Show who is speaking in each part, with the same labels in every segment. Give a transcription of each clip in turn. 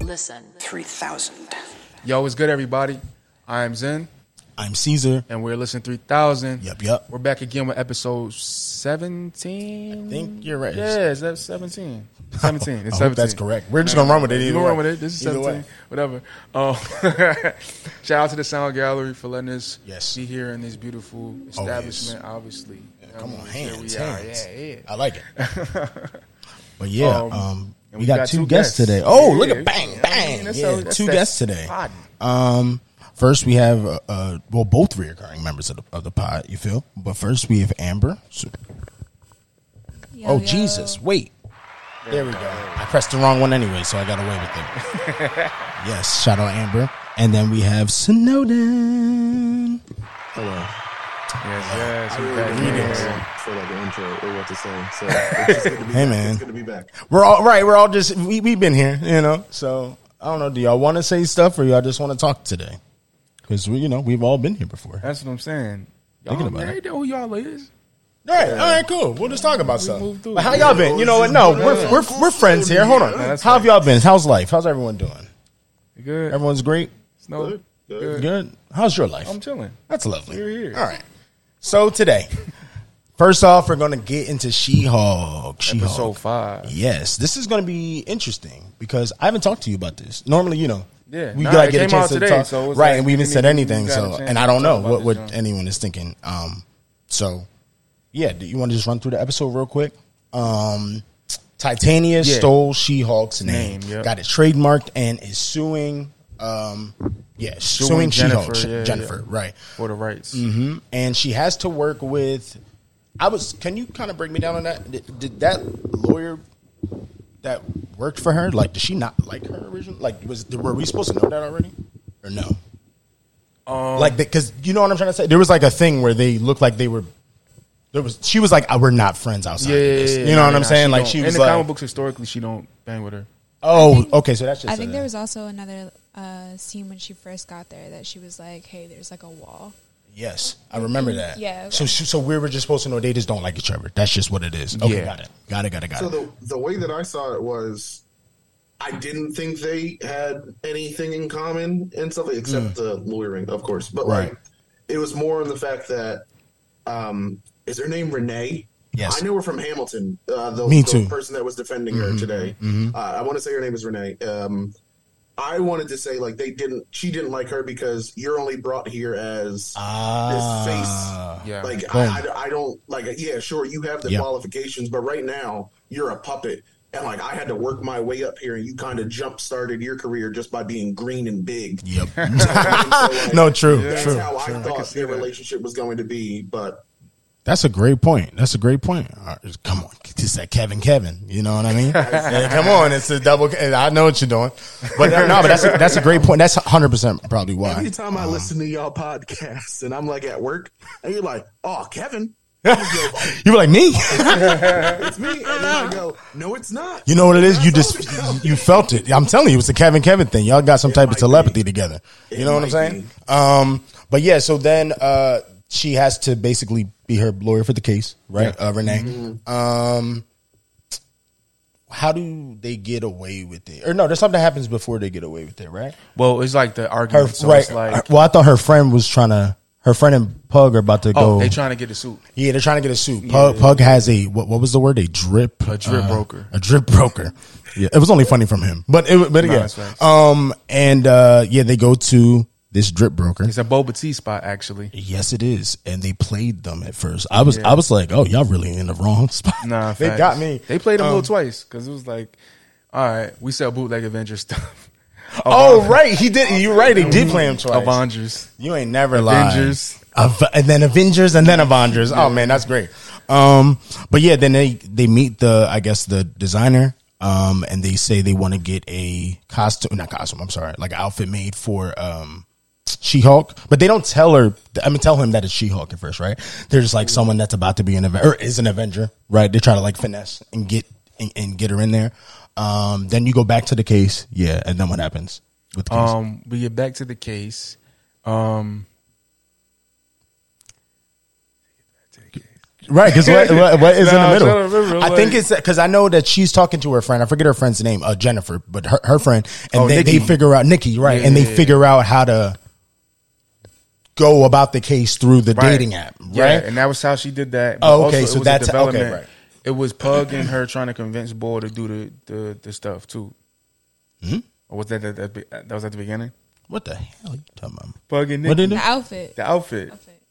Speaker 1: Listen.
Speaker 2: 3000.
Speaker 3: Yo, what's good, everybody? I'm Zen,
Speaker 4: I'm Caesar.
Speaker 3: and we're listening 3000.
Speaker 4: Yep, yep.
Speaker 3: We're back again with episode 17.
Speaker 4: I think you're right.
Speaker 3: Yeah, is that 17? 17. It's
Speaker 4: I
Speaker 3: 17.
Speaker 4: hope that's correct. We're just gonna run with it.
Speaker 3: You
Speaker 4: Either
Speaker 3: know
Speaker 4: way.
Speaker 3: what I'm with it? This is
Speaker 4: Either
Speaker 3: 17.
Speaker 4: way.
Speaker 3: Whatever. Um, shout out to the Sound Gallery for letting us
Speaker 4: Yes. Oh,
Speaker 3: be here in this beautiful establishment, obviously.
Speaker 4: Come on,
Speaker 3: Um,
Speaker 4: hands,
Speaker 3: here we are.
Speaker 4: hands.
Speaker 3: Yeah, yeah.
Speaker 4: I like it. but yeah,
Speaker 3: Um,
Speaker 4: um,
Speaker 3: and
Speaker 4: we, got, two guests, today. Oh, look
Speaker 3: Yeah.
Speaker 4: at bang, bang!
Speaker 3: That's
Speaker 4: yeah,
Speaker 3: how- that's
Speaker 4: two
Speaker 3: that
Speaker 4: guests today.
Speaker 3: spot.
Speaker 4: Um, first we have uh, uh, well, both reoccurring members of the of the pod. You feel? But first we have Amber. So- oh Jesus! Wait. There we go. I pressed the wrong one anyway, so I got away with it. yes, shout out Amber. And then we have Snowden.
Speaker 3: Yes, yes. we're
Speaker 5: Yeah,
Speaker 3: back.
Speaker 5: yeah. So like the intro or what to say. So it's just good to be
Speaker 4: Hey,
Speaker 5: back.
Speaker 4: man.
Speaker 5: It's good to be back.
Speaker 4: We're all right. We're all just we we've been here, you know. So I don't know. Do y'all want to say stuff or y'all just want to talk today? Because we, you know, we've all been here before. All
Speaker 3: That's what I'm saying. Y'all,
Speaker 4: Thinking about
Speaker 3: they
Speaker 4: it.
Speaker 3: know who y'all is.
Speaker 4: right, all right, cool. We'll just talk about something.
Speaker 3: moved through.
Speaker 4: But how y'all been? You know what? No, we're we're, we're friends here. Hold on.
Speaker 3: that's
Speaker 4: How have y'all been? How's life? How's everyone doing?
Speaker 3: Good.
Speaker 4: Everyone's great.
Speaker 3: Snow. Good.
Speaker 5: Good, good.
Speaker 4: Good. How's your life?
Speaker 3: I'm chilling.
Speaker 4: That's lovely.
Speaker 3: You're here.
Speaker 4: All right. So today, first off, we're gonna get into She-Hulk. She-Hulk.
Speaker 3: Episode five.
Speaker 4: Yes, this is going to be interesting because I haven't talked to you about this. Normally, you know,
Speaker 3: Yeah,
Speaker 4: we
Speaker 3: nah,
Speaker 4: gotta
Speaker 3: it
Speaker 4: get a
Speaker 3: came
Speaker 4: chance
Speaker 3: out
Speaker 4: to
Speaker 3: today,
Speaker 4: talk,
Speaker 3: so it was
Speaker 4: right?
Speaker 3: like,
Speaker 4: and we haven't
Speaker 3: we
Speaker 4: said
Speaker 3: need- we
Speaker 4: anything,
Speaker 3: got a
Speaker 4: so
Speaker 3: chance
Speaker 4: and I
Speaker 3: to
Speaker 4: don't
Speaker 3: talk
Speaker 4: know
Speaker 3: about
Speaker 4: what
Speaker 3: this,
Speaker 4: what
Speaker 3: John.
Speaker 4: anyone is thinking. Um, so yeah, do you want to just run through the episode real quick? Um, Titania
Speaker 3: Yeah.
Speaker 4: stole She-Hulk's name,
Speaker 3: Name, yep.
Speaker 4: got it trademarked, and is suing. Um, yeah,
Speaker 3: Suing
Speaker 4: suing, She-Hulk,
Speaker 3: Jennifer, yeah, yeah.
Speaker 4: Jennifer, right?
Speaker 3: For the rights.
Speaker 4: hmm And she has to work with. I was. Can you kind of break me down on that? Did, did that lawyer that worked for her like? Did she not like her original? Like, was were we supposed to know that already or no?
Speaker 3: Um,
Speaker 4: Like, because you know what I'm trying to say. There was like a thing where they looked like they were. There was. She was like, "Oh, "We're not friends outside."
Speaker 3: yeah,
Speaker 4: of
Speaker 3: yeah,
Speaker 4: this."
Speaker 3: yeah,
Speaker 4: you know
Speaker 3: nah,
Speaker 4: what I'm
Speaker 3: nah,
Speaker 4: saying? Like
Speaker 3: don't.
Speaker 4: she
Speaker 3: in
Speaker 4: was
Speaker 3: the
Speaker 4: like,
Speaker 3: comic books historically, she don't bang with her.
Speaker 4: "Oh, okay." So that's just.
Speaker 6: I think
Speaker 4: a-
Speaker 6: there was also another uh, scene when she first got there that she was like, "Hey, there's like a wall."
Speaker 4: Yes, I remember that.
Speaker 6: Yeah,
Speaker 4: So
Speaker 6: okay.
Speaker 4: she, so we were just supposed to know they just don't like each other. That's just what it is. Okay,
Speaker 3: Yeah.
Speaker 4: got it. Got it. Got it. Got
Speaker 5: So
Speaker 4: it.
Speaker 5: the the way that I saw it was, I didn't think they had anything in common and stuff except the lawyering, of course. But
Speaker 4: Mm. Right.
Speaker 5: like, it was more on the fact that, um, is her name Renee?
Speaker 4: Yes.
Speaker 5: I knew her from Hamilton. Uh, the,
Speaker 4: Me
Speaker 5: the
Speaker 4: too. Mm-hmm.
Speaker 5: person that was defending her today. Uh, I want to say her name is Renee. Um, I wanted to say like they didn't. She didn't like her because you're only brought here as
Speaker 4: Ah.
Speaker 5: this face.
Speaker 3: Yeah.
Speaker 5: Like
Speaker 4: Boom.
Speaker 5: I, I, I don't like. Yeah, sure, you have the
Speaker 4: Yeah.
Speaker 5: qualifications, but right now you're a puppet. And like I had to work my way up here, and you kind of jump started your career just by being green and big.
Speaker 4: Yep.
Speaker 5: like,
Speaker 4: no, true,
Speaker 5: That's
Speaker 4: true.
Speaker 5: how I thought
Speaker 3: see
Speaker 5: their
Speaker 3: that.
Speaker 5: relationship was going to be, but
Speaker 4: That's a great point. That's a great point. All right, Come on, just that Kevin, Kevin. You know what I mean? Yeah, come on, it's a double. I know what you're doing, but no, but that's a, that's a great point. That's 100 percent probably why.
Speaker 5: every time
Speaker 4: Uh-huh.
Speaker 5: I listen to y'all podcasts, and I'm like at work, and you're like, "Oh, Kevin,
Speaker 4: You were like me.
Speaker 5: it's me," and then I go, "No, it's not."
Speaker 4: You know what it is?
Speaker 5: I
Speaker 4: You
Speaker 5: told
Speaker 4: just you felt it. I'm telling you, it's the Kevin Kevin thing. Y'all got some type of
Speaker 5: might
Speaker 4: telepathy together. You
Speaker 5: It
Speaker 4: know what I'm
Speaker 5: might
Speaker 4: saying? Um, but yeah, so then uh, she has to basically be her lawyer for the case, right? Uh, Renee. Um, how do they get away with it? Or no, there's something that happens before they get away with it, right?
Speaker 3: Well, it's like the
Speaker 4: Her
Speaker 3: argument. so
Speaker 4: right.
Speaker 3: It's like,
Speaker 4: well, I thought her friend was trying to. Her friend and Pug are about to
Speaker 3: oh,
Speaker 4: go.
Speaker 3: they trying to get a suit.
Speaker 4: Yeah, they're trying to get a suit. Pug, Pug has a what, what was the word? A drip, Uh,
Speaker 3: A drip broker.
Speaker 4: a drip broker. Yeah, it was only funny from him, but it, but yeah,
Speaker 3: that's facts.
Speaker 4: um, and uh, yeah, they go to this drip broker.
Speaker 3: It's a Boba Tea spot, actually.
Speaker 4: Yes, it is, and they played them at first. I was I was like, oh, y'all really in the wrong spot.
Speaker 3: Nah,
Speaker 4: they
Speaker 3: facts.
Speaker 4: got me. Um,
Speaker 3: They played him a little twice because it was like, all right, we sell bootleg Avenger stuff.
Speaker 4: Oh right, he did. You're right. They did play him twice.
Speaker 3: Avengers.
Speaker 4: You ain't never
Speaker 3: Avengers.
Speaker 4: lied. Av- and then Avengers and then Avengers. Oh man, that's great. Um, but yeah, then they they meet the I guess the designer. Um, and they say they want to get a costume, not costume. I'm sorry, like an outfit made for um She Hulk. But they don't tell her. I mean, tell him that it's She Hulk at first, right? They're just like someone that's about to be an Avenger or is an Avenger, right? They try to like finesse and get and, and get her in there. Um, then you go back to the case, yeah, and then what happens with the case?
Speaker 3: Um, we get back to the case. Um,
Speaker 4: Right, because what, what, what
Speaker 3: Nah,
Speaker 4: is in
Speaker 3: I'm
Speaker 4: the
Speaker 3: trying to
Speaker 4: middle?
Speaker 3: remember,
Speaker 4: I think
Speaker 3: like-
Speaker 4: it's because I know that she's talking to her friend. I forget her friend's name, uh, Jennifer, but her, her friend, and
Speaker 3: Oh,
Speaker 4: they, they
Speaker 3: Nikki.
Speaker 4: figure out Nikki, right?
Speaker 3: Yeah,
Speaker 4: and they
Speaker 3: yeah, yeah.
Speaker 4: figure out how to go about the case through the
Speaker 3: Right.
Speaker 4: dating app, right?
Speaker 3: Yeah, and that was how she did that. But
Speaker 4: Oh,
Speaker 3: also,
Speaker 4: okay,
Speaker 3: it
Speaker 4: so
Speaker 3: was a
Speaker 4: that's- okay,
Speaker 3: development.
Speaker 4: right.
Speaker 3: It was Pug and her trying to convince Boy to do the the, the stuff too.
Speaker 4: Hmm?
Speaker 3: Or was that that, that be- that was at the beginning?
Speaker 4: What the hell are you talking about?
Speaker 3: Pug and
Speaker 4: What
Speaker 3: Nikki,
Speaker 4: did
Speaker 6: The
Speaker 4: it?
Speaker 6: outfit.
Speaker 3: the outfit.
Speaker 6: outfit.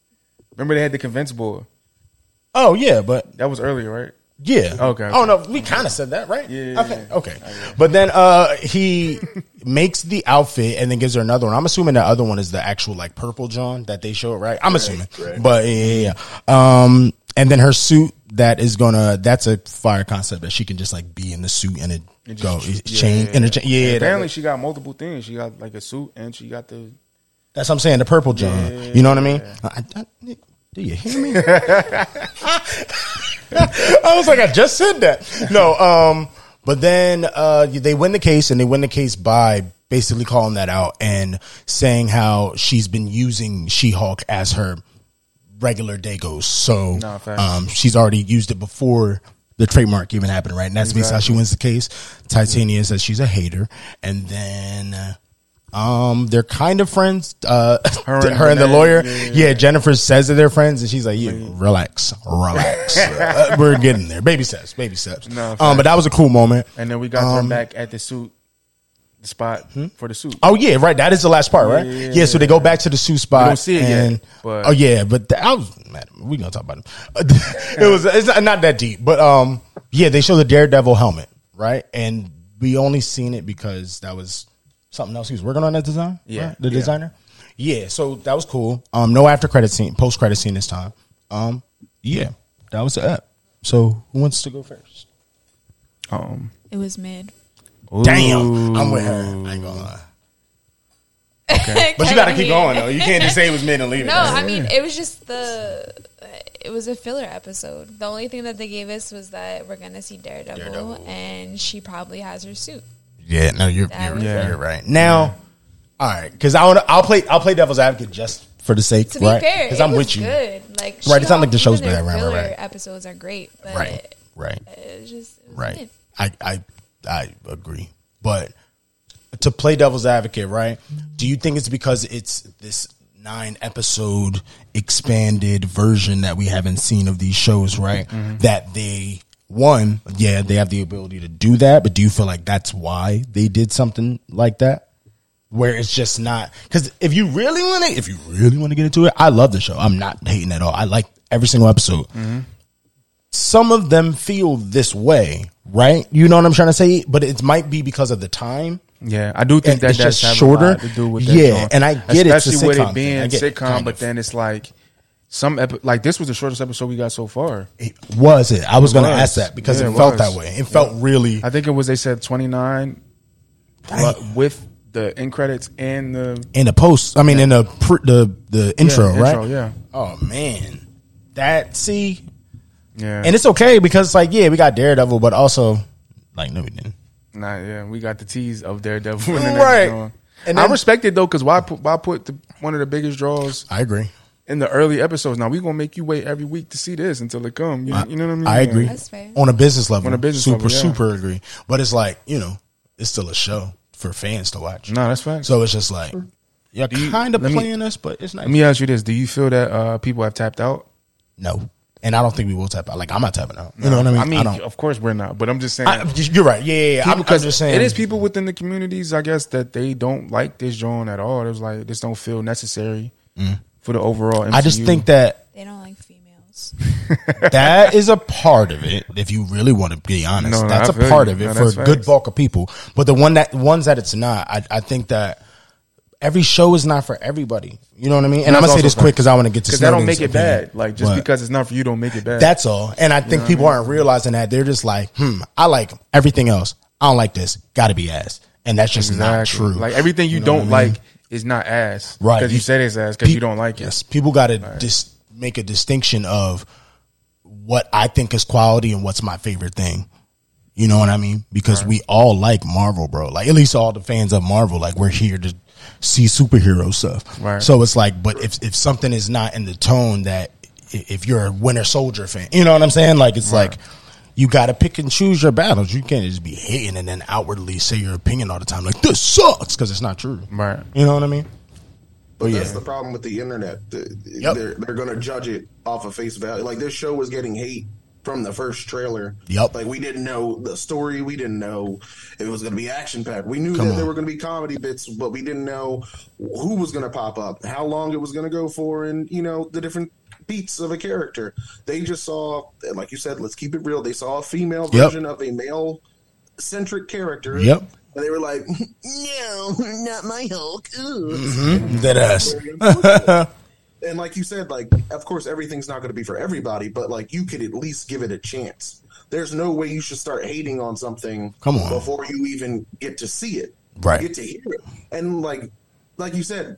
Speaker 3: Remember they had to convince Boy.
Speaker 4: Oh yeah, but
Speaker 3: That was earlier, right?
Speaker 4: Yeah.
Speaker 3: Okay,
Speaker 4: Oh no, we kind of said that, right?
Speaker 3: Yeah, yeah,
Speaker 4: Okay.
Speaker 3: yeah.
Speaker 4: Okay. But then uh he makes the outfit and then gives her another one. I'm assuming the other one is the actual like purple John that they showed, right? I'm assuming.
Speaker 5: right.
Speaker 4: But yeah, yeah, yeah. Um and then her suit that is gonna that's a fire concept that she can just like be in the suit and it
Speaker 3: And just-
Speaker 4: go
Speaker 3: yeah,
Speaker 4: it's change and it cha- yeah, that-
Speaker 3: Apparently, she got multiple things. She got like a suit, and she got the
Speaker 4: that's what I'm saying, the purple John. you know what I mean? I, I, do you hear me? I was like, I just said that. No, um, but then uh, they win the case, and they win the case by basically calling that out and saying how she's been using She-Hulk as her regular day goes. So
Speaker 3: No, facts.
Speaker 4: um, she's already used it before the trademark even happened, right? And that's basically how she wins the case. Titania says she's a hater, and then. uh, Um, they're kind of friends. Uh, her
Speaker 3: Her
Speaker 4: and,
Speaker 3: and
Speaker 4: the
Speaker 3: Renee,
Speaker 4: lawyer.
Speaker 3: yeah, yeah,
Speaker 4: yeah, Jennifer says that they're friends, and she's like, "You relax, relax. Uh, we're getting there. Baby steps, baby steps."
Speaker 3: No,
Speaker 4: um,
Speaker 3: facts.
Speaker 4: but that was a cool moment.
Speaker 3: And then we got
Speaker 4: Um,
Speaker 3: her back at the suit, the spot for the suit.
Speaker 4: Oh yeah, right. That is the last part, right? Yeah.
Speaker 3: Yeah.
Speaker 4: so they go back to the shoe spot.
Speaker 3: We don't see it yet,
Speaker 4: and,
Speaker 3: but-
Speaker 4: oh yeah, but th- I was mad. We gonna talk about it. it was it's not, not that deep, but um, yeah, they show the Daredevil helmet, right? And we only seen it because that was something else he was working on that design.
Speaker 3: Yeah.
Speaker 4: right? the
Speaker 3: Yeah.
Speaker 4: designer. Yeah, so that was cool. Um, no after credit scene, post credit scene this time. Um, yeah, that was the app. So who wants to go first?
Speaker 3: Um,
Speaker 6: It was mid.
Speaker 4: Damn, I'm with her. I ain't gonna lie. But you got to keep going though. You can't just say it was mid and leave
Speaker 6: No,
Speaker 4: it.
Speaker 6: I mean it was just the it was a filler episode. The only thing that they gave us was that we're gonna see Daredevil,
Speaker 4: Daredevil.
Speaker 6: and she probably has her suit.
Speaker 4: Yeah, no, you're
Speaker 6: That
Speaker 4: you're,
Speaker 6: was
Speaker 3: it.
Speaker 4: you're right. Now, all right, because I want I'll play I'll play devil's advocate just for the sake,
Speaker 6: To be
Speaker 4: right?
Speaker 6: fair,
Speaker 4: Because I'm
Speaker 6: it was
Speaker 4: with you,
Speaker 6: Good. Like
Speaker 4: Right, it's not like the
Speaker 6: She-Hulk,
Speaker 4: show's
Speaker 6: even their
Speaker 4: bad, right, right,
Speaker 6: filler
Speaker 4: right.
Speaker 6: Episodes are great, but
Speaker 4: right? Right,
Speaker 6: It's just it was
Speaker 4: right.
Speaker 6: mid.
Speaker 4: I I I agree, but to play devil's advocate, right? Do you think it's because it's this nine episode expanded version that we haven't seen of these shows, right? That they one, yeah, they have the ability to do that, but do you feel like that's why they did something like that? Where it's just not because if you really want to, if you really want to get into it, I love the show. I'm not hating at all. I like every single episode some of them feel this way, right? You know what I'm trying to say? But it might be because of the time.
Speaker 3: Yeah, I do think
Speaker 4: And
Speaker 3: that
Speaker 4: it's
Speaker 3: that's
Speaker 4: just
Speaker 3: having a
Speaker 4: shorter.
Speaker 3: lot to do with that
Speaker 4: Yeah,
Speaker 3: song.
Speaker 4: and I get it, it's a
Speaker 3: especially with
Speaker 4: sitcom
Speaker 3: it
Speaker 4: thing.
Speaker 3: being
Speaker 4: I get it,
Speaker 3: sitcom.
Speaker 4: kind
Speaker 3: But
Speaker 4: of.
Speaker 3: then it's like some epi- like this was the shortest episode we got so far.
Speaker 4: It was it. I was going to
Speaker 3: was.
Speaker 4: ask that because
Speaker 3: Yeah,
Speaker 4: it
Speaker 3: it
Speaker 4: felt
Speaker 3: was.
Speaker 4: that way. It felt really.
Speaker 3: I think it was they said twenty nine, but with the end credits and the
Speaker 4: in the post. I mean, in the pr- the the intro,
Speaker 3: yeah,
Speaker 4: right?
Speaker 3: intro, yeah,
Speaker 4: Oh man, that see,
Speaker 3: yeah,
Speaker 4: and it's okay because it's like yeah, we got Daredevil, but also like no, we didn't.
Speaker 3: Nah, yeah, we got the tease of Daredevil, and
Speaker 4: Right. And
Speaker 3: And
Speaker 4: then-
Speaker 3: I respect it though, because why put why put the, one of the biggest draws
Speaker 4: I agree.
Speaker 3: in the early episodes? Now we gonna make you wait every week to see this until it come. You, you know what I mean?
Speaker 4: I agree.
Speaker 6: That's fair.
Speaker 4: On a business level,
Speaker 3: On a business
Speaker 4: super
Speaker 3: level, yeah.
Speaker 4: super agree. But it's like you know, it's still a show for fans to watch.
Speaker 3: No, that's fact.
Speaker 4: So it's just like you're
Speaker 3: you-
Speaker 4: kind of
Speaker 3: let me-
Speaker 4: playing us, but it's not.
Speaker 3: Let me ask you this: Do you feel that uh, people have tapped out?
Speaker 4: no, and I don't think we will tap out. Like I'm not tapping out. You know what I mean?
Speaker 3: I mean,
Speaker 4: I don't.
Speaker 3: of course we're not, but I'm just saying.
Speaker 4: I, you're right. Yeah, yeah. yeah. I'm, I'm
Speaker 3: because
Speaker 4: just saying
Speaker 3: it is people within the communities, I guess, that they don't like this drawing at all. It was like this don't feel necessary for the overall. MCU.
Speaker 4: Mm-hmm. I just think that
Speaker 6: They don't like females.
Speaker 4: that is a part of it. If you really want to be honest,
Speaker 3: No, no,
Speaker 4: that's
Speaker 3: I
Speaker 4: a
Speaker 3: feel
Speaker 4: part
Speaker 3: you.
Speaker 4: of it
Speaker 3: No,
Speaker 4: for a
Speaker 3: that's
Speaker 4: good
Speaker 3: facts.
Speaker 4: bulk of people. But the one that ones that it's not, I, I think that every show is not for everybody. You know what I mean? And
Speaker 3: That's
Speaker 4: I'm gonna say
Speaker 3: also
Speaker 4: this quick
Speaker 3: facts.
Speaker 4: because I want to get to
Speaker 3: because that don't
Speaker 4: Snowden's
Speaker 3: make it
Speaker 4: opinion.
Speaker 3: bad. Like just
Speaker 4: But-
Speaker 3: because it's not for you, don't make it bad.
Speaker 4: That's all. And I think people aren't realizing that. They're just like, hmm, I like everything else. I don't like this. Gotta be ass. And that's just not
Speaker 3: Exactly.
Speaker 4: true.
Speaker 3: Like everything you, don't like is not ass,
Speaker 4: Right.
Speaker 3: Because you said it's ass because you don't like it.
Speaker 4: Yes. People gotta just make a distinction of what I think is quality and what's my favorite thing. You know what I mean? Because we all like Marvel, bro. Like at least all the fans of Marvel, like we're here to see superhero stuff.
Speaker 3: Right.
Speaker 4: So it's like, but if if something is not in the tone that i- if you're a Winter Soldier fan. You know what I'm saying? Like it's like you got to pick and choose your battles. You can't just be hating and then outwardly say your opinion all the time. Like this sucks because it's not true.
Speaker 3: Right.
Speaker 4: You know what I mean?
Speaker 5: But
Speaker 4: Oh,
Speaker 5: that's
Speaker 4: yeah.
Speaker 5: the problem with the internet. The-
Speaker 4: Yep.
Speaker 5: They're they're going to judge it off of face value. Like this show was getting hate from the first trailer.
Speaker 4: Yep.
Speaker 5: Like we didn't know the story. We didn't know if it was going to be action packed. We knew
Speaker 4: Come
Speaker 5: that
Speaker 4: on.
Speaker 5: there were going to be comedy bits, but we didn't know who was going to pop up, how long it was going to go for, and you know the different beats of a character. They just saw, and like you said, let's keep it real. They saw a female
Speaker 4: Yep.
Speaker 5: version of a male centric character.
Speaker 4: Yep.
Speaker 5: And they were like, "No, not my Hulk." Ooh.
Speaker 4: Mm-hmm. That ass.
Speaker 5: and like you said, like of course everything's not going to be for everybody, but like you could at least give it a chance. There's no way you should start hating on something
Speaker 4: Come on.
Speaker 5: before you even get to see it,
Speaker 4: Right.
Speaker 5: Get to hear it, and like like you said,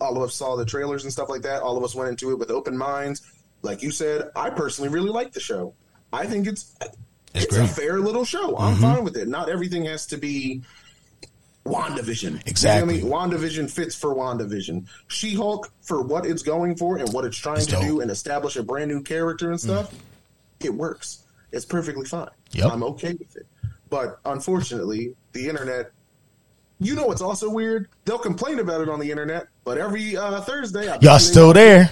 Speaker 5: all of us saw the trailers and stuff like that. All of us went into it with open minds. Like you said, I personally really like the show. I think it's it's, a
Speaker 4: great. Mm-hmm.
Speaker 5: fair little show. I'm fine with it. Not everything has to be WandaVision.
Speaker 4: Exactly.
Speaker 5: You feel me? WandaVision fits for WandaVision. She Hulk for what it's going for and what it's trying
Speaker 4: It's
Speaker 5: to
Speaker 4: dope. Mm.
Speaker 5: do and establish a brand new character and stuff. It works. It's perfectly fine.
Speaker 4: Yep.
Speaker 5: I'm okay with it. But unfortunately, the internet. You know what's also weird? They'll complain about it on the internet, but every uh, Thursday, I bet
Speaker 4: Y'all
Speaker 5: they-
Speaker 4: still there?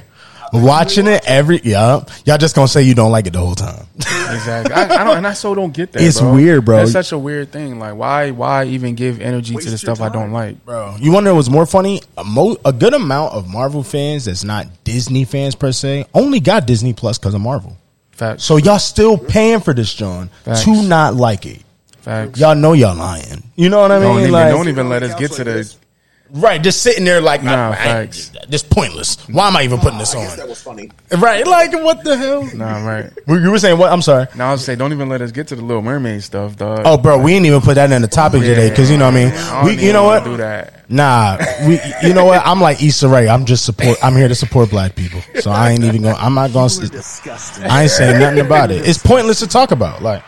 Speaker 4: Watching it every yup. Y'all just gonna say you don't like it the whole time.
Speaker 3: Exactly. I, I don't, and I so don't get that.
Speaker 4: It's weird, bro.
Speaker 3: That's such a weird thing. Like, why, why even give energy
Speaker 5: Waste
Speaker 3: to
Speaker 5: your
Speaker 3: the stuff I don't
Speaker 5: time.
Speaker 3: like?
Speaker 4: Bro, you wonder what's more funny? A, mo- a good amount of Marvel fans that's not Disney fans per se only got Disney Plus because of Marvel.
Speaker 3: Facts.
Speaker 4: So y'all still paying for this, John,
Speaker 3: Facts.
Speaker 4: to not like it.
Speaker 3: facts.
Speaker 4: Y'all know y'all lying. You know what I mean?
Speaker 3: Don't even,
Speaker 4: Like-
Speaker 3: don't even let us get to the.
Speaker 4: Right, just sitting there like,
Speaker 3: Nah,
Speaker 4: I- I-
Speaker 3: facts.
Speaker 4: This pointless. Why am I even putting this
Speaker 5: I guess that
Speaker 4: on?
Speaker 5: was funny.
Speaker 4: Right, like what the hell?
Speaker 3: Nah, right.
Speaker 4: We- You were saying what? I'm sorry.
Speaker 3: Now I'll say, don't even let us get to the Little Mermaid stuff, dog.
Speaker 4: Oh, bro, we ain't even put that in the topic today because you know what I mean.
Speaker 3: don't
Speaker 4: we,
Speaker 3: even
Speaker 4: you know
Speaker 3: wanna
Speaker 4: what?
Speaker 3: Do that.
Speaker 4: Nah, we, you know what? I'm like Issa Rae. I'm just support. I'm here to support black people, so I ain't even going. to I'm not going.
Speaker 5: We're
Speaker 4: to
Speaker 5: disgusting.
Speaker 4: I ain't saying nothing about it. It's pointless to talk about. Like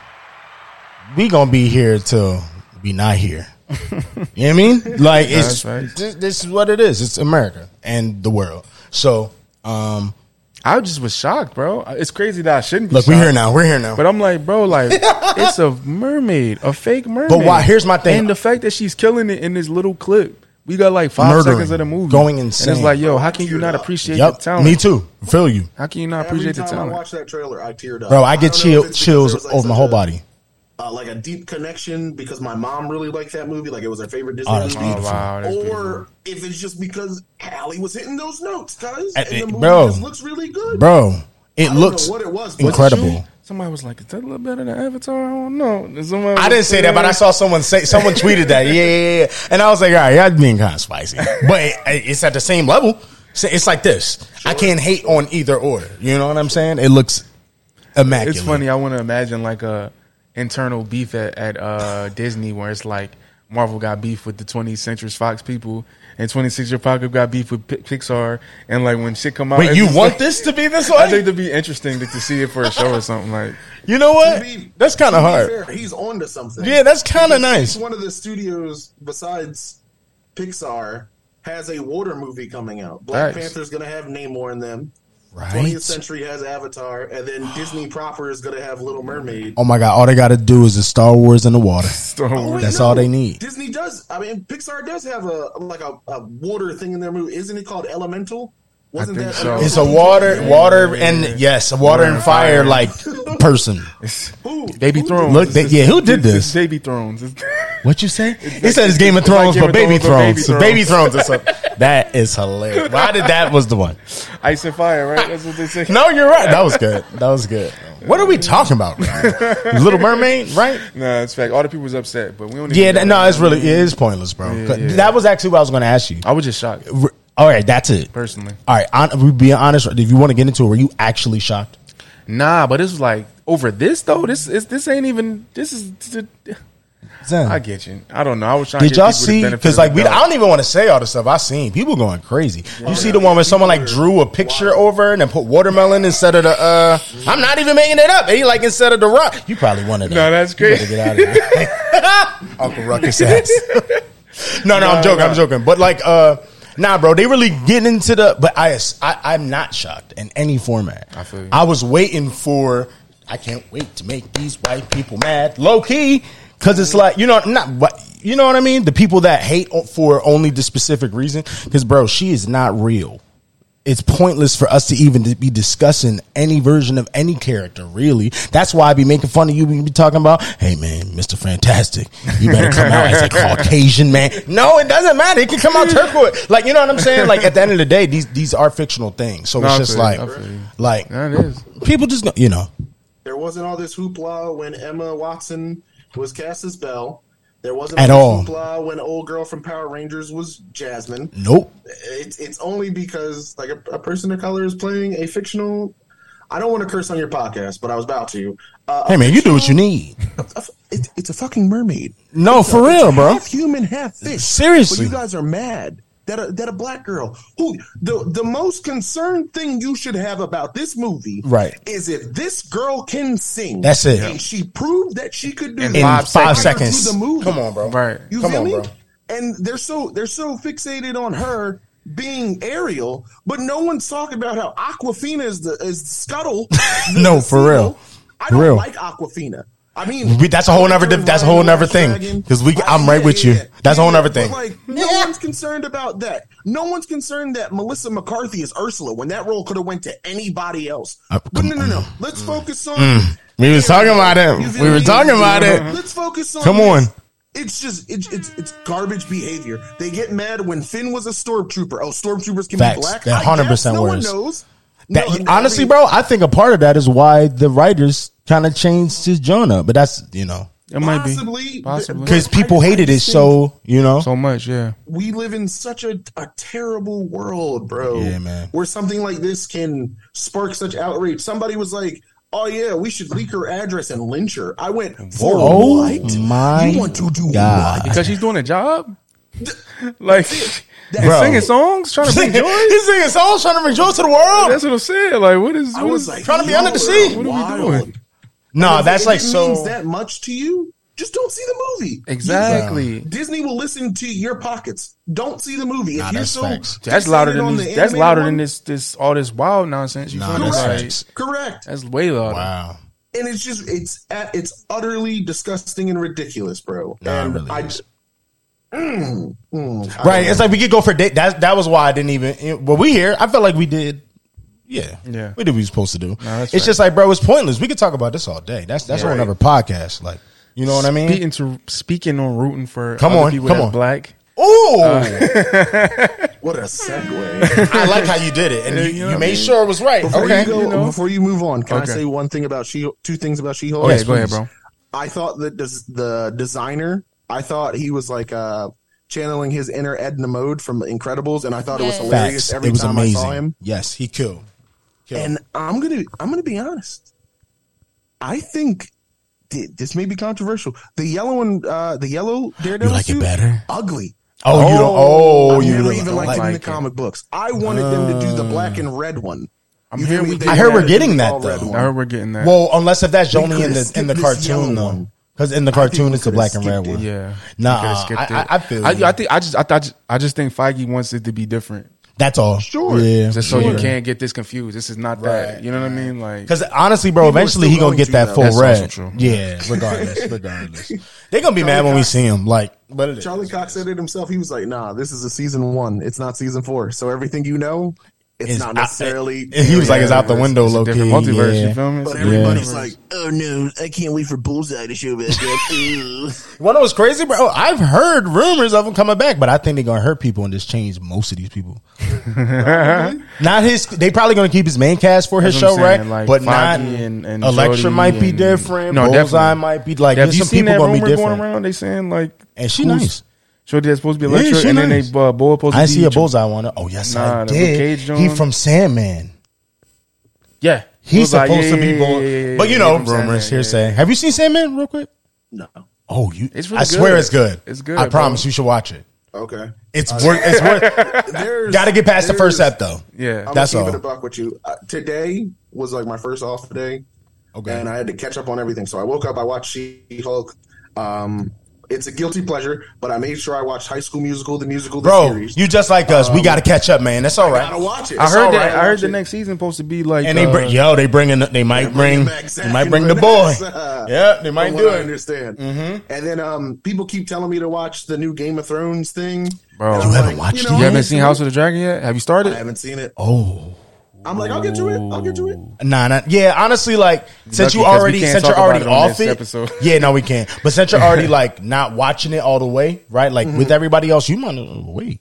Speaker 4: we gonna be here till we not here. You know what I mean? Like it's
Speaker 3: That's right.
Speaker 4: this, this is what it is. It's America and the world. So um,
Speaker 3: I just was shocked, bro. It's crazy that I shouldn't. Be
Speaker 4: look, we're
Speaker 3: shocked.
Speaker 4: here now. We're here now.
Speaker 3: But I'm like, bro, like it's a mermaid, a fake mermaid.
Speaker 4: But why- here's my thing.
Speaker 3: and the fact that she's killing it in this little clip. We got like five
Speaker 4: Murdering,
Speaker 3: seconds of the movie,
Speaker 4: going
Speaker 3: And
Speaker 4: insane.
Speaker 3: it's like, yo, how can you not appreciate
Speaker 4: Yep,
Speaker 3: the talent?
Speaker 4: me too. Feel you,
Speaker 3: How can you not
Speaker 5: Every
Speaker 3: appreciate the
Speaker 5: time I
Speaker 3: talent?
Speaker 5: watched that trailer, I teared up.
Speaker 4: bro. I get
Speaker 5: don't know
Speaker 4: chill,
Speaker 5: if it's because
Speaker 4: chills
Speaker 5: there was, like,
Speaker 4: over my
Speaker 5: such
Speaker 4: whole
Speaker 5: a-
Speaker 4: body.
Speaker 5: uh, like a deep connection because my mom really liked that movie. Like it was her favorite Disney
Speaker 4: Oh, that's
Speaker 5: movie.
Speaker 3: Oh wow, that's beautiful.
Speaker 5: or if it's just because Hallie was hitting those notes, guys,
Speaker 4: Uh,
Speaker 5: and the
Speaker 4: uh,
Speaker 5: movie
Speaker 4: bro.
Speaker 5: just looks really good.
Speaker 4: bro. It
Speaker 5: don't know
Speaker 4: looks
Speaker 5: what it was, but-
Speaker 4: incredible.
Speaker 3: Somebody was like, "Is that a little better than Avatar?" I don't know. And somebody was
Speaker 4: I didn't say that, but I saw someone say someone tweeted that. Yeah, yeah, yeah. And I was like, all right, y'all being kind of spicy, but it, it's at the same level. So It's like this. I can't hate on either or. You know what I'm saying? It looks immaculate.
Speaker 3: It's funny. I want to imagine like a internal beef at, at uh, Disney where it's like Marvel got beef with the 20th Century Fox people, and 20th Century Fox got beef with Pi- Pixar, and like when shit come out,
Speaker 4: Wait,
Speaker 3: it's
Speaker 4: you
Speaker 3: just
Speaker 4: want
Speaker 3: like-
Speaker 4: this to be this
Speaker 3: I think
Speaker 4: way?
Speaker 3: it'd be interesting to, to see it for a show or something like.
Speaker 4: You know
Speaker 5: To
Speaker 4: what?
Speaker 5: be-
Speaker 4: That's kind
Speaker 5: to
Speaker 4: of
Speaker 5: be
Speaker 4: hard.
Speaker 5: fair, he's on to something.
Speaker 4: Yeah, that's kind of nice.
Speaker 5: Each one of the studios besides Pixar has a water movie coming out. Black
Speaker 3: Facts.
Speaker 5: Panther's going to have Namor in them. 20th
Speaker 4: Right?
Speaker 5: Century has Avatar, and then Disney proper is going to have Little Mermaid.
Speaker 4: Oh my god! All they got to do is a Star Wars in the water.
Speaker 3: Star
Speaker 5: Oh,
Speaker 3: Wars.
Speaker 5: wait,
Speaker 4: That's all they need.
Speaker 5: Disney does. I mean, Pixar does have a like a, a water thing in their movie. Isn't it called Elemental? Wasn't
Speaker 3: think so.
Speaker 4: It's a water, water, and yes, a water and fire like person.
Speaker 5: Who?
Speaker 3: They be thrones.
Speaker 4: Look, they- yeah, who did
Speaker 3: It's- it's
Speaker 4: this?
Speaker 3: Baby Thrones. It's-
Speaker 4: What you say? He said it's Game of Thrones,
Speaker 3: Game
Speaker 4: but
Speaker 3: of
Speaker 4: Baby Thrones,
Speaker 3: Thrones, but
Speaker 4: Baby
Speaker 3: Baby
Speaker 4: Thrones. or something. That is hilarious. Why did that was the one?
Speaker 3: Ice and fire, right? That's what they say.
Speaker 4: No, you're right. That was good. That was good. What are we talking about? Ryan? Little Mermaid, right?
Speaker 3: Nah, it's fact. All the people was upset, but we don't. even
Speaker 4: Yeah, that,
Speaker 3: know.
Speaker 4: no, it's really it is pointless, bro.
Speaker 3: Yeah, yeah.
Speaker 4: That was actually what I was going to ask you.
Speaker 3: I was just shocked
Speaker 4: R- All right, that's it.
Speaker 3: personally.
Speaker 4: All right, on, we being honest, if you want to get into it, were you actually shocked?
Speaker 3: Nah, but this was like over this though. This is this ain't even. This is.
Speaker 4: Zen,
Speaker 3: I get you. I don't know. I was trying. to
Speaker 4: Did
Speaker 3: give
Speaker 4: y'all
Speaker 3: people the
Speaker 4: see?
Speaker 3: benefit
Speaker 4: Because
Speaker 3: of
Speaker 4: like
Speaker 3: the
Speaker 4: we,
Speaker 3: doubt.
Speaker 4: I don't even want to say all the stuff I seen. People going crazy. You see the one where someone like drew a picture over and then put watermelon instead of the. uh I'm not even making it up. He like instead of the rock. You probably wanted.
Speaker 3: No, that's
Speaker 4: Get
Speaker 3: crazy.
Speaker 4: out of here, Uncle Ruckus ass. no, no, I'm joking. I'm joking. But like, uh Nah, bro, they really getting into the. But I, I am not shocked in any format.
Speaker 3: I feel you.
Speaker 4: I was waiting for. I can't wait to make these white people mad, low key, because it's like you know not what you know what I mean. The people that hate o- for only the specific reason, because bro, she is not real. It's pointless for us to even to be discussing any version of any character, really. That's why I be making fun of you when you be talking about, hey man, Mr. Fantastic, you better come out as a Caucasian man. No, it doesn't matter. It can come out turquoise. Like, you know what I'm saying? Like, at the end of the day, these, these are fictional things. So
Speaker 3: No, I
Speaker 4: it's just
Speaker 3: feel you.
Speaker 4: like,
Speaker 3: I feel you.
Speaker 4: like,
Speaker 3: That is.
Speaker 4: people just, go, you know,
Speaker 5: There wasn't all this hoopla when Emma Watson was cast as Belle. There wasn't
Speaker 4: At
Speaker 5: all this
Speaker 4: all.
Speaker 5: hoopla when old girl from Power Rangers was Jasmine.
Speaker 4: nope.
Speaker 5: It's it's only because like a, a person of color is playing a fictional. I don't want to curse on your podcast, but I was about to. Uh,
Speaker 4: Hey man, you do what you need.
Speaker 5: a f- it- it's a fucking mermaid.
Speaker 4: No, for real, bro.
Speaker 5: Half human, half fish.
Speaker 4: Seriously.
Speaker 5: But you guys are mad that a, that a black girl who the the most concerned thing you should have about this movie,
Speaker 4: Right.
Speaker 5: is if this girl can sing.
Speaker 4: That's it.
Speaker 5: And she proved that she could do
Speaker 3: In
Speaker 5: it
Speaker 4: In
Speaker 3: Five
Speaker 4: five
Speaker 5: prior to
Speaker 4: seconds.
Speaker 5: the movie.
Speaker 4: Come on, bro.
Speaker 3: Right.
Speaker 5: You
Speaker 4: Come
Speaker 5: feel
Speaker 4: on,
Speaker 5: me?
Speaker 4: bro.
Speaker 5: And they're so they're so fixated on her being Ariel, but no one's talking about how Aquafina is the is the scuttle. the
Speaker 4: No, for
Speaker 5: casino.
Speaker 4: real.
Speaker 5: I
Speaker 4: For
Speaker 5: don't
Speaker 4: real.
Speaker 5: like Aquafina. I mean,
Speaker 4: We- that's a whole nother
Speaker 5: Ryan
Speaker 4: diff- that's a whole nother
Speaker 5: Last
Speaker 4: thing.
Speaker 5: Dragon.
Speaker 4: 'Cause we-
Speaker 5: I-
Speaker 4: I'm right with you. That's a whole nother
Speaker 5: But,
Speaker 4: thing.
Speaker 5: Like no one's concerned about that. No one's concerned that Melissa McCarthy is Ursula when that role could have went to anybody else.
Speaker 4: Uh,
Speaker 5: but
Speaker 4: come Mm.
Speaker 5: no, no, no. Let's focus on
Speaker 4: We was talking about
Speaker 5: you
Speaker 4: it.
Speaker 5: feel
Speaker 4: We were
Speaker 5: me? Mm-hmm.
Speaker 4: talking about it.
Speaker 5: Let's focus on.
Speaker 4: Come on.
Speaker 5: this. It's just it's it's it's garbage behavior. They get mad when Finn was a stormtrooper. Oh, stormtroopers can
Speaker 4: Facts.
Speaker 5: be black.
Speaker 4: They're
Speaker 5: I guess
Speaker 4: 100%
Speaker 5: no
Speaker 4: worse.
Speaker 5: One knows.
Speaker 4: That,
Speaker 5: No, I mean-
Speaker 4: honestly, bro, I think a part of that is why the writers kind of changed his genre. But that's you know
Speaker 3: It might
Speaker 5: Possibly.
Speaker 3: be. Possibly.
Speaker 4: because people hated it, so you know.
Speaker 3: so much, yeah.
Speaker 5: we live in such a, a terrible world, bro.
Speaker 4: Yeah, man.
Speaker 5: Where something like this can spark such outrage. Somebody was like, "Oh yeah, we should leak her address and lynch her." I went, "For
Speaker 4: Oh
Speaker 5: what?
Speaker 4: my
Speaker 5: you want to do
Speaker 4: God.
Speaker 5: what?"
Speaker 3: Because she's doing a job? Like, and
Speaker 4: Bro.
Speaker 3: singing songs, trying to bring joy?
Speaker 4: He's singing songs trying to bring joy to the world.
Speaker 3: That's what I'm saying. Like, what is.
Speaker 5: I
Speaker 3: what
Speaker 5: was
Speaker 3: is-
Speaker 5: like,
Speaker 4: Trying to be under the
Speaker 5: "Yo,
Speaker 4: sea."
Speaker 3: What are we
Speaker 5: wild.
Speaker 3: doing?
Speaker 4: No,
Speaker 5: If
Speaker 4: that's
Speaker 5: it
Speaker 4: like
Speaker 5: means
Speaker 4: so.
Speaker 5: that much to you. Just don't see the movie.
Speaker 3: Exactly.
Speaker 5: Disney will listen to your pockets. Don't see the movie.
Speaker 4: Nah,
Speaker 5: if you're
Speaker 4: that's
Speaker 5: so
Speaker 4: facts.
Speaker 3: That's louder
Speaker 5: fixated on
Speaker 3: than
Speaker 5: the
Speaker 3: these, that's
Speaker 5: animated
Speaker 3: louder
Speaker 5: one-
Speaker 3: than this this all this wild nonsense. You
Speaker 4: Nah,
Speaker 3: feel me?
Speaker 4: that's
Speaker 3: Like,
Speaker 4: facts.
Speaker 5: Correct.
Speaker 3: that's way louder.
Speaker 4: Wow.
Speaker 5: And it's just it's at, it's utterly disgusting and ridiculous, bro.
Speaker 4: Nah, it
Speaker 5: and
Speaker 4: really
Speaker 5: I,
Speaker 4: is.
Speaker 5: Mm, mm, I
Speaker 4: Right.
Speaker 5: don't
Speaker 4: It's like we could go for date. That that was why I didn't even. it- Well, we here. I felt like we did. Yeah.
Speaker 3: Yeah.
Speaker 4: We did what we were supposed to do.
Speaker 3: that's
Speaker 4: it's
Speaker 3: right.
Speaker 4: just like, bro, it's pointless. We could talk about this all day. That's that's
Speaker 3: Yeah.
Speaker 4: on another podcast. Like, you know what I mean?
Speaker 3: Speaking to speaking on rooting for
Speaker 4: Come
Speaker 3: other
Speaker 4: on,
Speaker 3: people
Speaker 4: come
Speaker 3: that's
Speaker 4: on.
Speaker 3: black.
Speaker 4: Ooh.
Speaker 5: Uh. know. what a segue.
Speaker 4: I like how you did it, and
Speaker 3: Yeah,
Speaker 4: you,
Speaker 3: you know
Speaker 4: you,
Speaker 3: what I
Speaker 4: made
Speaker 3: mean?
Speaker 4: sure it was right.
Speaker 5: Before
Speaker 4: okay.
Speaker 5: you go,
Speaker 3: you know.
Speaker 5: before you move on, can
Speaker 3: Okay.
Speaker 5: I say one thing about she? Two things about She-Hulk.
Speaker 4: Oh,
Speaker 3: Yeah,
Speaker 4: yes,
Speaker 3: go ahead,
Speaker 4: please.
Speaker 3: bro.
Speaker 5: I thought that des- the designer, I thought he was like uh, channeling his inner Edna Mode from Incredibles, and I thought it was
Speaker 6: Yes.
Speaker 5: hilarious
Speaker 4: Facts.
Speaker 5: every
Speaker 4: It was
Speaker 5: time
Speaker 4: amazing.
Speaker 5: I saw him.
Speaker 4: Yes, he killed. Killed.
Speaker 5: And I'm gonna, I'm gonna be honest. I think th- this may be controversial. The yellow and uh, the yellow Daredevil
Speaker 4: like it
Speaker 5: suit,
Speaker 4: better?
Speaker 5: ugly.
Speaker 4: oh, you don't. Oh,
Speaker 5: I
Speaker 4: you
Speaker 5: never
Speaker 4: don't
Speaker 5: even liked
Speaker 4: like.
Speaker 5: him in the
Speaker 3: it.
Speaker 5: comic books. I wanted them to do the black and red one.
Speaker 3: I'm
Speaker 5: You
Speaker 3: here
Speaker 5: feel me?
Speaker 3: with
Speaker 5: They
Speaker 3: you.
Speaker 4: I heard we're
Speaker 5: wanted to do
Speaker 4: getting
Speaker 5: the
Speaker 4: that,
Speaker 5: all red
Speaker 4: though.
Speaker 5: one.
Speaker 3: I heard we're getting that.
Speaker 4: Well, unless if that's only in
Speaker 5: could've
Speaker 4: the in
Speaker 5: skipped
Speaker 4: the
Speaker 5: this
Speaker 4: cartoon
Speaker 5: yellow
Speaker 4: though,
Speaker 5: one.
Speaker 4: because in the cartoon it's the
Speaker 5: could've
Speaker 4: black and red
Speaker 5: skipped
Speaker 4: one.
Speaker 5: it.
Speaker 3: yeah,
Speaker 4: Nah,
Speaker 3: You could've skipped
Speaker 4: I-
Speaker 3: it.
Speaker 4: I- I feel you.
Speaker 3: I, think I just I thought I just think Feige wants it to be different,
Speaker 4: That's all.
Speaker 5: Sure.
Speaker 4: Yeah.
Speaker 3: just so you
Speaker 4: sure.
Speaker 3: can't get this confused. This is not
Speaker 4: Right.
Speaker 3: that. You know what I mean? Like,
Speaker 4: Because honestly, bro,
Speaker 5: People are
Speaker 4: eventually
Speaker 5: still
Speaker 4: he gonna
Speaker 5: going
Speaker 4: get
Speaker 5: to
Speaker 4: that
Speaker 5: that.
Speaker 4: full
Speaker 3: That's
Speaker 4: red.
Speaker 3: also true.
Speaker 4: Yeah, regardless, regardless, they gonna be mad when we see him. Like, but it is.
Speaker 5: Charlie Cox said it himself. He was like, "Nah, this is a season one. It's not season four. So everything you know, it's,
Speaker 4: It's
Speaker 5: not
Speaker 4: out-
Speaker 5: necessarily."
Speaker 4: and he was like, "It's out the window,
Speaker 3: it's a
Speaker 4: low key."
Speaker 3: different multiverse. You
Speaker 4: Yeah.
Speaker 3: feel me? It's
Speaker 5: But
Speaker 3: a different
Speaker 5: everybody's
Speaker 3: multiverse.
Speaker 5: like, "Oh no, I can't wait for Bullseye to show back up." Ooh.
Speaker 4: One of those crazy, bro. I've heard rumors of him coming back, but I think they're gonna hurt people and just change most of these people. not his. They probably gonna keep his main cast for his
Speaker 3: That's what
Speaker 4: show,
Speaker 3: I'm saying,
Speaker 4: right?
Speaker 3: like
Speaker 4: but
Speaker 3: Feige
Speaker 4: not.
Speaker 3: and- and
Speaker 4: Electra
Speaker 3: Jody
Speaker 4: might be
Speaker 3: and-
Speaker 4: different.
Speaker 3: No,
Speaker 4: Bullseye
Speaker 3: definitely.
Speaker 4: might be like.
Speaker 3: Have
Speaker 4: there's
Speaker 3: you
Speaker 4: some
Speaker 3: seen
Speaker 4: people
Speaker 3: that
Speaker 4: gonna
Speaker 3: rumor
Speaker 4: be different.
Speaker 3: going around? They saying like,
Speaker 4: And she
Speaker 3: who's-
Speaker 4: nice.
Speaker 3: Shorty that's supposed to be
Speaker 4: Yeah,
Speaker 3: Electra,
Speaker 4: she
Speaker 3: and then
Speaker 4: nice.
Speaker 3: they uh, boy supposed to be
Speaker 4: I see a
Speaker 3: Ch-
Speaker 4: bullseye one. Oh yes,
Speaker 3: Nah,
Speaker 4: I
Speaker 3: the Luke
Speaker 4: did.
Speaker 3: Cage
Speaker 4: He
Speaker 3: joint.
Speaker 4: from Sandman.
Speaker 3: Yeah,
Speaker 4: He's
Speaker 3: Bullseye,
Speaker 4: supposed to be born,
Speaker 3: yeah, yeah, yeah,
Speaker 4: but you
Speaker 3: yeah,
Speaker 4: know,
Speaker 3: from Sandman,
Speaker 4: rumors,
Speaker 3: yeah, yeah.
Speaker 4: hearsay. Have you seen Sandman real quick?
Speaker 5: No.
Speaker 4: Oh, you!
Speaker 3: It's really
Speaker 4: I swear
Speaker 3: good.
Speaker 4: it's good.
Speaker 3: It's good, bro.
Speaker 4: I
Speaker 3: Uh,
Speaker 4: promise you should watch it.
Speaker 5: Okay.
Speaker 4: It's worth. It's worth.
Speaker 5: There's,
Speaker 4: Got to get past the first
Speaker 5: there's-
Speaker 4: set though.
Speaker 3: Yeah,
Speaker 5: I'm
Speaker 4: That's
Speaker 5: That's keep
Speaker 4: all.
Speaker 5: it a buck with you. Uh, today was like my first off day,
Speaker 4: Okay.
Speaker 5: and I had to catch up on everything. So I woke up, I watched She Hulk. Um, It's a guilty pleasure, but I made sure I watched High School Musical, the musical, the
Speaker 4: Bro,
Speaker 5: series.
Speaker 4: you just like us. we got to catch up, man. That's all right.
Speaker 5: gotta watch it.
Speaker 3: Um, I
Speaker 5: It's
Speaker 3: heard
Speaker 5: all
Speaker 3: that.
Speaker 5: right.
Speaker 3: I heard
Speaker 5: Watch
Speaker 3: the
Speaker 5: it.
Speaker 3: next season supposed to be like.
Speaker 4: And they bring,
Speaker 3: uh,
Speaker 4: yo, they bringing, they might bring,
Speaker 5: bringing back
Speaker 4: they might
Speaker 5: Zack
Speaker 4: bring the
Speaker 5: and
Speaker 4: boy.
Speaker 5: Vanessa.
Speaker 4: Yeah, they might
Speaker 5: From
Speaker 4: do
Speaker 5: what I
Speaker 4: it.
Speaker 5: understand. And then um, people keep telling me to watch the new Game of Thrones thing.
Speaker 3: Bro.
Speaker 5: And
Speaker 3: You
Speaker 5: I'm
Speaker 4: haven't watched
Speaker 3: you
Speaker 4: it?
Speaker 5: I
Speaker 3: haven't
Speaker 5: need
Speaker 3: seen
Speaker 5: to.
Speaker 3: House of the Dragon yet? Have you started?
Speaker 5: I haven't seen it.
Speaker 4: Oh,
Speaker 5: I'm like, I'll get to it. I'll get to it.
Speaker 4: Nah, nah, yeah. Honestly, like since
Speaker 3: lucky
Speaker 4: you
Speaker 3: 'cause we
Speaker 4: already
Speaker 3: can't
Speaker 4: since
Speaker 3: talk
Speaker 4: you're already
Speaker 3: about it on
Speaker 4: off
Speaker 3: this
Speaker 4: it,
Speaker 3: episode.
Speaker 4: yeah, no, we can't. But since you're already like not watching it all the way, right? Like
Speaker 3: Mm-hmm.
Speaker 4: with everybody else, you might uh, wait.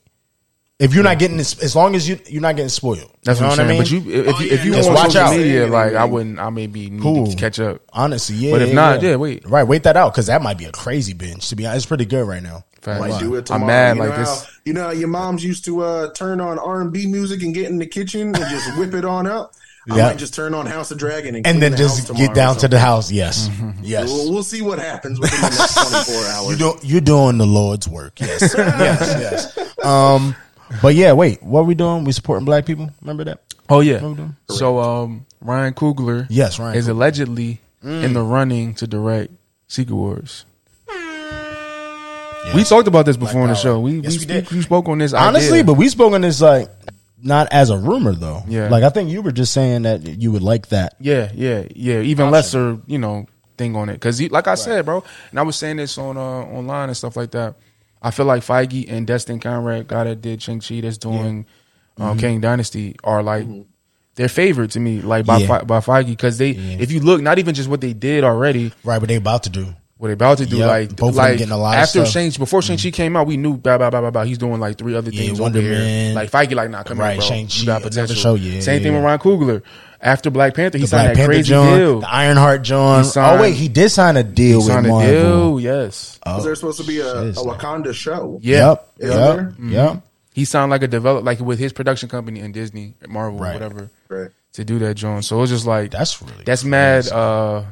Speaker 4: If you're not getting this, as long as you you're not getting spoiled,
Speaker 3: That's
Speaker 4: you know
Speaker 3: what I'm saying.
Speaker 4: I mean?
Speaker 3: But you, if,
Speaker 5: Oh,
Speaker 3: you if you
Speaker 5: yeah,
Speaker 4: just
Speaker 3: on
Speaker 4: watch
Speaker 3: social
Speaker 4: out.
Speaker 3: media, like I
Speaker 5: Anything.
Speaker 3: wouldn't, I may be need
Speaker 4: Cool.
Speaker 3: to catch up.
Speaker 4: honestly, yeah.
Speaker 3: But if not, yeah, wait.
Speaker 4: right, wait that out because that might be a crazy binge. To be honest, it's pretty good right now.
Speaker 3: Facts.
Speaker 4: Like,
Speaker 5: Like, do it
Speaker 3: I'm
Speaker 5: tomorrow.
Speaker 3: mad,
Speaker 5: You
Speaker 3: like
Speaker 5: know
Speaker 3: this-
Speaker 5: How, you know, how your moms used to uh, turn on R and B music and get in the kitchen and just whip it on up. I
Speaker 4: Yeah.
Speaker 5: might just turn on House of Dragon and,
Speaker 4: and
Speaker 5: clean
Speaker 4: then
Speaker 5: the
Speaker 4: just
Speaker 5: house
Speaker 4: get
Speaker 5: tomorrow
Speaker 4: down
Speaker 5: or
Speaker 4: to the house. Yes,
Speaker 3: Mm-hmm.
Speaker 5: something.
Speaker 4: yes.
Speaker 5: We'll, we'll see what happens within the next 24 hours.
Speaker 4: You do, you're doing the Lord's work. Yes, yes, yes. Um, but yeah, wait. What are we doing? We supporting black people. Remember that?
Speaker 3: Oh yeah.
Speaker 4: doing?
Speaker 3: So um, Ryan Coogler,
Speaker 4: Yes, Ryan
Speaker 3: is
Speaker 4: Coogler.
Speaker 3: allegedly
Speaker 4: Mm.
Speaker 3: in the running to direct Secret Wars. We
Speaker 4: Yes.
Speaker 3: talked about this before on the
Speaker 4: power.
Speaker 3: show. We
Speaker 4: Yes,
Speaker 3: we,
Speaker 4: we did.
Speaker 3: we spoke on this
Speaker 4: honestly,
Speaker 3: idea.
Speaker 4: but we spoken this like not as a rumor though.
Speaker 3: Yeah.
Speaker 4: Like I think you were just saying that you would like that.
Speaker 3: Yeah, yeah, yeah. Even lesser, you know, thing on it because, like I said, bro, and I was saying this on uh, online and stuff like that. I feel like Feige and Destin Conrad, guy that did Ching Chi, that's doing uh, King Dynasty, are like they're favorite to me, like by
Speaker 4: Yeah.
Speaker 3: Fe- by Feige because they, if you look, not even just what they did already,
Speaker 4: Right, but they about to do.
Speaker 3: what they about to do,
Speaker 4: Yep.
Speaker 3: like
Speaker 4: Both of them
Speaker 3: like
Speaker 4: getting a lot of
Speaker 3: after
Speaker 4: stuff.
Speaker 3: Shang before Shang Chi came out, we knew blah blah blah blah blah. He's doing like three other
Speaker 4: Yeah,
Speaker 3: things.
Speaker 4: Wonder
Speaker 3: over here.
Speaker 4: Man.
Speaker 3: like Feige, like nah, come
Speaker 4: Right,
Speaker 3: here, bro.
Speaker 4: Shang-Chi,
Speaker 3: you got
Speaker 4: another
Speaker 3: potential.
Speaker 4: show, yeah,
Speaker 3: Same
Speaker 4: yeah,
Speaker 3: thing with
Speaker 4: yeah.
Speaker 3: Ryan Coogler. After Black Panther, he
Speaker 4: The
Speaker 3: signed
Speaker 4: Black
Speaker 3: that
Speaker 4: Panther
Speaker 3: crazy
Speaker 4: John,
Speaker 3: deal.
Speaker 4: the Ironheart John.
Speaker 3: He signed-
Speaker 4: oh wait, he did sign a deal with
Speaker 3: Signed a
Speaker 4: Marvel. Oh.
Speaker 3: deal, yes.
Speaker 5: Was there supposed to be a, a
Speaker 4: shit.
Speaker 5: Wakanda show?
Speaker 3: Yeah.
Speaker 4: Yep,
Speaker 5: Yeah. Mm-hmm.
Speaker 4: yep, yep.
Speaker 3: He signed like a develop like with his production company and Disney, Marvel,
Speaker 4: Right.
Speaker 3: whatever,
Speaker 5: Right.
Speaker 3: to do that, John. So it's just like
Speaker 4: That's really
Speaker 3: that's mad uh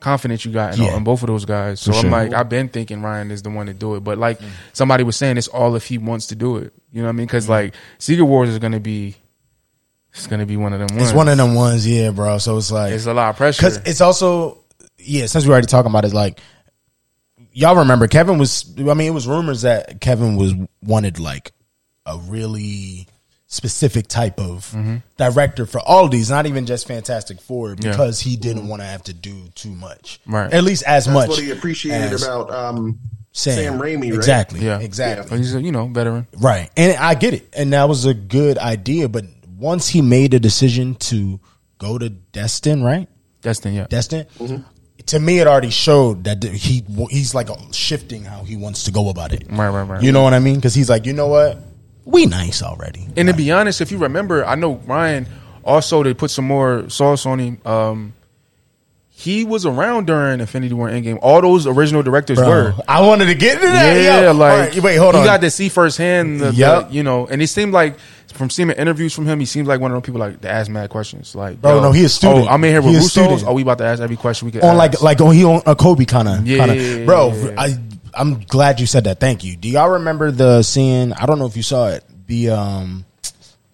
Speaker 3: confidence you got in,
Speaker 4: Yeah.
Speaker 3: on both of those guys. So
Speaker 4: For
Speaker 3: I'm
Speaker 4: sure.
Speaker 3: like, I've been thinking Ryan is the one to do it. But like somebody was saying, it's all if he wants to do it. You know what I mean? Because
Speaker 4: Mm-hmm.
Speaker 3: like Secret Wars is gonna be, it's gonna be one of them.
Speaker 4: It's one of them ones, yeah, bro. So it's like
Speaker 3: It's a lot of pressure.
Speaker 4: because it's also yeah. Since we already talking about it, like y'all remember Kevin was. I mean, it was rumors that Kevin was wanted like a really specific type of
Speaker 3: Mm-hmm.
Speaker 4: director for all these, not even just Fantastic Four, because he didn't want to have to do too much,
Speaker 3: Right.
Speaker 4: At least as much.
Speaker 5: That's what he appreciated
Speaker 4: as
Speaker 5: about um,
Speaker 4: Sam,
Speaker 5: Sam, Raimi, right?
Speaker 4: exactly,
Speaker 3: Yeah.
Speaker 4: exactly.
Speaker 3: But he's a you know veteran.
Speaker 4: Right. And I get it. And that was a good idea. But once he made the decision to go to Destin, right?
Speaker 3: Destin, yeah.
Speaker 4: Destin.
Speaker 3: Mm-hmm.
Speaker 4: To me, it already showed that th- he he's like shifting how he wants to go about it.
Speaker 3: Right, right, right.
Speaker 4: You know what I mean? Because he's like, you know what? We nice already.
Speaker 3: And to be honest, if you remember, I know Ryan also they put some more sauce on him. Um, he was around during Infinity War and Endgame. All those original directors were.
Speaker 4: Bro, I wanted to get into that.
Speaker 3: Yeah,
Speaker 4: yo. All
Speaker 3: like
Speaker 4: right, wait, hold
Speaker 3: you
Speaker 4: on.
Speaker 3: got to see firsthand. The, the-
Speaker 4: Yep.
Speaker 3: you know, and it seemed like from seeing the interviews from him, he seems like one of those people like to ask mad questions. Like,
Speaker 4: Bro,
Speaker 3: yo,
Speaker 4: no, he a student.
Speaker 3: Oh, I'm in here
Speaker 4: He
Speaker 3: with
Speaker 4: a
Speaker 3: Russo's.
Speaker 4: student.
Speaker 3: Oh, we about to ask every question we could
Speaker 4: on
Speaker 3: ask.
Speaker 4: like like on he on a Kobe kind of
Speaker 3: Yeah.
Speaker 4: kind of bro. I I'm glad you said that. Thank you. Do y'all remember the scene? I don't know if you saw it. The um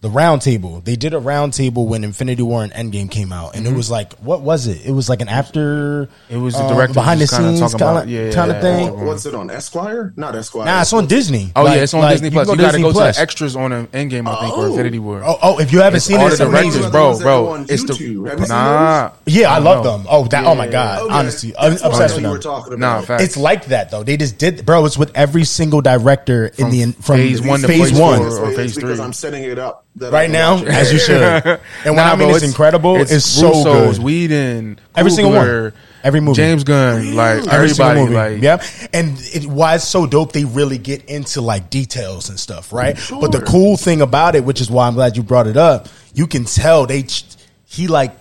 Speaker 4: the round table. They did a round table when Infinity War and Endgame came out, and it was like what was it? It was like an after.
Speaker 3: Mm-hmm. It was the
Speaker 4: um,
Speaker 3: director
Speaker 4: behind the
Speaker 3: was kinda
Speaker 4: scenes
Speaker 3: talking about-
Speaker 4: kind
Speaker 3: yeah,
Speaker 4: of kind
Speaker 3: yeah,
Speaker 4: of thing.
Speaker 3: yeah.
Speaker 5: What's it on? Esquire? Not Esquire.
Speaker 4: Nah, it's on Disney.
Speaker 3: oh
Speaker 4: Like-
Speaker 3: yeah, it's on
Speaker 4: like,
Speaker 3: Disney
Speaker 4: you can
Speaker 3: Plus. You got to
Speaker 4: Disney
Speaker 3: go to
Speaker 4: Plus.
Speaker 3: the extras on an Endgame, I think, or
Speaker 5: Oh.
Speaker 3: Infinity War.
Speaker 4: Oh, oh, if you haven't seen
Speaker 3: all
Speaker 4: it,
Speaker 3: the
Speaker 4: it's
Speaker 3: directors,
Speaker 4: amazing.
Speaker 3: bro,
Speaker 5: Those that go
Speaker 3: bro.
Speaker 5: on
Speaker 3: It's
Speaker 5: YouTube. Have
Speaker 3: the
Speaker 5: you seen
Speaker 3: nah.
Speaker 4: Yeah, I love
Speaker 3: know.
Speaker 4: them. Oh, that. Oh my god.
Speaker 5: Okay.
Speaker 4: Honestly,
Speaker 5: That's what I
Speaker 4: obsessed with
Speaker 5: thought you
Speaker 4: them.
Speaker 5: were talking
Speaker 3: Nah,
Speaker 5: about.
Speaker 3: facts.
Speaker 4: It's like that though. They just did, bro. It's with every single director in the from
Speaker 3: phase one to
Speaker 4: phase
Speaker 3: phase
Speaker 4: one
Speaker 3: four. or
Speaker 5: It's
Speaker 3: phase
Speaker 5: because
Speaker 3: three.
Speaker 5: I'm setting it up that I
Speaker 4: right
Speaker 5: can
Speaker 4: now,
Speaker 5: watch it.
Speaker 4: as you should. And when
Speaker 3: Nah,
Speaker 4: I mean
Speaker 3: bro,
Speaker 4: it's, incredible, it's, so
Speaker 3: Russo's,
Speaker 4: good.
Speaker 3: Whedon,
Speaker 4: Every single one.
Speaker 3: Coogler,
Speaker 4: Every movie.
Speaker 3: James Gunn, like
Speaker 4: Every single
Speaker 3: everybody,
Speaker 4: movie.
Speaker 3: like
Speaker 4: yep. And it, why it's so dope, they really get into like details and stuff, right?
Speaker 5: Sure.
Speaker 4: But the cool thing about it, which is why I'm glad you brought it up, you can tell they ch- he like.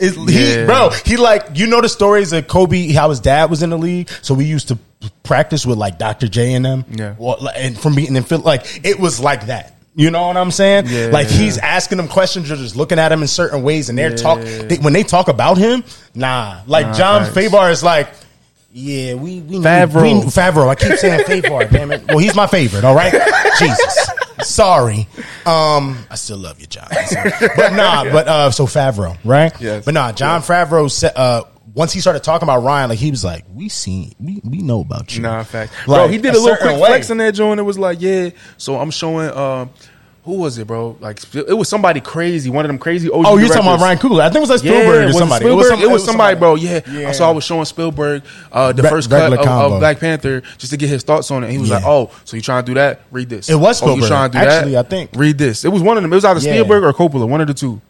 Speaker 4: It,
Speaker 3: Yeah.
Speaker 4: he, bro, he like you know the stories of Kobe, how his dad was in the league, so we used to practice with like Dr. J and them,
Speaker 3: Yeah.
Speaker 4: Well, like, and from being in Philly, like it was like that. You know what I'm saying?
Speaker 3: Yeah.
Speaker 4: Like he's asking them questions, you're just looking at him in certain ways, and they're talk. They, when they talk about him, nah, like
Speaker 3: Nah,
Speaker 4: John
Speaker 3: facts.
Speaker 4: Favar is like, yeah, we we
Speaker 3: Favreau.
Speaker 4: we- Favreau. I keep saying Favreau. damn it. Well, he's my favorite. All right, Jesus. Sorry. Um, I still love you, John. But nah, but uh, so Favreau, right?
Speaker 3: Yes.
Speaker 4: But nah, John Favreau. Sa- uh, once he started talking about Ryan, like he was like, "We seen, we we know about you."
Speaker 3: Nah, fact.
Speaker 4: Like,
Speaker 3: bro, he did a little
Speaker 4: certain
Speaker 3: quick
Speaker 4: way.
Speaker 3: flex on that joint. It was like, yeah. So I'm showing. Uh, who was it, bro? Like sp- it was somebody crazy. One of them crazy. OG
Speaker 4: Oh, you're talking about
Speaker 3: directors.
Speaker 4: Ryan Coogler? I think it was like
Speaker 3: Yeah,
Speaker 4: Spielberg
Speaker 3: was
Speaker 4: or
Speaker 3: it
Speaker 4: somebody.
Speaker 3: Spielberg?
Speaker 4: some-
Speaker 3: somebody, bro. Yeah.
Speaker 4: Yeah.
Speaker 3: So I was showing Spielberg uh, the
Speaker 4: Re-
Speaker 3: first cut
Speaker 4: regular
Speaker 3: of, of
Speaker 4: combo.
Speaker 3: Black Panther just to get his thoughts on it. He was
Speaker 4: Yeah.
Speaker 3: like, "Oh, so you trying to do that? Read this."
Speaker 4: It was
Speaker 3: Oh, you
Speaker 4: Spielberg.
Speaker 3: trying to do
Speaker 4: Actually, I
Speaker 3: that?
Speaker 4: think.
Speaker 3: Read this. It was one of them. It was either
Speaker 4: Yeah.
Speaker 3: Spielberg or Coppola, one of the two,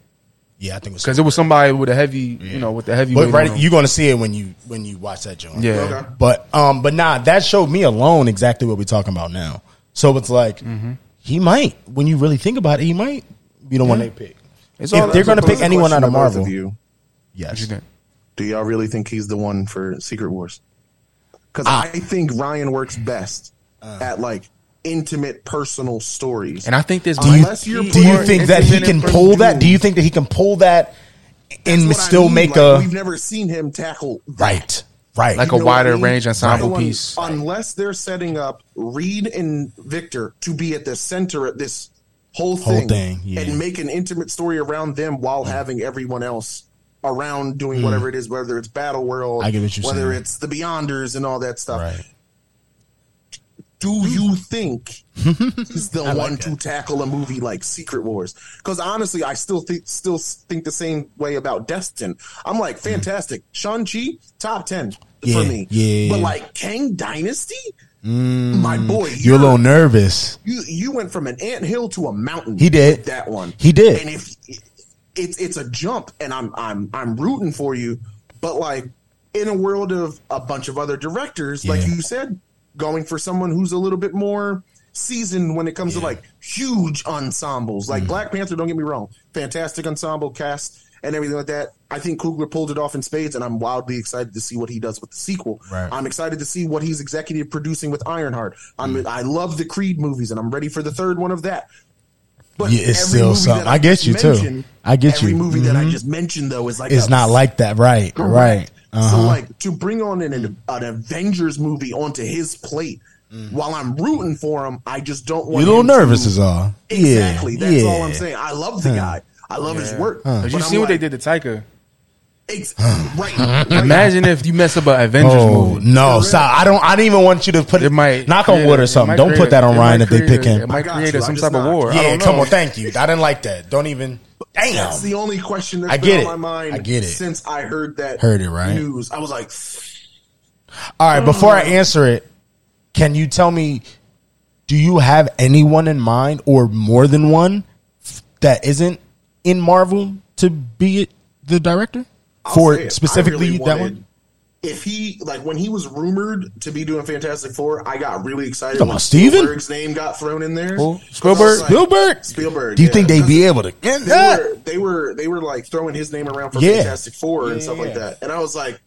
Speaker 4: Yeah, I think it was.
Speaker 3: because it was somebody with a heavy, you know, with the heavy.
Speaker 4: But
Speaker 3: weight
Speaker 4: right,
Speaker 3: on.
Speaker 4: you're gonna see it when you when you watch that joint.
Speaker 3: yeah.
Speaker 5: Okay.
Speaker 4: But um, but nah, that showed me alone exactly what we're talking about now. So it's like
Speaker 3: Mm-hmm.
Speaker 4: he might, when you really think about it, he might be the one they pick.
Speaker 3: It's
Speaker 4: if
Speaker 3: all-
Speaker 4: they're gonna
Speaker 5: Pose
Speaker 4: pick
Speaker 5: the
Speaker 4: anyone out
Speaker 5: question
Speaker 4: of
Speaker 5: to both
Speaker 4: Marvel,
Speaker 5: you.
Speaker 3: What
Speaker 4: yes,
Speaker 3: you think?
Speaker 5: Do y'all really think he's the one for Secret Wars? Because
Speaker 3: Ah.
Speaker 5: I think Ryan works best
Speaker 4: Uh.
Speaker 5: at like intimate personal stories.
Speaker 3: And I think this.
Speaker 5: Do you- Unless
Speaker 4: do
Speaker 5: you're
Speaker 4: you
Speaker 5: poor,
Speaker 4: think that he
Speaker 3: independent
Speaker 4: can
Speaker 3: person
Speaker 4: pull that?
Speaker 3: dude.
Speaker 4: Do you think that he can pull that
Speaker 5: That's
Speaker 4: and
Speaker 5: what I
Speaker 4: still
Speaker 5: mean.
Speaker 4: make
Speaker 5: Like,
Speaker 4: a
Speaker 5: We've never seen him tackle
Speaker 4: right, right?
Speaker 3: Like
Speaker 5: You
Speaker 3: a
Speaker 5: know what
Speaker 3: wider
Speaker 5: I mean?
Speaker 3: range ensemble
Speaker 5: No one-
Speaker 3: piece.
Speaker 5: Unless they're setting up Reed and Victor to be at the center of this whole thing,
Speaker 4: Whole thing, yeah.
Speaker 5: and make an intimate story around them while having everyone else around doing whatever it is, whether it's Battle World,
Speaker 4: Hmm. I get what you're
Speaker 5: whether
Speaker 4: saying.
Speaker 5: it's the Beyonders and all that stuff.
Speaker 4: Right.
Speaker 5: Do
Speaker 4: Hmm.
Speaker 5: you think he's the one to tackle a movie like Secret Wars? Because honestly, I still think still think the same way about Destin. I'm like, fantastic, Shang Chi, top ten
Speaker 4: Hmm. Yeah,
Speaker 5: for me.
Speaker 4: yeah. Hmm.
Speaker 5: but like Kang Dynasty, my boy,
Speaker 4: You're a little nervous.
Speaker 5: you you went from an anthill to a mountain.
Speaker 4: He did.
Speaker 5: with that one.
Speaker 4: He did.
Speaker 5: And if it's it's a jump, and I'm I'm I'm rooting for you, but like in a world of a bunch of other directors, like
Speaker 4: Yeah.
Speaker 5: you said, going for someone who's a little bit more seasoned when it comes to like huge ensembles,
Speaker 4: Mm-hmm.
Speaker 5: like Black Panther. Don't get me wrong, fantastic ensemble cast and everything like that. I think Coogler pulled it off in spades, and I'm wildly excited to see what he does with the sequel.
Speaker 4: Right.
Speaker 5: I'm excited to see what he's executive producing with Ironheart. I'm
Speaker 4: Mm.
Speaker 5: I love the Creed movies, and I'm ready for the third one of that. But
Speaker 4: Yeah, it's
Speaker 5: every
Speaker 4: still
Speaker 5: movie
Speaker 4: something.
Speaker 5: that
Speaker 4: I get you, too.
Speaker 5: mentioned-
Speaker 4: I get
Speaker 5: every
Speaker 4: you. Mm-hmm.
Speaker 5: movie that I just mentioned though is like
Speaker 4: It's
Speaker 5: a-
Speaker 4: not like that, right? Right.
Speaker 5: So
Speaker 4: Uh-huh.
Speaker 5: like to bring on an an Avengers movie onto his plate while I'm rooting for him, I just
Speaker 4: You're
Speaker 5: don't
Speaker 4: Mm. a
Speaker 5: want.
Speaker 4: little
Speaker 5: him to-
Speaker 4: nervous is all.
Speaker 5: Exactly.
Speaker 4: Yeah,
Speaker 5: That's
Speaker 4: yeah.
Speaker 5: all I'm saying. I love the guy. I love his work.
Speaker 3: Did you
Speaker 5: But
Speaker 3: see
Speaker 5: I'm
Speaker 3: what they
Speaker 5: like,
Speaker 3: did to Taika?
Speaker 5: ex- right. right.
Speaker 3: Imagine if you mess up an Avengers
Speaker 4: Oh
Speaker 3: movie.
Speaker 4: no! Stop! I don't. I didn't even want you to put
Speaker 3: It might
Speaker 4: knock on
Speaker 3: yeah,
Speaker 4: wood or
Speaker 3: it
Speaker 4: something.
Speaker 3: might
Speaker 4: Don't
Speaker 3: create
Speaker 4: put that
Speaker 3: a-
Speaker 4: on
Speaker 3: it
Speaker 4: Ryan
Speaker 3: might
Speaker 4: if they
Speaker 3: create
Speaker 4: pick
Speaker 3: a-
Speaker 4: him.
Speaker 3: It might
Speaker 5: got
Speaker 3: create
Speaker 5: you,
Speaker 3: a-
Speaker 5: I
Speaker 3: some
Speaker 5: just
Speaker 3: type of
Speaker 5: knocked.
Speaker 3: war. I
Speaker 4: Yeah,
Speaker 3: don't
Speaker 4: come
Speaker 3: know.
Speaker 4: on. Thank you. I didn't like that. Don't even. Damn.
Speaker 5: That's the only question that's
Speaker 4: I
Speaker 5: been
Speaker 4: get
Speaker 5: on
Speaker 4: it.
Speaker 5: my mind
Speaker 4: I get it.
Speaker 5: since I heard that
Speaker 4: Heard it, right?
Speaker 5: news. I was like,
Speaker 4: All right. Before I answer it, can you tell me? Do you have anyone in mind, or more than one, that isn't in Marvel to be it, the director
Speaker 5: I'll say
Speaker 4: for
Speaker 5: it.
Speaker 4: specifically
Speaker 5: I really
Speaker 4: that
Speaker 5: wanted-
Speaker 4: one?
Speaker 5: If he like when he was rumored to be doing Fantastic Four, I got really excited.
Speaker 4: talking
Speaker 5: when
Speaker 4: about Steven?
Speaker 5: Spielberg's name got thrown in there.
Speaker 3: Who?
Speaker 5: 'Cause I was
Speaker 3: Spielberg?
Speaker 5: like-
Speaker 4: Spielberg.
Speaker 5: Spielberg,
Speaker 4: Do you
Speaker 5: yeah.
Speaker 4: think they'd be able to? get
Speaker 5: They
Speaker 4: that?
Speaker 5: were, they were they were like throwing his name around for
Speaker 4: Yeah.
Speaker 5: Fantastic Four and stuff like
Speaker 4: Yeah.
Speaker 5: that. And I was like,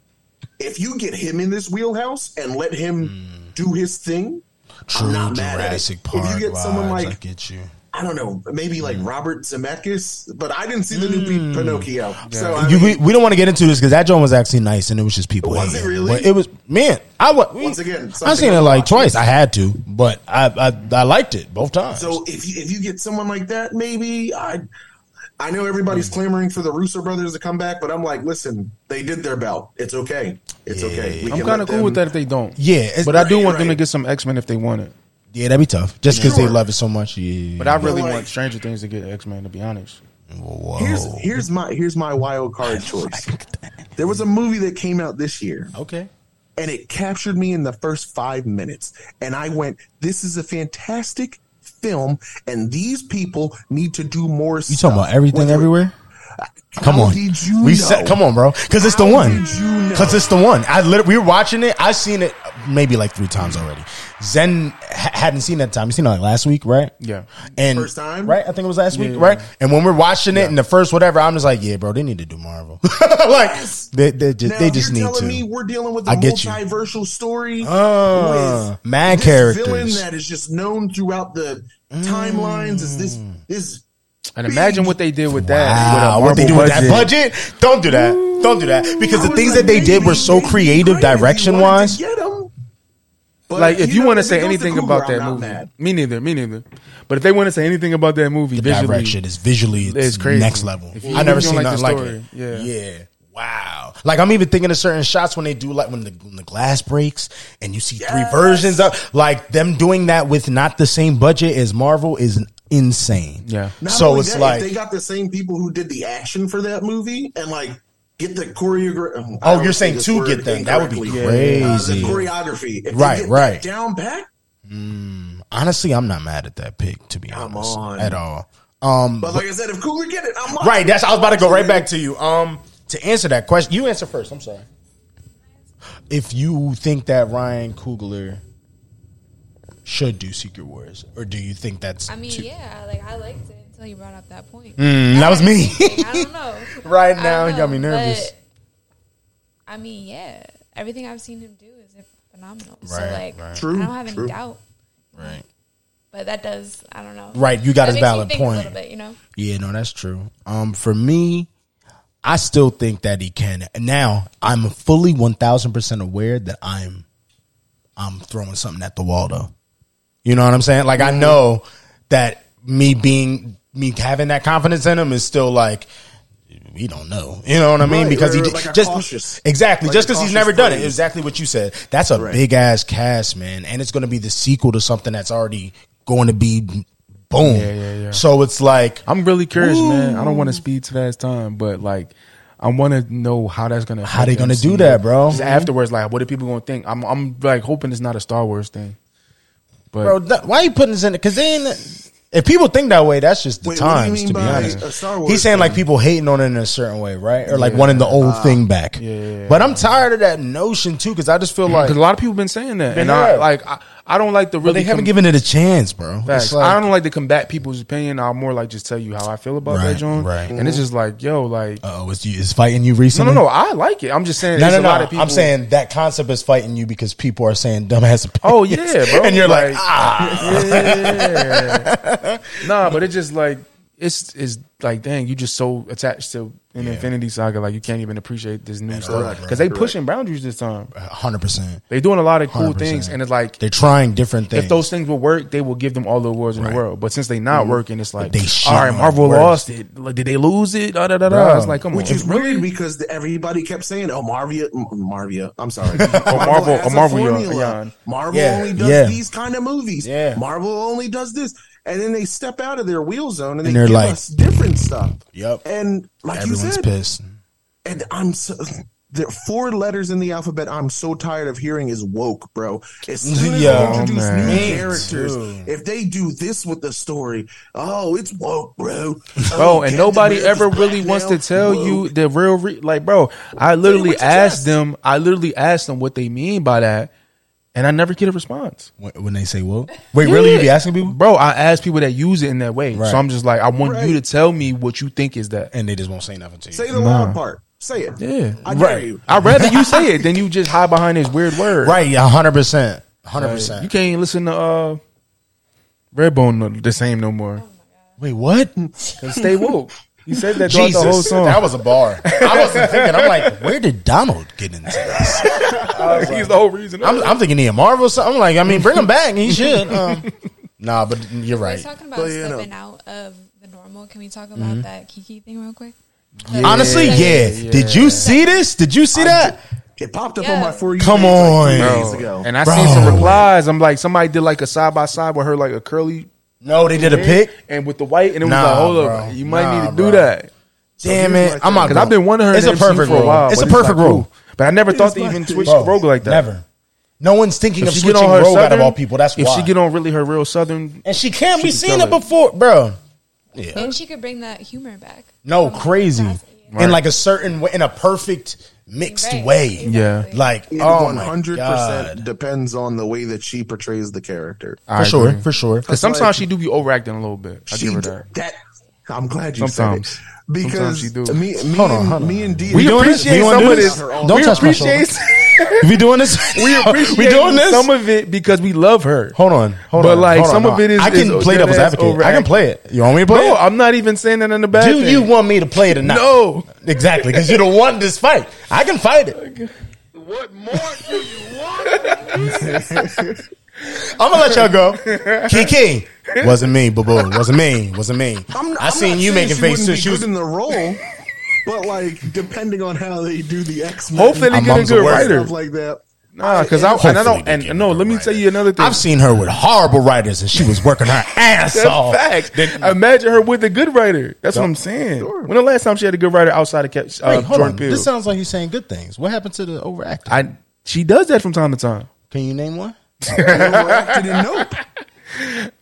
Speaker 5: if you get him in this wheelhouse and let him
Speaker 4: Hmm.
Speaker 5: do his thing,
Speaker 4: True
Speaker 5: I'm not mad at it.
Speaker 4: Jurassic Park.
Speaker 5: If you get someone
Speaker 4: vibes,
Speaker 5: like
Speaker 4: I get you.
Speaker 5: I don't know, maybe like Robert Zemeckis, but I didn't see the new P- Pinocchio. So I
Speaker 4: You- we,
Speaker 5: mean,
Speaker 4: we don't want to get into this because that joint was actually nice and it was just people.
Speaker 5: Was it
Speaker 4: hating.
Speaker 5: really?
Speaker 4: But it was man. I wa-
Speaker 5: Once again,
Speaker 4: I
Speaker 5: something
Speaker 4: seen it
Speaker 5: I'm
Speaker 4: like
Speaker 5: watching.
Speaker 4: twice. I had to, but I I, I liked it both times.
Speaker 5: so if you, if you get someone like that, maybe I I know everybody's clamoring for the Russo brothers to come back, but I'm like, listen, they did their belt. It's okay. It's okay. We
Speaker 3: I'm
Speaker 5: can
Speaker 3: kind
Speaker 5: let
Speaker 3: of cool with
Speaker 5: them-
Speaker 3: that if they don't.
Speaker 4: yeah, it's-
Speaker 3: But I do want them to
Speaker 5: right.
Speaker 3: get some X Men if they want it.
Speaker 4: yeah, that'd be tough just because
Speaker 5: Sure.
Speaker 4: they love it so much. Yeah,
Speaker 3: But I really
Speaker 5: like-
Speaker 3: want Stranger Things to get X Men. To be honest,
Speaker 4: whoa.
Speaker 5: Here's here's my here's my wild card choice. There was a movie that came out this year,
Speaker 4: okay.
Speaker 5: and it captured me in the first five minutes, and I went, "This is a fantastic film, and these people need to do more."
Speaker 4: You talking about everything everywhere? Come on,
Speaker 5: did you
Speaker 4: we
Speaker 5: know?
Speaker 4: said come on, bro, because it's the
Speaker 5: How
Speaker 4: one.
Speaker 5: did you know?
Speaker 4: Because it's the one. I lit- we were watching it. I seen it maybe like three times already. Zen ha- hadn't seen that time. You seen it like last week, right?
Speaker 3: yeah.
Speaker 4: and
Speaker 5: First time?
Speaker 4: right? I think it was last week,
Speaker 3: Yeah.
Speaker 4: right? And when we're watching it in the first whatever, I'm just like, yeah, bro, they need to do Marvel. like they they just,
Speaker 5: Now,
Speaker 4: they
Speaker 5: if
Speaker 4: just
Speaker 5: you're
Speaker 4: need
Speaker 5: telling
Speaker 4: to.
Speaker 5: me we're dealing with a
Speaker 4: I get you.
Speaker 5: multiversal story
Speaker 4: Uh,
Speaker 5: with
Speaker 4: mad
Speaker 5: this villain
Speaker 4: characters.
Speaker 5: that is just known throughout the timelines. Is this
Speaker 4: Mm.
Speaker 5: this?
Speaker 3: And imagine what they did with that.
Speaker 4: Wow,
Speaker 3: with a
Speaker 4: Ah, what they do with
Speaker 3: Marvel
Speaker 4: that budget? Don't do that. Don't do that because
Speaker 5: I
Speaker 4: the
Speaker 5: was
Speaker 4: things
Speaker 5: like,
Speaker 4: that they did
Speaker 5: maybe
Speaker 4: were so
Speaker 5: they
Speaker 4: creative
Speaker 5: created, you
Speaker 4: direction
Speaker 5: wanted
Speaker 4: wise.
Speaker 5: to get 'em. But
Speaker 3: Like, if you
Speaker 5: know,
Speaker 3: want to
Speaker 5: if it
Speaker 3: say
Speaker 5: goes to
Speaker 3: anything
Speaker 5: Cougar,
Speaker 3: about
Speaker 5: I'm
Speaker 3: that
Speaker 5: not
Speaker 3: movie,
Speaker 5: mad.
Speaker 3: me neither, me neither. But if they want to say anything about that movie, visually,
Speaker 4: Direction is visually it's,
Speaker 3: It's crazy.
Speaker 4: next level.
Speaker 3: If you-
Speaker 4: I never
Speaker 3: if you
Speaker 4: seen
Speaker 3: don't like
Speaker 4: nothing
Speaker 3: the
Speaker 4: like
Speaker 3: story,
Speaker 4: it. Yeah. wow. Like I'm even thinking of certain shots when they do like when the, when the glass breaks and you see three versions of like them doing that with not the same budget as Marvel is insane.
Speaker 3: Yeah.
Speaker 5: Not
Speaker 4: so
Speaker 5: only
Speaker 4: it's
Speaker 5: that, if
Speaker 4: like
Speaker 5: they got the same people who did the action for that movie and like get the choreography.
Speaker 4: Oh, you're saying two get them. That would be crazy.
Speaker 5: Uh, the choreography, If they
Speaker 4: Right,
Speaker 5: get that
Speaker 4: right.
Speaker 5: down back.
Speaker 4: honestly, I'm not mad at that pick to be
Speaker 5: Come
Speaker 4: honest
Speaker 5: on.
Speaker 4: at all. Um,
Speaker 5: But like I said, if Cougar get it, I'm on.
Speaker 4: Right. That's. I was about to go right back to you. Um, to answer that question, you answer first. I'm sorry. If you think that Ryan Coogler should do Secret Wars, or do you think that's?
Speaker 6: I mean,
Speaker 4: too- Mm,
Speaker 6: yeah, like I liked it until you brought up that point.
Speaker 4: that was me.
Speaker 6: Like, I don't know.
Speaker 4: Right
Speaker 6: I
Speaker 4: now,
Speaker 6: don't
Speaker 4: you got me
Speaker 6: know,
Speaker 4: nervous.
Speaker 6: but, I mean, yeah, everything I've seen him do is phenomenal. so
Speaker 4: Right,
Speaker 6: like,
Speaker 4: right.
Speaker 5: True,
Speaker 6: I don't have any
Speaker 5: true.
Speaker 6: doubt.
Speaker 4: Right.
Speaker 6: But that does, I don't know.
Speaker 4: Right, you got
Speaker 6: That
Speaker 4: a
Speaker 6: makes me
Speaker 4: valid
Speaker 6: think A
Speaker 4: point.
Speaker 6: little bit, you know.
Speaker 4: Yeah. No, that's true. Um, for me, I still think that he can. Now, I'm fully one thousand percent aware that I'm, I'm throwing something at the wall though. You know what I'm saying? Like I know that me being me having that confidence in him is still like we don't know. You know what I mean?
Speaker 5: Right,
Speaker 4: because
Speaker 5: right,
Speaker 4: he
Speaker 5: right,
Speaker 4: j-
Speaker 5: like a
Speaker 4: just
Speaker 5: cautious-
Speaker 4: exactly
Speaker 5: like
Speaker 4: just
Speaker 5: a
Speaker 4: because he's
Speaker 5: cautious
Speaker 4: never done it.
Speaker 5: praise.
Speaker 4: Exactly what you said. That's a big ass cast, man, and it's going to be the sequel to something that's already going to be boom.
Speaker 3: Yeah, yeah, yeah.
Speaker 4: So it's like
Speaker 3: I'm really curious, man. I don't want to speed to that time, but like, I want to know how that's gonna
Speaker 4: How they
Speaker 3: affect
Speaker 4: gonna do
Speaker 3: MCU.
Speaker 4: that, bro?
Speaker 3: Just afterwards, like, what are people gonna think? I'm, I'm like hoping it's not a Star Wars thing, but
Speaker 4: bro, th- why you putting this in? Because then, if people think that way, that's just the
Speaker 5: Wait, what
Speaker 4: times.
Speaker 5: do you mean
Speaker 4: To be
Speaker 5: by
Speaker 4: honest,
Speaker 5: a Star
Speaker 4: he's
Speaker 5: Wars
Speaker 4: saying like
Speaker 5: thing? Ah.
Speaker 4: people hating on it in a certain way, right? Or like wanting the old thing back.
Speaker 3: yeah,
Speaker 4: But I'm tired of that notion too, because I just feel like
Speaker 3: because a lot of people been saying that,
Speaker 4: Been
Speaker 3: and I
Speaker 4: heard.
Speaker 3: like, I, I don't like the really.
Speaker 4: but they haven't
Speaker 3: com-
Speaker 4: given it a chance, bro. It's
Speaker 3: Facts.
Speaker 4: like-
Speaker 3: I don't like to combat people's opinion. I'll more like just tell you how I feel about
Speaker 4: Right,
Speaker 3: that, John.
Speaker 4: right.
Speaker 3: And it's just like, yo, like,
Speaker 4: Oh, it's you is fighting you
Speaker 3: no,
Speaker 4: recently?
Speaker 3: no, no. I like it. I'm just saying,
Speaker 4: No,
Speaker 3: there's a
Speaker 4: no,
Speaker 3: lot
Speaker 4: no.
Speaker 3: of people.
Speaker 4: I'm saying that concept is fighting you because people are saying dumbass opinions.
Speaker 3: Oh, yeah, bro.
Speaker 4: And you're like,
Speaker 3: Like-
Speaker 4: ah,
Speaker 3: Yeah. nah, but it's just like it's it's like dang, you just so attached to an Infinity Saga, like you can't even appreciate this new stuff
Speaker 4: correct,
Speaker 3: because they pushing boundaries this time.
Speaker 4: hundred percent.
Speaker 3: They doing a lot of cool
Speaker 4: 100%.
Speaker 3: things, and it's like
Speaker 4: They're trying different things.
Speaker 3: if those things will work, they will give them all the awards in
Speaker 4: Right.
Speaker 3: the world. But sinse they not
Speaker 5: Mm-hmm.
Speaker 3: working, it's like
Speaker 4: they shit
Speaker 3: all right,
Speaker 4: on
Speaker 3: Marvel
Speaker 4: awards.
Speaker 3: lost it. Like, did they lose it? Da, da, da, da.
Speaker 4: Bro.
Speaker 3: It's like come
Speaker 5: Which
Speaker 3: on,
Speaker 5: is weird because the, everybody kept saying, "Oh, Marvia, M- Marvia." I'm sorry,
Speaker 3: Marvel-
Speaker 5: has
Speaker 3: oh, Marvel, yeah,
Speaker 5: formula.
Speaker 3: yeah.
Speaker 5: Marvel
Speaker 4: Yeah,
Speaker 5: only does
Speaker 4: yeah.
Speaker 5: these kind of movies.
Speaker 4: Yeah.
Speaker 5: Marvel only does this, and then they step out of their wheel zone and,
Speaker 4: And
Speaker 5: they
Speaker 4: they're
Speaker 5: give
Speaker 4: like-
Speaker 5: us different stuff.
Speaker 4: Yep.
Speaker 5: And like you
Speaker 4: everyone's
Speaker 5: said,
Speaker 4: pissed.
Speaker 5: and I'm so. The four letters in the alphabet I'm so tired of hearing is woke, bro. As soon as
Speaker 4: Yeah.
Speaker 5: they introduce
Speaker 3: Oh,
Speaker 5: new
Speaker 3: man.
Speaker 4: Me
Speaker 5: characters,
Speaker 4: too.
Speaker 5: if they do this with the story, oh, it's woke, bro.
Speaker 3: bro. And
Speaker 5: Captain
Speaker 3: nobody
Speaker 5: America's
Speaker 3: ever really
Speaker 5: black
Speaker 3: wants
Speaker 5: now,
Speaker 3: to tell you
Speaker 5: woke.
Speaker 3: the real, re- like, bro. I literally
Speaker 5: with your
Speaker 3: asked
Speaker 5: chest.
Speaker 3: them. I literally asked them what they mean by that, and I never get a response.
Speaker 4: When, when they say woke. Wait, really? You be asking people?
Speaker 3: bro. I ask people that use it in that way,
Speaker 4: Right.
Speaker 3: so I'm just like, I want
Speaker 5: Right.
Speaker 3: you to tell me what you think is that.
Speaker 4: And they just won't say nothing to you.
Speaker 5: Say the loud part. Say it.
Speaker 3: Yeah,
Speaker 5: I dare
Speaker 4: Right.
Speaker 5: you.
Speaker 3: I'd rather you say it than you just hide behind this weird word.
Speaker 4: right, yeah, hundred percent. Hundred
Speaker 3: Like,
Speaker 4: percent.
Speaker 3: you can't even listen to uh, Redbone no- the same no more.
Speaker 4: Wait, what?
Speaker 3: 'Cause stay woke. You said that throughout the whole song.
Speaker 4: That was a bar. I wasn't thinking. I'm like, where did Donald get into this?
Speaker 3: He's the whole reason.
Speaker 4: I'm, I'm thinking he a Marvel. So I'm like, I mean, bring him back. He should. Um, nah, but you're right.
Speaker 6: We're talking about
Speaker 5: But, you
Speaker 6: stepping out of the normal. Can we talk about that Kiki thing real quick?
Speaker 4: Mm-hmm. Honestly, yeah. Did you see this? Did you see that?
Speaker 5: It popped up
Speaker 6: Yeah.
Speaker 5: on my for you.
Speaker 4: Come
Speaker 5: page like three
Speaker 4: on.
Speaker 5: days ago.
Speaker 3: Bro. And I
Speaker 4: Bro.
Speaker 3: seen some replies. I'm like, somebody did like a side by side with her, like a curly
Speaker 4: No, they did a pick.
Speaker 3: and with the white, and it was
Speaker 4: Nah,
Speaker 3: like, hold up,
Speaker 4: bro.
Speaker 3: you might
Speaker 4: Nah,
Speaker 3: need to
Speaker 4: bro.
Speaker 3: do that.
Speaker 4: Damn
Speaker 5: here's
Speaker 4: it!
Speaker 5: my
Speaker 4: I'm not.
Speaker 3: Because I've been wanting her. in
Speaker 4: It's
Speaker 3: the
Speaker 4: a
Speaker 3: MC
Speaker 4: perfect
Speaker 3: for a
Speaker 4: rule.
Speaker 3: while,
Speaker 4: It's
Speaker 3: but
Speaker 4: a perfect
Speaker 3: not
Speaker 4: rule.
Speaker 3: cool. But I never thought they
Speaker 5: my
Speaker 3: even
Speaker 5: thing.
Speaker 3: switched
Speaker 4: Bro,
Speaker 3: rogue like that.
Speaker 4: Never. No one's thinking
Speaker 3: If
Speaker 4: of
Speaker 3: she get
Speaker 4: switching
Speaker 3: on her
Speaker 4: rogue out
Speaker 3: southern,
Speaker 4: of all people. That's
Speaker 3: if
Speaker 4: why.
Speaker 3: she get on really her real southern.
Speaker 4: and she can't. We
Speaker 3: can
Speaker 4: seen
Speaker 3: kill
Speaker 4: it
Speaker 3: it.
Speaker 4: before, bro. Yeah.
Speaker 6: Maybe she could bring that humor back.
Speaker 4: No,
Speaker 6: From
Speaker 4: crazy.
Speaker 6: last-
Speaker 4: In
Speaker 3: Right.
Speaker 4: like a certain way, in a perfect mixed
Speaker 6: Right,
Speaker 4: way.
Speaker 6: exactly.
Speaker 3: Yeah.
Speaker 4: Like,
Speaker 5: It
Speaker 4: oh my
Speaker 5: 100%
Speaker 4: god.
Speaker 5: depends on the way that she portrays the character.
Speaker 4: For sure, for sure.
Speaker 3: Because sometimes
Speaker 5: like-
Speaker 3: she do be overacting a little bit. I
Speaker 5: she
Speaker 3: give her
Speaker 5: d-
Speaker 3: that.
Speaker 5: that. I'm glad you
Speaker 3: Sometimes.
Speaker 5: said it because
Speaker 3: Sometimes you do.
Speaker 5: me, me,
Speaker 4: Hold on,
Speaker 5: and,
Speaker 4: hold on.
Speaker 5: me and D.
Speaker 3: We
Speaker 4: We doing this?
Speaker 3: appreciate
Speaker 4: We wanna
Speaker 3: some
Speaker 4: do
Speaker 3: of
Speaker 4: this?
Speaker 3: this.
Speaker 4: Don't
Speaker 3: we
Speaker 4: touch my shoulder.
Speaker 3: appreciate,
Speaker 4: we doing this?
Speaker 3: we appreciate
Speaker 4: we doing this?
Speaker 3: some of it because we love her.
Speaker 4: Hold on, hold
Speaker 3: But
Speaker 4: on.
Speaker 3: like,
Speaker 4: hold on,
Speaker 3: some
Speaker 4: no.
Speaker 3: of it is-
Speaker 4: I can
Speaker 3: is
Speaker 4: play devil's
Speaker 3: dead-ass
Speaker 4: advocate. I can
Speaker 3: overacting.
Speaker 4: play it. You want me to play
Speaker 3: No,
Speaker 4: it?
Speaker 3: I'm not even saying that in the bad.
Speaker 4: Do
Speaker 3: thing.
Speaker 4: you want me to play it or not?
Speaker 3: No.
Speaker 4: exactly, because you're the one that's fight. I can fight it.
Speaker 1: What more do you want?
Speaker 4: I'm gonna let y'all go. Kiki wasn't me, boo boo. Wasn't me. Wasn't me.
Speaker 5: I'm-
Speaker 4: I
Speaker 5: I'm
Speaker 4: seen
Speaker 5: not
Speaker 4: you
Speaker 5: saying
Speaker 4: making
Speaker 5: she
Speaker 4: faces.
Speaker 5: wouldn't be
Speaker 4: She was
Speaker 5: good in the role. but like depending on how they do the X Men,
Speaker 3: Hopefully they
Speaker 4: My
Speaker 3: get a
Speaker 4: mom's a
Speaker 3: good
Speaker 4: word.
Speaker 3: writer.
Speaker 5: stuff like that.
Speaker 3: Nah, because I, and I
Speaker 4: Hopefully
Speaker 3: don't.
Speaker 4: they get
Speaker 3: And no,
Speaker 4: a good
Speaker 3: let me tell
Speaker 4: writer.
Speaker 3: you another thing.
Speaker 4: I've seen her with horrible writers, and she was working her ass
Speaker 3: That's
Speaker 4: off.
Speaker 3: fact.
Speaker 4: Then-
Speaker 3: Imagine her with a good writer. That's what I'm saying. When the last time she had a good writer outside of Cap, uh,
Speaker 4: Wait, hold
Speaker 3: Jordan
Speaker 4: on.
Speaker 3: Peele?
Speaker 4: This sounds like you're saying good things. What happened to the overacting?
Speaker 3: I she does that from time to time.
Speaker 4: Can you name one?
Speaker 5: Overacted in Nope.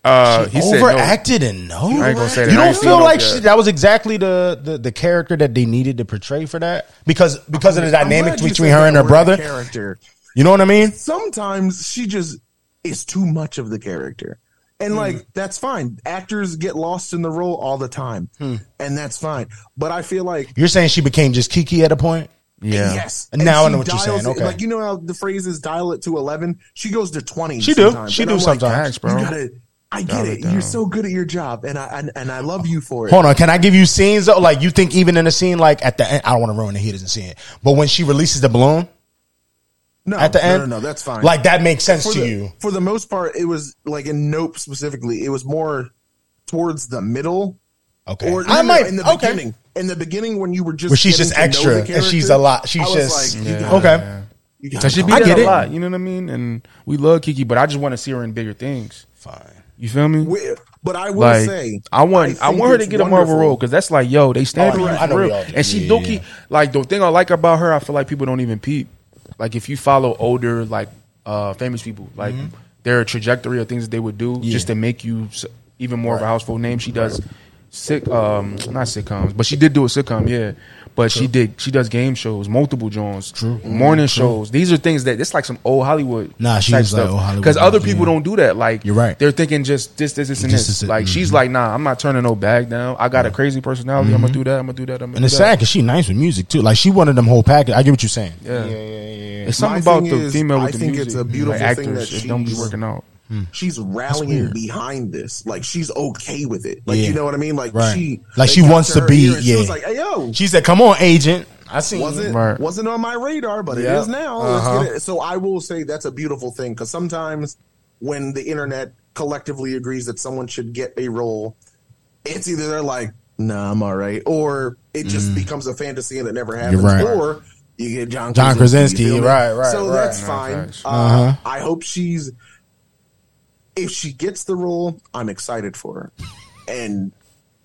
Speaker 3: Uh, he said no.
Speaker 4: overacted and no.
Speaker 3: I ain't gonna say that. I
Speaker 4: You don't
Speaker 3: ain't seen
Speaker 4: feel
Speaker 3: no
Speaker 4: like
Speaker 3: yet.
Speaker 4: she, that was exactly the, the the character that they needed to portray for that because because of the
Speaker 5: I'm
Speaker 4: dynamic
Speaker 5: glad you
Speaker 4: between
Speaker 5: said
Speaker 4: her and
Speaker 5: that
Speaker 4: her
Speaker 5: word,
Speaker 4: brother.
Speaker 5: Character.
Speaker 4: You know what I mean?
Speaker 5: Sometimes she just is too much of the character, and
Speaker 4: Hmm.
Speaker 5: like that's fine. Actors get lost in the role all the time,
Speaker 4: Hmm.
Speaker 5: and that's fine. But I feel like
Speaker 4: You're saying she became just Kiki at a point.
Speaker 3: Yeah.
Speaker 5: Yes.
Speaker 4: Now I
Speaker 5: she
Speaker 4: know what you're saying.
Speaker 5: dials it-
Speaker 4: Okay.
Speaker 5: Like you know how the phrase is dial it to eleven. She goes to twenty.
Speaker 4: She do.
Speaker 5: sometimes.
Speaker 4: She
Speaker 5: And
Speaker 4: do
Speaker 5: I'm like,
Speaker 4: sometimes.
Speaker 3: Facts, bro.
Speaker 5: You gotta. I get
Speaker 3: Dial
Speaker 5: it.
Speaker 3: it down.
Speaker 5: You're so good at your job, and I and, and I love you for it.
Speaker 4: Hold on, can I give you scenes though? Like you think even in a scene like at the end, I don't want to ruin it. He doesn't see it, but when she releases the balloon
Speaker 5: no,
Speaker 4: at the
Speaker 5: no,
Speaker 4: end,
Speaker 5: no, no, that's fine.
Speaker 4: Like that makes sense
Speaker 5: for
Speaker 4: to
Speaker 5: the,
Speaker 4: you.
Speaker 5: for the most part, it was like in Nope specifically. It was more towards the middle,
Speaker 4: Okay,
Speaker 5: or no,
Speaker 4: I
Speaker 5: no,
Speaker 4: might
Speaker 5: in the
Speaker 4: okay.
Speaker 5: beginning. In the beginning, when you were just
Speaker 4: Where she's just
Speaker 5: getting to
Speaker 4: extra
Speaker 5: know the
Speaker 4: and she's
Speaker 5: character,
Speaker 4: a lot. She's
Speaker 5: I was
Speaker 4: just
Speaker 5: like, you
Speaker 3: Yeah.
Speaker 5: gotta-
Speaker 4: okay.
Speaker 5: you gotta
Speaker 3: So she
Speaker 5: calm
Speaker 3: be
Speaker 4: I
Speaker 3: I
Speaker 4: get
Speaker 3: a
Speaker 4: it.
Speaker 3: lot. You know what I mean? And we love Kiki, but I just want to see her in bigger things.
Speaker 4: Fine.
Speaker 3: You feel me?
Speaker 5: down. But I will
Speaker 3: like
Speaker 5: say,
Speaker 3: I want, I,
Speaker 5: think
Speaker 3: want her to
Speaker 5: it's
Speaker 3: get a Marvel
Speaker 5: wonderful.
Speaker 3: role because that's like, yo, they stand
Speaker 4: Oh, I
Speaker 3: for
Speaker 4: know-
Speaker 3: you
Speaker 4: I know
Speaker 3: for real.
Speaker 4: we all do.
Speaker 3: And she
Speaker 4: Yeah,
Speaker 3: don't
Speaker 4: yeah,
Speaker 3: keep like the thing I like about her. I feel like people don't even peep. Like if you follow older, like uh famous people, like
Speaker 4: Mm-hmm.
Speaker 3: their trajectory of things that they would do just to make you s- even more of a household name. She does sick, um, not sitcoms, but she did do a sitcom, yeah. But she did, she does game shows, multiple Johns, True. morning shows. These are things that it's like some old Hollywood.
Speaker 4: Mm-hmm. Nah, she
Speaker 3: type
Speaker 4: is like
Speaker 3: stuff.
Speaker 4: old Hollywood
Speaker 3: other
Speaker 4: vibes,
Speaker 3: people
Speaker 4: yeah.
Speaker 3: don't do that. Like
Speaker 4: You're right.
Speaker 3: they're thinking just this, this, this, and
Speaker 4: This
Speaker 3: this.
Speaker 4: is it. Mm-hmm.
Speaker 3: Like she's like, nah, I'm not turning no bag down. I got a crazy personality. I'm gonna do that. I'm gonna do that. I'm gonna
Speaker 4: And
Speaker 3: do
Speaker 4: it's sad
Speaker 3: that.
Speaker 4: because she nice with music too. Like she wanted them whole package. I get what you're saying.
Speaker 3: Yeah.
Speaker 4: yeah.
Speaker 3: It's something
Speaker 5: My
Speaker 3: about
Speaker 5: thing
Speaker 3: the
Speaker 5: is,
Speaker 3: female
Speaker 5: I
Speaker 3: with the
Speaker 5: think
Speaker 3: music.
Speaker 5: it's a
Speaker 3: and,
Speaker 5: beautiful
Speaker 3: like,
Speaker 5: thing
Speaker 3: actors.
Speaker 5: that
Speaker 3: it don't be
Speaker 5: she's-
Speaker 3: working out.
Speaker 5: she's rallying
Speaker 4: weird.
Speaker 5: behind this. Like she's okay with it. Like
Speaker 4: Yeah.
Speaker 5: you know what I mean? Like
Speaker 4: Right.
Speaker 5: she
Speaker 4: Like,
Speaker 5: they
Speaker 4: she
Speaker 5: got
Speaker 4: wants to
Speaker 5: her
Speaker 4: be-
Speaker 5: ear and She was
Speaker 4: yeah.
Speaker 5: like, hey yo,
Speaker 4: She said, "Come on, agent." I seen
Speaker 5: wasn't
Speaker 3: Right.
Speaker 5: wasn't on my radar, but it
Speaker 4: Yeah. Uh-huh.
Speaker 5: is now. Let's get it. So I will say that's a beautiful thing because sometimes when the internet collectively agrees that someone should get a role, it's either they're like, nah, I'm all right, or it just becomes a fantasy and it never happens,
Speaker 4: Mm. right.
Speaker 5: or you get John
Speaker 4: John Krasinski,
Speaker 5: you feel me?
Speaker 4: right, right,
Speaker 5: So
Speaker 4: right. Uh-huh.
Speaker 5: that's
Speaker 4: No,
Speaker 5: fine.
Speaker 3: facts.
Speaker 5: Uh, I hope she's if she gets the role, I'm excited for her, and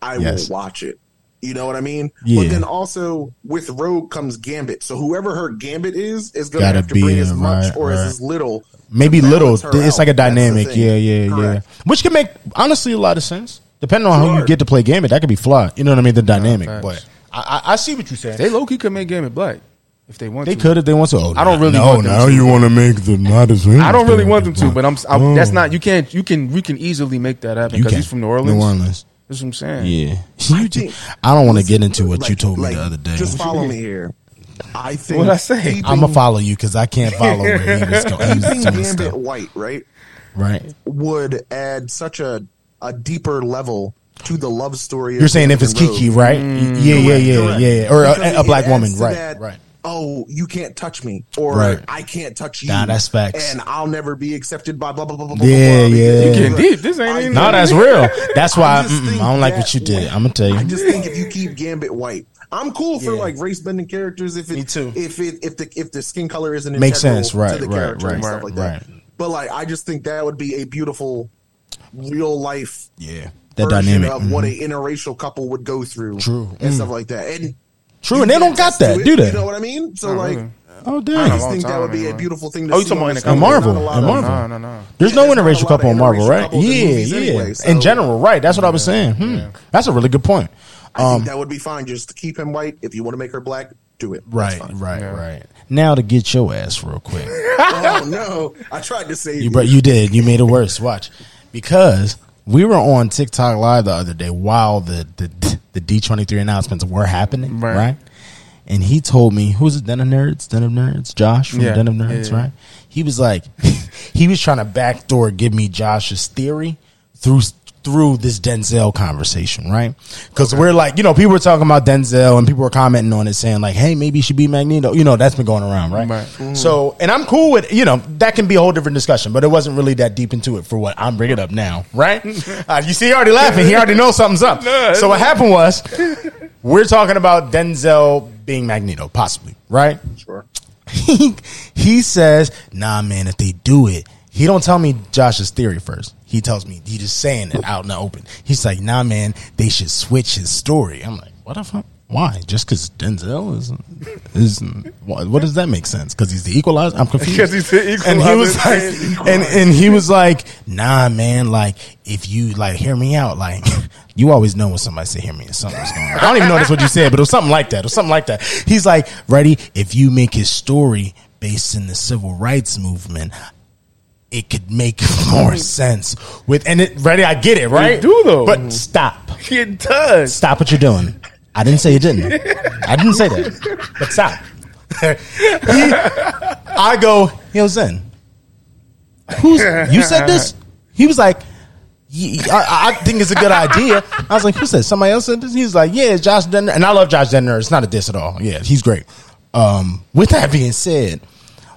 Speaker 5: I
Speaker 4: Yes.
Speaker 5: will watch it. You know what I mean?
Speaker 4: Yeah.
Speaker 5: But then also with Rogue comes Gambit. So whoever her Gambit is is going
Speaker 4: Gotta
Speaker 5: to have to bring
Speaker 4: be,
Speaker 5: as
Speaker 4: uh,
Speaker 5: much
Speaker 4: right,
Speaker 5: or
Speaker 4: right.
Speaker 5: as as little. to
Speaker 4: maybe little.
Speaker 5: balance her
Speaker 4: It's
Speaker 5: out.
Speaker 4: like a
Speaker 5: That's the
Speaker 4: dynamic.
Speaker 5: thing.
Speaker 4: Yeah, yeah,
Speaker 5: Correct.
Speaker 4: yeah. Which can make honestly a lot of sense. Depending on how
Speaker 5: Sure.
Speaker 4: you get to play Gambit, that could be fly. You know what I mean? The dynamic,
Speaker 3: facts.
Speaker 4: but I, I, I see what you're saying.
Speaker 3: They low key could make Game of Black if they want.
Speaker 4: They
Speaker 3: to.
Speaker 4: could if they want to. Oh,
Speaker 3: I don't really
Speaker 4: No,
Speaker 3: want them
Speaker 4: now
Speaker 3: to.
Speaker 4: you want to make the not as.
Speaker 3: I don't really want them to, but I'm. I, That's not. You can't. You can. We can easily make that happen because he's from New Orleans.
Speaker 4: New Orleans.
Speaker 3: That's what I'm saying.
Speaker 4: Yeah.
Speaker 5: I think-
Speaker 4: I don't want to get into what you
Speaker 5: like-
Speaker 4: told me
Speaker 5: like,
Speaker 4: the other day.
Speaker 5: Just follow me here. I think.
Speaker 3: What'd I say?
Speaker 5: keeping-
Speaker 4: I'm gonna follow you because I can't follow where he was going. He
Speaker 5: keeping
Speaker 4: was doing
Speaker 5: Gambit
Speaker 4: stuff.
Speaker 5: white, right?
Speaker 4: Right.
Speaker 5: Would add such a a deeper level to the love story. of
Speaker 4: You're saying if
Speaker 5: Gambit
Speaker 4: it's
Speaker 5: and Rogue.
Speaker 4: Kiki, right?
Speaker 3: Mm.
Speaker 4: yeah, yeah,
Speaker 5: Correct,
Speaker 4: yeah,
Speaker 5: correct.
Speaker 4: yeah, yeah. Or
Speaker 5: Because
Speaker 4: a, a
Speaker 5: it
Speaker 4: black
Speaker 5: adds
Speaker 4: woman,
Speaker 5: to
Speaker 4: right?
Speaker 5: that,
Speaker 4: Right.
Speaker 5: Oh, you can't touch me, or
Speaker 4: Right.
Speaker 5: I can't touch you.
Speaker 4: Nah, that's facts.
Speaker 5: And I'll never be accepted by blah blah blah blah. blah,
Speaker 4: Yeah,
Speaker 5: blah, blah,
Speaker 4: yeah.
Speaker 5: because-
Speaker 4: You
Speaker 3: getting deep. This ain't
Speaker 5: I-
Speaker 3: even-
Speaker 4: No, that's real. That's why
Speaker 5: I
Speaker 4: I,
Speaker 5: just
Speaker 4: mm,
Speaker 5: think
Speaker 4: I don't like what
Speaker 5: that
Speaker 4: you did.
Speaker 5: way-
Speaker 4: I'm gonna tell you.
Speaker 5: I just think if you keep Gambit white, I'm cool for
Speaker 4: Yeah.
Speaker 5: like race bending characters. If it,
Speaker 4: Me too.
Speaker 5: If it if the if the skin color isn't
Speaker 4: Makes
Speaker 5: integral
Speaker 4: sense, right,
Speaker 5: to the
Speaker 4: right,
Speaker 5: character and
Speaker 4: right,
Speaker 5: stuff like that.
Speaker 4: right.
Speaker 5: But like, I just think that would be a beautiful real life
Speaker 4: yeah, that
Speaker 5: version
Speaker 4: dynamic.
Speaker 5: of
Speaker 4: mhm.
Speaker 5: what a interracial couple would go through,
Speaker 4: True.
Speaker 5: and
Speaker 4: Mm.
Speaker 5: stuff like that. And
Speaker 4: True, and they don't got that,
Speaker 5: it,
Speaker 4: do they?
Speaker 5: You know what I mean? So
Speaker 3: Not
Speaker 5: like,
Speaker 3: really.
Speaker 4: oh
Speaker 5: I
Speaker 4: damn!
Speaker 5: just
Speaker 3: long
Speaker 5: think that
Speaker 3: time
Speaker 5: would be a
Speaker 3: anyway.
Speaker 5: beautiful thing. To
Speaker 3: Oh, you
Speaker 5: see
Speaker 3: talking
Speaker 5: on
Speaker 3: about
Speaker 5: this
Speaker 3: in
Speaker 5: show. There's
Speaker 4: Marvel,
Speaker 5: not a lot
Speaker 4: in
Speaker 5: of-
Speaker 4: Marvel.
Speaker 3: No, no, no.
Speaker 4: There's no
Speaker 5: there's not a
Speaker 4: interracial
Speaker 5: lot
Speaker 4: couple
Speaker 5: of
Speaker 4: in Marvel,
Speaker 5: interracial
Speaker 4: right?
Speaker 5: couples in
Speaker 4: Yeah,
Speaker 5: movies
Speaker 4: yeah.
Speaker 5: anyway,
Speaker 4: In
Speaker 5: so-
Speaker 4: general, right? That's what I was saying. Hmm. That's a really good point.
Speaker 5: I
Speaker 4: Um,
Speaker 5: think that would be fine. Just to keep him white. If you want to make her black, do it. That's
Speaker 4: Right,
Speaker 5: fine.
Speaker 4: right, right. Now to get your ass real quick.
Speaker 5: oh no! I tried to save
Speaker 4: You
Speaker 5: you.
Speaker 4: bro, you did. You made it worse. Watch, because we were on TikTok live the other day while the the the D twenty three announcements were happening, right.
Speaker 3: Right.
Speaker 4: And he told me, who's it? Den of Nerds, Den of Nerds, Josh from
Speaker 3: Yeah.
Speaker 4: Den of
Speaker 3: Yeah,
Speaker 4: Nerds,
Speaker 3: yeah.
Speaker 4: right? He was like, he was trying to backdoor give me Josh's theory through through this Denzel conversation, right? Because we're like, you know, people were talking about Denzel and people were commenting on it, saying like, hey, maybe he should be Magneto. You know, that's been going around, right?
Speaker 3: Right.
Speaker 4: So, and I'm cool with, you know, that can be a whole different discussion, but it wasn't really that deep into it for what I'm bringing up now, right? uh, you see, he already laughing. He already knows something's up.
Speaker 3: No,
Speaker 4: so what happened was, We're talking about Denzel being Magneto, possibly, right?
Speaker 5: Sure.
Speaker 4: he, he says, "Nah, man. If they do it, he don't tell me Josh's theory first. He tells me he just saying it out in the open. He's like, "Nah, man. They should switch his story." I'm like, "What the fuck? Why? Just because Denzel is is what, what does that make sense? Because he's the equalizer. I'm confused.
Speaker 3: 'Cause he's the
Speaker 4: And he was
Speaker 3: equalizer and
Speaker 4: like, and and he was like, "Nah, man. Like, if you like, hear me out. Like." You always know when somebody say "hear me" and something's going. on. I don't even know that's what you said, but it was something like that, or something like that. He's like, "Ready? If you make his story based in the civil rights movement, it could make more sense." With and it, ready, I get it, right?
Speaker 3: do, though.
Speaker 4: but stop,
Speaker 3: It does.
Speaker 4: stop what you're doing. I didn't say you didn't. I didn't say that. But stop. He- I go, yo, Zen. Who's you said this? He was like, "Y- I, I think it's a good idea. I was like, who said? Somebody else said this? He's like, yeah, Josh Denner. And I love Josh Denner. It's not a diss at all. Yeah, he's great. Um, with that being said,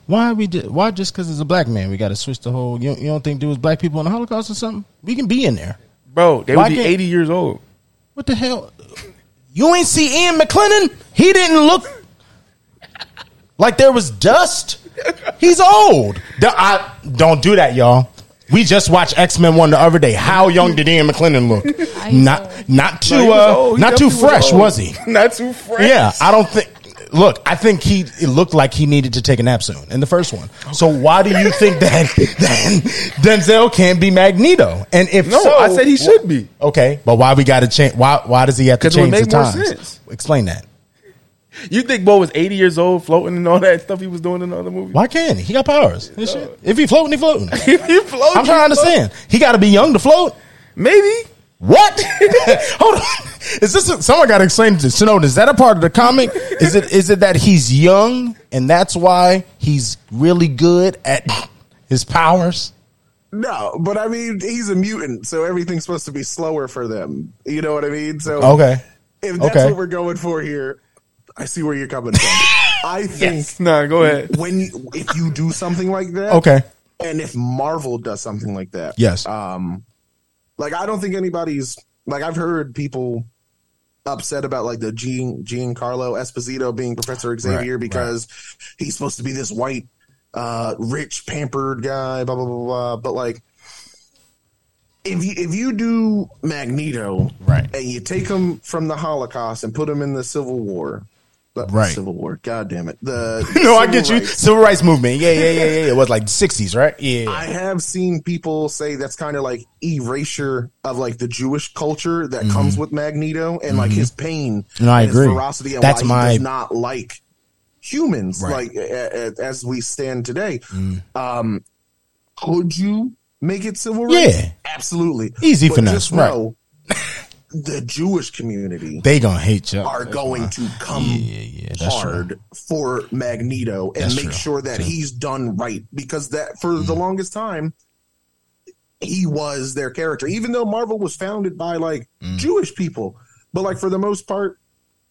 Speaker 4: why we ju- why just because it's a black man, we got to switch the whole. You, you don't think there was black people in the Holocaust or something? We can be in there.
Speaker 3: Bro, they
Speaker 4: Why
Speaker 3: would be
Speaker 4: can't-
Speaker 3: 80 years old.
Speaker 4: What the hell? You ain't see Ian McClennan? He didn't look like there was dust. He's old. The- I- don't do that, y'all. We just watched X Men One the other day. How young did Ian McClennan look?
Speaker 6: he's
Speaker 4: Not
Speaker 6: old.
Speaker 4: not
Speaker 3: No, he
Speaker 4: too
Speaker 3: was
Speaker 4: uh,
Speaker 3: old. He
Speaker 4: not too
Speaker 3: definitely
Speaker 4: fresh,
Speaker 3: old.
Speaker 4: was he?
Speaker 3: Not too fresh.
Speaker 4: Yeah, I don't think. Look, I think he it looked like he needed to take a nap soon in the first one. So why do you think that, that Denzel can't be Magneto? And if
Speaker 3: No,
Speaker 4: so,
Speaker 3: I said he should be.
Speaker 4: Okay, but why we got to change? Why why does he have to
Speaker 3: 'Cause it would
Speaker 4: change the
Speaker 3: make more
Speaker 4: times?
Speaker 3: sense.
Speaker 4: Explain that.
Speaker 3: You think Bo was 80 years old floating and all that stuff he was doing in the other movie?
Speaker 4: Why can't he? He got powers. This shit. If he floating, he floating.
Speaker 3: he floating.
Speaker 4: I'm trying to understand. He got to be young to float.
Speaker 3: Maybe.
Speaker 4: What? Hold on. Is this a, someone got to explain this? Snowden, is that a part of the comic? Is it is it that he's young and that's why he's really good at his powers?
Speaker 5: No, but I mean, he's a mutant, so everything's supposed to be slower for them. You know what I mean? So
Speaker 4: Okay.
Speaker 5: if that's
Speaker 4: okay.
Speaker 5: what we're going for here, I see where you're coming from. I think
Speaker 3: Nah, go ahead.
Speaker 5: when you, if you do something like that,
Speaker 4: Okay.
Speaker 5: and if Marvel does something like that,
Speaker 4: Yes.
Speaker 5: um, like I don't think anybody's like I've heard people upset about like the Jean Giancarlo Esposito being Professor Xavier
Speaker 4: Right,
Speaker 5: because he's supposed to be this white, uh, rich, pampered guy, blah blah blah blah. But like, if you if you do Magneto,
Speaker 4: Right.
Speaker 5: and you take him from the Holocaust and put him in the Civil War, the
Speaker 4: Right.
Speaker 5: Civil War, God damn it, the
Speaker 4: No, I
Speaker 5: Civil
Speaker 4: get you.
Speaker 5: Rights.
Speaker 4: Civil rights movement. Yeah, yeah, yeah, yeah. yeah. It was like 60s, right? Yeah.
Speaker 5: I have seen people say that's kind of like erasure of like the Jewish culture that comes with Magneto and like his pain
Speaker 4: Mm-hmm. No, I
Speaker 5: and
Speaker 4: agree.
Speaker 5: his ferocity and
Speaker 4: That's
Speaker 5: why
Speaker 4: my-
Speaker 5: he does not like humans
Speaker 4: Right. Mm.
Speaker 5: like a, a- as we stand today. Um, could you make it civil rights?
Speaker 4: Yeah.
Speaker 5: absolutely.
Speaker 4: Easy finesse,
Speaker 5: just
Speaker 4: right.
Speaker 5: know the Jewish community
Speaker 4: they gonna hate you.
Speaker 5: are going to come
Speaker 4: yeah, that's
Speaker 5: hard for Magneto and
Speaker 4: That's
Speaker 5: make
Speaker 4: true. Mm-hmm.
Speaker 5: sure that he's done right because that for the longest time he was their character even though Marvel was founded by like
Speaker 4: Mm.
Speaker 5: Jewish people but like for the most part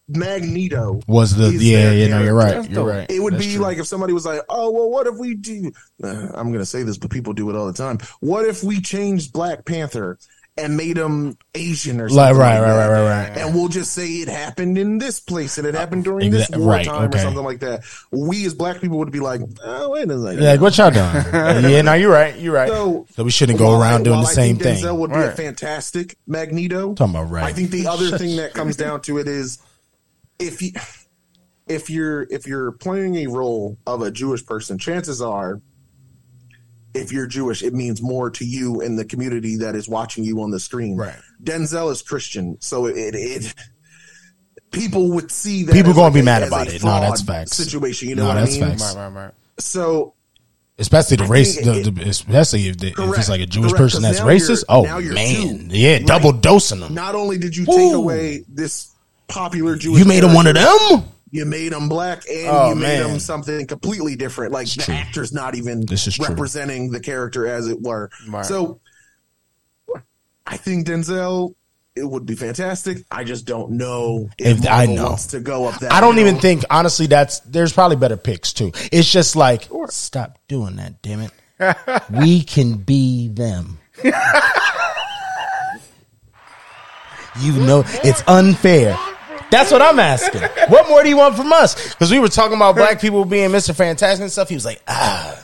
Speaker 5: Magneto
Speaker 4: Was the
Speaker 5: is
Speaker 4: yeah,
Speaker 5: their
Speaker 4: yeah, no, you're right.
Speaker 3: That's
Speaker 4: You're
Speaker 3: dope.
Speaker 4: right.
Speaker 5: it would
Speaker 4: That's
Speaker 5: be
Speaker 4: true.
Speaker 5: like if somebody was like, "Oh, well, what if we do?" Uh, I'm going to say this, but people do it all the time. What if we changed Black Panther and made him Asian or something?
Speaker 4: Like, right,
Speaker 5: like
Speaker 4: right,
Speaker 5: that?
Speaker 4: right, right, right.
Speaker 5: And we'll just say it happened in this place and it happened during
Speaker 4: exa-
Speaker 5: this war
Speaker 4: right,
Speaker 5: time
Speaker 4: okay.
Speaker 5: or something like that. We as Black people would be like, "Oh, wait a second."
Speaker 4: Yeah, like, what y'all doing? yeah, no, you're right. You're right. So,
Speaker 5: So-
Speaker 4: we shouldn't go
Speaker 5: While I-
Speaker 4: around doing
Speaker 5: while
Speaker 4: the
Speaker 5: I
Speaker 4: same
Speaker 5: think
Speaker 4: thing.
Speaker 5: Denzel would be a
Speaker 3: Right.
Speaker 5: fantastic Magneto.
Speaker 4: Talking about right.
Speaker 5: I think the other thing that comes down to it is if you if you're if you're playing a role of a Jewish person, chances are if you're Jewish, it means more to you and the community that is watching you on the screen.
Speaker 4: Right.
Speaker 5: Denzel is Christian, so it it people would see that
Speaker 4: People
Speaker 5: as
Speaker 4: gonna
Speaker 5: like
Speaker 4: be
Speaker 5: a-
Speaker 4: mad
Speaker 5: as a
Speaker 4: about it. No, that's
Speaker 5: fraud
Speaker 4: facts.
Speaker 5: Situation, you know
Speaker 4: No,
Speaker 5: what
Speaker 4: that's
Speaker 5: I mean?
Speaker 4: facts.
Speaker 3: Right, right, right.
Speaker 5: So
Speaker 4: especially the
Speaker 5: I
Speaker 4: race,
Speaker 5: think it-
Speaker 4: the, the, especially if, the, if it's
Speaker 5: Correct,
Speaker 4: like a Jewish
Speaker 5: correct,
Speaker 4: person
Speaker 5: 'cause
Speaker 4: that's
Speaker 5: now you're-
Speaker 4: racist.
Speaker 5: now
Speaker 4: Oh
Speaker 5: you're
Speaker 4: man,
Speaker 5: two,
Speaker 4: yeah,
Speaker 5: right?
Speaker 4: double dosing them.
Speaker 5: not only did you
Speaker 4: Woo.
Speaker 5: take away this popular Jewish
Speaker 4: You made him
Speaker 5: character,
Speaker 4: one of them.
Speaker 5: you made him black and
Speaker 4: Oh,
Speaker 5: you made
Speaker 4: man.
Speaker 5: him something completely different. Like the
Speaker 4: true.
Speaker 5: actor's not even
Speaker 4: This is true.
Speaker 5: representing the character as it were.
Speaker 3: Right.
Speaker 5: So I think Denzel it would be fantastic. I just don't know
Speaker 4: If- I
Speaker 5: Marvel
Speaker 4: know.
Speaker 5: wants to go up that.
Speaker 4: I don't
Speaker 5: road.
Speaker 4: even think honestly. That's there's probably better picks too. It's just like stop doing that, damn it. we can be them. you know, it's unfair. That's what I'm asking. What more do you want from us? Because we were talking about black people being Mr. Fantastic and stuff. He was like, ah,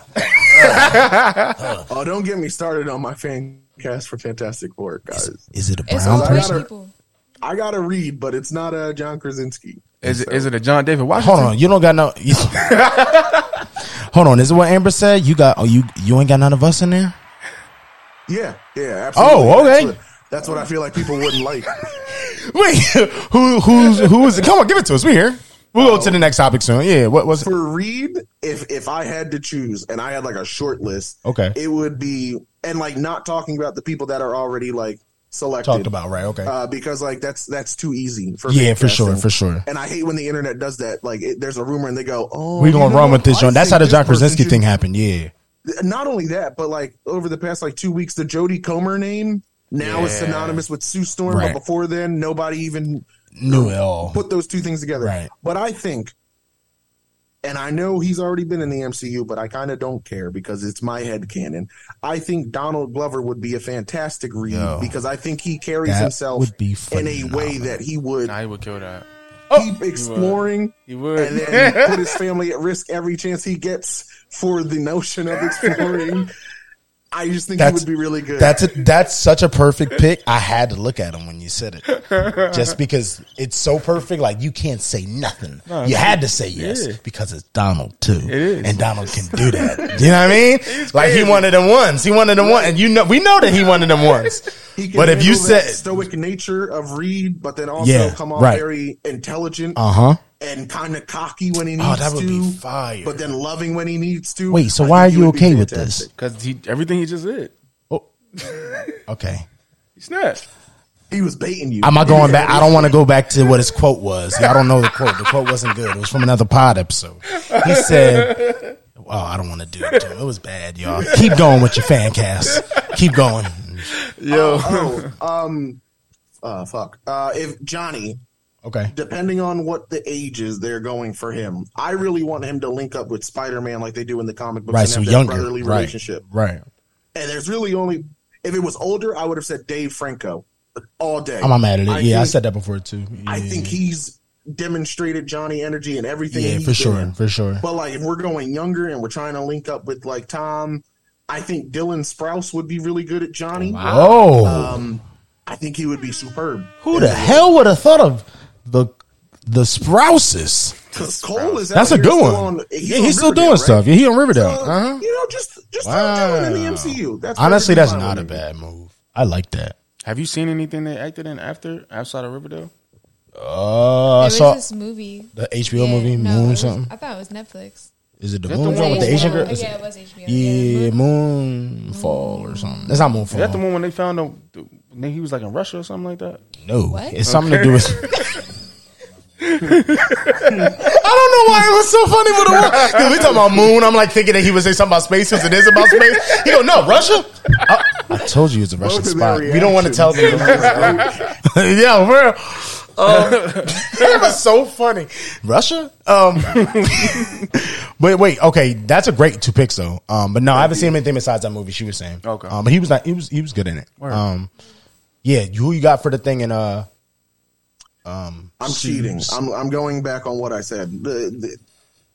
Speaker 5: Oh, don't get me started on my fan cast for Fantastic Four, guys.
Speaker 4: is it a
Speaker 6: It's
Speaker 4: brown
Speaker 6: all
Speaker 4: person?
Speaker 6: white
Speaker 5: person?
Speaker 6: people.
Speaker 5: I gotta read, but it's not uh, John Krasinski.
Speaker 3: Is it, is it a John David Washington?
Speaker 4: Hold on, you don't got no. Hold on, is it what Amber said? You got? Oh, you you ain't got none of us in there.
Speaker 5: Yeah, yeah, absolutely.
Speaker 4: Oh, okay.
Speaker 5: That's what, that's what I feel like people wouldn't like.
Speaker 4: Wait, who who's who is it? Come on, give it to us. We here. We'll go to
Speaker 5: Oh.
Speaker 4: the next topic soon. Yeah, what was it?
Speaker 5: for read, if if I had to choose, and I had like a short list,
Speaker 4: Okay.
Speaker 5: it would be and like not talking about the people that are already like selected,
Speaker 4: Talked about right? Okay.
Speaker 5: uh, because like that's that's too easy for
Speaker 4: Yeah,
Speaker 5: fan
Speaker 4: for sure,
Speaker 5: casting.
Speaker 4: for sure.
Speaker 5: And I hate when the internet does that. Like, it, there's a rumor, and they go, "Oh,
Speaker 4: We
Speaker 5: you
Speaker 4: gonna
Speaker 5: know
Speaker 4: run with
Speaker 5: what?
Speaker 4: this
Speaker 5: I
Speaker 4: joint. That's how the
Speaker 5: think
Speaker 4: John
Speaker 5: this person
Speaker 4: Krasinski
Speaker 5: should
Speaker 4: thing happened. Yeah.
Speaker 5: not only that, but like over the past like two weeks, the Jodie Comer name now is synonymous with Sue Storm.
Speaker 4: Right.
Speaker 5: But before then, nobody even
Speaker 4: Knew it all.
Speaker 5: put those two things together.
Speaker 4: Right.
Speaker 5: But I think, and I know he's already been in the MCU, but I kind of don't care because it's my head canon. I think Donald Glover would be a fantastic read
Speaker 4: Yo.
Speaker 5: because I think he carries
Speaker 4: That
Speaker 5: himself
Speaker 4: would be
Speaker 5: in a way
Speaker 4: phenomenal.
Speaker 5: that he would
Speaker 3: Nah, he would kill that.
Speaker 5: keep exploring
Speaker 3: He would.
Speaker 5: and then put his family at risk every chance he gets for the notion of exploring. I just think
Speaker 4: That's-
Speaker 5: he would be really good.
Speaker 4: That's a, that's such a perfect pick. I had to look at him when you said it, just because it's so perfect. Like you can't say nothing. you had to say yes
Speaker 3: yeah.
Speaker 4: because it's Donald too, it
Speaker 3: is.
Speaker 4: and Donald can do that. you know what I mean? Like he wanted them ones. He wanted them one, and you know we know that he wanted them ones.
Speaker 5: He can
Speaker 4: but if you
Speaker 5: handle that
Speaker 4: said,
Speaker 5: stoic nature of Reed, but then also
Speaker 4: Yeah,
Speaker 5: come off
Speaker 4: right.
Speaker 5: very intelligent
Speaker 4: uh huh,
Speaker 5: and kind of cocky when he needs
Speaker 4: oh that would
Speaker 5: to,
Speaker 4: be fire.
Speaker 5: but then loving when he needs to.
Speaker 4: Wait, so
Speaker 5: I
Speaker 4: why are
Speaker 5: think he
Speaker 4: you
Speaker 5: would be
Speaker 4: okay with this?
Speaker 5: fantastic.
Speaker 3: Because he, everything he just did.
Speaker 4: Okay.
Speaker 3: He snapped.
Speaker 5: He was baiting you.
Speaker 4: Am I going back? I don't want to go back to what his quote was. I don't know the quote. The quote wasn't good. It was from another pod episode. He said, "Oh, I don't want to do it to him. It was bad, y'all. Keep going with your fan cast. Keep going."
Speaker 3: Yo.
Speaker 5: Oh, um, uh, fuck. Uh, if Johnny,
Speaker 4: Okay.
Speaker 5: depending on what the age is they're going for him, I really want him to link up with Spider Man like they do in the comic books
Speaker 4: Right.
Speaker 5: and
Speaker 4: So
Speaker 5: have that
Speaker 4: younger.
Speaker 5: brotherly
Speaker 4: Right.
Speaker 5: relationship.
Speaker 4: Right.
Speaker 5: And there's really only if it was older, I would have said Dave Franco uh, all day.
Speaker 4: I'm not mad at it.
Speaker 5: I
Speaker 4: yeah, I
Speaker 5: think-
Speaker 4: said that before too.
Speaker 5: I think he's demonstrated Johnny energy and everything.
Speaker 4: Yeah,
Speaker 5: he's
Speaker 4: for sure.
Speaker 5: doing.
Speaker 4: For sure.
Speaker 5: But like, if we're going younger and we're trying to link up with like Tom, I think Dylan Sprouse would be really good at Johnny.
Speaker 4: Oh,
Speaker 5: Um, I think he would be superb.
Speaker 4: who the hell would have thought of the the Sprouses?
Speaker 5: Because Cole is out
Speaker 4: That's a
Speaker 5: here
Speaker 4: good
Speaker 5: still
Speaker 4: one.
Speaker 5: on-
Speaker 4: yeah,
Speaker 5: on
Speaker 4: he's still
Speaker 5: Riverdale,
Speaker 4: doing
Speaker 5: right?
Speaker 4: stuff. Yeah, he on Riverdale. Uh huh.
Speaker 5: You know, just just throw Dylan in the MCU. That's
Speaker 4: Honestly, that's
Speaker 5: perfectly fine
Speaker 4: not a
Speaker 5: with me.
Speaker 4: bad move. I like that.
Speaker 3: Have you seen anything they acted in after outside of Riverdale?
Speaker 4: Uh, I
Speaker 6: There was
Speaker 4: saw
Speaker 6: this movie.
Speaker 4: the HBO
Speaker 6: Yeah,
Speaker 4: movie
Speaker 6: no, it
Speaker 4: Moon
Speaker 6: was-
Speaker 4: something.
Speaker 6: I thought it was Netflix.
Speaker 4: Is it the
Speaker 3: That's
Speaker 4: moon
Speaker 3: the
Speaker 4: one
Speaker 3: one
Speaker 4: with the
Speaker 3: with
Speaker 4: Asian
Speaker 3: the-
Speaker 4: girl?
Speaker 6: Oh, yeah, it was HBO.
Speaker 4: Yeah,
Speaker 6: Yeah,
Speaker 4: moonfall or something. That's not moonfall.
Speaker 3: Is that the one when they found out then he was like in Russia or something like that?
Speaker 4: No,
Speaker 6: What?
Speaker 4: it's something to do with. I don't know why it was so funny with the one. Cause we talking about moon. I'm like thinking that he would say something about space because it is about space. He go, no, Russia. I, I told you it's a Russian
Speaker 5: Both of
Speaker 4: spot.
Speaker 5: their
Speaker 4: We don't want to tell them. yeah, for real. Um, that was so funny. Russia. Um, but wait, okay, that's a great two picks though. Um, but no, I haven't seen anything besides that movie. She was saying.
Speaker 3: Okay.
Speaker 4: Um, but he was not. He was. He was good in it. Um, yeah, who you got for the thing in uh. Um,
Speaker 5: I'm cheating. I'm I'm going back on what I said. The, the,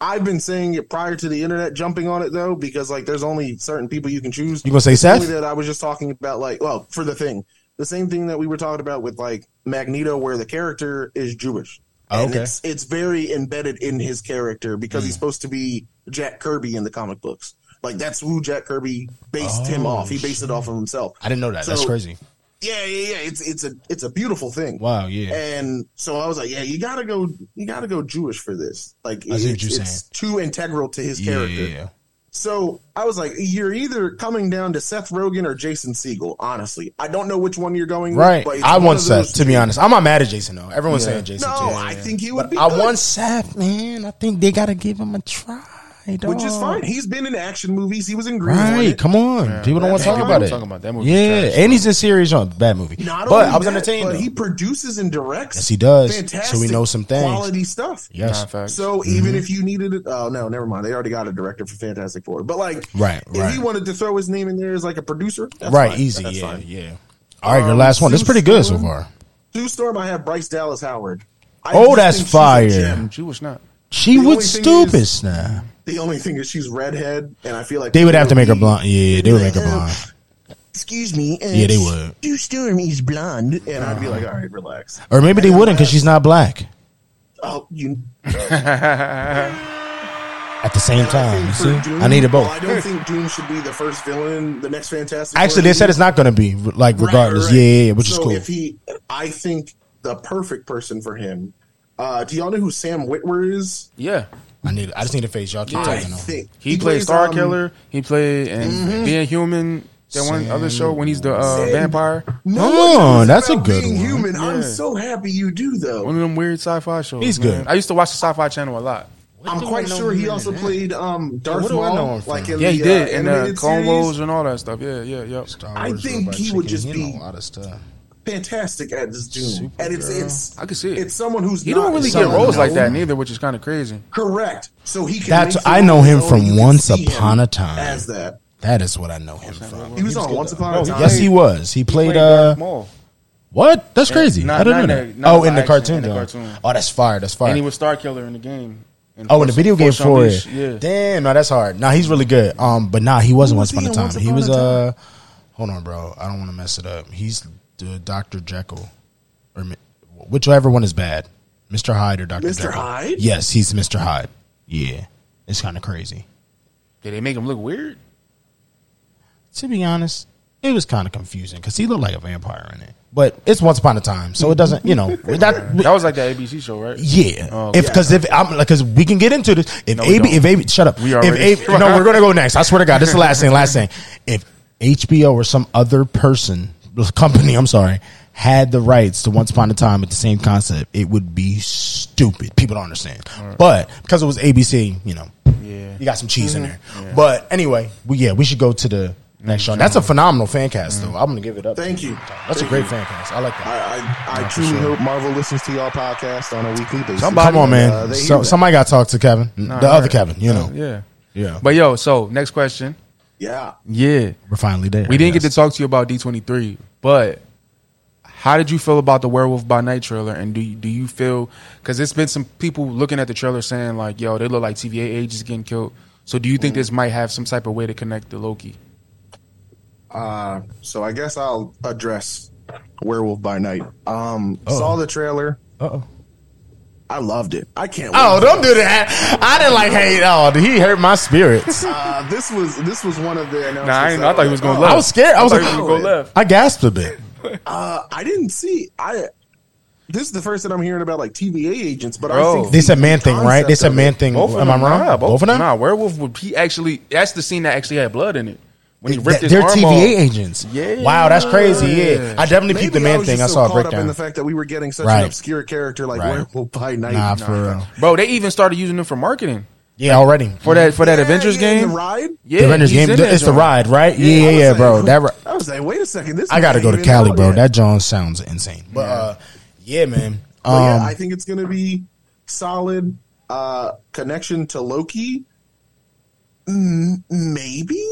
Speaker 5: I've been saying it prior to the internet jumping on it though, because like there's only certain people you can choose.
Speaker 4: You gonna say
Speaker 5: Only
Speaker 4: Seth?
Speaker 5: that I was just talking about like well for the thing, the same thing that we were talking about with like Magneto, where the character is Jewish.
Speaker 4: Oh,
Speaker 5: And
Speaker 4: okay. Hmm.
Speaker 5: it's it's very embedded in his character because he's supposed to be Jack Kirby in the comic books. Like that's who Jack Kirby based him off. He based it off of himself.
Speaker 4: Oh, I didn't know that. That's
Speaker 5: So-
Speaker 4: crazy.
Speaker 5: Yeah, yeah, yeah. It's it's a it's a beautiful thing.
Speaker 4: Wow. Yeah.
Speaker 5: And so I was like, yeah, you gotta go, you gotta go Jewish for this. Like,
Speaker 4: I see what
Speaker 5: it's,
Speaker 4: you're
Speaker 5: it's too integral to his
Speaker 4: Yeah,
Speaker 5: character.
Speaker 4: yeah, yeah.
Speaker 5: So I was like, you're either coming down to Seth Rogen or Jason Siegel. Honestly, I don't know which one you're going.
Speaker 4: Right.
Speaker 5: with, but it's
Speaker 4: I
Speaker 5: one
Speaker 4: want
Speaker 5: of those
Speaker 4: Seth. To be
Speaker 5: two.
Speaker 4: honest, I'm not mad at Jason though. Everyone's saying Jason.
Speaker 5: No,
Speaker 4: too.
Speaker 5: I think he would
Speaker 4: But
Speaker 5: be.
Speaker 4: I
Speaker 5: good,
Speaker 4: want Seth, man. I think they gotta give him a try. Dog.
Speaker 5: which is fine. He's been in action movies. He was in Green.
Speaker 4: Right,
Speaker 5: Hornet.
Speaker 4: come on. People don't want to
Speaker 5: that's
Speaker 4: talk
Speaker 5: fine.
Speaker 4: about
Speaker 5: We're
Speaker 4: it.
Speaker 3: talking about that movie.
Speaker 4: yeah,
Speaker 3: Trash.
Speaker 4: and he's in series on bad movie.
Speaker 5: Not
Speaker 4: but
Speaker 5: only
Speaker 4: I was
Speaker 5: that,
Speaker 4: entertained.
Speaker 5: But
Speaker 4: though.
Speaker 5: he produces and directs.
Speaker 4: Yes, he does.
Speaker 5: Fantastic.
Speaker 4: So we know some things. Mm-hmm.
Speaker 5: Quality stuff.
Speaker 3: Nah,
Speaker 4: yes,
Speaker 3: facts.
Speaker 5: So even if you needed it, oh no, never mind. They already got a director for Fantastic Four. But like,
Speaker 4: Right,
Speaker 5: if
Speaker 4: right.
Speaker 5: he wanted to throw his name in there as like a producer, that's
Speaker 4: right,
Speaker 5: fine.
Speaker 4: easy.
Speaker 5: That's
Speaker 4: yeah,
Speaker 5: fine. Um,
Speaker 4: yeah. All right, your last one. That's
Speaker 5: Zeus
Speaker 4: pretty good so
Speaker 5: Storm.
Speaker 4: far.
Speaker 5: Sue Storm, I have Bryce Dallas Howard. I
Speaker 4: Oh,
Speaker 5: do
Speaker 4: that's
Speaker 5: think she's a
Speaker 4: fire.
Speaker 5: gem.
Speaker 3: She was not.
Speaker 4: She
Speaker 5: The only
Speaker 4: would
Speaker 5: thing
Speaker 4: stupid
Speaker 5: is-
Speaker 4: snap.
Speaker 5: The only thing is she's redhead, and I feel like
Speaker 4: They would have to make her
Speaker 5: be-
Speaker 4: blonde. Yeah, they would make her blonde.
Speaker 5: Excuse me. Uh,
Speaker 4: Yeah, they would. Uh-huh.
Speaker 5: Stu Stormy's blonde, and I'd be like, all right, relax.
Speaker 4: Or maybe they wouldn't because she's not black.
Speaker 5: Oh, you
Speaker 4: At the same time, you
Speaker 5: for
Speaker 4: see,
Speaker 5: Doom-
Speaker 4: I needed both.
Speaker 5: Well, I don't think Doom should be the first villain. The next Fantastic.
Speaker 4: Actually, they said it's not going to be like
Speaker 5: Right,
Speaker 4: regardless.
Speaker 5: right.
Speaker 4: Yeah, yeah, yeah, which
Speaker 5: so
Speaker 4: is
Speaker 5: If
Speaker 4: cool.
Speaker 5: he, I think the perfect person for him. Uh, do y'all know who Sam Witwer is?
Speaker 3: Yeah.
Speaker 4: I need. I just need a face. Y'all keep
Speaker 3: Yeah.
Speaker 5: I
Speaker 4: talking. though.
Speaker 5: think
Speaker 3: He, Mm-hmm. played Star
Speaker 5: um,
Speaker 3: Killer. He played and Being Human. That one
Speaker 4: Sam-
Speaker 3: other show when he's the uh,
Speaker 5: Sam.
Speaker 3: vampire.
Speaker 5: No
Speaker 4: Oh,
Speaker 5: one knows
Speaker 4: that's a
Speaker 5: about
Speaker 4: good
Speaker 5: being
Speaker 4: one.
Speaker 5: Human.
Speaker 3: Yeah.
Speaker 5: I'm so happy you do though.
Speaker 3: One of them weird sci-fi shows.
Speaker 4: He's
Speaker 3: man.
Speaker 4: good.
Speaker 3: I used to watch the Sci-Fi Channel a lot.
Speaker 5: I'm quite sure he also played um, Darth
Speaker 4: what do I know him
Speaker 5: Maul.
Speaker 4: from?
Speaker 5: Like in
Speaker 3: Yeah,
Speaker 5: the,
Speaker 3: he did,
Speaker 5: uh,
Speaker 3: and uh,
Speaker 5: animated
Speaker 3: Clone
Speaker 5: series.
Speaker 3: Wars and all that stuff. Yeah, yeah, yep.
Speaker 5: I Wars, think Robot he would Chicken, just he know be- a
Speaker 4: a lot of stuff.
Speaker 5: Fantastic at this Doom, and it's it's
Speaker 3: I can see it.
Speaker 5: It's someone who's
Speaker 3: He
Speaker 5: not
Speaker 3: don't really get
Speaker 5: someone
Speaker 3: roles like
Speaker 5: known.
Speaker 3: that neither, which is kind of crazy.
Speaker 5: Correct. So he can.
Speaker 4: That's-
Speaker 5: make it
Speaker 4: I
Speaker 5: on
Speaker 4: know
Speaker 5: his
Speaker 4: him
Speaker 5: own.
Speaker 4: from
Speaker 5: You can
Speaker 4: Once
Speaker 5: see him
Speaker 4: Upon a Time.
Speaker 5: As
Speaker 3: Oh,
Speaker 5: that,
Speaker 4: That is what I know him from.
Speaker 5: he was on Once Upon a Time.
Speaker 4: Oh, Yes, he was. He played. uh
Speaker 3: Darth Maul.
Speaker 4: What? That's crazy.
Speaker 3: not-
Speaker 4: I
Speaker 3: not
Speaker 4: don't
Speaker 3: in
Speaker 4: know.
Speaker 3: the-
Speaker 4: that.
Speaker 3: not
Speaker 4: Oh,
Speaker 3: in
Speaker 4: in the
Speaker 3: live action,
Speaker 4: cartoon.
Speaker 3: in the
Speaker 4: though.
Speaker 3: cartoon.
Speaker 4: Oh, that's fire. That's fire.
Speaker 3: and he was Star Killer in the game.
Speaker 4: Oh, in the
Speaker 3: Force-
Speaker 4: video game
Speaker 3: Force
Speaker 4: for it.
Speaker 3: Unleashed, Yeah.
Speaker 4: Damn, no, that's hard. Nah, he's really good. Um, but nah, he wasn't
Speaker 5: was
Speaker 4: Once Upon
Speaker 5: he
Speaker 4: a
Speaker 5: in
Speaker 4: Time.
Speaker 5: Once
Speaker 4: he
Speaker 5: Upon
Speaker 4: was
Speaker 5: a Time?
Speaker 4: uh, hold on, bro. I don't want to mess it up. He's the Doctor Jekyll, or Mi- whichever one is bad, Mister Hyde or Doctor.
Speaker 5: Mr. Hyde?
Speaker 4: Yes, he's Mister Hyde. Yeah, it's kind of crazy.
Speaker 3: Did they make him look weird?
Speaker 4: To be honest, it was kind of confusing because he looked like a vampire in it. But it's Once Upon a Time, so it doesn't. You know, that
Speaker 3: That was like that ABC show, right?
Speaker 4: Yeah,
Speaker 3: Oh,
Speaker 4: if because if I'm because we can get into this. If
Speaker 3: No, we
Speaker 4: AB,
Speaker 3: don't.
Speaker 4: if AB, shut up.
Speaker 3: We already-
Speaker 4: if AB, no, we're gonna go next. I swear to God, this is the last thing. Last thing. If HBO or some other person company, I'm sorry, had the rights to Once Upon a Time with the same concept, it would be stupid. People don't understand. But because it was ABC, you know,
Speaker 3: Yeah. Mm-hmm.
Speaker 4: you got some cheese in there. But anyway, we yeah, we should go to the next
Speaker 3: Mm-hmm.
Speaker 4: show. That's a phenomenal fan cast, though. I'm gonna give it up.
Speaker 5: Thank you.
Speaker 4: That's a
Speaker 5: Thank
Speaker 4: great
Speaker 5: you.
Speaker 4: fan cast. I like that.
Speaker 5: I, I, I
Speaker 4: Nah, for
Speaker 5: truly
Speaker 4: sure.
Speaker 5: hope Marvel listens to y'all podcast on a weekly basis.
Speaker 4: Come on, man.
Speaker 5: Uh, they
Speaker 4: so,
Speaker 5: hear that.
Speaker 4: somebody got to talk to Kevin, the
Speaker 3: I
Speaker 4: other
Speaker 3: heard.
Speaker 4: Kevin. You know,
Speaker 3: Yeah.
Speaker 4: yeah.
Speaker 3: But yo, so next question.
Speaker 5: yeah.
Speaker 3: Yeah.
Speaker 4: we're finally there.
Speaker 3: We didn't get to
Speaker 4: Yes.
Speaker 3: talk to you about D23, but how did you feel about the Werewolf by Night trailer? And do you, do you feel because it's been some people looking at the trailer saying like, "Yo, they look like TVA agents getting killed." So do you think this might have some type of way to connect to Loki?
Speaker 5: Uh, so I guess I'll address Werewolf by Night. Um,
Speaker 4: Oh.
Speaker 5: saw the trailer.
Speaker 4: Uh-oh.
Speaker 5: I loved it. I can't. Wait.
Speaker 4: Oh, don't do that. I didn't like hate. Oh, he hurt my spirits.
Speaker 5: Uh, this was this was one of the announcements. uh,
Speaker 3: Nah, I, ain't- I thought he was going
Speaker 5: to
Speaker 3: left.
Speaker 4: I was scared. I was
Speaker 3: thought
Speaker 4: like-
Speaker 3: he was "Oh." going to go left.
Speaker 4: I gasped a bit.
Speaker 5: Uh, I didn't see. I this is the first that I'm hearing about like TVA agents, but
Speaker 3: Bro.
Speaker 5: I think
Speaker 4: They said
Speaker 5: the
Speaker 4: man thing, right? They
Speaker 5: concept
Speaker 4: said
Speaker 5: of
Speaker 4: man
Speaker 5: it-
Speaker 4: thing.
Speaker 3: Both of
Speaker 4: Am I
Speaker 3: them,
Speaker 4: wrong?
Speaker 3: Nah,
Speaker 4: both, of them.
Speaker 3: Nah, Werewolf would he actually? That's the scene that actually had blood in it when he ripped
Speaker 4: Th-
Speaker 3: his
Speaker 4: They're
Speaker 3: arm
Speaker 4: TVA
Speaker 3: off.
Speaker 4: agents.
Speaker 3: Yeah.
Speaker 4: Wow, that's crazy. Yeah, I definitely
Speaker 5: Maybe
Speaker 4: peeped the
Speaker 5: I
Speaker 4: man
Speaker 5: was
Speaker 4: thing.
Speaker 5: just
Speaker 4: I
Speaker 5: so
Speaker 4: saw a
Speaker 5: caught up in
Speaker 4: breakdown.
Speaker 5: the fact that we were getting such
Speaker 4: Right.
Speaker 5: an obscure character like
Speaker 4: Right.
Speaker 5: Werewolf by Night.
Speaker 4: Nah, for real.
Speaker 3: Bro, they even started using them for marketing
Speaker 4: Yeah, already.
Speaker 3: for that for that
Speaker 5: Yeah,
Speaker 3: Avengers
Speaker 5: yeah, in
Speaker 3: game.
Speaker 5: The ride.
Speaker 3: Yeah,
Speaker 4: The Avengers
Speaker 3: he's
Speaker 4: game.
Speaker 3: in
Speaker 4: th-
Speaker 3: that
Speaker 4: It's the
Speaker 3: joint.
Speaker 4: ride, right? Yeah,
Speaker 5: I
Speaker 4: yeah,
Speaker 5: was
Speaker 4: yeah,
Speaker 5: like,
Speaker 4: bro.
Speaker 5: who-
Speaker 4: That. ri-
Speaker 5: I was like, Oh, wait a second. This
Speaker 4: I got to
Speaker 5: ain't
Speaker 4: go to
Speaker 5: even
Speaker 4: Cali,
Speaker 5: out
Speaker 4: bro.
Speaker 5: yet.
Speaker 4: That John sounds insane. But uh, yeah, man.
Speaker 5: But yeah,
Speaker 4: Um,
Speaker 5: I think it's going to be solid uh, connection to Loki. Mm, maybe.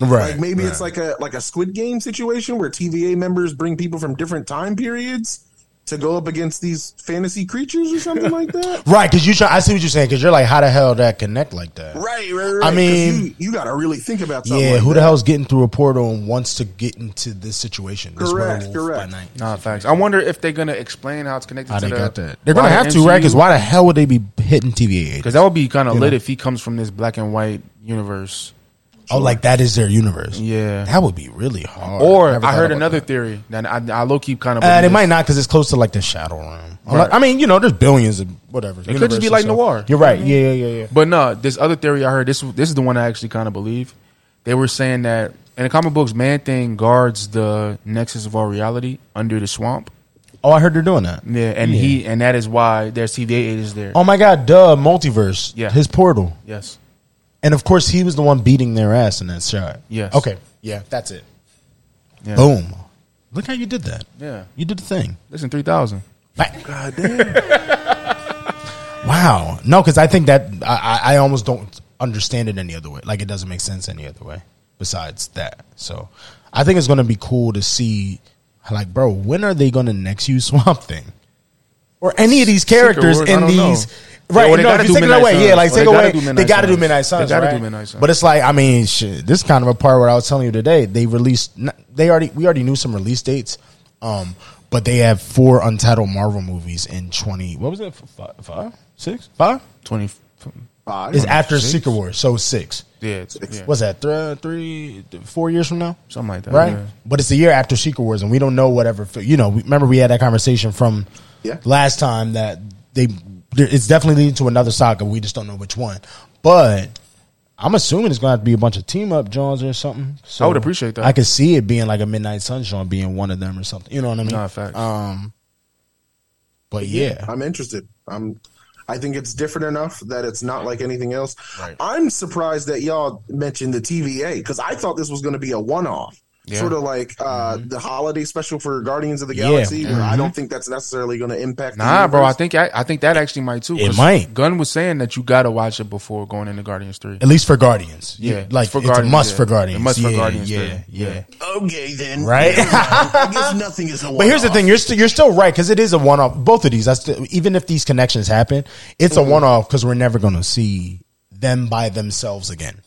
Speaker 4: Right,
Speaker 5: Like maybe
Speaker 4: right.
Speaker 5: it's like a like a Squid Game situation where TVA members bring people from different time periods to go up against these fantasy creatures or something like that.
Speaker 4: Right, because you try. I see what you're saying. Because you're like, how the hell that connect like that?
Speaker 5: Right, right, right.
Speaker 4: I
Speaker 5: 'cause
Speaker 4: mean-
Speaker 5: you, you got to really think about something.
Speaker 4: Yeah,
Speaker 5: like
Speaker 4: who
Speaker 5: that.
Speaker 4: the hell's getting through a portal and wants to get into this situation? This
Speaker 5: Correct,
Speaker 4: werewolf
Speaker 5: correct.
Speaker 4: By night.
Speaker 3: Nah, facts. I wonder if they're gonna explain how it's connected.
Speaker 4: How
Speaker 3: to
Speaker 4: they
Speaker 3: the,
Speaker 4: got that? They're gonna have to,
Speaker 3: MCU.
Speaker 4: right? Because why the hell would they be hitting TVA?
Speaker 3: Because
Speaker 4: agents?
Speaker 3: that would be kind of
Speaker 4: You
Speaker 3: lit
Speaker 4: know.
Speaker 3: if he comes from this black and white universe.
Speaker 4: oh, like that is their universe.
Speaker 3: Yeah.
Speaker 4: that would be really hard.
Speaker 3: Or
Speaker 4: never
Speaker 3: I
Speaker 4: thought
Speaker 3: heard
Speaker 4: about
Speaker 3: another
Speaker 4: that.
Speaker 3: theory that I, I low keep kind of.
Speaker 4: Uh, they might not because it's close to like the shadow realm. I'm like-
Speaker 3: Right.
Speaker 4: I mean, you know, there's billions of whatever. It
Speaker 3: could just be like Noir.
Speaker 4: You're right. Yeah, yeah, yeah, yeah.
Speaker 3: But no, this other theory I heard this this is the one I actually kind of believe. They were saying that in the comic books, Man Thing guards the nexus of all reality under the swamp.
Speaker 4: Oh, I heard they're doing that.
Speaker 3: Yeah, and he and that is why there's TVA agents there.
Speaker 4: Oh my God, duh, multiverse.
Speaker 3: Yeah.
Speaker 4: his portal.
Speaker 3: Yes,
Speaker 4: And of course, he was the one beating their ass in that shot.
Speaker 3: Yes.
Speaker 4: Okay. Yeah, that's it.
Speaker 3: Yeah.
Speaker 4: Boom. Look how you did that.
Speaker 3: Yeah.
Speaker 4: You did the thing.
Speaker 3: listen, three thousand.
Speaker 5: God damn.
Speaker 4: Wow. No, because I think that I, I I almost don't understand it any other way. Like, it doesn't make sense any other way besides that. So I think it's going to be cool to see, like, bro, when are they going to next use Swamp Thing? or any of these characters
Speaker 3: Wars, I
Speaker 4: in
Speaker 3: don't know.
Speaker 4: these.
Speaker 3: Yeah,
Speaker 4: Right,
Speaker 3: or they
Speaker 4: no,
Speaker 3: gotta
Speaker 4: if
Speaker 3: do
Speaker 4: you take it
Speaker 3: Midnight
Speaker 4: away, yeah,
Speaker 3: Suns. Or
Speaker 4: like
Speaker 3: they
Speaker 4: take
Speaker 3: gotta
Speaker 4: away,
Speaker 3: do Midnight
Speaker 4: they got to do
Speaker 3: Suns.
Speaker 4: Midnight
Speaker 3: They
Speaker 4: Suns,
Speaker 3: gotta do
Speaker 4: right?
Speaker 3: Midnight Suns.
Speaker 4: But it's like, I mean, shit, this is kind of a part where I was telling you today, they released, n- they already, we already knew some release dates, um, but they have four untitled Marvel movies in twenty. What was it? F- Five, five, six, five?
Speaker 3: Twenty.
Speaker 5: Five.
Speaker 4: It's after Secret Wars, so six.
Speaker 3: Yeah, it's- yeah.
Speaker 4: What's that? Three, three, four years from now,
Speaker 3: Something like that,
Speaker 4: right?
Speaker 3: yeah.
Speaker 4: But it's a year after Secret Wars, and we don't know whatever. You know, we, remember we had that conversation from
Speaker 5: Yeah.
Speaker 4: last time that they there, it's definitely leading to another saga. We just don't know which one. But I'm assuming it's going to have to be a bunch of team up Johns or something. So
Speaker 3: I would appreciate that.
Speaker 4: I could see it being like a Midnight Sun John being one of them or something. You know what I mean?
Speaker 3: Nah, facts.
Speaker 4: Um, but yeah,
Speaker 5: I'm interested. I'm. I think it's different enough that it's not like anything else. I'm surprised that y'all mentioned the TVA because I thought this was going to be a one-off, sort of like uh, the holiday special for Guardians of the
Speaker 4: Mm-hmm. Yeah. Mm-hmm.
Speaker 5: Galaxy. Where I don't think that's necessarily going to impact. the
Speaker 3: Nah, bro. I
Speaker 5: universe.
Speaker 3: think I, I think that actually might too.
Speaker 4: It
Speaker 3: 'cause
Speaker 4: might.
Speaker 3: Gunn was saying that you gotta watch it before going into Guardians Three.
Speaker 4: at least for Guardians,
Speaker 3: Yeah,
Speaker 4: You- like
Speaker 3: for
Speaker 4: it's a
Speaker 3: Guardians,
Speaker 4: must
Speaker 3: yeah.
Speaker 4: for Guardians,
Speaker 3: A must for
Speaker 4: Yeah,
Speaker 3: Guardians,
Speaker 4: yeah,
Speaker 3: yeah.
Speaker 4: yeah.
Speaker 5: okay then.
Speaker 4: Right?
Speaker 5: I guess nothing is a one.
Speaker 4: But here's the thing: you're still you're still right because it is a one off. Both of these, that's the, even if these connections happen, it's
Speaker 5: Mm-hmm.
Speaker 4: a one off because we're never going to see them by themselves again.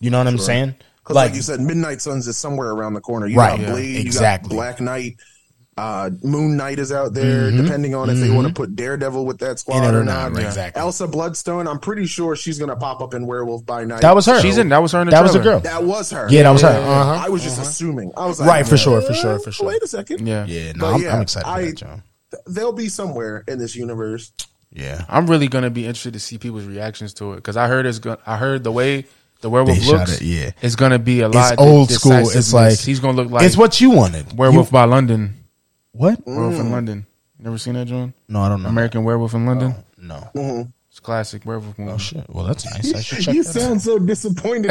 Speaker 4: You know what I'm saying?
Speaker 5: Because like, you said, Midnight Suns is somewhere around the corner. You
Speaker 4: Right,
Speaker 5: got
Speaker 4: yeah,
Speaker 5: Blade,
Speaker 4: exactly.
Speaker 5: you got Black Knight, uh, Moon Knight is out there, depending on if they want to put Daredevil with that squad
Speaker 4: Mm-hmm. In it
Speaker 5: or,
Speaker 4: or
Speaker 5: not.
Speaker 4: not, right, exactly.
Speaker 5: Elsa Bloodstone, I'm pretty sure she's going to pop up in Werewolf by Night.
Speaker 4: that was her.
Speaker 3: She's in. That was her. In the
Speaker 4: That was a
Speaker 3: trailer.
Speaker 4: girl.
Speaker 5: That was her.
Speaker 4: Yeah, that was her. Uh-huh.
Speaker 5: I was just assuming. I was like,
Speaker 4: Right, for sure, for sure, for sure.
Speaker 5: Wait a second.
Speaker 3: Yeah.
Speaker 4: Yeah,
Speaker 5: But
Speaker 4: no, I'm,
Speaker 5: yeah,
Speaker 4: I'm excited
Speaker 5: I-
Speaker 4: for that, John.
Speaker 5: Th- They'll be somewhere in this universe.
Speaker 4: Yeah,
Speaker 3: I'm really gonna be interested to see people's reactions to it because I heard it's gonna. I heard the way the werewolf
Speaker 4: They shot
Speaker 3: looks.
Speaker 4: it, yeah.
Speaker 3: it's gonna be a lot.
Speaker 4: it's old school. It's like
Speaker 3: he's gonna look like
Speaker 4: it's what you wanted.
Speaker 3: Werewolf by London.
Speaker 4: You- what?
Speaker 3: Werewolf in London. Never seen that, John?
Speaker 4: No, I don't know.
Speaker 3: American Werewolf in London.
Speaker 4: No.
Speaker 3: It's a classic werewolf movie.
Speaker 4: Oh shit. Well, that's nice. I should check
Speaker 5: you
Speaker 4: that out.
Speaker 5: sound so disappointed.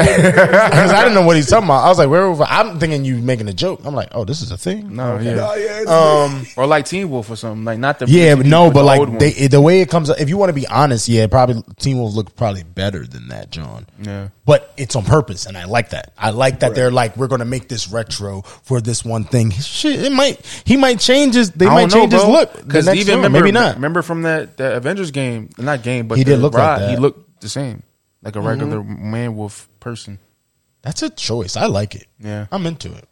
Speaker 5: Oh, I
Speaker 4: Because I didn't know what he's talking about. I was like, "Where?" were- I'm thinking you making a joke. I'm like, "Oh, this is a thing."
Speaker 3: No, yeah,
Speaker 4: Um.
Speaker 3: or like Teen Wolf or something. Like not the
Speaker 4: Yeah, but no, but
Speaker 3: the old
Speaker 4: like
Speaker 3: one.
Speaker 4: they, the way it comes, if you want to be honest, yeah, probably Team Wolves look probably better than that, John.
Speaker 3: Yeah.
Speaker 4: but it's on purpose, and I like that. I like that they're like, we're gonna make this retro for this one thing. Shit, it might he might change his they
Speaker 3: I
Speaker 4: might
Speaker 3: don't know,
Speaker 4: change his
Speaker 3: bro.
Speaker 4: look because
Speaker 3: even remember,
Speaker 4: maybe not.
Speaker 3: Remember from that the Avengers game, not game, but
Speaker 4: He
Speaker 3: the
Speaker 4: did look like
Speaker 3: ride,
Speaker 4: that. Mm-hmm.
Speaker 3: He looked the same, like a regular man wolf person.
Speaker 4: That's a choice. I like it.
Speaker 3: Yeah.
Speaker 4: I'm into it.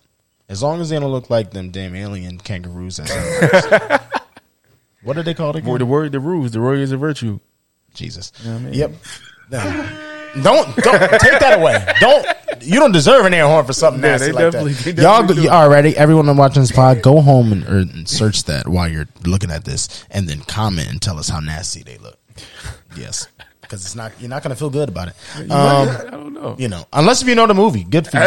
Speaker 4: As long as they don't look like them damn alien kangaroos. And what are they called again?
Speaker 3: Or the word, the rules, the warrior is a virtue.
Speaker 4: Jesus. Yep. No. don't don't take that away. Don't you don't deserve an air horn for something
Speaker 3: Yeah,
Speaker 4: nasty
Speaker 3: they
Speaker 4: like
Speaker 3: definitely-
Speaker 4: that.
Speaker 3: they
Speaker 4: y'all,
Speaker 3: definitely
Speaker 4: go-
Speaker 3: do.
Speaker 4: all ready? Everyone watching this pod, go home and, or, and search that while you're looking at this, and then comment and tell us how nasty they look. Yes, because it's not you're not gonna feel good about it. Um,
Speaker 3: I don't know.
Speaker 4: you know, unless if you know the movie, good for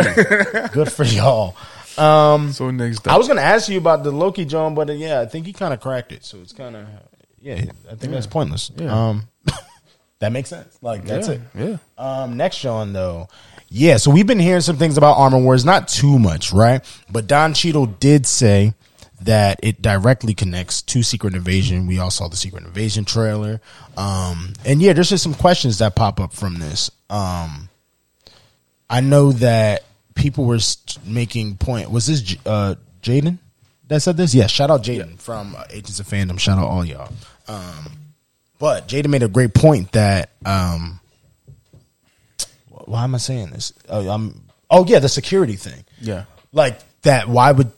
Speaker 4: you, good for y'all.
Speaker 3: So next
Speaker 4: I
Speaker 3: up,
Speaker 4: was gonna ask you about the Loki John, but uh, yeah, I think he kind of cracked it, so it's kind of yeah. I think that's pointless.
Speaker 3: Yeah.
Speaker 4: Um, that makes sense. Like that's
Speaker 3: yeah,
Speaker 4: it.
Speaker 3: Yeah,
Speaker 4: Um, next, Sean, though. Yeah, so we've been hearing some things about Armor Wars, not too much, right? But Don Cheadle did say that it directly connects to Secret Invasion. We all saw the Secret Invasion trailer. Um, and yeah, there's just some questions that pop up from this. Um, I know that people were st- making point. Was this J- uh, Jaden that said this? Yeah, shout out Jaden from uh, Agents of Fandom. Shout out all y'all. Um, but Jaden made a great point that um, why am I saying this? Oh, I'm. Oh yeah, the security thing.
Speaker 3: yeah.
Speaker 4: Like that. Why would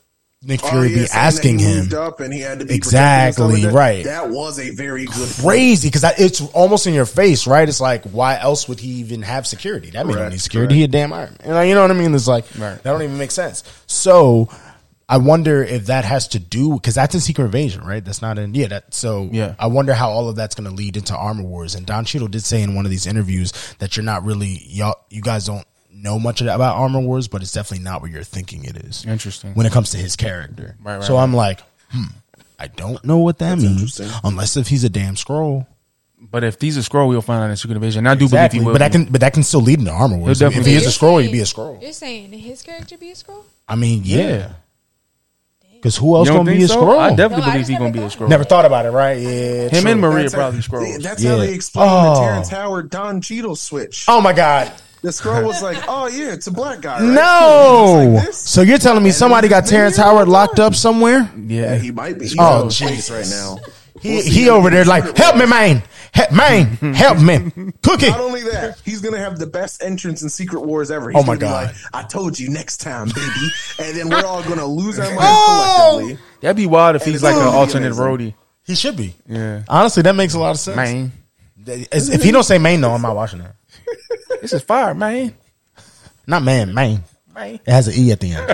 Speaker 4: Nick
Speaker 5: Oh,
Speaker 4: Fury be asking him?
Speaker 5: Up and he had to be
Speaker 4: Exactly,
Speaker 5: protected and stuff like that.
Speaker 4: right.
Speaker 5: That was a very good.
Speaker 4: Crazy because it's almost in your face, right? It's like, why else would he even have security? That man don't
Speaker 5: Correct,
Speaker 4: need security. He a damn Iron Man. Like, you know what I mean? It's like
Speaker 3: Right.
Speaker 4: that don't even make sense. So I wonder if that has to do because that's in Secret Invasion, right? That's not in yeah. That so
Speaker 3: Yeah.
Speaker 4: I wonder how all of that's going to lead into Armor Wars. And Don Cheadle did say in one of these interviews that you're not really y'all. You guys don't know much about Armor Wars, but it's definitely not what you're thinking it is.
Speaker 3: Interesting.
Speaker 4: when it comes to his character.
Speaker 3: Right, right,
Speaker 4: so I'm like, hmm, I don't know what that means
Speaker 5: interesting.
Speaker 4: unless if he's a damn scroll.
Speaker 3: But if these are scroll, we'll find out in Secret Invasion. And I do
Speaker 4: Exactly,
Speaker 3: believe he will.
Speaker 4: but that can but that can still lead into armor wars.
Speaker 3: He'll
Speaker 4: If he
Speaker 3: definitely-
Speaker 4: is a
Speaker 6: You're
Speaker 4: scroll, he'd
Speaker 6: saying-
Speaker 4: be a scroll.
Speaker 6: You're saying his character be a scroll?
Speaker 4: I mean, yeah.
Speaker 3: Yeah.
Speaker 4: Because who else
Speaker 3: You don't
Speaker 4: gonna be
Speaker 3: think
Speaker 4: a
Speaker 3: so?
Speaker 4: scroll?
Speaker 3: I definitely
Speaker 6: No, I
Speaker 3: believe he's
Speaker 6: never
Speaker 3: gonna be a
Speaker 6: thought-
Speaker 3: scroll.
Speaker 4: Never thought about it, right? Yeah.
Speaker 3: Him
Speaker 4: true.
Speaker 3: and Maria
Speaker 5: That's how-
Speaker 3: probably scrolls.
Speaker 5: That's
Speaker 4: Yeah.
Speaker 5: how they explained
Speaker 4: Oh.
Speaker 5: the Terrence Howard Don Cheadle switch.
Speaker 4: Oh my God.
Speaker 5: The scroll was like, "Oh yeah, it's a black guy." Right?
Speaker 4: No.
Speaker 5: It's like this.
Speaker 4: so you're telling me somebody got Terrence Howard locked up somewhere?
Speaker 3: yeah,
Speaker 5: he might be. He's
Speaker 4: Oh,
Speaker 5: out of
Speaker 4: Jesus.
Speaker 5: place right now.
Speaker 4: He, he over there like, help me, man. Help, man, help me. Cookie.
Speaker 5: Not only that, he's gonna have the best entrance in Secret Wars ever.
Speaker 4: Oh
Speaker 5: He's
Speaker 4: my
Speaker 5: gonna be
Speaker 4: God.
Speaker 5: Like, I told you next time, baby. And then we're all gonna lose our minds
Speaker 4: Oh!
Speaker 5: collectively.
Speaker 3: That'd be wild if
Speaker 5: And
Speaker 3: he's
Speaker 5: it's
Speaker 3: like an
Speaker 5: gonna be
Speaker 3: alternate
Speaker 5: amazing.
Speaker 3: roadie.
Speaker 4: He should be.
Speaker 3: Yeah.
Speaker 4: Honestly, that makes a lot of sense.
Speaker 3: Man.
Speaker 4: As- If he don't say main, no, I'm not watching that.
Speaker 3: This is fire, man.
Speaker 4: Not man, main.
Speaker 3: Man.
Speaker 4: It has an E at the end.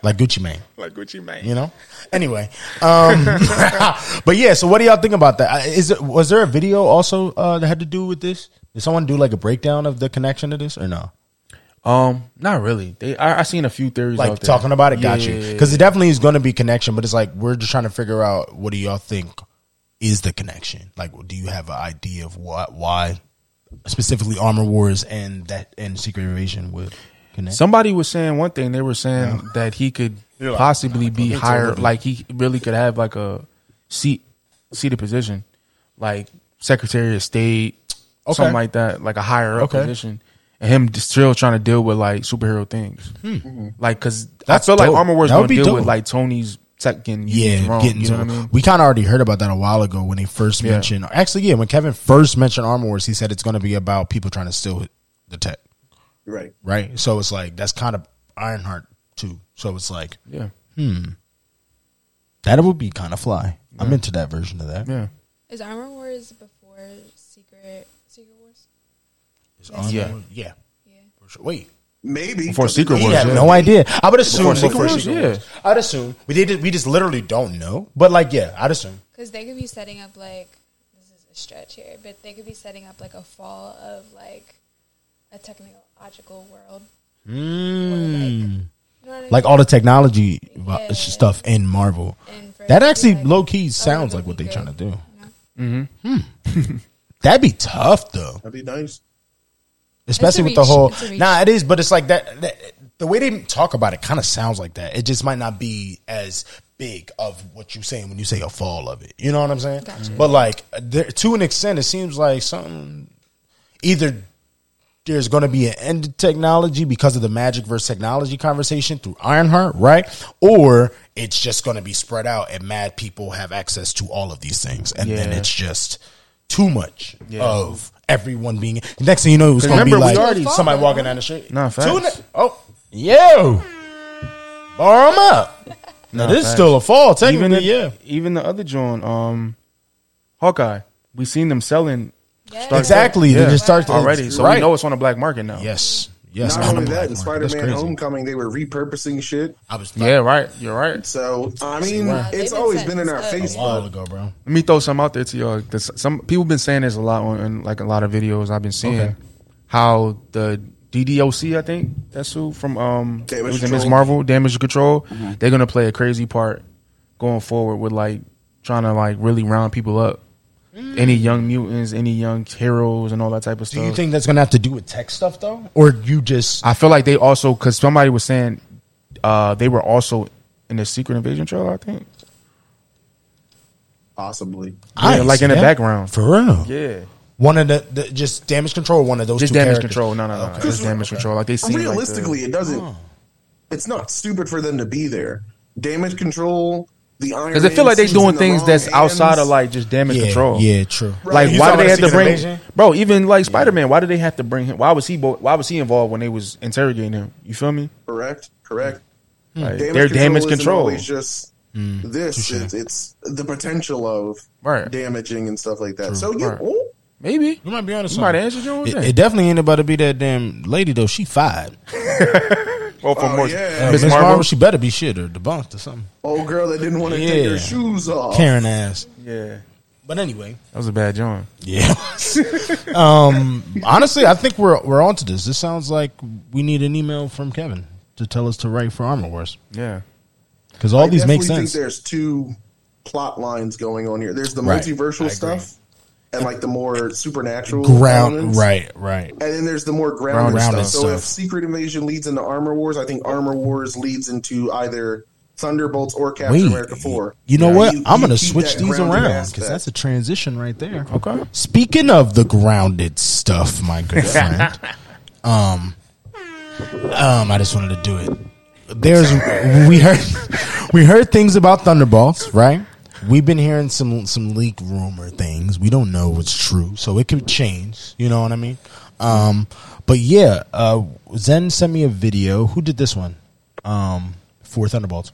Speaker 4: like Gucci Mane,
Speaker 3: Like Gucci man.
Speaker 4: you know? Anyway. Um, but yeah, so what do y'all think about that? Uh, Is it, was there a video also uh, that had to do with this? Did someone do like a breakdown of the connection to this or no?
Speaker 3: Um, not really. They I, I seen a few theories
Speaker 4: Like
Speaker 3: out there.
Speaker 4: talking about it, got
Speaker 3: Yeah,
Speaker 4: you.
Speaker 3: yeah, yeah.
Speaker 4: Because it definitely is going to be connection, but it's like we're just trying to figure out what do y'all think is the connection? Like, do you have an idea of what, why specifically Armor Wars and that and Secret Invasion would connect?
Speaker 3: Somebody was saying one thing. They were saying that he could
Speaker 4: like,
Speaker 3: possibly be
Speaker 4: it's
Speaker 3: higher.
Speaker 4: over.
Speaker 3: Like he really could have like a seat, seated position, like Secretary of State,
Speaker 4: Okay.
Speaker 3: something like that, like a higher up
Speaker 4: Okay.
Speaker 3: position. And him just still trying to deal with like superhero things, Mm-hmm. like because I
Speaker 4: Hmm. That's
Speaker 3: feel like
Speaker 4: dope.
Speaker 3: Armor Wars
Speaker 4: That would
Speaker 3: gonna
Speaker 4: be
Speaker 3: deal with
Speaker 4: dope.
Speaker 3: like Tony's tech getting
Speaker 4: Yeah,
Speaker 3: used wrong.
Speaker 4: getting
Speaker 3: you
Speaker 4: to
Speaker 3: know what I
Speaker 4: the-
Speaker 3: mean?
Speaker 4: We kind of already heard about that a while ago when they first mentioned. Actually, yeah, when Kevin first mentioned Armor Wars, he said it's going to be about people trying to steal the tech,
Speaker 5: Right.
Speaker 4: right? So it's like that's kind of Ironheart too. So it's like hmm,
Speaker 3: Yeah,
Speaker 4: that would be kind of fly. I'm into that version of that.
Speaker 3: yeah.
Speaker 6: Is Armor Wars before Secret Secret Wars?
Speaker 4: It's Armor
Speaker 3: Yeah.
Speaker 4: Wars- yeah.
Speaker 6: Yeah.
Speaker 4: For sure. Wait,
Speaker 5: Maybe
Speaker 3: Before Secret
Speaker 4: we
Speaker 3: Wars,
Speaker 4: have
Speaker 3: yeah.
Speaker 4: no idea. I would assume
Speaker 3: Secret Wars,
Speaker 4: Yeah. I'd assume we did. We just literally don't know. But like, yeah, I'd assume.
Speaker 6: Because they could be setting up like this is a stretch here, but they could be setting up like a fall of like a technological world. Mm. Like,
Speaker 4: Hmm. Like all the technology uh,
Speaker 6: Yeah.
Speaker 4: stuff in Marvel.
Speaker 6: And for it
Speaker 4: That
Speaker 6: to be
Speaker 4: actually
Speaker 6: like-
Speaker 4: low key sounds
Speaker 6: that'd
Speaker 4: like what
Speaker 6: be
Speaker 4: they're
Speaker 6: good.
Speaker 4: trying to do.
Speaker 6: No.
Speaker 4: That'd be tough though,
Speaker 5: that'd be nice.
Speaker 4: especially with the
Speaker 6: reach.
Speaker 4: whole.
Speaker 6: It's a reach.
Speaker 4: Nah, it is, but it's like that, that. The way they talk about it kind of sounds like that. It just might not be as big of what you're saying when you say a fall of it. You know what I'm saying?
Speaker 6: Gotcha.
Speaker 4: But like, there, to an extent, it seems like something either there's going to be an end to technology because of the magic versus technology conversation through Ironheart, right? Or it's just going to be spread out and mad people have access to all of these things. And then
Speaker 3: Yeah.
Speaker 4: it's just too much of everyone being. Next thing you know, it was going to be
Speaker 3: remember, we
Speaker 4: like
Speaker 3: already-
Speaker 4: somebody walking down the street.
Speaker 3: Nah, facts.
Speaker 4: Tune it- oh, yo. Bar 'em up. Now, this is
Speaker 3: facts.
Speaker 4: still a fall,
Speaker 3: Even
Speaker 4: technically,
Speaker 3: the,
Speaker 4: yeah.
Speaker 3: even the other John, um, Hawkeye. We seen them selling
Speaker 6: Yeah.
Speaker 3: Started-
Speaker 4: Exactly. They
Speaker 3: Yeah.
Speaker 4: just start
Speaker 3: already, so
Speaker 4: Oh, right.
Speaker 3: we know it's on the black market now.
Speaker 4: Yes. Yes.
Speaker 5: Not
Speaker 4: on the
Speaker 5: only that,
Speaker 4: black
Speaker 5: in
Speaker 4: market. That's
Speaker 5: Spider-Man
Speaker 4: crazy.
Speaker 5: Homecoming, they were repurposing shit.
Speaker 4: I was
Speaker 3: Yeah, right. You're right.
Speaker 5: So I mean,
Speaker 6: Wow. They've
Speaker 5: it's
Speaker 6: been
Speaker 5: always
Speaker 6: setting
Speaker 5: been in our
Speaker 6: this up.
Speaker 5: face.
Speaker 4: a while ago, bro.
Speaker 3: Let me throw some out there to y'all. This- Some people been saying this a lot on in like a lot of videos I've been seeing.
Speaker 4: Okay.
Speaker 3: How the DDOC, I think that's who from um
Speaker 5: Damage
Speaker 3: it was in
Speaker 5: Control.
Speaker 3: Miss Marvel, Damage Control.
Speaker 4: Mm-hmm.
Speaker 3: They're gonna play a crazy part going forward with like trying to like really round people up. Any young mutants, any young heroes, and all that type of
Speaker 4: Mm. Do
Speaker 3: stuff.
Speaker 4: you think that's gonna have to do with tech stuff though, or you just?
Speaker 3: I feel like they also because somebody was saying uh, they were also in the Secret Invasion trailer. I think
Speaker 5: Possibly.
Speaker 4: I
Speaker 3: yeah, like in the
Speaker 4: yeah.
Speaker 3: background.
Speaker 4: for real?
Speaker 3: Yeah.
Speaker 4: One of the, the just damage control. One of those
Speaker 3: Just
Speaker 4: two
Speaker 3: damage
Speaker 4: characters.
Speaker 3: control. No, no, no. no. Just damage control. Like they seem
Speaker 5: Realistically,
Speaker 3: like
Speaker 5: it doesn't.
Speaker 4: Oh.
Speaker 5: It's not stupid for them to be there. Damage control. The Iron.
Speaker 3: because I feel
Speaker 5: Man
Speaker 3: like they
Speaker 5: suits in
Speaker 3: doing
Speaker 5: the
Speaker 3: things
Speaker 5: wrong
Speaker 3: that's outside of
Speaker 5: hands.
Speaker 3: like just damage
Speaker 4: Yeah,
Speaker 3: control.
Speaker 4: yeah, true.
Speaker 3: Like
Speaker 5: You
Speaker 3: why do they
Speaker 5: talking
Speaker 3: have
Speaker 5: about
Speaker 3: to
Speaker 4: Secret
Speaker 3: bring
Speaker 4: Invasion?
Speaker 3: bro? Even like Spider Man, why do they have to bring him? Why was he? bo- Why was he involved when they was interrogating him? You feel me?
Speaker 5: Correct. Correct.
Speaker 4: Hmm.
Speaker 3: Like, they're damage
Speaker 5: isn't
Speaker 3: control.
Speaker 5: always just
Speaker 4: Mm.
Speaker 5: this. It's, it's the potential of
Speaker 3: Right.
Speaker 5: damaging and stuff like that. So yeah,
Speaker 3: Right.
Speaker 5: oh,
Speaker 3: Maybe
Speaker 4: You might be honest.
Speaker 3: you might answer your own
Speaker 4: It,
Speaker 3: thing.
Speaker 4: it definitely ain't about to be that damn lady though. She fired.
Speaker 3: Well, for
Speaker 5: Oh,
Speaker 3: more
Speaker 5: yeah.
Speaker 4: Miss
Speaker 3: Miss
Speaker 4: Marvel?
Speaker 3: Marvel.
Speaker 4: she better be shit or debunked or something.
Speaker 5: old girl that didn't want to take
Speaker 4: Yeah.
Speaker 5: her shoes off.
Speaker 4: Oh. Karen ass.
Speaker 3: Yeah,
Speaker 4: But anyway,
Speaker 3: that was a bad joint.
Speaker 4: yeah. um, honestly, I think we're we're onto this. This sounds like we need an email from Kevin to tell us to write for Armor Wars
Speaker 3: Yeah,
Speaker 4: because all
Speaker 5: I
Speaker 4: these make
Speaker 5: definitely
Speaker 4: sense.
Speaker 5: Think there's two plot lines going on here. There's the
Speaker 4: Right. I
Speaker 5: multiversal
Speaker 4: agree.
Speaker 5: stuff and like the more supernatural
Speaker 4: Ground
Speaker 5: elements.
Speaker 4: right, right.
Speaker 5: And then there's the more grounded,
Speaker 4: Grounded
Speaker 5: stuff. So
Speaker 4: stuff.
Speaker 5: if Secret Invasion leads into Armor Wars, I think Armor Wars leads into either Thunderbolts or Captain
Speaker 4: Wait,
Speaker 5: America Four.
Speaker 4: You know
Speaker 5: Yeah,
Speaker 4: what?
Speaker 5: you-
Speaker 4: I'm
Speaker 5: you
Speaker 4: gonna
Speaker 5: keep
Speaker 4: switch
Speaker 5: that
Speaker 4: these
Speaker 5: grounded
Speaker 4: around
Speaker 5: aspect.
Speaker 4: because that's a transition right there.
Speaker 3: Okay.
Speaker 4: Speaking of the grounded stuff, my good friend, um, um, I just wanted to do it. There's we heard we heard things about Thunderbolts, right? We've been hearing some some leak rumor things. We don't know what's true, so it could change. You know what I mean? Um, but yeah, uh, Zen sent me a video. Who did this one? Um, for Thunderbolts,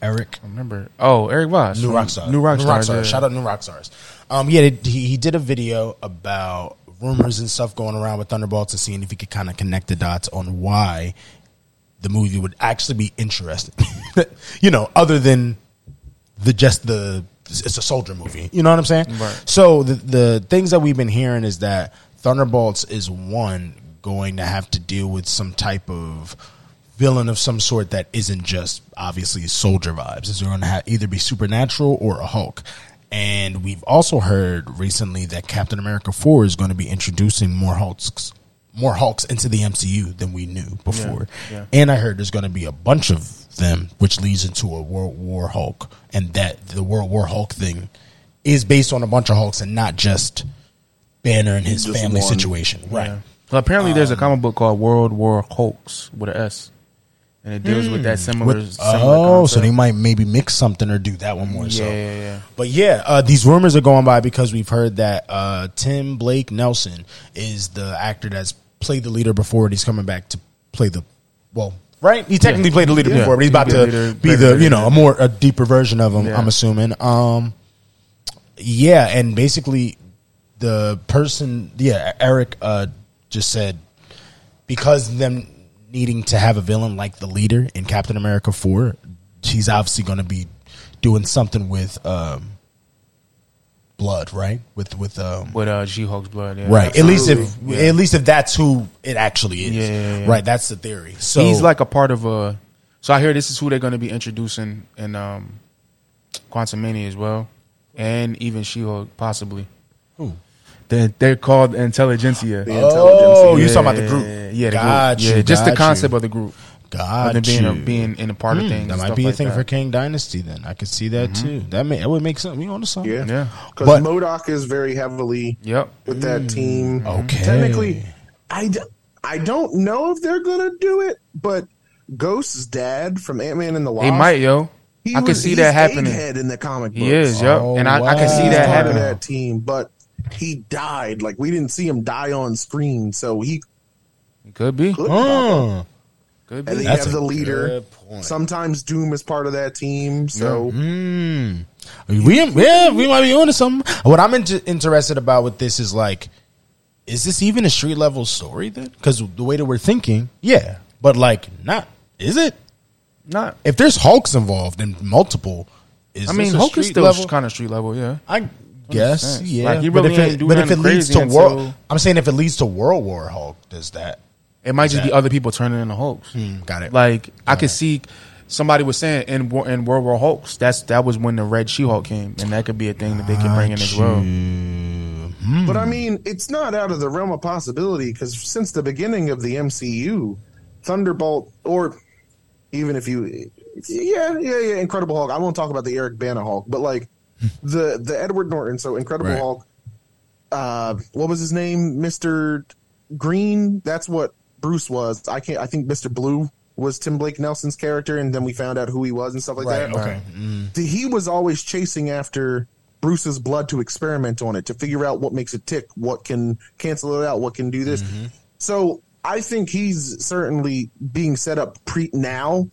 Speaker 4: Eric.
Speaker 3: Remember? Oh, Eric Voss.
Speaker 4: New
Speaker 3: from
Speaker 4: rock stars.
Speaker 3: New rock stars. yeah.
Speaker 4: Shout out new rock stars. Um, yeah, they- he, he did a video about rumors and stuff going around with Thunderbolts and seeing if he could kind of connect the dots on why the movie would actually be interesting. you know, other than the just the it's a soldier movie. You know what I'm saying?
Speaker 3: Right.
Speaker 4: So the the things that we've been hearing is that Thunderbolts is one going to have to deal with some type of villain of some sort that isn't just obviously soldier vibes. It's going to ha- either be supernatural or a Hulk. And we've also heard recently that Captain America 4 is going to be introducing more Hulks more Hulks into the MCU than we knew before.
Speaker 3: yeah.
Speaker 4: And I heard there's going to be a bunch of them, which leads into a World War Hulk, and that the World War Hulk thing is based on a bunch of Hulks and not just Banner and his
Speaker 5: Just
Speaker 4: family
Speaker 5: one.
Speaker 4: situation, right? Um,
Speaker 3: Yeah. Well, apparently, there's a comic book called World War Hulks with an S, and it deals with that similar.
Speaker 4: Hmm. With-
Speaker 3: similar
Speaker 4: oh, so
Speaker 3: concept.
Speaker 4: they might maybe mix something or do that one more. so.
Speaker 3: Yeah, yeah, yeah.
Speaker 4: But yeah, uh, these rumors are going by because we've heard that uh, Tim Blake Nelson is the actor that's played the leader before, and he's coming back to play the well. Right, he technically played the leader
Speaker 3: Yeah.
Speaker 4: before, but he's
Speaker 3: He
Speaker 4: about
Speaker 3: played
Speaker 4: to
Speaker 3: the leader,
Speaker 4: be
Speaker 3: better
Speaker 4: the you
Speaker 3: version
Speaker 4: know a
Speaker 3: of
Speaker 4: more a deeper version of him.
Speaker 3: Yeah.
Speaker 4: I'm assuming. Um, yeah, and basically the person, yeah, Eric uh, just said because them needing to have a villain like the leader in Captain America four, he's obviously going to be doing something with um, blood, right? With with um,
Speaker 3: With uh, She Hulk's blood. Yeah.
Speaker 4: right. At least if
Speaker 3: Absolutely.
Speaker 4: at least if that's who it actually is,
Speaker 3: Yeah, yeah, yeah.
Speaker 4: right? That's the theory. So
Speaker 3: he's like a part of a. So I hear this is who they're going to be introducing in um, Quantum Mania as well, and even She Hulk possibly.
Speaker 4: Who?
Speaker 3: They're, they're called Intelligentsia.
Speaker 5: The
Speaker 4: oh,
Speaker 5: intelligentsia.
Speaker 4: you talking about the group?
Speaker 3: Yeah, yeah, the
Speaker 4: got
Speaker 3: group.
Speaker 4: you.
Speaker 3: yeah just the
Speaker 4: got
Speaker 3: concept
Speaker 4: you.
Speaker 3: of the group.
Speaker 4: got
Speaker 3: Other than being,
Speaker 4: you. Hmm,
Speaker 3: A, being in a part of things.
Speaker 4: that
Speaker 3: and
Speaker 4: might
Speaker 3: stuff
Speaker 4: be a
Speaker 3: like
Speaker 4: thing
Speaker 3: that. Mm-hmm.
Speaker 4: for King Dynasty. Then I could see that too. That may that would make sense. We on to something.
Speaker 5: Yeah.
Speaker 3: Yeah.
Speaker 5: Because
Speaker 4: But- Mm,
Speaker 5: Modoc is very heavily
Speaker 3: Yep.
Speaker 5: with that team.
Speaker 4: Okay.
Speaker 5: Technically, I, d- I don't know if they're going to do it, but Ghost's dad from Ant Man and the Wasp.
Speaker 3: They might, yo.
Speaker 5: he
Speaker 3: I can
Speaker 5: was-
Speaker 3: see
Speaker 5: he's
Speaker 3: that happening.
Speaker 5: Egghead in the comic books.
Speaker 3: He is, yep.
Speaker 4: Oh,
Speaker 3: and I, I can see
Speaker 4: wow.
Speaker 3: that
Speaker 5: part of
Speaker 3: happening.
Speaker 5: that team, but he died. Like we didn't see him die on screen, so he
Speaker 3: Could be.
Speaker 5: could. pop up.
Speaker 4: Mm.
Speaker 3: Could
Speaker 5: And then
Speaker 3: be.
Speaker 5: you
Speaker 4: That's
Speaker 5: have
Speaker 4: a
Speaker 5: the leader.
Speaker 4: good point.
Speaker 5: Sometimes Doom is part of that
Speaker 3: mm-hmm.
Speaker 5: team, so
Speaker 4: Mm. We yeah, we might be onto something. What I'm inter- interested about with this is like, is this even a street level story then? Because the way that we're thinking, yeah, but like, not is it?
Speaker 3: Not.
Speaker 4: If there's Hulks involved and multiple, is
Speaker 3: I mean,
Speaker 4: this a
Speaker 3: Hulk is
Speaker 4: street
Speaker 3: still
Speaker 4: level?
Speaker 3: kind of street level, yeah.
Speaker 4: I guess,
Speaker 3: sense.
Speaker 4: yeah.
Speaker 3: Like, you
Speaker 4: but
Speaker 3: really
Speaker 4: if it,
Speaker 3: ain't do
Speaker 4: but if it
Speaker 3: nothing
Speaker 4: leads to
Speaker 3: crazy
Speaker 4: world,
Speaker 3: until-
Speaker 4: I'm saying if it leads to World War Hulk, does that?
Speaker 3: It might just be
Speaker 4: Exactly.
Speaker 3: other people turning into Hulks.
Speaker 4: Mm, Got it.
Speaker 3: Hmm. Like I could see somebody was saying in War- in World War Hulks. That's that was when the Red She Hulk came, and that could be a thing that they can bring in as well.
Speaker 5: But
Speaker 4: Hmm.
Speaker 5: I mean, it's not out of the realm of possibility because since the beginning of the MCU, Thunderbolt, or even if you, yeah, yeah, yeah, Incredible Hulk. I won't talk about the Eric Bana Hulk, but like the the Edward Norton, so Incredible
Speaker 4: Hmm. Right.
Speaker 5: Hulk. Uh, what was his name, Mister Green? That's what Bruce was. I can't. I think Mister Blue was Tim Blake Nelson's character, and then we found out who he was and stuff like
Speaker 4: Right.
Speaker 5: that
Speaker 4: Okay.
Speaker 5: the- he was always chasing after Bruce's blood to experiment on it to figure out what makes it tick, what can cancel it out, what can do this.
Speaker 4: Mm-hmm.
Speaker 5: So I think he's certainly being set up pre now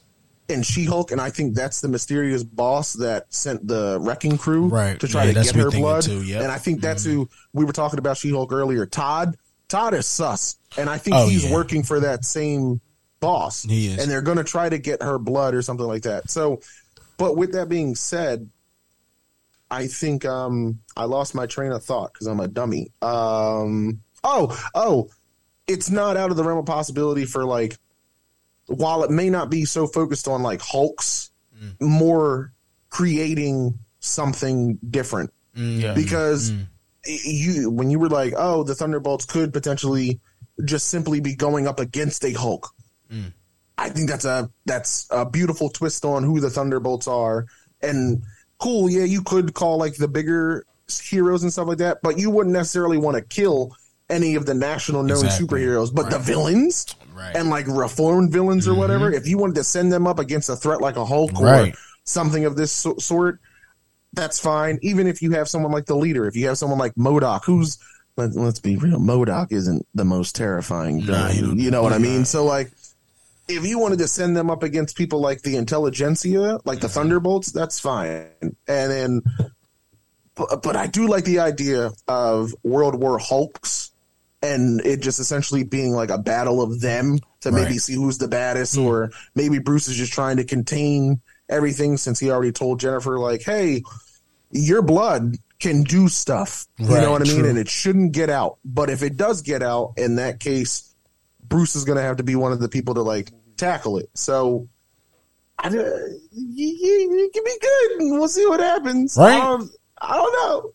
Speaker 5: in She Hulk, and I think that's the mysterious boss that sent the wrecking crew
Speaker 4: Right.
Speaker 5: to try
Speaker 4: Yeah,
Speaker 5: to
Speaker 4: that's
Speaker 5: get
Speaker 4: me
Speaker 5: her
Speaker 4: thinking
Speaker 5: blood.
Speaker 4: too, yep. Mm-hmm.
Speaker 5: And I think that's who we were talking about She Hulk earlier. Todd, Todd is sus, and I think
Speaker 4: Oh,
Speaker 5: he's
Speaker 4: yeah.
Speaker 5: working for that same boss,
Speaker 4: He is.
Speaker 5: and they're going to try to get her blood or something like that. So. But with that being said, I think um, I lost my train of thought because I'm a dummy. Um, oh, oh, it's not out of the realm of possibility for like, while it may not be so focused on like Hulks,
Speaker 4: Mm.
Speaker 5: more creating something different
Speaker 3: Yeah.
Speaker 5: because y- you when you were like, oh, the Thunderbolts could potentially just simply be going up against a Hulk. I think that's a that's a beautiful twist on who the Thunderbolts are, and cool. Yeah, you could call like the bigger heroes and stuff like that, but you wouldn't necessarily want to kill any of the national known
Speaker 4: Exactly.
Speaker 5: superheroes. But the villains
Speaker 4: Right. Mm-hmm.
Speaker 5: and like reformed villains or whatever, if you wanted to send them up against a threat like a Hulk
Speaker 4: Right.
Speaker 5: or something of this so- sort, that's fine. Even if you have someone like the leader, if you have someone like Modoc, who's let, let's be real, Modoc isn't the most terrifying guy. you know what I mean? So like, if you wanted to send them up against people like the intelligentsia, like
Speaker 4: Mm-hmm.
Speaker 5: the Thunderbolts, that's fine. And then, but, but I do like the idea of World War Hulks and it just essentially being like a battle of them to maybe
Speaker 4: Right. Mm.
Speaker 5: see who's the baddest, or maybe Bruce is just trying to contain everything since he already told Jennifer, like, hey, your blood can do stuff. You
Speaker 4: Right,
Speaker 5: know what I mean?
Speaker 4: true.
Speaker 5: And it shouldn't get out. But if it does get out, in that case, Bruce is going to have to be one of the people to like tackle it. So I, d- y- y- it can be good. and We'll see what happens.
Speaker 4: Right.
Speaker 5: Um, I don't know.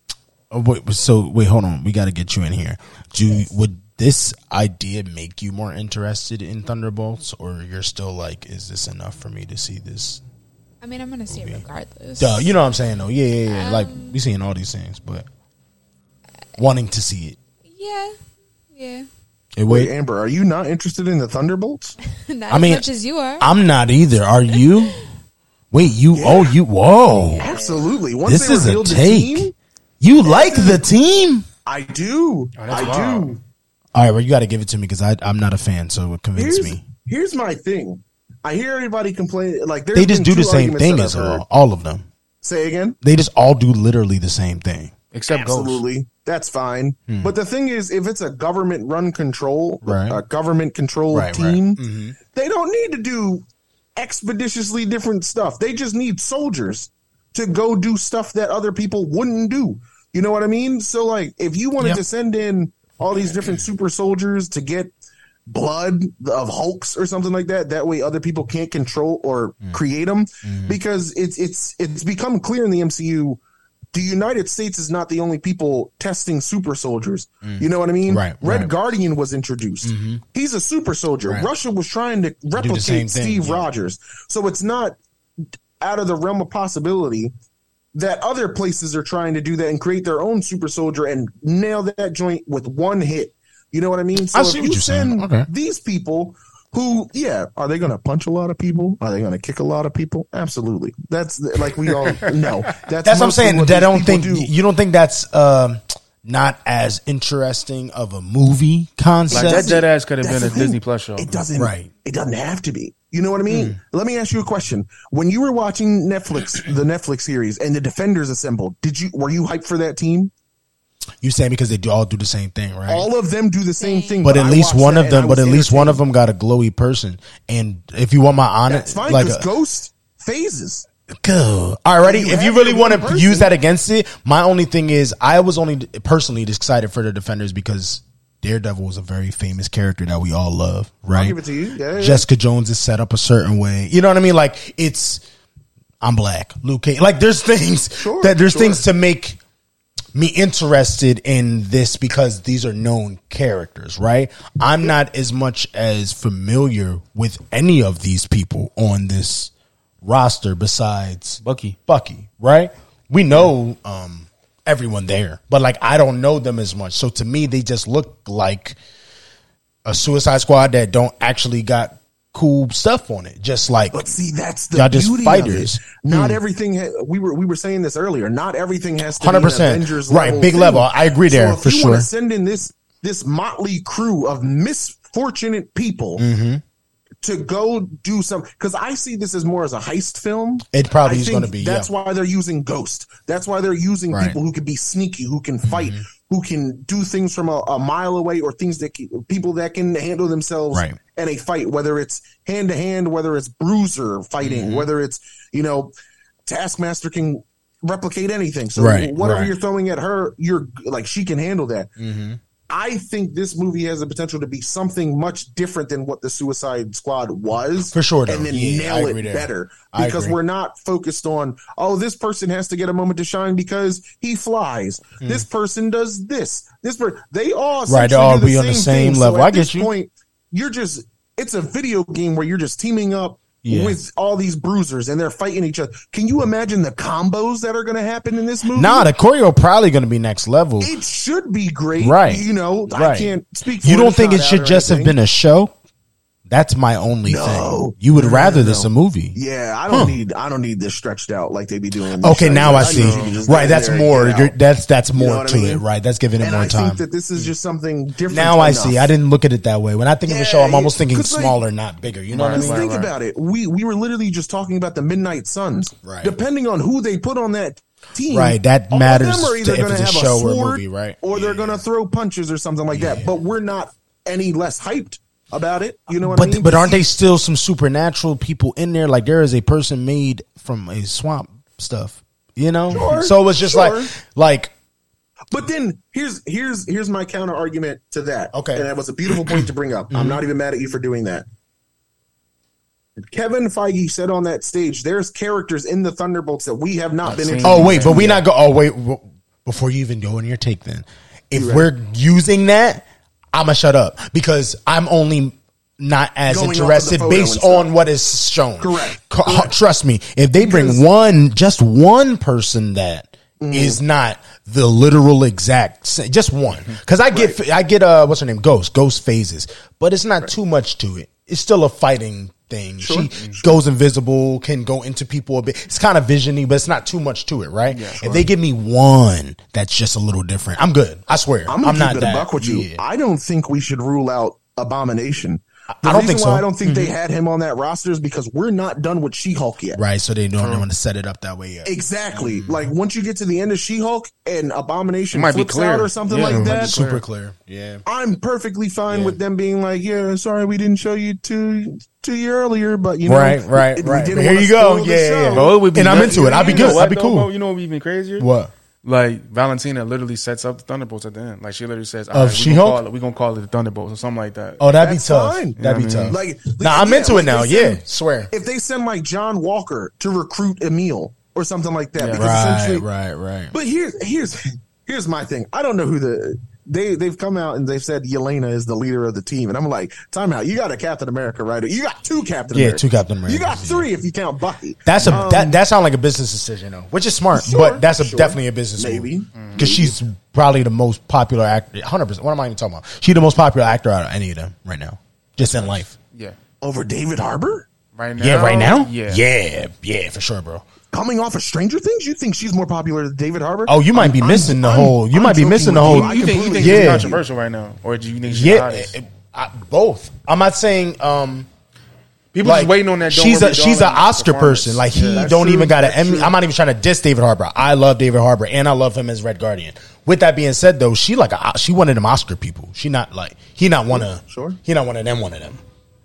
Speaker 4: Oh, wait, so wait, hold on. We got to get you in here. Do you, would this idea make you more interested in Thunderbolts, or you're still like, is this enough for me to see this?
Speaker 6: I mean, I'm gonna see it regardless.
Speaker 4: Duh, you know what I'm saying? Though, yeah, yeah, yeah. like
Speaker 6: Um,
Speaker 4: we seeing all these things, but wanting to see it.
Speaker 6: Yeah, yeah.
Speaker 4: It wait.
Speaker 5: Wait, Amber, are you not interested in the Thunderbolts?
Speaker 6: Not
Speaker 4: I
Speaker 6: as
Speaker 4: mean,
Speaker 6: much as you are.
Speaker 4: I'm not either. Are you? Wait, you? Oh, you? Whoa!
Speaker 5: Absolutely. Once
Speaker 4: This
Speaker 5: they
Speaker 4: is a
Speaker 5: revealed
Speaker 4: take.
Speaker 5: the team,
Speaker 4: you like the team?
Speaker 5: I do.
Speaker 3: Oh, that's
Speaker 5: I
Speaker 3: wild.
Speaker 5: do.
Speaker 4: All right, well, you got to give it to me because I'm not a fan, so convince
Speaker 5: Here's,
Speaker 4: me.
Speaker 5: here's my thing. I hear everybody complain like there's
Speaker 4: They just do
Speaker 5: been two
Speaker 4: the same
Speaker 5: arguments
Speaker 4: thing
Speaker 5: that
Speaker 4: as
Speaker 5: I've heard.
Speaker 4: all, all of them.
Speaker 5: Say again.
Speaker 4: They just all do literally the same thing.
Speaker 3: Except Ghost.
Speaker 5: Absolutely. That's fine. But the thing is, if it's a government run control,
Speaker 4: Hmm. Right.
Speaker 5: a government controlled
Speaker 4: Right, Mm-hmm. right.
Speaker 5: team, they don't need to do expeditiously different stuff. They just need soldiers to go do stuff that other people wouldn't do. You know what I mean? So, like, if you wanted
Speaker 4: Yep.
Speaker 5: to send in all these different super soldiers to get blood of hulks or something like that that way other people can't control or
Speaker 4: Mm.
Speaker 5: create them
Speaker 4: Mm-hmm.
Speaker 5: because it's it's it's become clear in the MCU the United States is not the only people testing super soldiers. You know what I mean?
Speaker 4: Mm. Right,
Speaker 5: Red
Speaker 4: right. Mm.
Speaker 5: Guardian was introduced. He's a super soldier.
Speaker 4: Right.
Speaker 5: Russia was trying to replicate
Speaker 4: same thing,
Speaker 5: Steve
Speaker 4: yeah.
Speaker 5: Rogers. So it's not out of the realm of possibility that other places are trying to do that and create their own super soldier and nail that joint with one hit. You know what I mean? So
Speaker 4: I see what
Speaker 5: if you
Speaker 4: you're saying.
Speaker 5: send
Speaker 4: Okay.
Speaker 5: these people who, yeah, are they going to punch a lot of people? Are they going to kick a lot of people? Absolutely. That's the- like we all know. That's,
Speaker 4: That's what I'm
Speaker 5: mostly
Speaker 4: saying.
Speaker 5: what
Speaker 4: that I don't
Speaker 5: these people
Speaker 4: think
Speaker 5: do.
Speaker 4: you don't think that's um, not as interesting of a movie concept.
Speaker 3: Like that dead ass could have
Speaker 5: That's
Speaker 3: been a
Speaker 5: the thing.
Speaker 3: Disney Plus show.
Speaker 5: It doesn't.
Speaker 4: Right. Hmm.
Speaker 5: It doesn't have to be. You know what I mean? Let me ask you a question. When you were watching Netflix, the Netflix series, and the Defenders assembled, did you were you hyped for that team?
Speaker 4: you saying because they do all do the same thing, right?
Speaker 5: All of them do the same thing,
Speaker 4: but at
Speaker 5: I
Speaker 4: least
Speaker 5: watched
Speaker 4: one
Speaker 5: that
Speaker 4: of them.
Speaker 5: and I
Speaker 4: But at
Speaker 5: was
Speaker 4: least one of them got a glowy person. And if you want my honest,
Speaker 5: That's fine
Speaker 4: like uh,
Speaker 5: because
Speaker 4: a-
Speaker 5: Ghost phases.
Speaker 4: Go. Alrighty,
Speaker 5: You
Speaker 4: if
Speaker 5: have
Speaker 4: you really
Speaker 5: to
Speaker 4: want
Speaker 5: be
Speaker 4: to
Speaker 5: person.
Speaker 4: use that against it, my only thing is I was only personally excited for the defenders because Daredevil was a very famous character that we all love, right?
Speaker 5: give it to you. Yeah, yeah.
Speaker 4: Jessica Jones is set up a certain way. You know what I mean? Like it's I'm black, Luke Cage. Like there's things
Speaker 5: Sure,
Speaker 4: that there's
Speaker 5: sure.
Speaker 4: things to make me interested in this because these are known characters, right? I'm not as much as familiar with any of these people on this roster besides
Speaker 3: Bucky.
Speaker 4: Bucky, right? We know um everyone there, but like I don't know them as much. So to me they just look like a Suicide Squad that don't actually got cool stuff on it. Just like
Speaker 5: But see, that's the
Speaker 4: Y'all
Speaker 5: beauty
Speaker 4: just fighters. Hmm.
Speaker 5: of it. Not everything. Ha- we were we were saying this earlier. Not everything has to be an
Speaker 4: 100%.
Speaker 5: Avengers
Speaker 4: Right,
Speaker 5: level
Speaker 4: big
Speaker 5: thing.
Speaker 4: level. I agree there,
Speaker 5: if
Speaker 4: for
Speaker 5: you wanna
Speaker 4: sure.
Speaker 5: Send in this this motley crew of misfortunate people.
Speaker 4: Mm-hmm.
Speaker 5: To go do some because I see this as more as a heist film.
Speaker 4: It probably
Speaker 5: I
Speaker 4: is
Speaker 5: think
Speaker 4: gonna be,
Speaker 5: That's
Speaker 4: yeah.
Speaker 5: why they're using Ghost. That's why they're using
Speaker 4: Right. Mm-hmm.
Speaker 5: people who can be sneaky, who can fight, who can do things from a, a mile away, or things that can, people that can handle themselves
Speaker 4: Right.
Speaker 5: and a fight, whether it's hand to hand, whether it's bruiser fighting,
Speaker 4: Mm-hmm.
Speaker 5: whether it's you know, Taskmaster can replicate anything. So
Speaker 4: Right,
Speaker 5: whatever
Speaker 4: right. Mm-hmm.
Speaker 5: you're throwing at her, you're like she can handle that. I think this movie has the potential to be something much different than what the Suicide Squad was
Speaker 4: For sure, though.
Speaker 5: and then
Speaker 4: Yeah, I
Speaker 5: nail
Speaker 4: agree
Speaker 5: it
Speaker 4: there.
Speaker 5: better
Speaker 4: I
Speaker 5: because
Speaker 4: agree.
Speaker 5: we're not focused on oh this person has to get a moment to shine because he flies. This person does this. This per- they all
Speaker 4: Hmm. Right, they
Speaker 5: essentially
Speaker 4: all
Speaker 5: do
Speaker 4: be on the same
Speaker 5: thing.
Speaker 4: level.
Speaker 5: So at
Speaker 4: I get
Speaker 5: this
Speaker 4: you.
Speaker 5: Point you're just it's a video game where you're just teaming up.
Speaker 4: Yeah.
Speaker 5: With all these bruisers and they're fighting each other. Can you imagine the combos that are going to happen in this movie?
Speaker 4: nah, the choreo probably gonna be next level.
Speaker 5: it should be great,
Speaker 4: Right.
Speaker 5: You know, I
Speaker 4: Right.
Speaker 5: can't speak. For
Speaker 4: You
Speaker 5: it,
Speaker 4: don't
Speaker 5: it's
Speaker 4: think
Speaker 5: not
Speaker 4: it
Speaker 5: out or
Speaker 4: should just have
Speaker 5: anything.
Speaker 4: been a show? That's my only
Speaker 5: No.
Speaker 4: thing. You would rather this a movie.
Speaker 5: Yeah, I don't need I don't need this stretched out like they be doing.
Speaker 4: Okay,
Speaker 5: Like,
Speaker 4: now I
Speaker 5: need
Speaker 4: see.
Speaker 5: you to just
Speaker 4: Right,
Speaker 5: lay
Speaker 4: that's
Speaker 5: there and
Speaker 4: more.
Speaker 5: get
Speaker 4: You're,
Speaker 5: out.
Speaker 4: that's that's more
Speaker 5: what I
Speaker 4: to
Speaker 5: mean?
Speaker 4: it. Right, that's giving it
Speaker 5: and
Speaker 4: more
Speaker 5: I
Speaker 4: time.
Speaker 5: think that this is just something different.
Speaker 4: now I see.
Speaker 5: enough.
Speaker 4: I didn't look at it that way. When I think of a
Speaker 5: Yeah,
Speaker 4: show, I'm
Speaker 5: you-
Speaker 4: almost thinking
Speaker 5: 'cause, like-
Speaker 4: smaller, not bigger. You know what I
Speaker 3: Right,
Speaker 4: mean?
Speaker 5: Because
Speaker 3: right,
Speaker 5: think
Speaker 3: right.
Speaker 5: about it. We we were literally just talking about the Midnight Suns.
Speaker 4: Right.
Speaker 5: Depending on who they put on that team,
Speaker 4: Right, that
Speaker 5: all of
Speaker 4: matters
Speaker 5: them are either
Speaker 4: to- if
Speaker 5: gonna
Speaker 4: it's a
Speaker 5: have
Speaker 4: show or a
Speaker 5: sword
Speaker 4: movie, right?
Speaker 5: Or they're
Speaker 4: Yeah.
Speaker 5: going to throw punches or something like that. But we're not any less hyped about it. You know what
Speaker 4: but
Speaker 5: I mean?
Speaker 4: but aren't they still some supernatural people in there? Like there is a person made from a swamp stuff, you know.
Speaker 5: Sure,
Speaker 4: so it's just
Speaker 5: sure.
Speaker 4: like like
Speaker 5: But then here's here's here's my counter argument to that.
Speaker 4: Okay. Mm-hmm.
Speaker 5: and that was a beautiful point to bring up. I'm not even mad at you for doing that. Kevin Feige said on that stage, "There's characters in the Thunderbolts that we have not been
Speaker 3: seen.
Speaker 5: introduced."
Speaker 4: oh wait, but we not go. Oh wait, w- before you even go in your take, then if we're using that, I'ma shut up because I'm only. Not as
Speaker 5: Going off of the
Speaker 4: interested
Speaker 5: photo
Speaker 4: based
Speaker 5: and stuff.
Speaker 4: on what is shown.
Speaker 5: Correct,
Speaker 4: Co- Trust me, if they bring one, just one person that is
Speaker 5: Mm-hmm.
Speaker 4: not the literal exact, sa- just one.
Speaker 5: Mm-hmm.
Speaker 4: Because I get, I get, uh, what's her name? Ghost, Ghost phases, but it's not too much to it. It's still a fighting thing. She
Speaker 5: Mm-hmm.
Speaker 4: goes invisible, can go into people a bit. It's kind of visiony, but it's not too much to it, right? If they give me one that's just a little different, I'm good. I swear, I'm,
Speaker 5: I'm gonna keep
Speaker 4: not
Speaker 5: it
Speaker 4: that.
Speaker 5: a buck with you.
Speaker 4: Yeah.
Speaker 5: I don't think we should rule out Abomination. The
Speaker 4: I don't
Speaker 5: reason
Speaker 4: think
Speaker 5: why
Speaker 4: so. Mm-hmm.
Speaker 5: I don't think they had him on that roster is because we're not done with She-Hulk yet.
Speaker 4: Right, Mm-hmm. so they don't want to set it up that way yet.
Speaker 5: Exactly. Like once you get to the end of She-Hulk and Abomination
Speaker 3: It might be
Speaker 5: flips
Speaker 3: clear.
Speaker 5: out or something
Speaker 3: Yeah, it
Speaker 5: like
Speaker 3: might be
Speaker 5: that,
Speaker 4: Super clear, yeah.
Speaker 5: I'm perfectly fine with them being like, "Yeah, sorry, we didn't show you two two year earlier, but you know,
Speaker 4: Right, right,
Speaker 5: we- we
Speaker 4: right.
Speaker 5: didn't
Speaker 4: Here
Speaker 5: wanna
Speaker 4: you go.
Speaker 5: spoil the
Speaker 4: Yeah, yeah,
Speaker 5: show."
Speaker 4: yeah.
Speaker 3: Bro, it would be
Speaker 4: And I'm
Speaker 3: nuts.
Speaker 4: into it. I'd be
Speaker 3: You
Speaker 4: good.
Speaker 3: know what,
Speaker 4: I'd be
Speaker 3: though,
Speaker 4: cool.
Speaker 3: bro? You know what would be even crazier?
Speaker 4: What?
Speaker 3: Like Valentina literally sets up the Thunderbolts at the end. Like she literally says, "All we
Speaker 4: She-Hulk?
Speaker 3: gonna call it- We gonna call it the Thunderbolts or something like that."
Speaker 4: Oh, that'd
Speaker 5: That's
Speaker 4: be tough.
Speaker 5: fine.
Speaker 4: That'd
Speaker 3: Yeah,
Speaker 4: be
Speaker 3: I mean-
Speaker 4: tough.
Speaker 5: Like,
Speaker 4: nah, I'm
Speaker 5: yeah,
Speaker 4: into
Speaker 5: like
Speaker 4: it now.
Speaker 5: they
Speaker 4: Yeah,
Speaker 5: said-
Speaker 4: swear.
Speaker 5: If they send like John Walker to recruit Emil or something like that, because
Speaker 4: Right,
Speaker 5: essentially,
Speaker 4: right, right.
Speaker 5: But here's here's here's my thing. I don't know who the they they've come out and they've said Yelena is the leader of the team, and I'm like, timeout. You got a Captain America right? You got two Captain.
Speaker 4: Yeah,
Speaker 5: Americas.
Speaker 4: two Captain Americas,
Speaker 5: You got
Speaker 4: yeah.
Speaker 5: three if you count Bucky.
Speaker 4: That's a that that sounds like a business decision though, which is smart,
Speaker 5: um, Sure,
Speaker 4: but that's a,
Speaker 5: sure.
Speaker 4: definitely a business
Speaker 5: Maybe.
Speaker 4: because she's probably the most popular actor. Hundred percent. What am I even talking about? She's the most popular actor out of any of them right now, just in life.
Speaker 3: Yeah,
Speaker 5: over David Harbor.
Speaker 3: right now.
Speaker 4: Yeah, right now.
Speaker 3: Yeah,
Speaker 4: yeah, yeah, for sure, bro.
Speaker 5: Coming off of Stranger Things, you think she's more popular than David Harbor?
Speaker 4: Oh, you might be
Speaker 5: I'm-
Speaker 4: missing the
Speaker 5: I'm-
Speaker 4: whole. You
Speaker 5: I'm
Speaker 4: might be
Speaker 5: joking
Speaker 4: missing
Speaker 5: with
Speaker 4: the whole.
Speaker 5: I
Speaker 3: You think you think
Speaker 5: completely
Speaker 3: it's
Speaker 4: Yeah.
Speaker 3: controversial right now, or do you think she's
Speaker 4: yeah,
Speaker 3: honest?
Speaker 4: it- I, both. I'm not saying. um
Speaker 3: People just waiting on that. Don't
Speaker 4: she's
Speaker 3: Worry Darling
Speaker 4: a she's an Oscar
Speaker 3: performance.
Speaker 4: person. Like he
Speaker 5: Yeah, that's
Speaker 4: don't
Speaker 5: true,
Speaker 4: even got an
Speaker 5: that's
Speaker 4: Emmy.
Speaker 5: true.
Speaker 4: I'm not even trying to diss David Harbour. I love David Harbour and I love him as Red Guardian. With that being said, though, she like a, she one of them Oscar people. She not like he not one of
Speaker 5: Sure.
Speaker 4: he not one of them. One of them.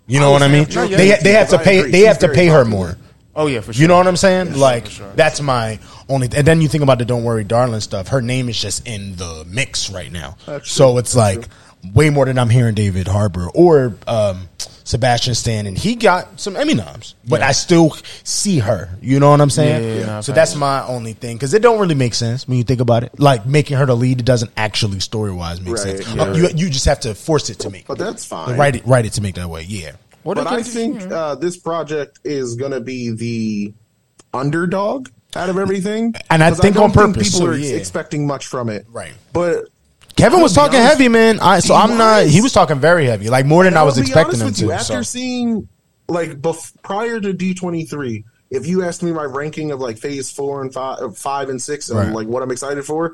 Speaker 4: You know what I mean?
Speaker 5: yeah, yeah,
Speaker 4: they
Speaker 5: yeah,
Speaker 4: they have to
Speaker 5: I
Speaker 4: pay
Speaker 5: agree.
Speaker 4: they have
Speaker 5: She's
Speaker 4: to
Speaker 5: very
Speaker 4: pay her
Speaker 5: popular.
Speaker 4: more.
Speaker 3: oh yeah, for sure.
Speaker 4: You know what I'm saying? like
Speaker 3: for sure.
Speaker 4: that's my only. And then you think about the "Don't Worry, Darling" stuff. Her name is just in the mix right now, so it's like way more than I'm hearing David Harbour or um, Sebastian Stan, and he got some Emmy noms, but I still see her. You know what I'm saying?
Speaker 3: Yeah, yeah, yeah.
Speaker 4: so that's my only thing because it don't really make sense when you think about it. Like making her the lead, it doesn't actually story wise make
Speaker 5: Right,
Speaker 4: sense.
Speaker 5: yeah.
Speaker 4: Uh, you you just have to force it to make.
Speaker 5: But that's fine.
Speaker 4: write it write it to make that way. Yeah.
Speaker 3: What
Speaker 5: But
Speaker 3: if
Speaker 5: I
Speaker 3: it's- Hmm.
Speaker 5: think uh, this project is going to be the underdog out of everything,
Speaker 4: And I
Speaker 5: 'Cause
Speaker 4: think
Speaker 5: don't
Speaker 4: on purpose, so
Speaker 5: people are ex-
Speaker 4: yeah.
Speaker 5: expecting much from it,
Speaker 4: Right.
Speaker 5: But
Speaker 4: Kevin was
Speaker 5: I'll be
Speaker 4: talking
Speaker 5: honest.
Speaker 4: heavy, man. I, so
Speaker 5: He
Speaker 4: I'm not.
Speaker 5: was.
Speaker 4: He was talking very heavy, like more than I
Speaker 5: I'll
Speaker 4: was
Speaker 5: be
Speaker 4: expecting
Speaker 5: honest
Speaker 4: him
Speaker 5: with you,
Speaker 4: to. So.
Speaker 5: After seeing like bef- prior to D twenty three, if you asked me my ranking of like phase four and five, uh, five and six, and
Speaker 4: Right.
Speaker 5: like what I'm excited for,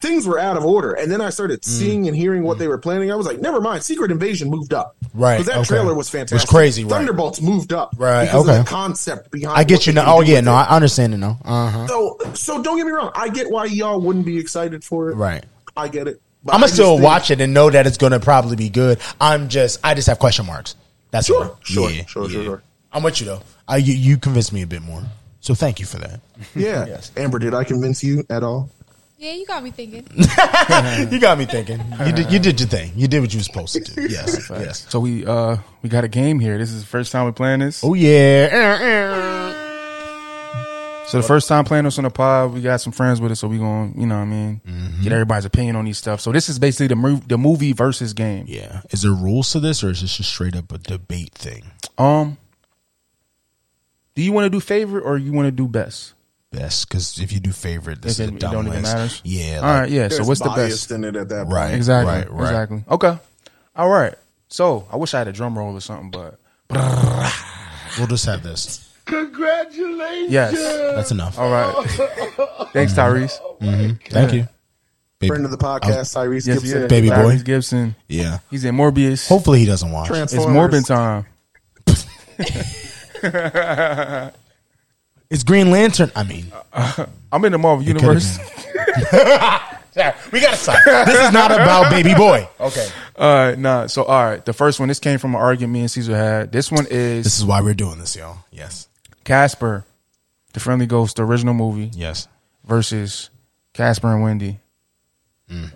Speaker 5: things were out of order. And then I started
Speaker 4: Mm.
Speaker 5: seeing and hearing what they were planning. I was like, never mind. Secret Invasion moved up,
Speaker 4: Right,
Speaker 5: Because that
Speaker 4: okay.
Speaker 5: trailer was
Speaker 4: It was
Speaker 5: fantastic.
Speaker 4: crazy, right.
Speaker 5: Thunderbolts moved up,
Speaker 4: Right,
Speaker 5: Because
Speaker 4: okay.
Speaker 5: of the concept behind.
Speaker 4: I
Speaker 5: what
Speaker 4: get you
Speaker 5: they
Speaker 4: now.
Speaker 5: can
Speaker 4: Oh
Speaker 5: do
Speaker 4: yeah,
Speaker 5: with
Speaker 4: no,
Speaker 5: it.
Speaker 4: I understand it now. Uh huh.
Speaker 5: So, so don't get me wrong. I get why y'all wouldn't be excited for it.
Speaker 4: Right.
Speaker 5: I get it. But
Speaker 4: I'm
Speaker 5: I
Speaker 4: gonna
Speaker 5: just
Speaker 4: still
Speaker 5: think-
Speaker 4: watch it and know that it's gonna probably be good. I'm just, I just have question marks. That's
Speaker 5: Sure,
Speaker 4: all.
Speaker 5: sure, sure, sure, sure.
Speaker 4: I'm with you though. I, you, you convinced me a bit more, so thank you for that.
Speaker 5: Yeah.
Speaker 4: Yes.
Speaker 5: Amber, did I convince you at all?
Speaker 6: Yeah, you got me thinking.
Speaker 4: you got me thinking. You did, you did your thing. You did what you were supposed to do. Yes, yes.
Speaker 3: So we uh we got a game here. This is the first time we're playing this.
Speaker 4: Oh yeah.
Speaker 3: So the first time playing this on the pod, we got some friends with us, so we going to you know what I mean get everybody's opinion on these stuff. So this is basically the mov- the movie versus game.
Speaker 4: Yeah. Is there rules to this, or is this just straight up a debate thing?
Speaker 3: Um, do you want to do favorite or you want to do best?
Speaker 4: Best because if you do favorite, this
Speaker 3: It-
Speaker 4: is a
Speaker 3: it
Speaker 4: dumb
Speaker 3: don't even
Speaker 4: list.
Speaker 3: matters?
Speaker 4: Yeah.
Speaker 3: All right, yeah. So
Speaker 5: There's
Speaker 3: what's the
Speaker 5: bias
Speaker 3: best?
Speaker 5: in it at that point.
Speaker 4: Right.
Speaker 3: Exactly.
Speaker 4: Right, right.
Speaker 3: Exactly. Okay. All right. So I wish I had a drum roll or something, but
Speaker 4: We'll just have this.
Speaker 1: Congratulations.
Speaker 3: Yes.
Speaker 4: That's enough.
Speaker 3: All right. Thanks, Tyrese.
Speaker 4: Thank you. Baby.
Speaker 5: Friend of the podcast, Tyrese
Speaker 3: Yes,
Speaker 5: Gibson.
Speaker 3: yeah.
Speaker 4: Baby boy.
Speaker 3: Tyrese Gibson.
Speaker 4: Yeah.
Speaker 3: He's in Morbius.
Speaker 4: Hopefully he doesn't watch.
Speaker 3: it's
Speaker 5: Transformers.
Speaker 3: Morbin time.
Speaker 4: It's Green Lantern. I mean,
Speaker 3: I'm in the Marvel
Speaker 4: could've
Speaker 3: universe.
Speaker 4: we gotta stop. This is not about baby boy. Okay.
Speaker 3: Uh, nah. So, all right. The first one. This came from an argument me and Caesar had. This one is
Speaker 4: This is why we're doing this, y'all. Yes.
Speaker 3: Casper, the Friendly Ghost, the original movie,
Speaker 4: Yes.
Speaker 3: versus Casper and Wendy.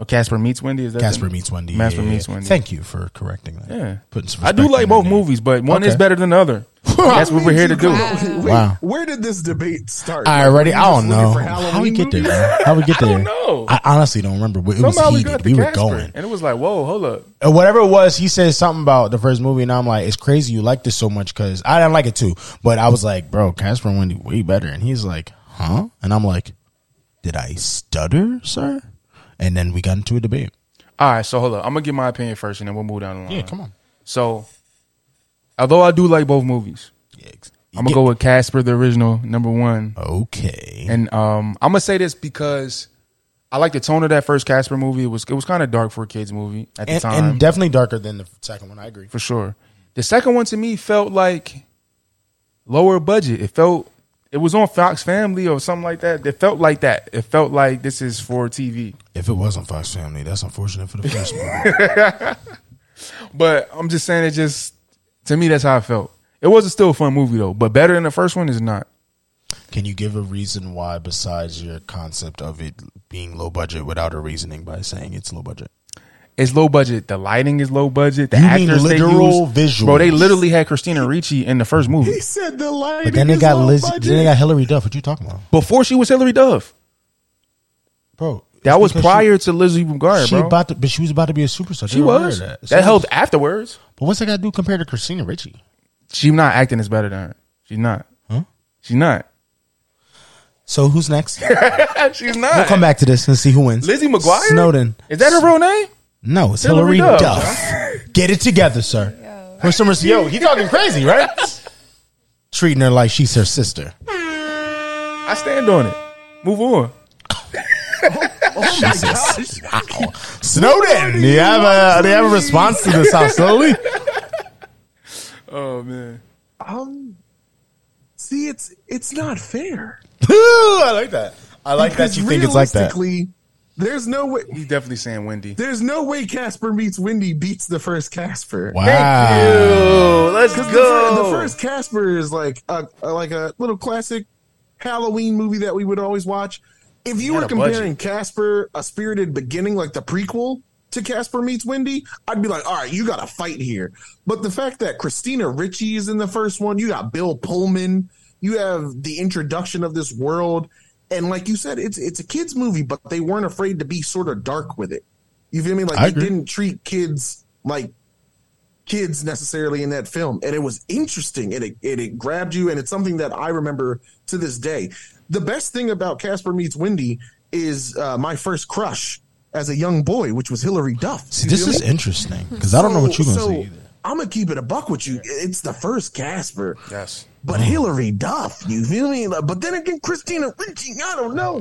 Speaker 3: Or Casper meets Wendy. Is that the-
Speaker 4: Mm. Casper meets Wendy.
Speaker 3: Casper
Speaker 4: Yeah, yeah,
Speaker 3: meets
Speaker 4: yeah.
Speaker 3: Wendy.
Speaker 4: Thank you for correcting that.
Speaker 3: Yeah.
Speaker 4: Putting some
Speaker 3: I do
Speaker 4: respect
Speaker 3: like
Speaker 4: in
Speaker 3: both
Speaker 4: there.
Speaker 3: movies, but one
Speaker 4: Okay.
Speaker 3: is better than the other. That's what we're here to do.
Speaker 4: Wow.
Speaker 5: wow. Where did this debate start?
Speaker 4: I already. I don't
Speaker 5: Just looking
Speaker 4: know
Speaker 5: for
Speaker 4: how we
Speaker 5: Halloween
Speaker 4: get there.
Speaker 5: movies?
Speaker 4: man. How we get there?
Speaker 3: don't know.
Speaker 4: I honestly don't remember. It was
Speaker 3: Somehow we
Speaker 4: heated.
Speaker 3: got
Speaker 4: We
Speaker 3: to
Speaker 4: were
Speaker 3: Casper,
Speaker 4: going.
Speaker 3: and it was like, whoa, hold up.
Speaker 4: And whatever it was, he said something about the first movie, and I'm like, it's crazy you like this so much because I didn't like it too. But I was like, bro, Casper and Wendy way better, and he's like, huh? And I'm like, did I stutter, sir? And then we got into a debate.
Speaker 3: All right, so hold up. I'm gonna give my opinion first, and then we'll move down the line.
Speaker 4: Yeah, come on.
Speaker 3: So, although I do like both movies, I'm gonna go with Casper, the original number one,
Speaker 4: Okay.
Speaker 3: and um, I'm gonna say this because I like the tone of that first Casper movie. It was it was kind of dark for a kids movie at the
Speaker 4: and,
Speaker 3: time,
Speaker 4: and definitely darker than the second one. I agree.
Speaker 3: for sure. The second one to me felt like lower budget. It felt it was on Fox Family or something like that. It felt like that. It felt like this is for TV.
Speaker 4: If it wasn't Fox Family, that's unfortunate for the first movie.
Speaker 3: But I'm just saying it just to me that's how I felt. It was a still a fun movie though, but better than the first one is not.
Speaker 4: Can you give a reason why, besides your concept of it being low budget, without a reasoning by saying it's low budget?
Speaker 3: It's low budget. The lighting is low budget. The
Speaker 4: You mean
Speaker 3: actors
Speaker 4: literal
Speaker 3: they use, Bro, they
Speaker 4: visuals.
Speaker 3: literally had Christina Ricci in the first movie
Speaker 5: He said the lighting.
Speaker 4: But then they
Speaker 5: is
Speaker 4: got
Speaker 5: low
Speaker 4: Liz.
Speaker 5: budget.
Speaker 4: Then they got Hillary Duff. What you talking about,
Speaker 3: before she was Hillary Duff.
Speaker 4: bro?
Speaker 3: That
Speaker 4: it's
Speaker 3: was
Speaker 4: because
Speaker 3: prior to Lizzie
Speaker 4: She,
Speaker 3: McGuire,
Speaker 4: she
Speaker 3: bro.
Speaker 4: about to, but she was about to be a superstar.
Speaker 3: she was.
Speaker 4: That,
Speaker 3: That,
Speaker 4: So-
Speaker 3: helped afterwards.
Speaker 4: But what's that got to do compared to Christina Ricci?
Speaker 3: She's not acting as better than her. She's not.
Speaker 4: Huh?
Speaker 3: She's not.
Speaker 4: So who's next?
Speaker 3: She's not.
Speaker 4: we'll come back to this and see who wins.
Speaker 3: Lizzie McGuire?
Speaker 4: Snowden.
Speaker 3: Is that her real name?
Speaker 4: No, it's Hillary,
Speaker 3: Hillary
Speaker 4: Duff.
Speaker 3: Duff.
Speaker 4: Get it together, sir.
Speaker 6: Yo.
Speaker 4: Her summer's yo. He talking crazy, right? Treating her like she's her sister.
Speaker 3: I stand on it. Move on. Oh
Speaker 4: Jesus. Wow. Snowden. Do you have a do you have a response to this? How slowly?
Speaker 3: Oh man.
Speaker 5: Um, see, it's it's not fair.
Speaker 4: I like that. I like that you think it's like that.
Speaker 5: Realistically, There's no way.
Speaker 3: He's definitely saying Wendy.
Speaker 5: There's no way Casper meets Wendy beats the first Casper.
Speaker 3: Ew, let's
Speaker 5: Because the, fir- the first Casper is like a, a- like a little classic Halloween movie that we would always watch. If you
Speaker 3: had
Speaker 5: were
Speaker 3: a budget.
Speaker 5: comparing Casper, a spirited beginning, like the prequel to Casper meets Wendy, I'd be like, all right, you got to fight here. But the fact that Christina Ritchie is in the first one, you got Bill Pullman, you have the introduction of this world, and like you said, it's it's a kids movie, but they weren't afraid to be sort of dark with it. You feel me? Like
Speaker 4: I
Speaker 5: they
Speaker 4: agree.
Speaker 5: didn't treat kids like kids necessarily in that film and it was interesting and it, and it grabbed you and it's something that i remember to this day the best thing about casper meets wendy is uh, my first crush as a young boy which was hillary duff
Speaker 4: See, this is interesting because I don't know what you're gonna say either.
Speaker 5: i'm gonna keep it a buck with you it's the first casper
Speaker 3: Yes.
Speaker 5: but
Speaker 4: Mm.
Speaker 5: hillary duff you feel me Like, but then again christina ritchie i don't know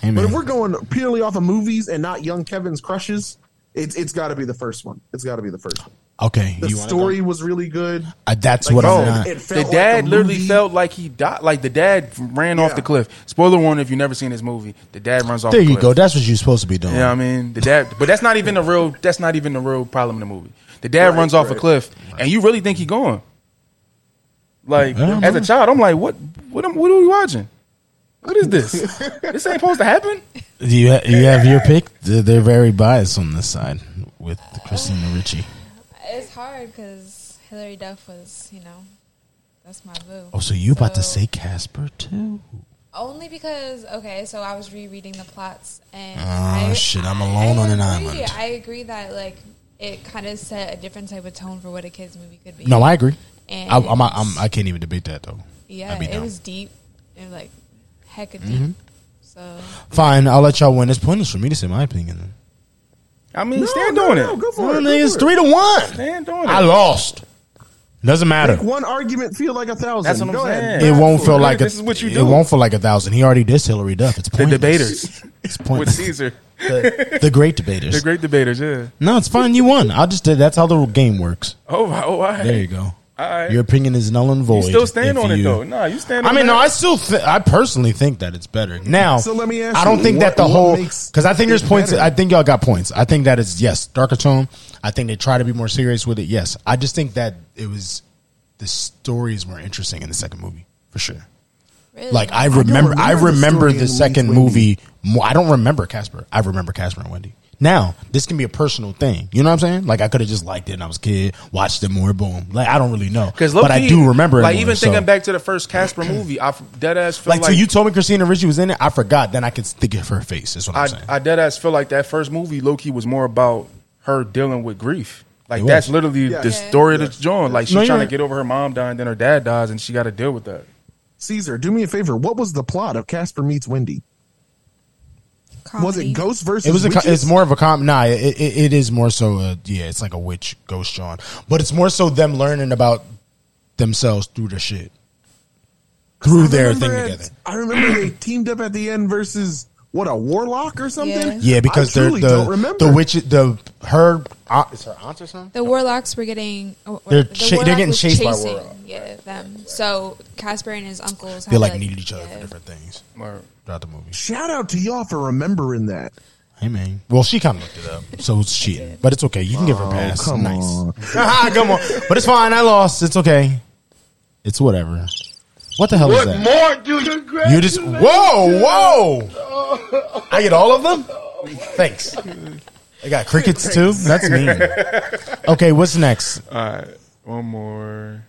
Speaker 4: Hey,
Speaker 5: but if
Speaker 4: man.
Speaker 5: we're going purely off of movies and not young kevin's crushes it's, it's got to be the first one it's got to be the first one
Speaker 4: Okay,
Speaker 5: the
Speaker 4: you wanna go?
Speaker 5: story was really good
Speaker 4: Uh, that's
Speaker 5: Like,
Speaker 4: what
Speaker 5: bro,
Speaker 4: I'm not.
Speaker 5: it
Speaker 3: The
Speaker 5: felt like
Speaker 3: dad
Speaker 5: a
Speaker 3: literally
Speaker 5: movie.
Speaker 3: felt like he died. Like the dad ran off
Speaker 5: Yeah.
Speaker 3: the cliff. Spoiler warning: if you've never seen this movie, the dad runs off.
Speaker 4: there
Speaker 3: the
Speaker 4: you
Speaker 3: cliff.
Speaker 4: go. That's what you're supposed to be doing.
Speaker 3: You know what I mean? The dad, but that's not even the real. That's not even the real problem in the movie. The dad
Speaker 5: Right,
Speaker 3: runs off
Speaker 5: right.
Speaker 3: a cliff, and you really think he going? Like
Speaker 4: I don't
Speaker 3: as a
Speaker 4: know.
Speaker 3: child, I'm like, what? What? Am, what are we watching? What is this? this ain't supposed to happen.
Speaker 4: Do you ha- you have your pick? They're they're very biased on this side with Christina Ricci.
Speaker 6: It's hard because Hillary Duff was, you know, that's my boo.
Speaker 4: Oh, so you about to say Casper too?
Speaker 6: Only because okay, so I was rereading the plots and
Speaker 4: Oh, shit, I'm alone on an
Speaker 6: agree.
Speaker 4: island.
Speaker 6: I agree that like it kind of set a different type of tone for what a kids movie could be.
Speaker 4: No, I agree.
Speaker 6: and
Speaker 4: I, I'm, I'm I can't even debate that though.
Speaker 6: yeah,
Speaker 4: I'd be
Speaker 6: it
Speaker 4: down. Mm-hmm.
Speaker 6: was deep and like hecka deep. So
Speaker 4: Fine, I'll let y'all win. It's pointless for me to say my opinion. Then.
Speaker 3: I mean, stand on it.
Speaker 5: go for
Speaker 4: Well,
Speaker 5: it.
Speaker 4: nigga, it's three to one.
Speaker 3: Stand on it.
Speaker 4: I lost. Doesn't matter.
Speaker 5: Make one argument feel like a thousand.
Speaker 3: That's what I'm
Speaker 5: Go ahead.
Speaker 3: saying.
Speaker 4: It won't feel
Speaker 3: Look,
Speaker 4: like
Speaker 3: this
Speaker 4: a,
Speaker 3: is what you
Speaker 4: It
Speaker 3: do.
Speaker 4: won't feel like a thousand. He already dissed Hillary Duff. It's
Speaker 3: The
Speaker 4: pointless.
Speaker 3: debaters
Speaker 4: It's
Speaker 3: with
Speaker 4: pointless.
Speaker 3: Caesar,
Speaker 4: the, the great debaters.
Speaker 3: the great debaters. Yeah.
Speaker 4: no, it's fine. You won. I just did. That's how the game works.
Speaker 3: Oh, wow, oh, all right.
Speaker 4: There you go.
Speaker 3: All right.
Speaker 4: Your opinion is null and void.
Speaker 3: You still stand
Speaker 4: if
Speaker 3: on it
Speaker 4: you-
Speaker 3: though. Nah, you stand.
Speaker 4: I
Speaker 3: on
Speaker 4: mean,
Speaker 3: that.
Speaker 4: no, I still, th- I personally think that it's better now.
Speaker 5: So let me ask
Speaker 4: I don't
Speaker 5: you,
Speaker 4: think
Speaker 5: what-
Speaker 4: that the
Speaker 5: what
Speaker 4: whole
Speaker 5: makes
Speaker 4: because I think there's
Speaker 5: it
Speaker 4: points.
Speaker 5: better?
Speaker 4: I think y'all got points. I think that is yes, darker tone. I think they try to be more serious with it. Yes, I just think that it was the stories were interesting in the second movie for sure.
Speaker 6: Really?
Speaker 4: Like I remember, I
Speaker 5: remember the
Speaker 4: remember
Speaker 5: story
Speaker 4: the,
Speaker 5: in Wendy's
Speaker 4: second
Speaker 5: Wendy.
Speaker 4: movie. More, I don't remember Casper. I remember Casper and Wendy. Now this can be a personal thing. You know what I'm saying? Like I could have just liked it and I was a kid, watched it more. Boom. Like I don't really know,
Speaker 3: Because
Speaker 4: but I do remember. it
Speaker 3: Like
Speaker 4: more,
Speaker 3: even
Speaker 4: so-
Speaker 3: thinking back to the first Casper movie, I dead ass feel
Speaker 4: like,
Speaker 3: like,
Speaker 4: till you told me Christina Ricci was in it, I forgot. Then I could think of her face. Is what I'm
Speaker 3: I,
Speaker 4: saying.
Speaker 3: I dead ass feel like that first movie, Loki, was more about her dealing with grief. Like
Speaker 4: It
Speaker 3: that's
Speaker 4: was.
Speaker 3: literally
Speaker 5: Yeah.
Speaker 3: the
Speaker 5: Yeah.
Speaker 3: story that's drawn. Like she's
Speaker 4: No, you're
Speaker 3: trying
Speaker 4: right.
Speaker 3: to get over her mom dying, then her dad dies, and she got to deal with that.
Speaker 5: Caesar, do me a favor. What was the plot of Casper meets Wendy? Was it
Speaker 6: Comedy.
Speaker 5: ghosts versus?
Speaker 4: it was. A, co-
Speaker 5: witches?
Speaker 4: it's more of a com. Nah, it, it, it is more so. A, yeah, it's like a witch ghost John, but it's more so them learning about themselves through the shit, through their thing
Speaker 5: remember
Speaker 4: together.
Speaker 5: it- I remember they teamed up at the end versus what a warlock or something.
Speaker 6: Yeah.
Speaker 4: Yeah, because
Speaker 5: I
Speaker 4: they're
Speaker 5: truly don't
Speaker 4: the
Speaker 5: remember.
Speaker 4: the witch. The her uh, aunt, is her aunt or something.
Speaker 6: The warlocks were getting. Or,
Speaker 4: They're
Speaker 6: the
Speaker 4: cha- they're
Speaker 6: warlock
Speaker 4: getting
Speaker 6: was
Speaker 4: chased by
Speaker 6: chasing,
Speaker 4: warlock.
Speaker 6: Yeah, them. So Casper and his uncles. had
Speaker 4: They like
Speaker 6: to,
Speaker 4: needed each other
Speaker 6: yeah.
Speaker 4: for different things
Speaker 3: Or-
Speaker 4: throughout the movie.
Speaker 5: Shout out to y'all for remembering that.
Speaker 4: Hey man. Well, she kind of looked it up, so it's cheating. But it's okay. You can give
Speaker 5: Oh,
Speaker 4: her a pass. nice. come on. But it's fine. I lost. It's okay. It's whatever. What the hell
Speaker 1: What
Speaker 4: is that?
Speaker 1: more do you grant?
Speaker 4: You just whoa whoa. I get all of them. Thanks. I got crickets too. That's mean. Okay, what's next?
Speaker 3: One more.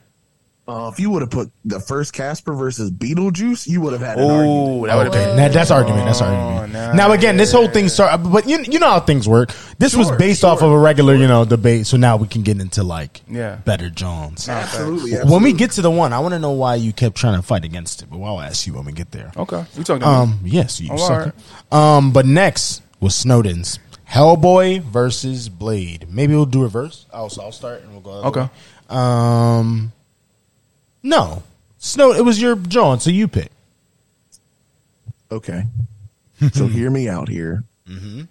Speaker 5: Uh, if you would have put the first Casper versus Beetlejuice, you would have had an argument.
Speaker 3: Oh, that would have
Speaker 4: Okay,
Speaker 3: been.
Speaker 4: now that's argument. That's argument.
Speaker 3: Oh, nah,
Speaker 4: now again, this whole thing started, but you you know how things work. This was based off of a regular you know debate, so now we can get into like
Speaker 3: Yeah.
Speaker 4: better Johns.
Speaker 5: Absolutely.
Speaker 4: When we get to the one, I want to know why you kept trying to fight against it, but I'll ask you when we get there.
Speaker 3: Okay, we talking. about
Speaker 4: Um, yes, you
Speaker 3: Oh,
Speaker 4: sucker. Um, but next was Snowden's Hellboy versus Blade. Maybe we'll do reverse. I'll, so I'll start and we'll go. the other
Speaker 3: Okay.
Speaker 4: way. Um, no, Snow. It was your John, so you pick.
Speaker 5: Okay. so hear me out here.
Speaker 4: Mm-hmm.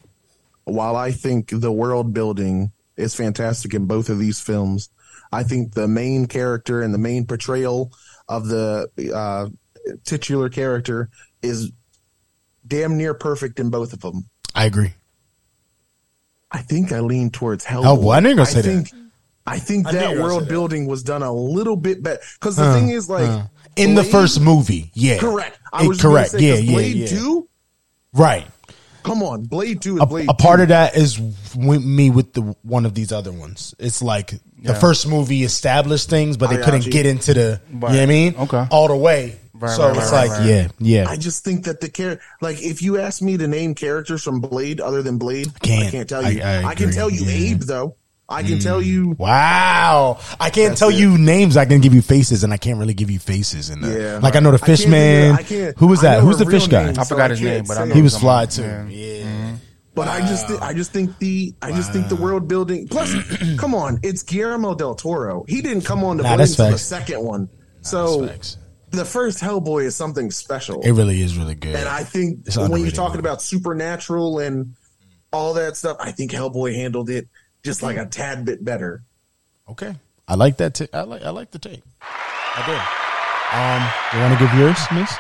Speaker 5: While I think the world building is fantastic in both of these films, I think the main character and the main portrayal of the uh, titular character is damn near perfect in both of them.
Speaker 4: I agree.
Speaker 5: I think I lean towards Hellboy.
Speaker 4: Hellboy, I didn't go say that.
Speaker 5: think, I think
Speaker 4: knew
Speaker 5: that
Speaker 4: you were gonna say
Speaker 5: world
Speaker 4: that.
Speaker 5: building was done a little bit better. Because the thing is, like
Speaker 4: In the
Speaker 5: Blade-
Speaker 4: first movie, yeah,
Speaker 5: correct,
Speaker 4: It-
Speaker 5: just gonna
Speaker 4: correct,
Speaker 5: say,
Speaker 4: yeah,
Speaker 5: 'cause
Speaker 4: yeah,
Speaker 5: Blade
Speaker 4: yeah.
Speaker 5: Two.
Speaker 4: Right.
Speaker 5: Come on, Blade Two is
Speaker 4: A,
Speaker 5: Blade.
Speaker 4: a part of that is with me with the one of these other ones. It's like the
Speaker 3: Yeah.
Speaker 4: first movie established things, but they
Speaker 5: I got
Speaker 4: couldn't
Speaker 5: you.
Speaker 4: get into the. You know what I
Speaker 3: Right.
Speaker 4: mean?
Speaker 3: Okay.
Speaker 4: All the way.
Speaker 3: Right,
Speaker 4: so
Speaker 3: right,
Speaker 4: it's
Speaker 3: right,
Speaker 4: like,
Speaker 3: right,
Speaker 4: yeah, yeah.
Speaker 5: I just think that the character, like, if you ask me to name characters from Blade other than Blade, I
Speaker 4: can't.
Speaker 5: can't tell
Speaker 4: I-
Speaker 5: you.
Speaker 4: I
Speaker 5: I, can
Speaker 4: agree,
Speaker 5: tell you
Speaker 4: yeah. Mm.
Speaker 5: Abe though. I can tell you.
Speaker 4: Wow. I can't
Speaker 5: That's
Speaker 4: tell
Speaker 5: it.
Speaker 4: you names. I can give you faces, and I can't really give you faces. In the,
Speaker 5: Yeah.
Speaker 4: Like, I know the
Speaker 5: I can't
Speaker 4: fish
Speaker 5: think of-
Speaker 4: man.
Speaker 5: I can't-
Speaker 4: Who was
Speaker 5: I
Speaker 4: that?
Speaker 5: know
Speaker 4: Who's the
Speaker 5: her real
Speaker 4: fish guy?
Speaker 5: name,
Speaker 3: I
Speaker 5: so
Speaker 3: forgot
Speaker 5: I
Speaker 3: his
Speaker 5: can't
Speaker 3: name, but I
Speaker 5: say
Speaker 3: know
Speaker 5: it.
Speaker 4: He was
Speaker 3: someone-
Speaker 4: fly, too. Yeah.
Speaker 3: Yeah.
Speaker 5: But I just, thi- I just think the, I just think the world building. Plus, come on, it's Guillermo del Toro. He didn't come on to
Speaker 4: Nah,
Speaker 5: Blade
Speaker 4: that's
Speaker 5: until the
Speaker 4: facts.
Speaker 5: second one. So
Speaker 4: facts.
Speaker 5: the first Hellboy is something special,
Speaker 4: It really is really good.
Speaker 5: and I think
Speaker 4: It's
Speaker 5: when you're
Speaker 4: underrated
Speaker 5: talking
Speaker 4: movie.
Speaker 5: about supernatural and all that stuff, I think Hellboy handled it just like a tad bit better.
Speaker 4: okay. I like that. T- I like I like the tape. I do. Um, you want to give yours, miss?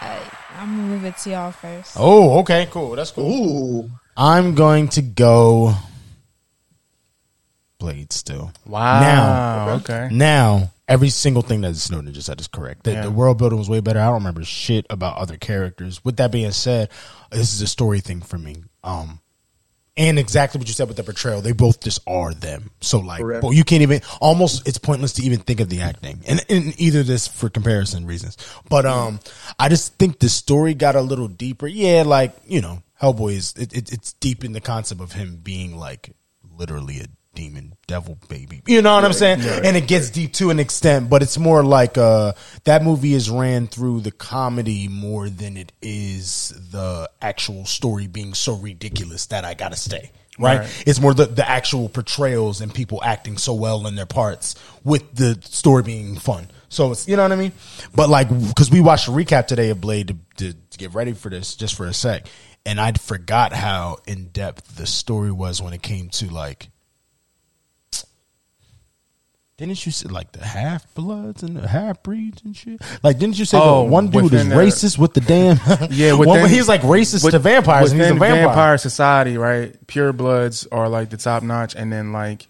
Speaker 6: Uh, I'm gonna move it to y'all first.
Speaker 4: Oh, okay. Cool. That's cool.
Speaker 5: Ooh.
Speaker 4: I'm going to go Blade still.
Speaker 3: Wow.
Speaker 4: Now,
Speaker 3: Okay.
Speaker 4: Now, every single thing that Snowden just said is correct. The,
Speaker 3: Yeah.
Speaker 4: the world building was way better. I don't remember shit about other characters. With that being said, this is a story thing for me. Um, and exactly what you said with the portrayal, they both just are them. So like,
Speaker 5: Correct.
Speaker 4: well, you can't even almost. It's pointless to even think of the acting, and in either this for comparison reasons. But um, I just think the story got a little deeper. Yeah, like you know, Hellboy is it, it, it's deep in the concept of him being like literally a demon devil baby. You know what I'm saying? And it gets deep to an extent, but it's more like uh that movie is ran through the comedy more than it is the actual story being so ridiculous that I gotta stay. right?
Speaker 3: Right.
Speaker 4: It's more the, the actual portrayals and people acting so well in their parts with the story being fun. So it's, you know what I mean? But like, cause we watched a recap today of Blade to, to, to get ready for this just for a sec. And I'd forgot how in depth the story was when it came to like, didn't you say like the half bloods and the half breeds and shit? Like, didn't you say
Speaker 3: Oh,
Speaker 4: the one dude is
Speaker 3: within the-
Speaker 4: racist with the damn?
Speaker 3: Yeah,
Speaker 4: one,
Speaker 3: within-
Speaker 4: he's like racist
Speaker 3: with-
Speaker 4: to vampires, and he's a
Speaker 3: within
Speaker 4: vampire.
Speaker 3: vampire society, right? Pure bloods are like the top notch, and then like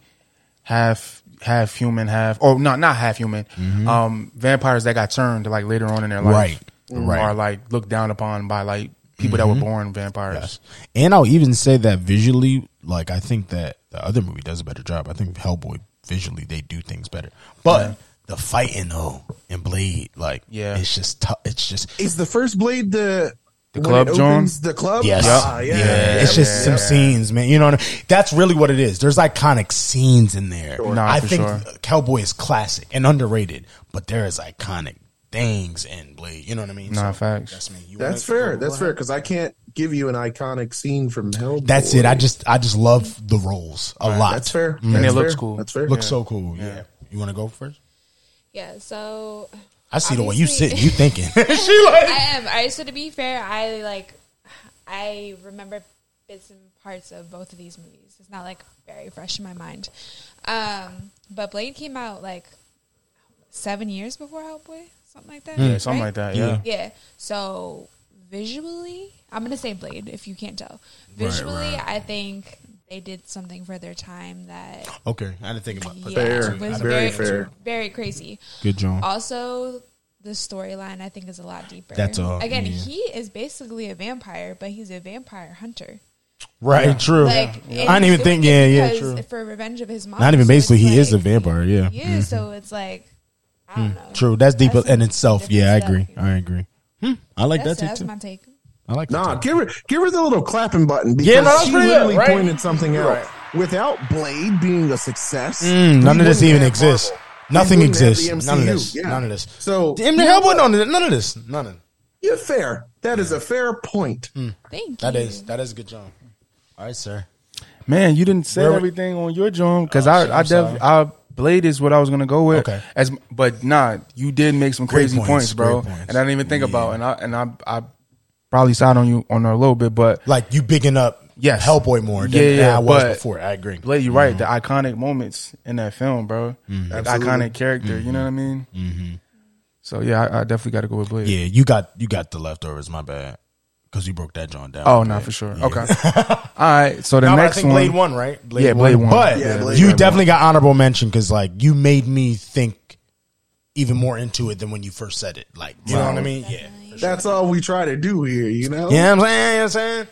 Speaker 3: half half human, half or not not half human.
Speaker 4: Mm-hmm.
Speaker 3: Um, vampires that got turned like later on in their life,
Speaker 4: Right, right. Mm-hmm.
Speaker 3: are like looked down upon by like people that were born vampires.
Speaker 4: And I'll even say that visually, like I think that the other movie does a better job. I think Hellboy visually they do things better, but the fighting though and Blade, like
Speaker 3: Yeah.
Speaker 4: it's just tough. It's just
Speaker 5: Is the first blade the the
Speaker 3: club, John?
Speaker 5: The club,
Speaker 4: yes,
Speaker 5: Ah,
Speaker 4: yeah,
Speaker 5: yeah.
Speaker 4: It's just
Speaker 3: yeah,
Speaker 4: some
Speaker 3: yeah.
Speaker 4: scenes, man. You know, what I mean? that's really what it is. There's iconic scenes in there.
Speaker 3: Nah,
Speaker 4: I
Speaker 3: for
Speaker 4: think
Speaker 3: sure.
Speaker 4: Hellboy is classic and underrated, but there is iconic things in Blade. You know what I mean?
Speaker 3: Nah, facts.
Speaker 4: That's me. You
Speaker 5: That's
Speaker 4: wanna-
Speaker 5: fair. That's fair because I can't give you an iconic scene from Hell.
Speaker 4: That's it. I just I just love the roles a lot.
Speaker 5: That's fair.
Speaker 4: Mm.
Speaker 5: That's
Speaker 3: it looks
Speaker 5: fair.
Speaker 3: cool.
Speaker 5: That's fair.
Speaker 4: Looks so cool. Yeah. You want to go first?
Speaker 6: Yeah, so
Speaker 4: I see the way you
Speaker 6: Obviously-
Speaker 4: sitting. You thinking?
Speaker 6: I am. I so to be fair, I like I remember bits and parts of both of these movies. It's not like very fresh in my mind. Um, but Blade came out like seven years before Hellboy, something like that.
Speaker 3: Yeah, something like that. Yeah.
Speaker 4: Yeah.
Speaker 6: Yeah. So visually, I'm gonna say Blade if you can't tell. Visually, I think they did something for their time that
Speaker 4: okay, I didn't think about.
Speaker 6: yeah,
Speaker 5: Fair.
Speaker 6: was
Speaker 5: Very
Speaker 6: very
Speaker 5: fair.
Speaker 6: very crazy.
Speaker 4: Good John.
Speaker 6: Also, the storyline I think is a lot deeper.
Speaker 4: That's all,
Speaker 6: Again,
Speaker 4: yeah.
Speaker 6: he is basically a vampire, but he's a vampire hunter.
Speaker 4: Right. True.
Speaker 6: Like and
Speaker 4: I didn't even
Speaker 6: he's
Speaker 4: think.
Speaker 6: doing
Speaker 4: Yeah.
Speaker 6: it
Speaker 4: Yeah.
Speaker 6: because-
Speaker 4: True.
Speaker 6: For revenge of his mom.
Speaker 4: Not even
Speaker 6: So it's
Speaker 4: basically. He is a
Speaker 6: like-
Speaker 4: vampire. Yeah. Mm-hmm. Mm.
Speaker 6: Yeah. So it's like I don't know.
Speaker 4: True. That's deep
Speaker 6: That's
Speaker 4: in
Speaker 6: a
Speaker 4: itself.
Speaker 6: different
Speaker 4: Yeah, I
Speaker 6: stuff,
Speaker 4: agree.
Speaker 6: you know?
Speaker 4: I agree. Hmm. I like
Speaker 6: That's,
Speaker 4: that
Speaker 6: that's
Speaker 4: too.
Speaker 6: my take.
Speaker 4: I like
Speaker 5: Nah,
Speaker 4: that. too.
Speaker 5: give her give her the little clapping button because
Speaker 4: Yeah, no, that's
Speaker 5: she
Speaker 4: pretty
Speaker 5: literally
Speaker 4: good, right?
Speaker 5: pointed something out. Without Blade being a success,
Speaker 4: Mm, None
Speaker 5: we
Speaker 4: of this
Speaker 5: wouldn't
Speaker 4: even
Speaker 5: have
Speaker 4: exists.
Speaker 5: Marvel. We
Speaker 4: Nothing
Speaker 5: wouldn't have
Speaker 4: exists.
Speaker 5: the
Speaker 4: None of
Speaker 5: MCU,
Speaker 4: this.
Speaker 5: yeah.
Speaker 4: None of this.
Speaker 5: So
Speaker 4: the Hellboy. None of this. None of this. None of. This.
Speaker 5: you're fair. That is a fair point.
Speaker 4: Mm.
Speaker 6: Thank
Speaker 4: That
Speaker 6: you.
Speaker 4: is. That is a good John. All right, sir.
Speaker 3: Man, you didn't say
Speaker 4: Where we-
Speaker 3: everything on your drum because
Speaker 4: Oh,
Speaker 3: I
Speaker 4: shit,
Speaker 3: I,
Speaker 4: I'm
Speaker 3: def-
Speaker 4: sorry.
Speaker 3: I Blade is what I was gonna go with.
Speaker 4: Okay.
Speaker 3: As but nah, you did make some
Speaker 4: Great
Speaker 3: crazy
Speaker 4: points,
Speaker 3: points, bro,
Speaker 4: great points.
Speaker 3: and I didn't even think about and I and I I probably side on you on her a little bit, but
Speaker 4: Like you bigging up.
Speaker 3: Yes.
Speaker 4: Hellboy more than,
Speaker 3: Yeah, yeah,
Speaker 4: than I was
Speaker 3: but-
Speaker 4: before. I agree.
Speaker 3: Blade, you're right.
Speaker 4: Mm-hmm.
Speaker 3: The iconic moments in that film, bro. Like, iconic character. You know what I mean? Mm-hmm. So yeah, I, I definitely got to go with Blade.
Speaker 4: Yeah, you got you got the leftovers. My bad, because you broke that John down.
Speaker 3: Oh,
Speaker 4: My
Speaker 3: no,
Speaker 4: bad.
Speaker 3: for sure.
Speaker 4: Yeah.
Speaker 3: Okay. All right. So the
Speaker 4: No, but I
Speaker 3: next
Speaker 4: think
Speaker 3: one.
Speaker 4: Blade One, right? Blade
Speaker 3: Yeah, Blade One.
Speaker 4: But
Speaker 3: Yeah,
Speaker 5: Blade
Speaker 4: you
Speaker 5: One.
Speaker 4: definitely got honorable mention because like you made me think even more into it than when you first said it. Like, you know what I mean? Yeah.
Speaker 5: That's all we try to do here, you know.
Speaker 4: Yeah, I'm saying. You know what I'm saying.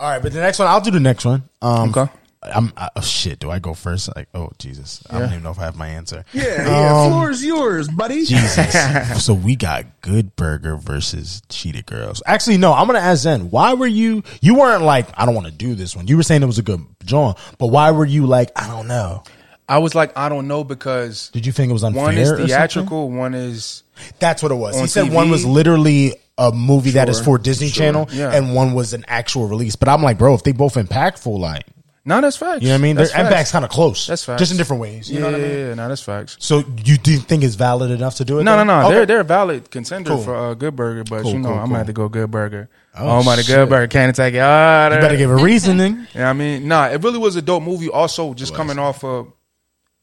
Speaker 4: All right, but the next one, I'll do the next one. Um,
Speaker 3: Okay.
Speaker 4: I'm I, oh shit. Do I go first? Like, oh Jesus, I don't even know if I have my answer. Uh,
Speaker 5: yeah. yeah. Floor is yours, buddy.
Speaker 4: Um, Jesus. so we got Good Burger versus Cheetah Girls. Actually, no, I'm gonna ask Zen. Why were you? You weren't like I don't want to do this one. You were saying it was a good John, but why were you like I don't know?
Speaker 3: I was like, I don't know because
Speaker 4: Did you think it was unfair?
Speaker 3: one is
Speaker 4: or something?
Speaker 3: theatrical, one is
Speaker 4: That's what it was. He
Speaker 3: on
Speaker 4: said
Speaker 3: TV?
Speaker 4: one was literally a movie that is
Speaker 5: Sure,
Speaker 4: for Disney Channel,
Speaker 3: yeah.
Speaker 4: and one was an actual release. But I'm like, bro, if they both impactful, like
Speaker 3: no, that's facts.
Speaker 4: you know what I mean, their
Speaker 3: That's
Speaker 4: impact's kind of close.
Speaker 3: That's facts.
Speaker 4: Just in different ways. You
Speaker 3: yeah,
Speaker 4: know what I
Speaker 3: yeah,
Speaker 4: mean?
Speaker 3: yeah, no, that's facts.
Speaker 4: So you do think it's valid enough to do it?
Speaker 3: No, no,
Speaker 4: then?
Speaker 3: no.
Speaker 4: Okay.
Speaker 3: They're they're a valid contender
Speaker 4: Cool.
Speaker 3: for uh, Good Burger, but
Speaker 4: Cool,
Speaker 3: you know
Speaker 4: cool,
Speaker 3: I'm
Speaker 4: cool.
Speaker 3: gonna have to go Good Burger.
Speaker 4: Oh,
Speaker 3: Oh, my, the
Speaker 4: shit.
Speaker 3: Good Burger can't attack you. Ah,
Speaker 4: You
Speaker 3: there-
Speaker 4: better give a reasoning.
Speaker 3: Yeah, I mean, nah, it really was a dope movie. Also, just coming off of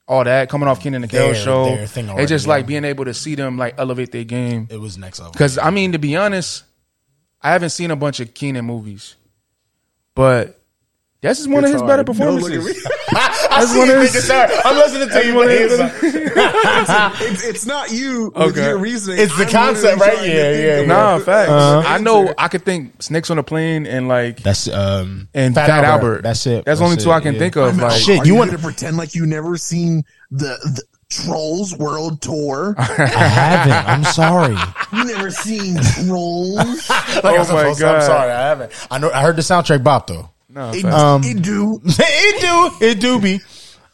Speaker 3: all that, coming off Kenan and the
Speaker 4: Their-
Speaker 3: Kel show,
Speaker 4: their thing already,
Speaker 3: it's just
Speaker 4: yeah.
Speaker 3: like being able to see them like elevate their game.
Speaker 4: it was next level.
Speaker 3: Because I mean, to be honest, I haven't seen a bunch of Keenan movies, but this is one of his better
Speaker 5: Sorry. Don't look at
Speaker 3: performances.
Speaker 5: me.
Speaker 3: That's one of his.
Speaker 4: I'm listening to
Speaker 3: you, but it's-
Speaker 5: it's, it's not you with
Speaker 3: Okay.
Speaker 5: your reasoning.
Speaker 4: It's the
Speaker 5: I'm
Speaker 4: concept, right?
Speaker 5: literally trying to
Speaker 4: Yeah,
Speaker 5: think
Speaker 4: yeah, Uh,
Speaker 5: of-
Speaker 4: yeah.
Speaker 3: Nah, facts. I know. I could think snakes on a plane and like
Speaker 4: That's um
Speaker 3: and Fat, Albert.
Speaker 4: That's it.
Speaker 3: That's the only
Speaker 4: it,
Speaker 3: two I can
Speaker 4: yeah.
Speaker 3: think of. Like,
Speaker 4: Shit,
Speaker 5: Are
Speaker 4: you
Speaker 5: you,
Speaker 4: want-
Speaker 5: want to pretend like you never seen the, the Trolls World Tour?
Speaker 4: I haven't. I'm sorry.
Speaker 5: you never seen Trolls?
Speaker 4: Like, I'm
Speaker 3: Oh my
Speaker 4: supposed to- I'm
Speaker 3: God.
Speaker 4: sorry, I haven't. I know. I heard the soundtrack bop though.
Speaker 3: no,
Speaker 5: It,
Speaker 3: facts.
Speaker 5: it do.
Speaker 4: it do. It do be.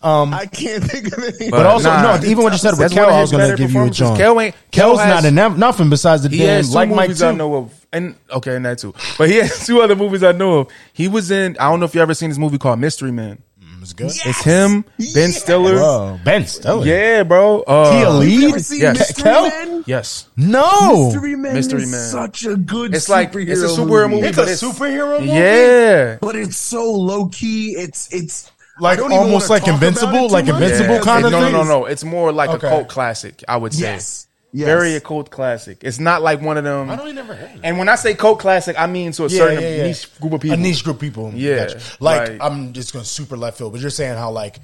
Speaker 5: I can't think of any.
Speaker 4: But
Speaker 3: Uh,
Speaker 4: also,
Speaker 3: nah.
Speaker 4: no. Even what you said
Speaker 3: That's
Speaker 4: about Kel,
Speaker 3: one of
Speaker 4: I
Speaker 3: his
Speaker 4: was going to
Speaker 3: better
Speaker 4: give you a
Speaker 3: performances.
Speaker 4: John.
Speaker 3: Kel ain't- Kel
Speaker 4: Kel's
Speaker 3: has-
Speaker 4: not in that, nothing besides the
Speaker 3: He has
Speaker 4: damn
Speaker 3: two
Speaker 4: like Mike
Speaker 3: movies I
Speaker 4: too.
Speaker 3: know of, and okay, and that too. But he has two other movies I know of. He was in. I don't know if you ever seen this movie called Mystery Man.
Speaker 4: It's good.
Speaker 3: It's him, Ben Stiller.
Speaker 4: Whoa, Ben Stiller.
Speaker 3: Yeah, bro.
Speaker 4: He a
Speaker 3: Uh,
Speaker 5: You
Speaker 4: lead?
Speaker 5: ever seen
Speaker 3: Yes.
Speaker 5: Mystery
Speaker 4: Kel?
Speaker 5: Men?
Speaker 3: yes,
Speaker 4: No.
Speaker 5: Mystery Men
Speaker 3: Mystery
Speaker 5: is
Speaker 3: Men.
Speaker 5: such a good.
Speaker 3: It's like-
Speaker 5: superhero
Speaker 3: it's a superhero movie.
Speaker 2: It's a superhero movie.
Speaker 3: yeah.
Speaker 5: but it's so low key. It's it's
Speaker 4: Like
Speaker 5: I don't even
Speaker 4: almost
Speaker 5: wanna
Speaker 4: like
Speaker 5: talk about
Speaker 4: Invincible,
Speaker 5: it too
Speaker 4: like
Speaker 5: much.
Speaker 4: Invincible
Speaker 3: Yeah.
Speaker 4: kind of
Speaker 3: no,
Speaker 4: thing?
Speaker 3: no, no, no. It's more like
Speaker 4: Okay.
Speaker 3: a cult classic. I would say.
Speaker 5: Yes. Yes.
Speaker 3: Very a cult classic. It's not like one of them.
Speaker 2: I don't even ever heard.
Speaker 3: and when I say cult classic, I mean to a
Speaker 4: Yeah,
Speaker 3: certain
Speaker 4: yeah, yeah.
Speaker 3: niche group of people.
Speaker 4: A niche group of people.
Speaker 3: Yeah,
Speaker 4: Gotcha. Like,
Speaker 3: like-
Speaker 4: I'm just going super left field, but you're saying how like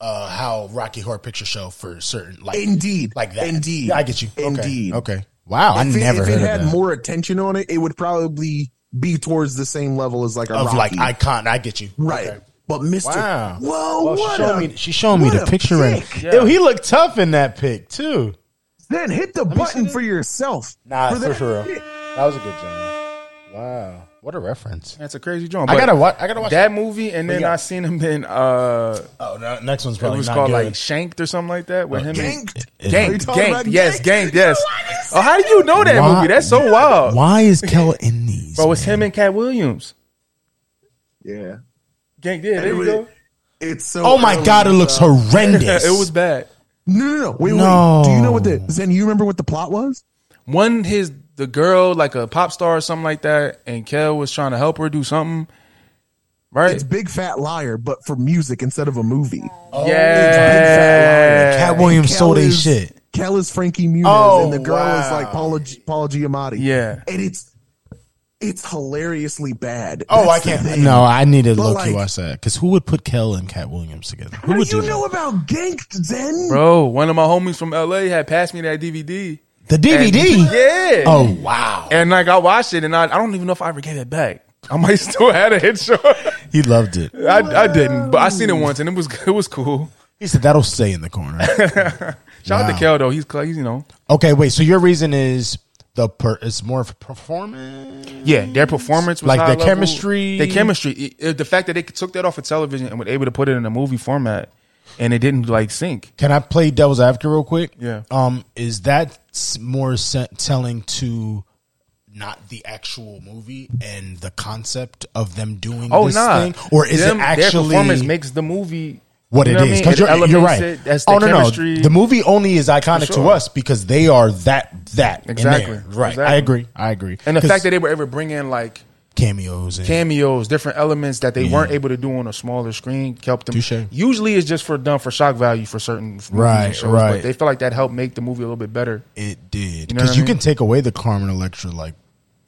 Speaker 4: uh how Rocky Horror Picture Show for certain like
Speaker 5: Indeed.
Speaker 4: like that.
Speaker 5: Indeed.
Speaker 4: Yeah, I get you. Okay.
Speaker 5: Indeed.
Speaker 4: Okay. Wow, I
Speaker 5: If it-
Speaker 4: never
Speaker 5: if
Speaker 4: heard
Speaker 5: it had
Speaker 4: of that.
Speaker 5: more attention on it, it would probably be towards the same level as like a
Speaker 4: of
Speaker 5: Rocky.
Speaker 4: like icon. I get you.
Speaker 5: right.
Speaker 4: Okay.
Speaker 5: But Mr.
Speaker 4: Wow.
Speaker 5: Whoa,
Speaker 4: Well, Oh,
Speaker 5: what
Speaker 4: she showed
Speaker 5: a-
Speaker 4: me, she showed me
Speaker 5: what
Speaker 4: the
Speaker 5: a
Speaker 4: picture.
Speaker 5: pick.
Speaker 4: Right. Ew, he looked tough in that pic too.
Speaker 5: Then hit the button for yourself.
Speaker 4: Nah,
Speaker 5: For
Speaker 4: for,
Speaker 5: that
Speaker 4: for real.
Speaker 5: shit.
Speaker 4: That was a good job. Wow, what a reference.
Speaker 3: That's a crazy drawing.
Speaker 4: I
Speaker 3: But
Speaker 4: gotta watch. I gotta watch
Speaker 3: that movie, and then
Speaker 4: yeah.
Speaker 3: I seen him in. uh
Speaker 4: Oh, no, next one's
Speaker 3: It
Speaker 4: probably
Speaker 3: was
Speaker 4: not
Speaker 3: called
Speaker 4: good.
Speaker 3: like Shanked or something like that with him. and-
Speaker 5: Ganked.
Speaker 4: Is-
Speaker 5: Are
Speaker 3: Gang,
Speaker 5: you talking
Speaker 3: gang,
Speaker 5: about
Speaker 3: yes, gang,
Speaker 5: Ganked?
Speaker 3: yes.
Speaker 5: Why is
Speaker 3: Oh, how do you know that
Speaker 4: Why-
Speaker 3: movie? That's so wild,
Speaker 4: Why is Kel in these?
Speaker 3: bro. It's him and Cat Williams.
Speaker 5: Yeah.
Speaker 3: Gang, yeah, there
Speaker 5: It
Speaker 3: you
Speaker 5: was-
Speaker 3: go.
Speaker 5: It's so
Speaker 4: oh my
Speaker 5: early,
Speaker 4: god, it looks
Speaker 5: uh,
Speaker 3: Yeah,
Speaker 4: horrendous.
Speaker 3: it was bad.
Speaker 5: No, no, no. Wait,
Speaker 4: No.
Speaker 5: wait. Do you know what the Zen, you remember what the plot was?
Speaker 3: One, his the girl like a pop star or something like that, and Kel was trying to help her do something, right?
Speaker 5: It's Big Fat Liar, but for music instead of a movie.
Speaker 4: Oh.
Speaker 3: yeah,
Speaker 4: Cat Williams
Speaker 5: Kel
Speaker 4: sold a
Speaker 5: is-
Speaker 4: shit.
Speaker 5: Kel is Frankie Muniz,
Speaker 4: Oh,
Speaker 5: and the girl
Speaker 4: wow.
Speaker 5: is like Paula, Paula Giamatti.
Speaker 3: Yeah.
Speaker 5: and it's it's hilariously bad.
Speaker 4: Oh,
Speaker 5: That's
Speaker 4: I
Speaker 5: the
Speaker 4: can't.
Speaker 5: thing.
Speaker 4: No, I need to
Speaker 5: But,
Speaker 4: low key
Speaker 5: like-
Speaker 4: watch that because who would put Kel and Cat Williams together? Who
Speaker 5: How
Speaker 4: would
Speaker 5: do you
Speaker 4: do
Speaker 5: know
Speaker 4: that?
Speaker 5: about Ganked Zen?
Speaker 3: bro. One of my homies from LA had passed me that DVD.
Speaker 4: The
Speaker 3: And-
Speaker 4: DVD.
Speaker 3: yeah.
Speaker 4: Oh wow,
Speaker 3: and like I watched it, and I, I don't even know if I ever gave it back. I might still had a headshot.
Speaker 4: he loved it.
Speaker 3: I, I didn't, but I seen it once, and it was it was cool.
Speaker 4: He said that'll stay in the corner.
Speaker 3: Shout out
Speaker 4: Wow.
Speaker 3: to Kel though. He's cl- he's you know
Speaker 4: Okay, wait. So your reason is the per- it's more of a performance.
Speaker 3: yeah their performance was
Speaker 4: Like
Speaker 3: high
Speaker 4: the
Speaker 3: level.
Speaker 4: chemistry?
Speaker 3: the chemistry, It- it- the fact that they took that off of television and were able to put it in a movie format, and it didn't like sink.
Speaker 4: Can I play devil's advocate real quick?
Speaker 3: Yeah.
Speaker 4: Um, is that s- more se- telling to not the actual movie and the concept of them doing
Speaker 3: Oh
Speaker 4: this
Speaker 3: nah,
Speaker 4: thing, or is
Speaker 3: Them-
Speaker 4: it actually
Speaker 3: their performance makes the movie
Speaker 4: what
Speaker 3: you
Speaker 4: it
Speaker 3: know I
Speaker 4: is?
Speaker 3: mean?
Speaker 4: Because
Speaker 3: It
Speaker 4: you're, you're
Speaker 3: elevates
Speaker 4: right.
Speaker 3: it. That's the
Speaker 4: oh no,
Speaker 3: chemistry.
Speaker 4: no. The movie only is iconic
Speaker 3: For
Speaker 4: to
Speaker 3: sure.
Speaker 4: us because they are that that in there.
Speaker 3: Exactly.
Speaker 4: Right. I
Speaker 3: Exactly.
Speaker 4: agree. I agree.
Speaker 3: and the
Speaker 4: 'Cause
Speaker 3: fact that they were able to bring in like
Speaker 4: cameos and
Speaker 3: cameos, different elements that they weren't able to do on a smaller screen helped them.
Speaker 4: Touche.
Speaker 3: Usually, it's just for done for shock value for certain movies and
Speaker 4: Right,
Speaker 3: shows,
Speaker 4: right.
Speaker 3: But they feel like that helped make the movie a little bit better.
Speaker 4: It did
Speaker 3: know
Speaker 4: because
Speaker 3: what I
Speaker 4: you,
Speaker 3: mean?
Speaker 4: can take away the Carmen Electra like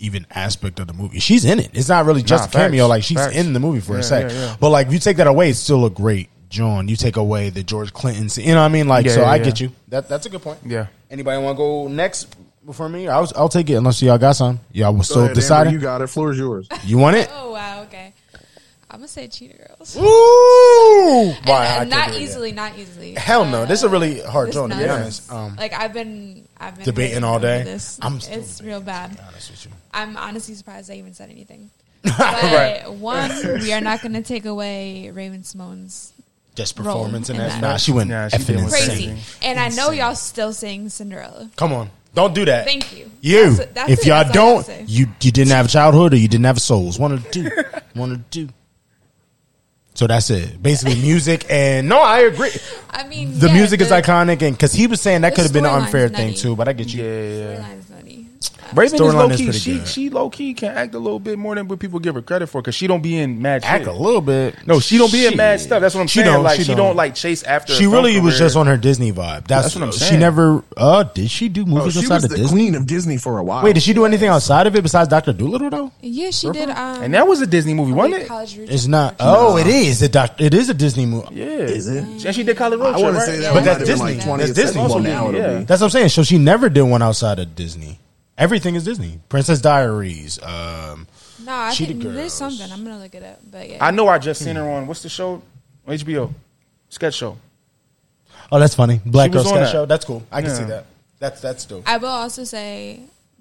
Speaker 4: even aspect of the movie. She's in it. It's not really just
Speaker 3: Nah,
Speaker 4: a cameo.
Speaker 3: facts,
Speaker 4: Like she's
Speaker 3: facts.
Speaker 4: in the movie for a
Speaker 3: Yeah,
Speaker 4: sec.
Speaker 3: yeah, yeah.
Speaker 4: But like if you take that away, it's still a great John. You take away the George Clinton. Scene, you know what I mean? Like
Speaker 3: Yeah,
Speaker 4: so,
Speaker 3: yeah,
Speaker 4: I
Speaker 3: yeah.
Speaker 4: get you. That that's a good point.
Speaker 3: Yeah.
Speaker 4: Anybody want to go next before me? I was, I'll take it unless y'all got some. Y'all was still
Speaker 5: Amber,
Speaker 4: deciding.
Speaker 5: you got it. Floor is yours.
Speaker 4: you, want it?
Speaker 6: Oh wow, okay. I'm gonna say Cheetah Girls.
Speaker 4: Ooh,
Speaker 6: Oh. And-
Speaker 4: Why, I can't
Speaker 6: and not
Speaker 4: do it yet.
Speaker 6: easily, not easily.
Speaker 4: Hell no. This is a really hard
Speaker 6: This
Speaker 4: John to be
Speaker 6: nonsense.
Speaker 4: honest. Um,
Speaker 6: like I've been, I've been
Speaker 4: Debating
Speaker 6: really
Speaker 4: all
Speaker 6: over
Speaker 4: day?
Speaker 6: This.
Speaker 4: I'm still
Speaker 6: it's real bad.
Speaker 4: honest with you.
Speaker 6: I'm honestly surprised I even said anything. But one, we are not going to take away Raven Simone's
Speaker 4: Just
Speaker 6: Role
Speaker 4: performance and
Speaker 6: in
Speaker 4: that.
Speaker 6: that.
Speaker 4: Nah, she went
Speaker 3: Nah, she
Speaker 4: effing
Speaker 3: did.
Speaker 4: insane.
Speaker 6: crazy, and I know y'all still saying Cinderella.
Speaker 4: Come on. Don't do that.
Speaker 6: Thank you.
Speaker 4: You.
Speaker 6: That's- that's
Speaker 4: if
Speaker 6: it.
Speaker 4: y'all
Speaker 6: That's all I
Speaker 4: don't,
Speaker 6: have to say.
Speaker 4: you you didn't have a childhood or you didn't have souls. One of the two. One of the two. So that's it. Basically, music and no, I agree.
Speaker 6: I mean,
Speaker 4: The
Speaker 6: yeah,
Speaker 4: music is
Speaker 6: the
Speaker 4: iconic, and because he was saying that
Speaker 6: the
Speaker 4: could have been an
Speaker 6: storyline's
Speaker 4: unfair thing
Speaker 6: nutty.
Speaker 4: too. But I get you.
Speaker 6: storyline's nutty.
Speaker 3: Raven is
Speaker 4: Storyline
Speaker 3: low
Speaker 4: is
Speaker 3: key.
Speaker 4: pretty
Speaker 3: She
Speaker 4: good.
Speaker 3: she low key can act a little bit more than what people give her credit for because she don't be in mad.
Speaker 4: Act
Speaker 3: shit.
Speaker 4: a little bit.
Speaker 3: No, she don't be in mad
Speaker 4: Shit.
Speaker 3: stuff. That's what I'm
Speaker 4: She
Speaker 3: saying.
Speaker 4: don't,
Speaker 3: like
Speaker 4: she
Speaker 3: she, don't.
Speaker 4: don't.
Speaker 3: like chase after. a
Speaker 4: She
Speaker 3: film
Speaker 4: really was
Speaker 3: career.
Speaker 4: just on her Disney vibe. That's,
Speaker 3: That's what I'm
Speaker 4: She
Speaker 3: saying.
Speaker 4: never. Uh, did she do
Speaker 5: Oh,
Speaker 4: movies
Speaker 5: she
Speaker 4: outside
Speaker 5: was
Speaker 4: of
Speaker 5: the
Speaker 4: Disney?
Speaker 5: queen of Disney for a while.
Speaker 4: Wait, did she do anything outside of it besides Doctor Doolittle though?
Speaker 6: Yeah, she did. Um,
Speaker 3: and that was a Disney movie, wasn't it?
Speaker 6: College Road
Speaker 4: It's
Speaker 6: Trip.
Speaker 4: not. Oh, it is. It doc- It is a Disney movie.
Speaker 3: Yeah,
Speaker 5: is it?
Speaker 3: and she did College Road
Speaker 5: I
Speaker 3: Trip,
Speaker 5: want to
Speaker 3: right?
Speaker 5: say that,
Speaker 6: Yeah,
Speaker 5: but
Speaker 4: that's
Speaker 5: that's Disney.
Speaker 4: Disney.
Speaker 5: Like 20th
Speaker 4: That's Disney.
Speaker 5: Well,
Speaker 3: Also
Speaker 5: now
Speaker 3: Disney,
Speaker 5: it'll
Speaker 3: yeah.
Speaker 5: be.
Speaker 4: That's what I'm saying. So she never did one outside of Disney. Everything is Disney. Princess Diaries. Um,
Speaker 6: No, I
Speaker 4: Cheetah
Speaker 6: think
Speaker 4: Girls.
Speaker 6: there's something. I'm gonna look it up, but yeah,
Speaker 3: I know. I just seen her on what's the show? HBO sketch show.
Speaker 4: oh, that's funny. Black
Speaker 3: She
Speaker 4: Girl
Speaker 3: was on
Speaker 4: Sketch
Speaker 3: that.
Speaker 4: Show. That's cool. I can
Speaker 3: Yeah.
Speaker 4: see that. That's that's dope.
Speaker 6: I will also say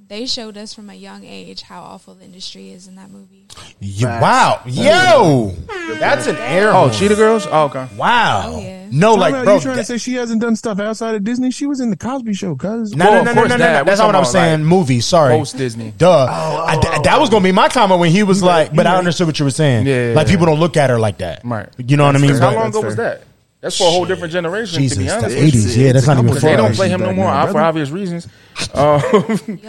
Speaker 6: They showed us from a young age how awful the industry is in that movie.
Speaker 4: You- wow, yo, that's an error.
Speaker 3: Oh, Cheetah Girls. Oh, okay.
Speaker 4: Wow.
Speaker 6: Oh, yeah.
Speaker 4: No, like,
Speaker 5: Talking about
Speaker 4: bro.
Speaker 5: you trying
Speaker 4: that-
Speaker 5: to say she hasn't done stuff outside of Disney? She was in the Cosby Show, cuz.
Speaker 4: no, no,
Speaker 3: Well,
Speaker 4: no,
Speaker 3: of
Speaker 4: no, no,
Speaker 3: course
Speaker 4: no,
Speaker 3: that.
Speaker 4: no.
Speaker 3: We're
Speaker 4: That's not what
Speaker 3: talking
Speaker 4: I'm
Speaker 3: about, Oh,
Speaker 4: saying. Movie. Sorry.
Speaker 3: Post Disney.
Speaker 4: Duh. I- th- that was gonna be my comment when he was like, but I understood what you were saying.
Speaker 3: Yeah, yeah,
Speaker 4: like
Speaker 3: yeah.
Speaker 4: people don't look at her like that.
Speaker 3: Right.
Speaker 4: You know what I mean?
Speaker 5: fair.
Speaker 3: How
Speaker 4: But-
Speaker 3: long ago
Speaker 5: that's
Speaker 3: was
Speaker 5: fair.
Speaker 3: that? That's for a whole different generation.
Speaker 4: Jesus,
Speaker 3: to be honest,
Speaker 4: the
Speaker 3: with you.
Speaker 4: eighties. Yeah, that's not even
Speaker 3: Because they
Speaker 4: before
Speaker 3: don't
Speaker 4: us.
Speaker 3: play him no more uh, for obvious reasons. Uh,
Speaker 6: Yo, did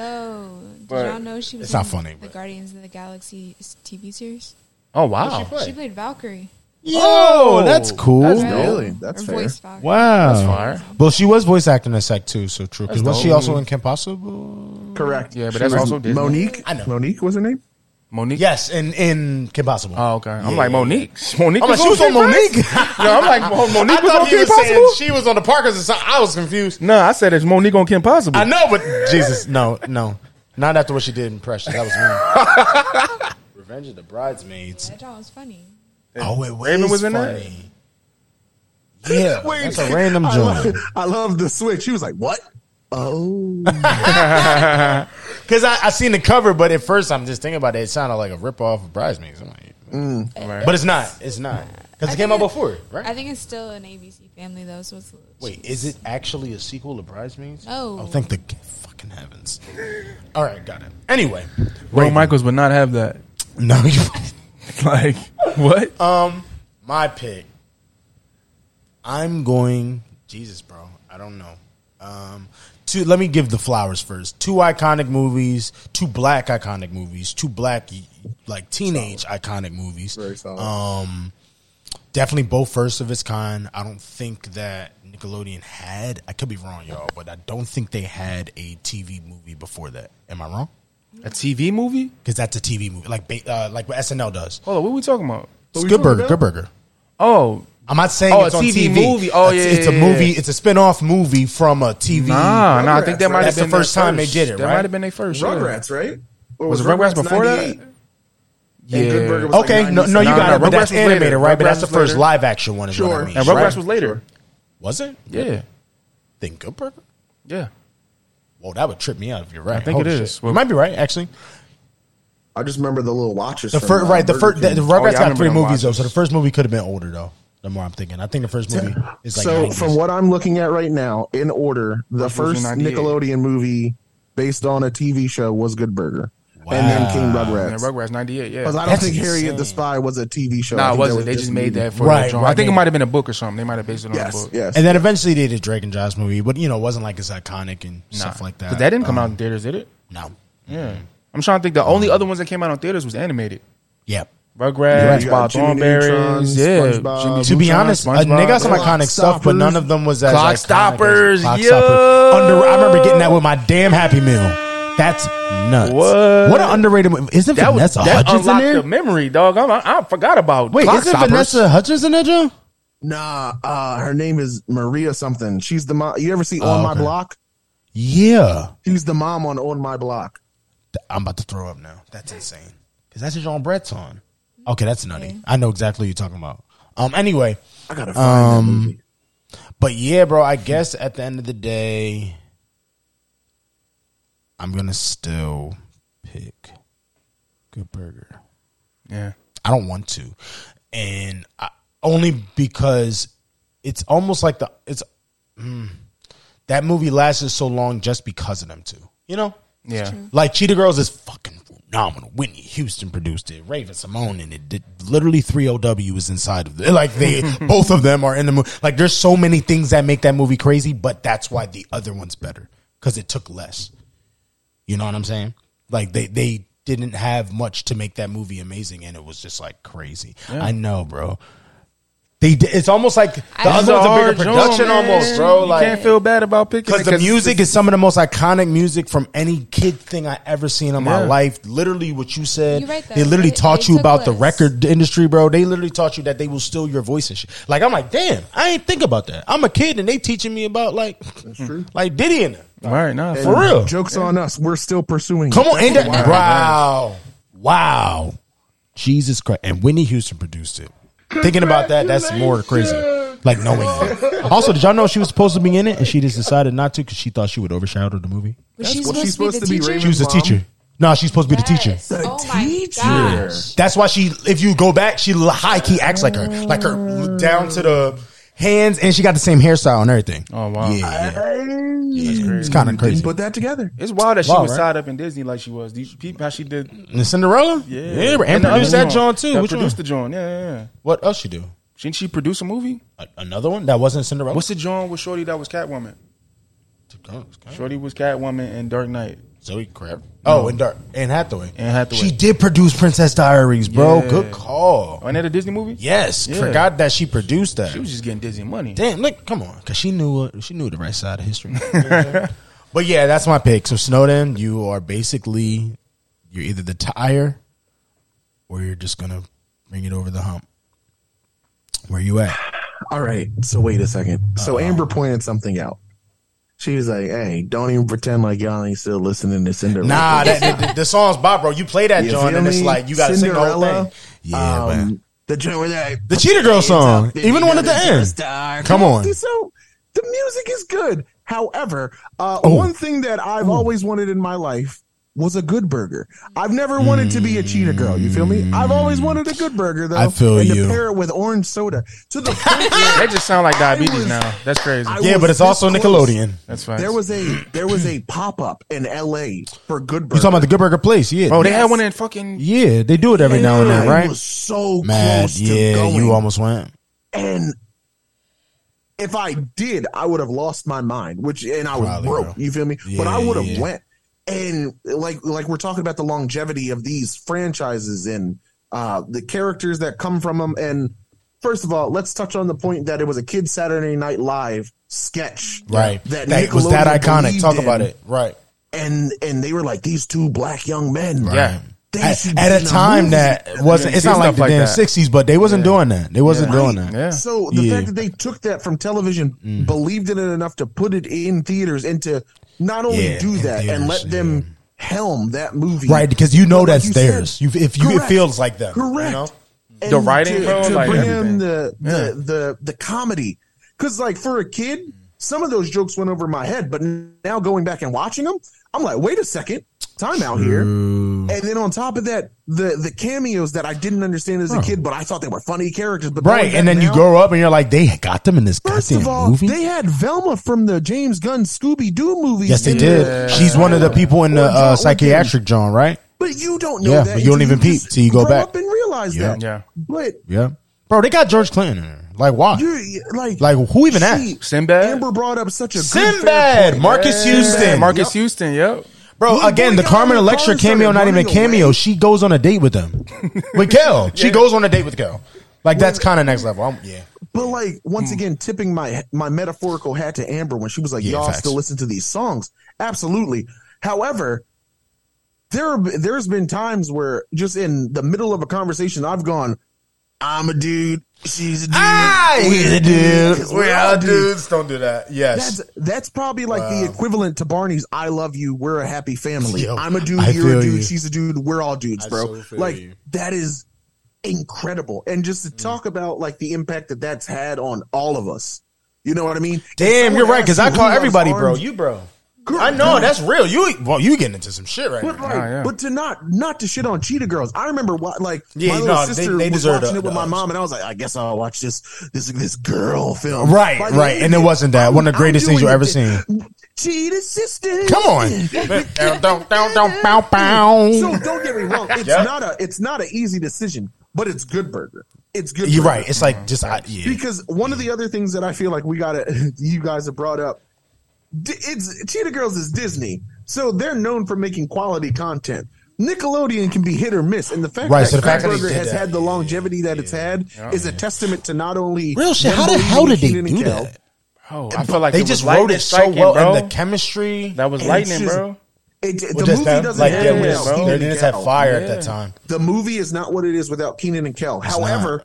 Speaker 3: But-
Speaker 6: y'all know she was
Speaker 4: It's not
Speaker 6: in
Speaker 4: funny,
Speaker 6: the
Speaker 4: but-
Speaker 6: Guardians of the Galaxy s- TV series?
Speaker 3: oh wow!
Speaker 6: She played Valkyrie.
Speaker 4: Yo, that's cool.
Speaker 6: Right?
Speaker 5: really? That's
Speaker 6: Or
Speaker 5: fair.
Speaker 6: voice Valkyrie.
Speaker 4: Wow.
Speaker 3: That's fire.
Speaker 4: Well, she was voice acting in Sec too, so true. Because
Speaker 3: That's
Speaker 4: was she
Speaker 3: dope.
Speaker 4: also in Kim Possible?
Speaker 5: Correct.
Speaker 3: Yeah, but
Speaker 5: She
Speaker 3: that's
Speaker 5: was
Speaker 3: also Disney.
Speaker 5: Monique.
Speaker 4: I know.
Speaker 5: Monique was her name.
Speaker 3: Monique.
Speaker 4: Yes, in in Kim Possible.
Speaker 3: Oh okay. I'm like Monique. Monique.
Speaker 4: I'm like, she was on
Speaker 3: Kim Possible?
Speaker 4: Monique.
Speaker 3: No, I'm like Mo-
Speaker 4: I
Speaker 3: Monique was on
Speaker 4: thought you were
Speaker 3: Kim
Speaker 4: saying
Speaker 3: Possible.
Speaker 4: she was on the Parkers. or something. I was confused.
Speaker 3: No, I said it's Monique on Kim Possible.
Speaker 4: I know, but Jesus, no, no, not after what she did in Precious. That was mean. Revenge of the Bridesmaids.
Speaker 6: That was funny.
Speaker 4: Oh, it
Speaker 3: Raven was in that?
Speaker 4: that. Yeah, that's a random
Speaker 5: I love,
Speaker 4: joint.
Speaker 5: I love the switch. She was like, "What? Oh,
Speaker 4: Because I, I seen the cover, but at first I'm just thinking about it. It sounded like a ripoff of Bridesmaids. I'm like, Mm. but it's not. It's not because it
Speaker 6: I
Speaker 4: came out
Speaker 6: think it-
Speaker 4: before, right?
Speaker 6: I think it's still an ABC family though, so it's
Speaker 4: Wait, is it actually a sequel to Bridesmaids?
Speaker 6: No.
Speaker 4: I think the fucking heavens. All right, got it. Anyway,
Speaker 3: Ray
Speaker 4: Raven.
Speaker 3: Michaels would not have that.
Speaker 4: No, you.
Speaker 3: Like what?
Speaker 4: Um, my pick. I'm going. Jesus, bro. I don't know. Um, two. Let me give the flowers first. Two iconic movies. Two black iconic movies. Two black like teenage iconic movies.
Speaker 5: Very solid.
Speaker 4: Um, definitely both first of its kind. I don't think that Nickelodeon had. I could be wrong, y'all, but I don't think they had a TV movie before that. Am I wrong?
Speaker 3: A TV movie?
Speaker 4: Because that's a TV movie, like ba- uh, like what SNL does.
Speaker 3: Hold on, what are we talking about?
Speaker 4: It's Good Burger. Good Burger.
Speaker 3: Oh,
Speaker 4: I'm not saying
Speaker 3: Oh,
Speaker 4: it's
Speaker 3: a
Speaker 4: on
Speaker 3: TV
Speaker 4: TV.
Speaker 3: movie. Oh,
Speaker 4: it's,
Speaker 3: yeah,
Speaker 4: It's a
Speaker 3: yeah, yeah.
Speaker 4: movie. It's a spin-off movie from a TV.
Speaker 3: nah, nah. I think that might have
Speaker 4: That's the
Speaker 3: been their
Speaker 4: first time they did it,
Speaker 3: That
Speaker 4: right?
Speaker 3: might have been their first. yeah.
Speaker 5: Rugrats, right? Or
Speaker 3: Was it Rugrats before that?
Speaker 5: 98?
Speaker 3: Yeah.
Speaker 5: Good Burger was-
Speaker 4: Okay,
Speaker 5: like
Speaker 4: no, no, you
Speaker 5: 97.
Speaker 4: got
Speaker 3: Nah,
Speaker 4: it. But
Speaker 3: nah,
Speaker 4: that's
Speaker 3: Rugrats was later.
Speaker 4: animated, right? But
Speaker 3: Rugrats
Speaker 4: that's the
Speaker 3: was
Speaker 4: first
Speaker 3: later.
Speaker 4: live action one. Is what I
Speaker 5: Sure.
Speaker 4: mean.
Speaker 3: and Rugrats
Speaker 4: right?
Speaker 3: was later.
Speaker 4: was it?
Speaker 3: Yeah,
Speaker 4: Then Good Burger.
Speaker 3: yeah.
Speaker 4: Whoa, that would trip me out if you're right.
Speaker 3: think
Speaker 4: Holy
Speaker 3: it is.
Speaker 4: shit. you might be right, actually.
Speaker 5: I just remember the little watchers.
Speaker 4: The
Speaker 5: from,
Speaker 4: first,
Speaker 5: uh,
Speaker 4: right? The
Speaker 5: Burger
Speaker 4: first. The,
Speaker 5: King.
Speaker 4: the Rugrats
Speaker 3: Oh, I
Speaker 4: got
Speaker 3: remember
Speaker 4: three
Speaker 3: them
Speaker 4: movies though,
Speaker 3: watches.
Speaker 4: so the first movie could have been older though. The more I'm thinking, I think the first movie is like.
Speaker 5: so
Speaker 4: 90s.
Speaker 5: from what I'm looking at right now, in order, the
Speaker 3: was
Speaker 5: first
Speaker 3: 98.
Speaker 5: Nickelodeon movie based on a TV show was Good Burger, and then
Speaker 4: Wow.
Speaker 5: came
Speaker 3: And
Speaker 5: Rugrats.
Speaker 3: Rugrats '98. Yeah.
Speaker 5: Because I don't
Speaker 4: That's
Speaker 5: think Harriet
Speaker 4: insane.
Speaker 5: the Spy was a TV show. I
Speaker 3: Nah,
Speaker 5: think
Speaker 3: it
Speaker 5: that
Speaker 3: wasn't. They
Speaker 5: was
Speaker 3: just made that for
Speaker 4: Right,
Speaker 3: the drawing.
Speaker 4: right,
Speaker 3: I think it
Speaker 4: yeah.
Speaker 3: might have been a book or something. They might have based it on a
Speaker 5: Yes,
Speaker 3: book.
Speaker 5: yes.
Speaker 4: And then eventually they did Drake and Josh movie, but you know, it wasn't like it's iconic and
Speaker 3: Nah.
Speaker 4: stuff like
Speaker 3: 'Cause
Speaker 4: that.
Speaker 3: That didn't come
Speaker 4: Um,
Speaker 3: out in theaters, did it?
Speaker 4: No.
Speaker 3: Yeah. I'm trying to think. The
Speaker 5: Mm.
Speaker 3: only other ones that came out on theaters was animated.
Speaker 4: Yeah.
Speaker 3: Rugrats,
Speaker 5: You got
Speaker 3: Bob
Speaker 5: Jimmy
Speaker 3: Thornberries,
Speaker 5: Neutrons,
Speaker 3: yeah.
Speaker 5: SpongeBob.
Speaker 3: Jimmy
Speaker 4: To be
Speaker 3: Neutron,
Speaker 4: honest, uh,
Speaker 3: SpongeBob.
Speaker 4: they got some
Speaker 5: Clock
Speaker 4: iconic stuff, but
Speaker 5: Stoppers.
Speaker 4: none of them was as
Speaker 3: Clock
Speaker 4: iconic as
Speaker 3: Stoppers,
Speaker 4: Clock
Speaker 3: yo!
Speaker 4: Stopper. Under, I remember getting that with my damn Happy Meal. That's nuts.
Speaker 3: What?
Speaker 4: an underrated movie. Isn't
Speaker 3: That was
Speaker 4: Vanessa
Speaker 3: that
Speaker 4: Hudgens in
Speaker 3: unlocked
Speaker 4: there?
Speaker 3: the memory, dog. I'm, I, I forgot about.
Speaker 4: Wait,
Speaker 3: Clock
Speaker 4: isn't
Speaker 3: Stoppers.
Speaker 4: Vanessa Hudgens in there, Joe?
Speaker 5: Nah, uh, her name is Maria something. She's the mom. You ever see On My
Speaker 4: Oh, okay.
Speaker 5: Block?
Speaker 4: Yeah.
Speaker 5: She's the mom on On My Block.
Speaker 4: Th- I'm about to throw up now. That's insane. Because that's Jean Brett's on. Okay, that's nutty. I know exactly what you're talking about. Um. Anyway,
Speaker 5: I gotta find
Speaker 4: Um,
Speaker 5: that movie.
Speaker 4: But yeah, bro, I guess at the end of the day, I'm gonna still pick Good Burger.
Speaker 3: Yeah.
Speaker 4: I don't want to, and I, only because it's almost like the it's mm, that movie lasted so long just because of them two. You know,
Speaker 3: Yeah.
Speaker 4: like Cheetah Girls is fucking phenomenal. Whitney Houston produced it. Raven Simone and it did literally three OW is inside of it. Like they both of them are in the movie. Like there's so many things that make that movie crazy, but that's why the other one's better because it took less. You know what I'm saying? Like they they didn't have much to make that movie amazing, and it was just like crazy. I know, bro. They did, it's almost like the
Speaker 6: I-
Speaker 4: other one's a bigger
Speaker 3: Hard job,
Speaker 4: production
Speaker 3: man.
Speaker 4: almost, bro.
Speaker 3: You
Speaker 4: Like
Speaker 3: can't feel bad about picking
Speaker 4: because
Speaker 3: it
Speaker 4: the music is some of the most iconic music from any kid thing I ever seen in my
Speaker 3: Yeah.
Speaker 4: life. Literally, what you said,
Speaker 6: You're right, though.
Speaker 4: they literally
Speaker 6: They-
Speaker 4: taught
Speaker 6: they
Speaker 4: you
Speaker 6: took
Speaker 4: about the
Speaker 6: less.
Speaker 4: record industry, bro. They literally taught you that they will steal your voice and shit. Like I'm like, damn, I ain't think about that. I'm a kid and they teaching me about like, like Diddy and them.
Speaker 3: All right, nah,
Speaker 4: for real.
Speaker 5: Jokes on us. We're still pursuing.
Speaker 4: Come
Speaker 5: it.
Speaker 4: on, ain't that wow, wow, Jesus Christ! And Whitney Houston produced it. Thinking about that, that's more crazy. like knowing it. Also, did y'all know she was supposed to be in it and she just decided not to because she thought she would overshadow the movie?
Speaker 6: Was
Speaker 5: That's
Speaker 6: she
Speaker 5: what
Speaker 6: supposed,
Speaker 5: she's
Speaker 6: to be the
Speaker 5: supposed to be,
Speaker 6: teacher?
Speaker 4: She was the
Speaker 5: Mom?
Speaker 4: teacher. No, she's supposed to be the teacher.
Speaker 6: Yes. oh
Speaker 5: teacher.
Speaker 6: my gosh.
Speaker 4: That's why she, if you go back, she high key acts like her, like her down to the hands, and she got the same hairstyle and everything.
Speaker 3: Oh, wow.
Speaker 4: yeah, yeah. it's
Speaker 5: It's
Speaker 4: kind of crazy.
Speaker 5: Put that together.
Speaker 3: It's wild that she
Speaker 4: Wow,
Speaker 3: was
Speaker 4: right?
Speaker 3: tied up in Disney like she was. Do you peep how she did?
Speaker 4: And Cinderella, yeah, and
Speaker 3: the other
Speaker 4: produced that
Speaker 3: one.
Speaker 4: John too.
Speaker 3: That
Speaker 4: Which
Speaker 3: produced
Speaker 4: one?
Speaker 3: the John. Yeah, yeah, yeah.
Speaker 4: What else she do?
Speaker 3: Didn't she produce a movie?
Speaker 4: A- another one that wasn't Cinderella.
Speaker 3: What's the John with Shorty that was Catwoman? Shorty was Catwoman in Dark Knight.
Speaker 4: Zoe Crab? Oh, and Dark Anne Hathaway.
Speaker 3: Anne Hathaway.
Speaker 4: She did produce Princess Diaries, bro.
Speaker 3: Yeah.
Speaker 4: Good call.
Speaker 3: Oh, and that a Disney movie?
Speaker 4: Yes,
Speaker 3: Yeah.
Speaker 4: forgot that she produced that.
Speaker 3: She was just getting Disney money.
Speaker 4: Damn, look, come on, because she knew uh, she knew the right side of history. but yeah, that's my pick. So Snowden, you are basically you're either the tire, or you're just gonna bring it over the hump. Where you at?
Speaker 5: All right. So wait a second. So
Speaker 3: Uh-huh.
Speaker 5: Amber pointed something out. She was like, "Hey, don't even pretend like y'all ain't still listening to Cinderella."
Speaker 4: Nah, that, that- the, the song's Bob, bro. You play that,
Speaker 5: You
Speaker 4: John,
Speaker 5: feel
Speaker 4: and it's
Speaker 5: me?
Speaker 4: like you gotta sing the whole
Speaker 5: Cinderella,
Speaker 4: thing. Yeah,
Speaker 5: um,
Speaker 4: man.
Speaker 5: The joint where that
Speaker 4: The Cheetah Girl song, even the one at the end.
Speaker 5: end.
Speaker 4: Come on.
Speaker 5: So the music is good. However, uh,
Speaker 4: Oh.
Speaker 5: one thing that I've always wanted in my life was a good burger. I've never wanted to be a cheetah girl. You feel me? I've always wanted a good burger though.
Speaker 4: I feel
Speaker 5: and
Speaker 4: you.
Speaker 5: To pair it with orange soda to the point where
Speaker 3: That just sound like diabetes
Speaker 5: was-
Speaker 3: now. That's crazy.
Speaker 5: I
Speaker 4: Yeah,
Speaker 5: was
Speaker 4: but it's
Speaker 5: this
Speaker 4: also
Speaker 5: close.
Speaker 4: Nickelodeon.
Speaker 3: That's fine.
Speaker 5: There was a there was a pop up in L.A. for Good Burger.
Speaker 4: You talking about the Good Burger Place? Yeah,
Speaker 3: bro. Oh, They had one in fucking.
Speaker 4: yeah, they do it every now and then,
Speaker 5: I
Speaker 4: right?
Speaker 5: was so
Speaker 4: Mad,
Speaker 5: close to
Speaker 4: yeah,
Speaker 5: going,
Speaker 4: you almost went.
Speaker 5: and if I did, I would have lost my mind. Which and I was
Speaker 4: Probably, bro.
Speaker 5: broke. You feel me? but I
Speaker 4: Yeah,
Speaker 5: would have
Speaker 4: yeah.
Speaker 5: went. And like like we're talking about the longevity of these franchises and uh, the characters that come from them. And first of all, let's touch on the point that it was a kid Saturday Night Live sketch,
Speaker 4: Right. That,
Speaker 5: That,
Speaker 4: was that
Speaker 5: Nickelodeon
Speaker 4: iconic.
Speaker 5: believed
Speaker 4: Talk
Speaker 5: in.
Speaker 4: about it. Right.
Speaker 5: and and they were like these two black young men.
Speaker 3: Yeah.
Speaker 5: They
Speaker 4: At,
Speaker 5: should
Speaker 4: at
Speaker 5: be
Speaker 4: a
Speaker 5: in
Speaker 4: time
Speaker 5: movie.
Speaker 4: that wasn't, it's
Speaker 3: Yeah,
Speaker 4: not like
Speaker 3: stuff
Speaker 4: the
Speaker 3: like
Speaker 4: damn
Speaker 3: that.
Speaker 4: 60s, but they wasn't doing that. They wasn't doing that.
Speaker 3: Yeah.
Speaker 5: So
Speaker 4: Yeah.
Speaker 5: the
Speaker 4: Mm.
Speaker 5: fact that they took that from television, believed in it enough to put it in theaters, and to not only
Speaker 4: Yeah,
Speaker 5: do
Speaker 4: in
Speaker 5: that and
Speaker 4: theaters,
Speaker 5: let them helm that movie,
Speaker 4: Right. Because you know
Speaker 5: But like
Speaker 4: that's
Speaker 5: you said,
Speaker 4: theirs. you if you, it
Speaker 5: correct.
Speaker 4: feels like them.
Speaker 5: Correct.
Speaker 4: You know?
Speaker 5: And
Speaker 3: The writing,
Speaker 5: to,
Speaker 3: bro,
Speaker 5: to
Speaker 3: like
Speaker 5: bring
Speaker 3: everything.
Speaker 5: in the the,
Speaker 3: Yeah.
Speaker 5: the the comedy, because like for a kid, some of those jokes went over my head, but now going back and watching them, I'm like, wait a second, time out here. And then on top of that, the the cameos that I didn't understand as a kid, but I thought they were funny characters. But
Speaker 4: Right. And
Speaker 5: knowing Oh, that
Speaker 4: then you
Speaker 5: now-
Speaker 4: grow up and you're like, they got them in this
Speaker 5: First
Speaker 4: goddamn
Speaker 5: of all,
Speaker 4: movie.
Speaker 5: they had Velma from the James Gunn Scooby Doo movies.
Speaker 4: yes, they
Speaker 5: in there.
Speaker 4: did. She's one of the people in the
Speaker 5: Or John
Speaker 4: uh,
Speaker 5: Wick.
Speaker 4: psychiatric John, right?
Speaker 5: But you don't know
Speaker 4: Yeah,
Speaker 5: that.
Speaker 4: but you don't even peep
Speaker 5: just
Speaker 4: till you go
Speaker 5: grow
Speaker 4: back.
Speaker 5: up and realize
Speaker 4: Yeah.
Speaker 5: that.
Speaker 3: Yeah.
Speaker 5: But
Speaker 4: Yeah. Bro, they got George Clinton in there. Like, why?
Speaker 5: you like
Speaker 4: Like, who even asked?
Speaker 3: Sinbad?
Speaker 5: Amber brought up such a good, fair
Speaker 4: Sinbad,
Speaker 5: point.
Speaker 4: Marcus
Speaker 3: Yeah,
Speaker 4: Houston.
Speaker 3: Marcus Houston. Yep.
Speaker 4: Bro,
Speaker 5: Who-
Speaker 4: again,
Speaker 5: who
Speaker 4: the
Speaker 5: y'all
Speaker 4: Carmen
Speaker 5: in the
Speaker 4: Electra
Speaker 5: car started
Speaker 4: cameo, not even
Speaker 5: running
Speaker 4: cameo.
Speaker 5: away?
Speaker 4: She goes on a date with them. with Kel. She goes on a date with Kel. Like, that's kind of next level. I'm, yeah.
Speaker 5: But like once again, tipping my my metaphorical hat to Amber when she was like,
Speaker 4: Yeah,
Speaker 5: "Y'all
Speaker 4: facts.
Speaker 5: still listen to these songs?" Absolutely. However, there are- there's been times where just in the middle of a conversation, I've gone, "I'm a dude, she's a dude,
Speaker 4: we the dudes.
Speaker 5: 'cause we're all dudes."
Speaker 4: Don't do that. Yes.
Speaker 5: That's that's probably like the equivalent to Barney's "I love you, we're a happy family."
Speaker 4: Yo,
Speaker 5: I'm a dude,
Speaker 4: I
Speaker 5: you're
Speaker 4: feel
Speaker 5: a dude,
Speaker 4: you.
Speaker 5: she's a dude, we're all dudes, bro.
Speaker 4: so feel
Speaker 5: like
Speaker 4: you. Mm.
Speaker 5: that is incredible, and just to talk about like the impact that that's had on all of us. You know what I mean? If
Speaker 4: Damn,
Speaker 5: someone
Speaker 4: you're right. Because I
Speaker 5: asks you
Speaker 4: call
Speaker 5: who loves
Speaker 4: everybody, bro.
Speaker 5: orange-
Speaker 4: You, bro.
Speaker 5: Girl,
Speaker 4: I know.
Speaker 5: no.
Speaker 4: That's real. You, well, you getting into some shit right
Speaker 5: But,
Speaker 4: now.
Speaker 5: like,
Speaker 3: Oh, yeah.
Speaker 5: but to not not to shit on Cheetah Girls, I remember what like
Speaker 4: Yeah,
Speaker 5: my little
Speaker 4: no, they-
Speaker 5: sister
Speaker 4: they
Speaker 5: was
Speaker 4: deserve
Speaker 5: watching
Speaker 4: the-
Speaker 5: it with
Speaker 4: the-
Speaker 5: my mom, and I was like, I guess I'll watch this this this girl film,
Speaker 4: Right,
Speaker 5: By the
Speaker 4: right.
Speaker 5: way,
Speaker 4: And it wasn't that. One of the
Speaker 5: I'm
Speaker 4: greatest things
Speaker 5: doing
Speaker 4: you've ever
Speaker 5: it.
Speaker 4: seen.
Speaker 5: Cheetah sisters,
Speaker 4: Come on. Don't, don't, don't, bow, bow.
Speaker 5: So don't get me wrong. It's
Speaker 4: Yeah.
Speaker 5: not a it's not an easy decision, but it's good burger. It's good.
Speaker 4: You're
Speaker 5: burger.
Speaker 4: right. It's like just, I, yeah.
Speaker 5: because one of the other things that I feel like we got to you guys have brought up. D- It's Cheetah Girls is Disney, so they're known for making quality content. Nickelodeon can be hit or miss, and the fact
Speaker 4: Right,
Speaker 5: that
Speaker 4: so the fact that they
Speaker 5: Fatburger
Speaker 4: did
Speaker 5: has
Speaker 4: that,
Speaker 5: had the longevity that it's had is a testament to not only
Speaker 4: Real shit.
Speaker 5: them
Speaker 4: How the hell did
Speaker 5: believing
Speaker 4: they
Speaker 5: in Keenan
Speaker 4: do
Speaker 5: and Kel,
Speaker 4: that?
Speaker 3: Oh, I feel like
Speaker 4: They
Speaker 3: it
Speaker 4: just
Speaker 3: was lightning
Speaker 4: wrote it so
Speaker 3: striking,
Speaker 4: well,
Speaker 3: bro.
Speaker 4: and the chemistry.
Speaker 3: that was
Speaker 5: and
Speaker 3: lightning,
Speaker 5: it's just-
Speaker 3: bro.
Speaker 5: It, the
Speaker 4: Well,
Speaker 5: movie
Speaker 4: just that,
Speaker 5: doesn't
Speaker 4: like,
Speaker 5: have
Speaker 4: yeah,
Speaker 5: it
Speaker 4: we
Speaker 5: without
Speaker 4: just,
Speaker 3: bro.
Speaker 5: Keenan
Speaker 4: they
Speaker 5: and
Speaker 4: just had
Speaker 5: Kel.
Speaker 4: fire at
Speaker 3: Yeah.
Speaker 4: that time.
Speaker 5: the movie is not what it is without Keenan and Kel. However,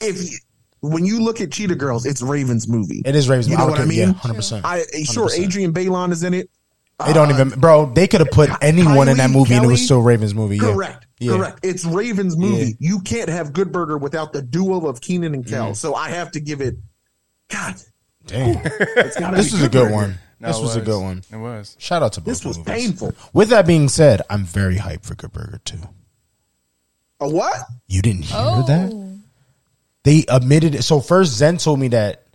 Speaker 5: if you, when you look at Cheetah Girls, it's Raven's movie.
Speaker 4: It is Ravens.
Speaker 5: You know what I mean?
Speaker 4: Yeah, hundred percent.
Speaker 5: I sure Adrian Balon is in it.
Speaker 4: They don't even, bro. They could have put anyone in that
Speaker 5: Kylie
Speaker 4: movie, and it was
Speaker 5: Kelly?
Speaker 4: still Ravens movie. Yeah.
Speaker 5: Correct.
Speaker 4: Yeah.
Speaker 5: Correct. It's Raven's movie. You can't have Good Burger without the duo of Keenan and Kel. So I have to give it God,
Speaker 4: Mm. Damn.
Speaker 5: it's gotta
Speaker 4: this
Speaker 5: be
Speaker 4: was a good
Speaker 5: different.
Speaker 4: one.
Speaker 3: No,
Speaker 4: this
Speaker 3: it
Speaker 4: was a good one.
Speaker 3: It was.
Speaker 4: Shout out to both
Speaker 5: This was
Speaker 4: movies.
Speaker 5: painful.
Speaker 4: With that being said, I'm very hyped for Good Burger 2.
Speaker 5: A what?
Speaker 4: You didn't hear
Speaker 6: Oh,
Speaker 4: that? They admitted it. So first Zen told me that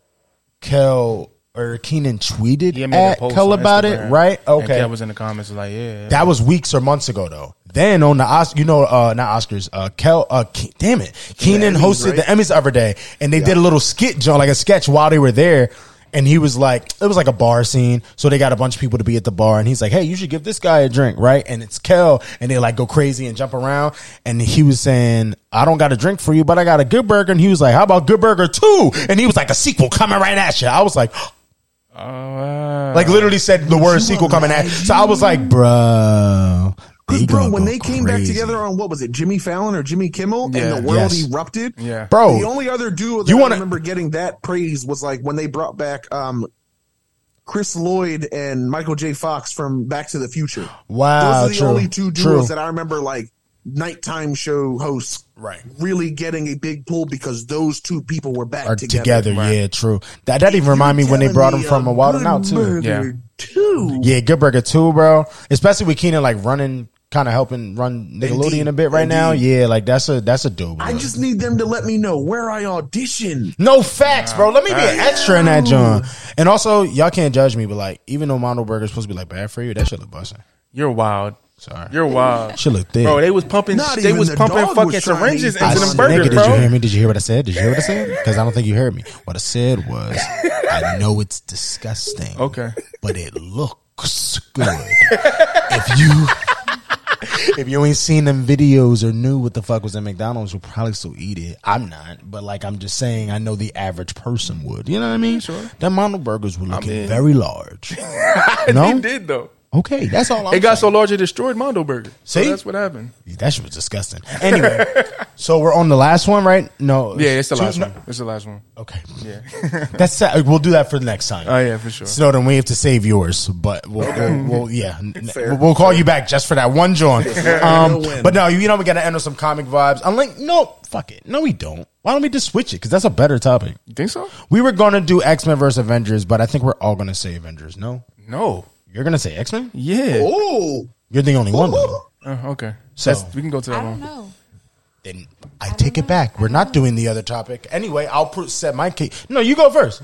Speaker 4: Kel or Keenan tweeted
Speaker 3: He had made a
Speaker 4: at
Speaker 3: post
Speaker 4: Kel
Speaker 3: on
Speaker 4: about it,
Speaker 3: Instagram,
Speaker 4: right?
Speaker 3: And
Speaker 4: Okay.
Speaker 3: Kev was in the comments was like, yeah.
Speaker 4: That was weeks or months ago, though. Then on the Os- you know, uh, not Oscars, uh, Kel, uh, Ke- damn it, Keenan
Speaker 5: Emmys,
Speaker 4: hosted
Speaker 5: right?
Speaker 4: the Emmys the other day, and they did a little skit, John, like a sketch while they were there. And he was like, it was like a bar scene, so they got a bunch of people to be at the bar, and he's like, hey, you should give this guy a drink, right? And it's Kel, and they like go crazy and jump around, and he was saying, I don't got a drink for you, but I got a good burger, and he was like, how about good burger two? And he was like, a sequel coming right at you. I was like,
Speaker 3: Oh, wow.
Speaker 4: like literally said the word sequel coming at. So I was like, bro,
Speaker 5: Because,
Speaker 4: they
Speaker 5: bro,
Speaker 4: gonna
Speaker 5: when
Speaker 4: go
Speaker 5: they came back
Speaker 4: crazy."
Speaker 5: together on what was it, Jimmy Fallon or Jimmy Kimmel,
Speaker 3: Yeah.
Speaker 5: and the world
Speaker 4: Yes.
Speaker 5: erupted.
Speaker 3: Yeah.
Speaker 4: Bro.
Speaker 5: The only other duo that
Speaker 4: You
Speaker 5: I
Speaker 4: wanna-
Speaker 5: remember getting that praise was like when they brought back um, Chris Lloyd and Michael J. Fox from Back to the Future.
Speaker 4: wow,
Speaker 5: Those are the
Speaker 4: Ah, true,
Speaker 5: only two
Speaker 4: true.
Speaker 5: duos that I remember like nighttime show hosts
Speaker 4: Right.
Speaker 5: really getting a big pull because those two people were back
Speaker 4: are
Speaker 5: together.
Speaker 4: together. Yeah, true. That that even remind me when they brought him from a wild and out too.
Speaker 3: Yeah.
Speaker 5: Two.
Speaker 4: Yeah, Good Burger too, bro. Especially with Keenan like running, kind of helping run Nickelodeon
Speaker 5: Indeed.
Speaker 4: a bit right now. Yeah, like that's a that's a dope.
Speaker 5: I
Speaker 4: look.
Speaker 5: just need them to let me know where I audition.
Speaker 4: No facts, bro. Let me be an extra in that, John. And also, y'all can't judge me, but like, even though Mondo Burger's supposed to be like bad for you, that shit look busting.
Speaker 3: You're wild.
Speaker 4: Sorry.
Speaker 3: You're wild.
Speaker 4: Shit look thick.
Speaker 3: Bro, they was pumping.
Speaker 5: Not
Speaker 3: they
Speaker 5: even
Speaker 3: was
Speaker 5: the
Speaker 3: pumping
Speaker 5: dog was
Speaker 3: fucking
Speaker 5: trying to
Speaker 3: syringes
Speaker 5: eat
Speaker 3: into
Speaker 5: us.
Speaker 3: them
Speaker 4: said,
Speaker 3: burgers,
Speaker 4: nigga,
Speaker 3: bro.
Speaker 4: Did you hear me? Did you hear what I said? Did you hear what I said? Because I don't think you heard me. What I said was, I know it's disgusting.
Speaker 3: Okay.
Speaker 4: But it looks good. if you if you ain't seen them videos or knew what the fuck was at McDonald's, you'll probably still eat it. I'm not, but like I'm just saying, I know the average person would. You know what I mean? Sure. That Mondo burgers were looking very large. no.
Speaker 3: He did though.
Speaker 4: Okay, that's all. I'm
Speaker 3: It got so large it destroyed Mondo Burger. So
Speaker 4: See?
Speaker 3: that's what happened.
Speaker 4: That shit was disgusting. Anyway, so we're on the last one, right? No.
Speaker 3: Yeah, it's the
Speaker 4: two-
Speaker 3: last
Speaker 4: no-
Speaker 3: one. It's the last one.
Speaker 4: Okay.
Speaker 3: Yeah.
Speaker 4: That's sad. We'll do that for the next time.
Speaker 3: oh yeah, for sure.
Speaker 4: Snowden, we have to save yours, but we'll, we'll, we'll yeah, N-
Speaker 5: Fair.
Speaker 4: we'll call you back just for that one, John. Um,
Speaker 5: No win.
Speaker 4: but no, you know we gotta end on some comic vibes. I'm like, no, fuck it, no, we don't. Why don't we just switch it? Because that's a better topic.
Speaker 3: You think so?
Speaker 4: We were gonna do X Men versus Avengers, but I think we're all gonna say Avengers. No,
Speaker 3: No.
Speaker 4: you're gonna say X Men.
Speaker 3: Yeah.
Speaker 5: Oh,
Speaker 4: You're the only one. Though.
Speaker 3: Oh, okay.
Speaker 4: So-
Speaker 3: So we can go to
Speaker 6: I
Speaker 3: that
Speaker 6: don't
Speaker 3: one.
Speaker 6: know.
Speaker 4: Then I take it back. We're not doing the other topic anyway. I'll pr- set my case. No, you go 1st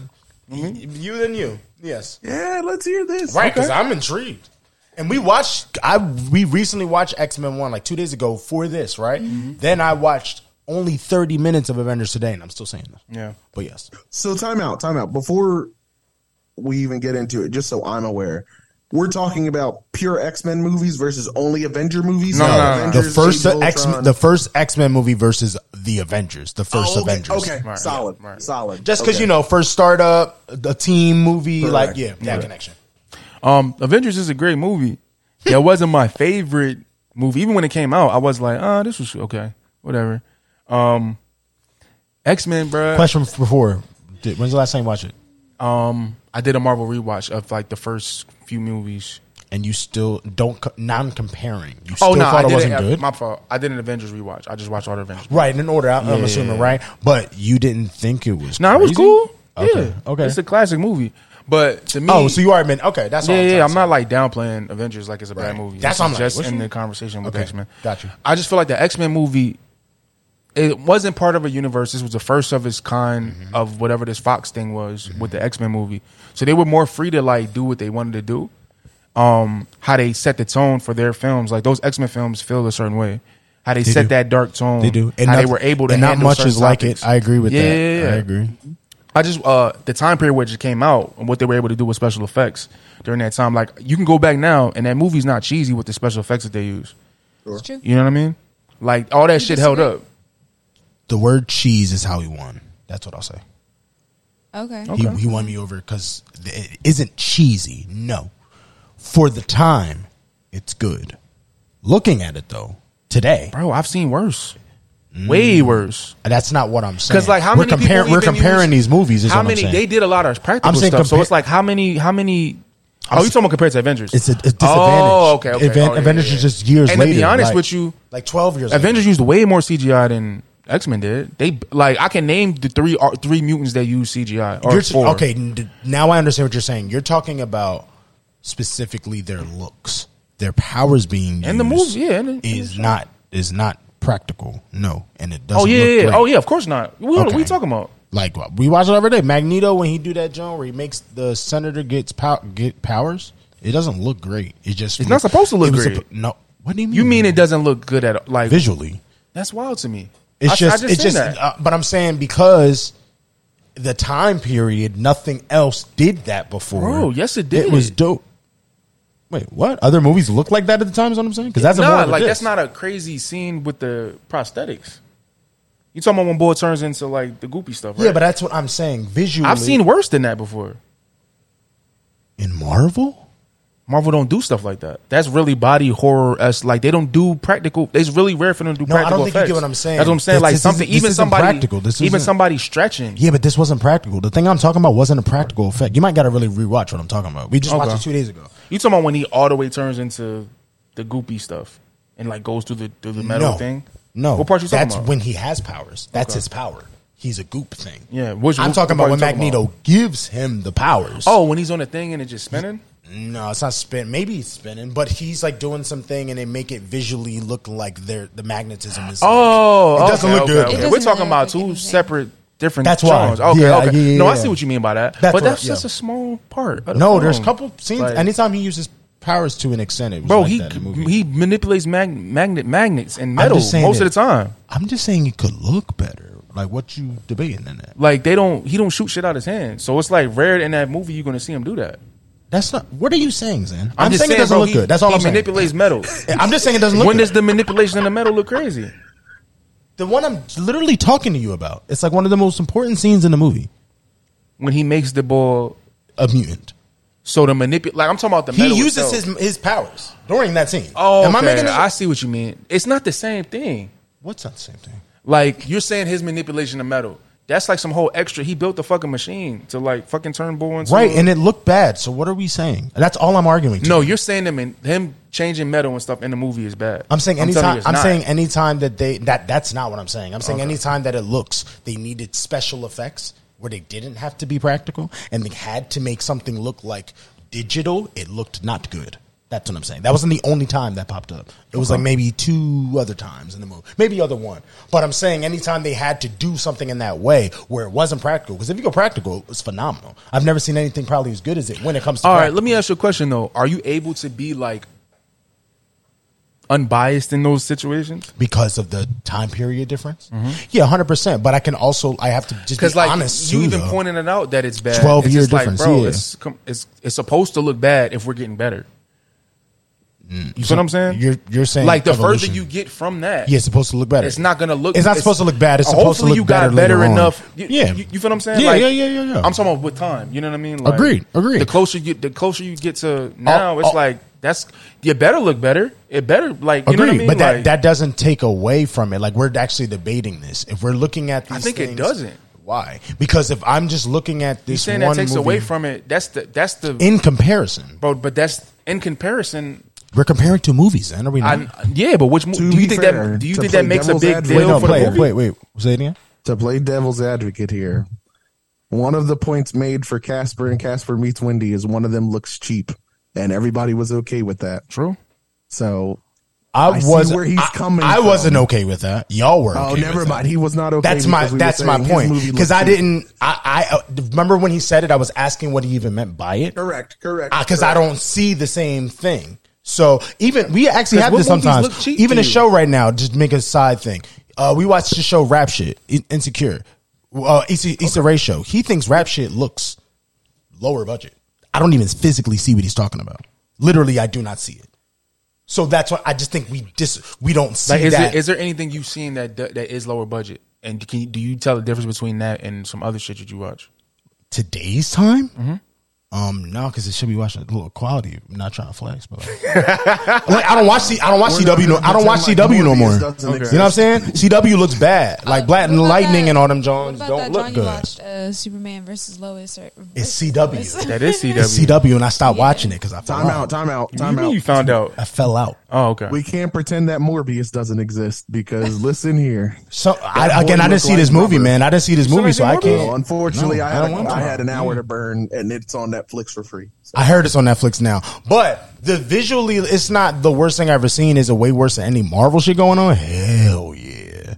Speaker 3: Mm-hmm.
Speaker 4: You then you. Yes.
Speaker 5: yeah. Let's hear this.
Speaker 4: Right, because I'm intrigued. And we watched. I we recently watched X Men One like two days ago for this, right? Then I watched only 30 minutes of Avengers today, and I'm still saying this.
Speaker 3: Yeah.
Speaker 4: But yes,
Speaker 5: So time out, time out. Before we even get into it, just so I'm aware, we're talking about pure X Men movies versus only Avenger movies.
Speaker 3: No, no, no, no.
Speaker 4: the
Speaker 5: Uh, Avengers,
Speaker 4: first
Speaker 5: Age of
Speaker 4: X
Speaker 5: Ultron.
Speaker 4: the first X Men movie versus the Avengers, the first
Speaker 5: Oh, okay,
Speaker 4: Avengers.
Speaker 5: Okay,
Speaker 3: Right,
Speaker 5: solid,
Speaker 3: right.
Speaker 5: solid.
Speaker 4: Just because
Speaker 5: Okay.
Speaker 4: you know, first startup, a team movie, like yeah, that connection.
Speaker 3: Um, Avengers is a great movie. Yeah, it wasn't my favorite movie. Even when it came out, I was like, ah, this was okay, whatever. Um, X Men, bruh.
Speaker 4: Question from before: Did- When's the last time you watched it?
Speaker 3: Um, I did a Marvel rewatch of like the first few movies.
Speaker 4: And you still don't co- non-comparing. You still
Speaker 3: Oh no, I
Speaker 4: thought it
Speaker 3: did
Speaker 4: wasn't
Speaker 3: it,
Speaker 4: good.
Speaker 3: My fault. I did an Avengers rewatch. I just watched all the Avengers.
Speaker 4: Right, in order, I'm, I'm assuming, right? But you didn't think it was.
Speaker 3: No, it was
Speaker 4: crazy?
Speaker 3: cool.
Speaker 4: Okay,
Speaker 3: yeah,
Speaker 4: okay.
Speaker 3: It's a classic movie, but to me,
Speaker 4: oh, so you are admitting? Okay, that's all
Speaker 3: yeah,
Speaker 4: I'm
Speaker 3: yeah.
Speaker 4: trying
Speaker 3: I'm
Speaker 4: to
Speaker 3: not like downplaying Avengers like it's a
Speaker 4: Right.
Speaker 3: bad movie.
Speaker 4: That's
Speaker 3: It's
Speaker 4: what I'm like,
Speaker 3: just
Speaker 4: what
Speaker 3: in
Speaker 4: you-
Speaker 3: the conversation with
Speaker 4: Okay,
Speaker 3: X Men.
Speaker 4: gotcha.
Speaker 3: I just feel like the X Men movie. It wasn't part of a universe. This was the first of its kind
Speaker 4: Mm-hmm.
Speaker 3: of whatever this Fox thing was with the X Men movie. So they were more free to like do what they wanted to do. Um, how they set the tone for their films, like those X Men films, feel a certain way. How they, set
Speaker 4: do.
Speaker 3: that dark tone.
Speaker 4: They do.
Speaker 3: And how they were able to.
Speaker 4: And not
Speaker 3: handle
Speaker 4: much
Speaker 3: certain
Speaker 4: is like
Speaker 3: topics.
Speaker 4: it. I agree with
Speaker 3: Yeah,
Speaker 4: that.
Speaker 3: yeah, yeah.
Speaker 4: I agree.
Speaker 3: I just uh the time period which it came out and what they were able to do with special effects during that time. Like you can go back now and that movie's not cheesy with the special effects that they use.
Speaker 6: It's true.
Speaker 3: You know what I mean? Like all that shit held up.
Speaker 4: The word cheese is how he won. That's what I'll say.
Speaker 6: Okay.
Speaker 4: He, he won me over because it isn't cheesy. No, for the time, it's good. Looking at it though, today,
Speaker 3: Bro, I've seen worse.
Speaker 4: Mm.
Speaker 3: Way worse.
Speaker 4: that's not what I'm saying.
Speaker 3: Because like how
Speaker 4: we're
Speaker 3: many
Speaker 4: comparing
Speaker 3: people
Speaker 4: we're
Speaker 3: even
Speaker 4: comparing
Speaker 3: use-
Speaker 4: these movies. Is
Speaker 3: how
Speaker 4: what
Speaker 3: many
Speaker 4: I'm saying.
Speaker 3: they did a lot of practical
Speaker 4: I'm saying
Speaker 3: stuff. so
Speaker 4: compare-
Speaker 3: it's like how many how many Oh,
Speaker 4: I'm s-
Speaker 3: you're talking about compared to Avengers.
Speaker 4: It's a, a disadvantage.
Speaker 3: Oh, okay. okay.
Speaker 4: Aven-
Speaker 3: Oh, yeah,
Speaker 4: Avengers
Speaker 3: yeah, yeah.
Speaker 4: is just years
Speaker 3: And
Speaker 4: later.
Speaker 3: to be honest
Speaker 4: like-
Speaker 3: with you,
Speaker 4: like twelve years. later.
Speaker 3: Avengers used way more CGI than X Men did. They like I can name the three ar- three mutants that use CGI. Or
Speaker 4: You're
Speaker 3: four.
Speaker 4: okay, n- d- now I understand what you're saying. You're talking about specifically their looks, their powers being used
Speaker 3: And the movie, yeah, and the-
Speaker 4: is not is not practical. No, and it doesn't.
Speaker 3: Oh yeah,
Speaker 4: look
Speaker 3: yeah, yeah.
Speaker 4: great.
Speaker 3: oh yeah. Of course not. We what are we
Speaker 4: Okay.
Speaker 3: talking about?
Speaker 4: Like what- we watch it every day. Magneto when he do that joint where he makes the senator gets pow- get powers, it doesn't look great. It just
Speaker 3: It's not supposed to look
Speaker 4: it was
Speaker 3: great.
Speaker 4: suppo- no, what do you mean?
Speaker 3: You mean it doesn't look good at all? Like
Speaker 4: visually?
Speaker 3: that's wild to me.
Speaker 4: It's
Speaker 3: I- I
Speaker 4: just, it's
Speaker 3: seen
Speaker 4: just.
Speaker 3: that.
Speaker 4: Uh, but I'm saying because the time period, nothing else did that before.
Speaker 3: Bro, Oh, yes, it
Speaker 4: It
Speaker 3: did.
Speaker 4: was dope. Wait, what? Other movies look like that at the time? Is what I'm saying? Because that's a more
Speaker 3: nah,
Speaker 4: of a
Speaker 3: like
Speaker 4: diss.
Speaker 3: that's not a crazy scene with the prosthetics. You talking about when boy turns into like the goopy stuff? Right?
Speaker 4: Yeah, but that's what I'm saying. Visually,
Speaker 3: I've seen worse than that before.
Speaker 4: in Marvel.
Speaker 3: Marvel don't do stuff like that. That's really body horror. As like they don't do practical. It's really rare for them to do
Speaker 4: No, I don't
Speaker 3: practical
Speaker 4: think you get
Speaker 3: effects.
Speaker 4: what I'm saying.
Speaker 3: That's what I'm saying.
Speaker 4: This-
Speaker 3: like
Speaker 4: this
Speaker 3: something,
Speaker 4: isn't- this
Speaker 3: even
Speaker 4: isn't
Speaker 3: somebody,
Speaker 4: practical. This
Speaker 3: even
Speaker 4: isn't-
Speaker 3: somebody stretching.
Speaker 4: Yeah, but this wasn't practical. The thing I'm talking about wasn't a practical effect. You might got to really rewatch what I'm talking about. We just watched
Speaker 3: Okay.
Speaker 4: it two days ago.
Speaker 3: You talking about when he all the way turns into the goopy stuff and like goes through the through the metal
Speaker 4: no,
Speaker 3: thing?
Speaker 4: no.
Speaker 3: What part you talking
Speaker 4: That's
Speaker 3: about?
Speaker 4: when he has powers. That's his power. He's a goop thing.
Speaker 3: Yeah, which-
Speaker 4: I'm
Speaker 3: what-
Speaker 4: talking
Speaker 3: what
Speaker 4: about when
Speaker 3: part you talking
Speaker 4: Magneto gives him the powers.
Speaker 3: oh, when he's on the thing and it's just spinning.
Speaker 4: No, it's not spin. Maybe he's spinning, but he's like doing something, and they make it visually look like their the magnetism is.
Speaker 3: Oh,
Speaker 4: It doesn't
Speaker 3: okay,
Speaker 4: look
Speaker 3: okay,
Speaker 4: good.
Speaker 3: okay.
Speaker 4: It
Speaker 6: doesn't
Speaker 3: We're talking
Speaker 6: look
Speaker 3: about
Speaker 6: like
Speaker 3: two
Speaker 6: anything.
Speaker 3: separate different.
Speaker 4: That's why.
Speaker 3: genres. Okay,
Speaker 4: Yeah,
Speaker 3: okay.
Speaker 4: yeah,
Speaker 3: no, I
Speaker 4: yeah.
Speaker 3: see what you mean by that.
Speaker 4: That's
Speaker 3: but
Speaker 4: what-
Speaker 3: that's
Speaker 4: yeah.
Speaker 3: just a small part. of the
Speaker 4: no, there's a
Speaker 3: film.
Speaker 4: couple scenes.
Speaker 3: Like-
Speaker 4: anytime he uses powers to an extent, it was
Speaker 3: Bro,
Speaker 4: like
Speaker 3: he
Speaker 4: that in the movie.
Speaker 3: he manipulates mag- magnet magnets and
Speaker 4: I'm
Speaker 3: metal
Speaker 4: just
Speaker 3: most
Speaker 4: saying
Speaker 3: of the
Speaker 4: that-
Speaker 3: time.
Speaker 4: I'm just saying it could look better. Like what you debating in that?
Speaker 3: Like they don't he don't shoot shit out of his hand. So it's like rare in that movie you're gonna see him do that.
Speaker 4: That's not. What are you saying, Zan? I'm,
Speaker 3: just
Speaker 4: saying, it doesn't
Speaker 3: bro,
Speaker 4: look
Speaker 3: he-
Speaker 4: good. That's all
Speaker 3: he
Speaker 4: I'm saying.
Speaker 3: manipulates metal.
Speaker 4: I'm just saying it doesn't look.
Speaker 3: when
Speaker 4: good.
Speaker 3: does the manipulation in the metal look crazy?
Speaker 4: the one I'm literally talking to you about? It's like one of the most important scenes in the movie.
Speaker 3: When he makes the ball
Speaker 4: A mutant.
Speaker 3: so the manipulate like I'm talking about the
Speaker 4: He
Speaker 3: metal
Speaker 4: uses
Speaker 3: itself.
Speaker 4: his his powers during that scene.
Speaker 3: Oh, okay. I,
Speaker 4: this-
Speaker 3: see what you mean. It's not the same thing.
Speaker 4: What's not the same thing?
Speaker 3: Like you're saying his manipulation of metal. That's like some whole extra. He built the fucking machine to like fucking turn bull into
Speaker 4: Right,
Speaker 3: a-
Speaker 4: and it looked bad. So what are we saying? That's all I'm arguing. To.
Speaker 3: No, you're saying them and him changing metal and stuff in the movie is bad.
Speaker 4: I'm saying
Speaker 3: telling
Speaker 4: anytime.
Speaker 3: you
Speaker 4: I'm,
Speaker 3: it's not.
Speaker 4: saying anytime that they that that's not what I'm saying. I'm saying anytime that it looks they needed special effects where they didn't have to be practical and they had to make something look like digital. It looked not good. That's what I'm saying. That wasn't the only time that popped up. It was like maybe two other times in the movie, maybe other one. But I'm saying anytime they had to do something in that way where it wasn't practical, because if you go practical, it was phenomenal. I've never seen anything probably as good as it when it comes to.
Speaker 3: All
Speaker 4: practical.
Speaker 3: right, let me ask you a question though. Are you able to be like unbiased in those situations?
Speaker 4: because of the time period difference. Yeah, hundred percent. But I can also I have to just be
Speaker 3: Because Mm-hmm. like
Speaker 4: honest.
Speaker 3: you
Speaker 4: too,
Speaker 3: even
Speaker 4: though.
Speaker 3: pointed it out that it's bad.
Speaker 4: 12
Speaker 3: It's
Speaker 4: year
Speaker 3: just
Speaker 4: difference,
Speaker 3: like, bro,
Speaker 4: yeah.
Speaker 3: it's, com- it's it's supposed to look bad if we're getting better. You see what I'm saying?
Speaker 4: Mm. You're you're saying
Speaker 3: like the
Speaker 4: evolution.
Speaker 3: further you get from that,
Speaker 4: yeah, it's supposed to look better.
Speaker 3: It's not gonna look.
Speaker 4: It's not supposed to look bad. It's supposed to
Speaker 3: hopefully
Speaker 4: look
Speaker 3: you
Speaker 4: better
Speaker 3: got better
Speaker 4: later on.
Speaker 3: enough. You,
Speaker 4: Yeah.
Speaker 3: you, you feel what I'm saying?
Speaker 4: Yeah,
Speaker 3: Like,
Speaker 4: yeah, yeah, yeah, yeah.
Speaker 3: I'm talking about with time. You know what I mean? Like,
Speaker 4: Agreed, agreed.
Speaker 3: The closer you the closer you get to now,
Speaker 4: Oh,
Speaker 3: it's
Speaker 4: oh.
Speaker 3: like that's you better look better. It better like you
Speaker 4: Agreed,
Speaker 3: know what I mean?
Speaker 4: but that,
Speaker 3: Like,
Speaker 4: that doesn't take away from it. Like we're actually debating this. If we're looking at these,
Speaker 3: think it
Speaker 4: things,
Speaker 3: doesn't.
Speaker 4: Why? Because if I'm just looking at
Speaker 3: you
Speaker 4: this
Speaker 3: saying
Speaker 4: one
Speaker 3: that takes
Speaker 4: movie
Speaker 3: away from it. That's the that's the
Speaker 4: in comparison,
Speaker 3: bro. But that's in comparison.
Speaker 4: we're comparing two movies. And are we not?
Speaker 3: I, yeah, but which mo-
Speaker 5: To
Speaker 3: do you
Speaker 5: be
Speaker 3: think
Speaker 5: fair,
Speaker 3: that do you
Speaker 5: to
Speaker 3: think that
Speaker 5: play
Speaker 3: makes a
Speaker 5: devil's
Speaker 3: big
Speaker 5: advocate-
Speaker 3: deal
Speaker 4: wait, no,
Speaker 3: for
Speaker 4: play
Speaker 3: the
Speaker 4: it.
Speaker 3: movie?
Speaker 4: Wait, wait. Say it again.
Speaker 5: to play devil's advocate here, one of the points made for Casper and Casper meets Wendy is one of them looks cheap, and everybody was okay with that.
Speaker 3: True.
Speaker 5: So,
Speaker 4: I,
Speaker 5: I see
Speaker 4: was
Speaker 5: where he's
Speaker 4: I,
Speaker 5: coming
Speaker 4: I
Speaker 5: from.
Speaker 4: wasn't okay with that. Y'all were.
Speaker 5: oh,
Speaker 4: okay
Speaker 5: never
Speaker 4: with that.
Speaker 5: mind. He was not okay.
Speaker 4: That's my
Speaker 5: because we were
Speaker 4: that's my
Speaker 5: saying his
Speaker 4: point
Speaker 5: movie
Speaker 4: because
Speaker 5: looked
Speaker 4: I
Speaker 5: cheap.
Speaker 4: didn't I I uh, remember when he said it I was asking what he even meant by it
Speaker 5: Correct. Correct.
Speaker 4: because I
Speaker 5: correct.
Speaker 4: don't see the same thing so even we actually
Speaker 3: 'Cause
Speaker 4: have
Speaker 3: what
Speaker 4: this
Speaker 3: movies
Speaker 4: sometimes
Speaker 3: look cheap
Speaker 4: even
Speaker 3: to
Speaker 4: a
Speaker 3: you?
Speaker 4: show right now just make a side thing uh, we watched the show Rap Shit In- Insecure uh, Issa, Issa Rae show he thinks Rap Shit looks lower budget I don't even physically see what he's talking about literally I do not see it so that's why I just think we dis we don't see
Speaker 3: Like, is,
Speaker 4: that
Speaker 3: there, is there anything you've seen that do- that is lower budget? And can, you- do you tell the difference between that and some other shit that you watch?
Speaker 4: today's time? Um, no, because it should be watching a little quality. I'm not trying to flex, but like I don't watch C, I don't watch
Speaker 5: We're not
Speaker 4: CW no
Speaker 5: gonna
Speaker 4: I don't watch
Speaker 5: pretend like
Speaker 4: CW no more.
Speaker 5: Morbius
Speaker 4: You know
Speaker 5: doesn't
Speaker 4: what I'm saying? CW looks bad. Like Black
Speaker 6: Uh, What
Speaker 4: and
Speaker 6: about
Speaker 4: Lightning
Speaker 6: that-
Speaker 4: and all them
Speaker 6: what
Speaker 4: Jones
Speaker 6: about
Speaker 4: don't
Speaker 6: that
Speaker 4: look
Speaker 6: Johnny
Speaker 4: good.
Speaker 6: watched, uh, uh, Superman versus Lois. Or
Speaker 4: It's CW.
Speaker 6: Lois.
Speaker 3: That is CW.
Speaker 4: CW, and I stopped watching it because I fell
Speaker 5: Time
Speaker 4: out.
Speaker 5: out, time out,
Speaker 3: What do you
Speaker 5: time
Speaker 3: mean
Speaker 5: out.
Speaker 3: you found out?
Speaker 4: I fell out.
Speaker 3: Oh, okay.
Speaker 5: We can't pretend that Morbius doesn't exist because listen here.
Speaker 4: So I, again, I
Speaker 5: boy
Speaker 4: didn't see
Speaker 5: looked
Speaker 4: this
Speaker 5: like
Speaker 4: movie,
Speaker 5: rubber.
Speaker 4: man. I didn't see this movie, so I
Speaker 3: Somebody
Speaker 5: So Mm.
Speaker 4: can't.
Speaker 5: unfortunately,
Speaker 4: No,
Speaker 5: I,
Speaker 4: I
Speaker 5: had
Speaker 4: don't
Speaker 5: a-
Speaker 4: want to.
Speaker 5: I had an hour to burn, and it's on Netflix for free. So
Speaker 4: I heard it's on Netflix now, but the visually, it's not the worst thing I've ever seen. Is it way worse than any Marvel shit going on? Hell yeah!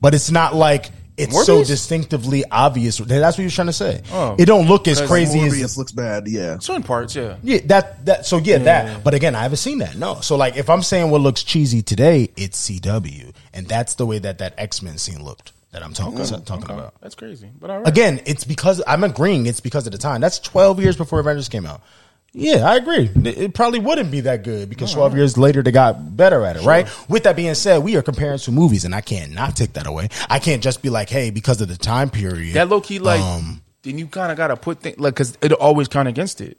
Speaker 4: But it's not like it's so
Speaker 3: Morbius?
Speaker 4: distinctively obvious. That's what you're trying to say.
Speaker 3: Oh.
Speaker 4: it don't look as crazy
Speaker 5: Morbius
Speaker 4: as
Speaker 5: looks bad. Yeah,
Speaker 3: Certain parts, yeah.
Speaker 4: yeah. That that so yeah, that. But again, I haven't seen that. No. So like, if I'm saying what looks cheesy today, it's CW, and that's the way that that X Men scene looked that I'm talking talking about.
Speaker 3: That's crazy. But all right.
Speaker 4: Again, it's because I'm agreeing. It's because of the time. That's 12 years before Avengers came out. Yeah, I agree. It it probably wouldn't be that good because 12 years later they got better at it, right? With that being said, we are comparing two movies, and I can't not take that away. I can't just be like, hey, because of the time period.
Speaker 3: that low key, like,
Speaker 4: Um,
Speaker 3: then you kind of got to put things, like, because it always count against it.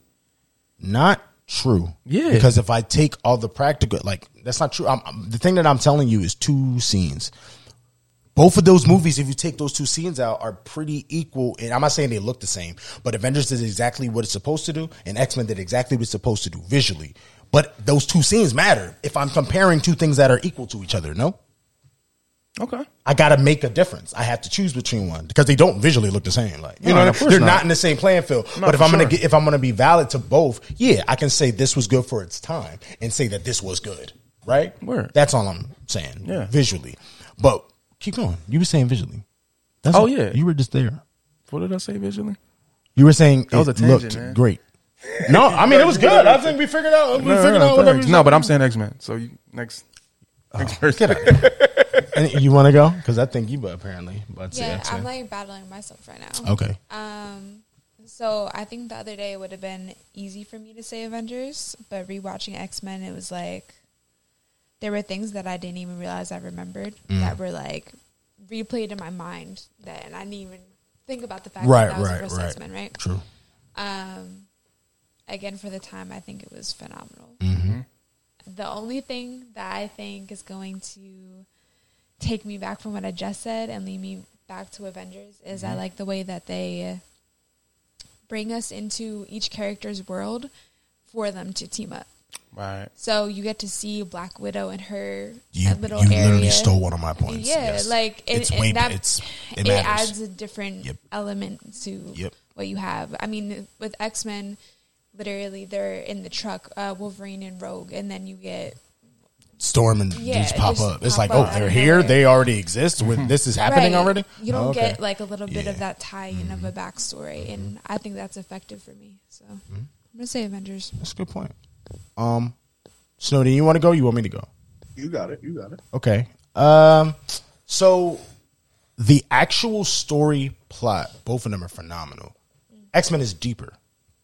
Speaker 4: not true.
Speaker 3: Yeah.
Speaker 4: Because if I take all the practical, like that's not true. I'm, I'm- the thing that I'm telling you is two scenes. Both of those movies, if you take those two scenes out, are pretty equal. And I'm not saying they look the same, but Avengers did exactly what it's supposed to do, and X Men did exactly what it's supposed to do visually. But those two scenes matter if I'm comparing two things that are equal to each other. No,
Speaker 3: Okay.
Speaker 4: I got to make a difference. I have to choose between one because they don't visually look the same. Like you
Speaker 3: No,
Speaker 4: know,
Speaker 3: no,
Speaker 4: what
Speaker 3: of
Speaker 4: I
Speaker 3: course
Speaker 4: mean? they're
Speaker 3: not.
Speaker 4: not. in the same playing field.
Speaker 3: No,
Speaker 4: but if
Speaker 3: for
Speaker 4: I'm gonna
Speaker 3: sure.
Speaker 4: get, if I'm gonna be valid to both, yeah, I can say this was good for its time and say that this was good. Right?
Speaker 3: Word.
Speaker 4: That's all I'm saying.
Speaker 3: Yeah.
Speaker 4: visually. But keep going. You were saying visually. That's
Speaker 3: Oh,
Speaker 4: all-
Speaker 3: yeah.
Speaker 4: you were just there.
Speaker 3: What did I say visually?
Speaker 4: You were saying
Speaker 3: was
Speaker 4: it
Speaker 3: a tangent,
Speaker 4: looked
Speaker 3: man.
Speaker 4: great. No, I mean it was good. I think we figured out. We figured out whatever.
Speaker 3: no, but I'm saying X Men. So you, next, next person.
Speaker 4: And you want to go? Because I think you, but apparently, but
Speaker 6: Yeah,
Speaker 4: that's
Speaker 6: I'm
Speaker 4: it.
Speaker 6: like battling myself right now.
Speaker 4: okay.
Speaker 6: Um, so I think the other day would have been easy for me to say Avengers, but rewatching X Men, it was like there were things that I didn't even realize I remembered
Speaker 4: Mm.
Speaker 6: that were like replayed in my mind that, and I didn't even think about the fact
Speaker 4: Right,
Speaker 6: that that was
Speaker 4: right,
Speaker 6: the first
Speaker 4: right.
Speaker 6: X Men, right?
Speaker 4: True.
Speaker 6: Um, again, for the time, I think it was phenomenal.
Speaker 4: Mm-hmm.
Speaker 6: The only thing that I think is going to take me back from what I just said and lead me back to Avengers is
Speaker 4: Mm-hmm.
Speaker 6: I like the way that they bring us into each character's world for them to team up.
Speaker 3: Right.
Speaker 6: So you get to see Black Widow and her
Speaker 4: You,
Speaker 6: little
Speaker 4: you
Speaker 6: area.
Speaker 4: literally stole one of my points.
Speaker 6: Yeah,
Speaker 4: Yes.
Speaker 6: like and,
Speaker 4: it's
Speaker 6: and
Speaker 4: way
Speaker 6: that
Speaker 4: that, it's it,
Speaker 6: it,
Speaker 4: matters.
Speaker 6: adds a different
Speaker 4: Yep.
Speaker 6: element to
Speaker 4: Yep.
Speaker 6: what you have. I mean, with X Men, literally they're in the truck, uh, Wolverine and Rogue, and then you get
Speaker 4: Storm and
Speaker 6: Yeah,
Speaker 4: just pop
Speaker 6: just
Speaker 4: up. It's
Speaker 6: pop
Speaker 4: like,
Speaker 6: up
Speaker 4: oh,
Speaker 6: out
Speaker 4: they're
Speaker 6: of
Speaker 4: here.
Speaker 6: nowhere.
Speaker 4: They already exist. When this is happening
Speaker 6: Right.
Speaker 4: already,
Speaker 6: You don't
Speaker 4: Oh, okay.
Speaker 6: get like a little bit of
Speaker 4: Yeah. Mm-hmm.
Speaker 6: that tie in of a backstory, and I think that's effective for me. So I'm gonna say Avengers.
Speaker 4: That's a good point. Um, Snowden, you want to go? You want me to go?
Speaker 5: you got it. You got it.
Speaker 4: Okay. Um, so the actual story plot, both of them are phenomenal. X Men is deeper,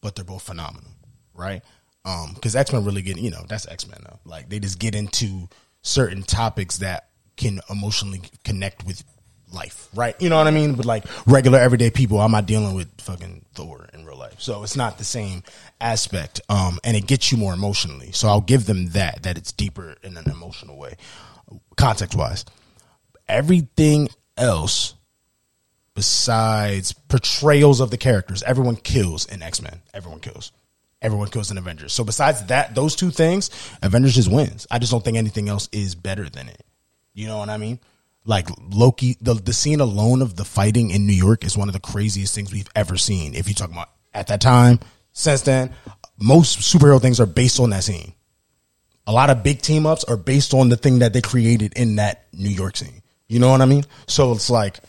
Speaker 4: but they're both phenomenal, right? Um, because X Men really get you know that's X Men though. Like they just get into certain topics that can emotionally connect with life, right? You know what I mean? But like regular everyday people, I'm not dealing with fucking Thor in real life, so it's not the same aspect. Um, and it gets you more emotionally. So I'll give them that that it's deeper in an emotional way, context wise everything else besides portrayals of the characters everyone kills in x-men everyone kills everyone kills in avengers so besides that those two things avengers just wins i just don't think anything else is better than it you know what i mean like loki the, the scene alone of the fighting in new york is one of the craziest things we've ever seen if you talk about at that time since then most superhero things are based on that scene a lot of big team ups are based on the thing that they created in that New York scene. You know what I mean? So it's like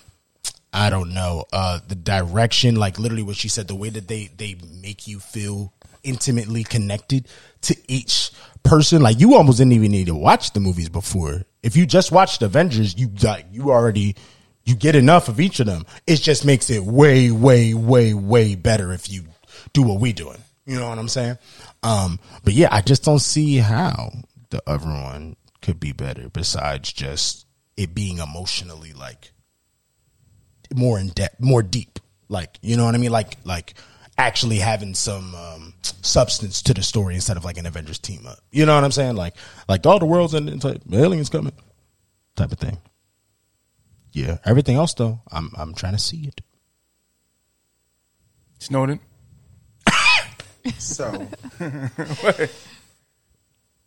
Speaker 4: I don't know uh, the direction, like literally what she said, the way that they they make you feel intimately connected to each person. Like you almost didn't even need to watch the movies before. If you just watched Avengers, you like you already you get enough of each of them. It just makes it way, way, way, way better if you do what we doing. You know what I'm saying? Um, but yeah, I just don't see how the other one could be better besides just it being emotionally like more in depth, more deep. Like, you know what I mean? Like, like actually having some um, substance to the story instead of like an Avengers team up. You know what I'm saying? Like, like all the world's and like, aliens coming, type of thing. Yeah, everything else though, I'm I'm trying to see it.
Speaker 3: Snowden.
Speaker 5: So,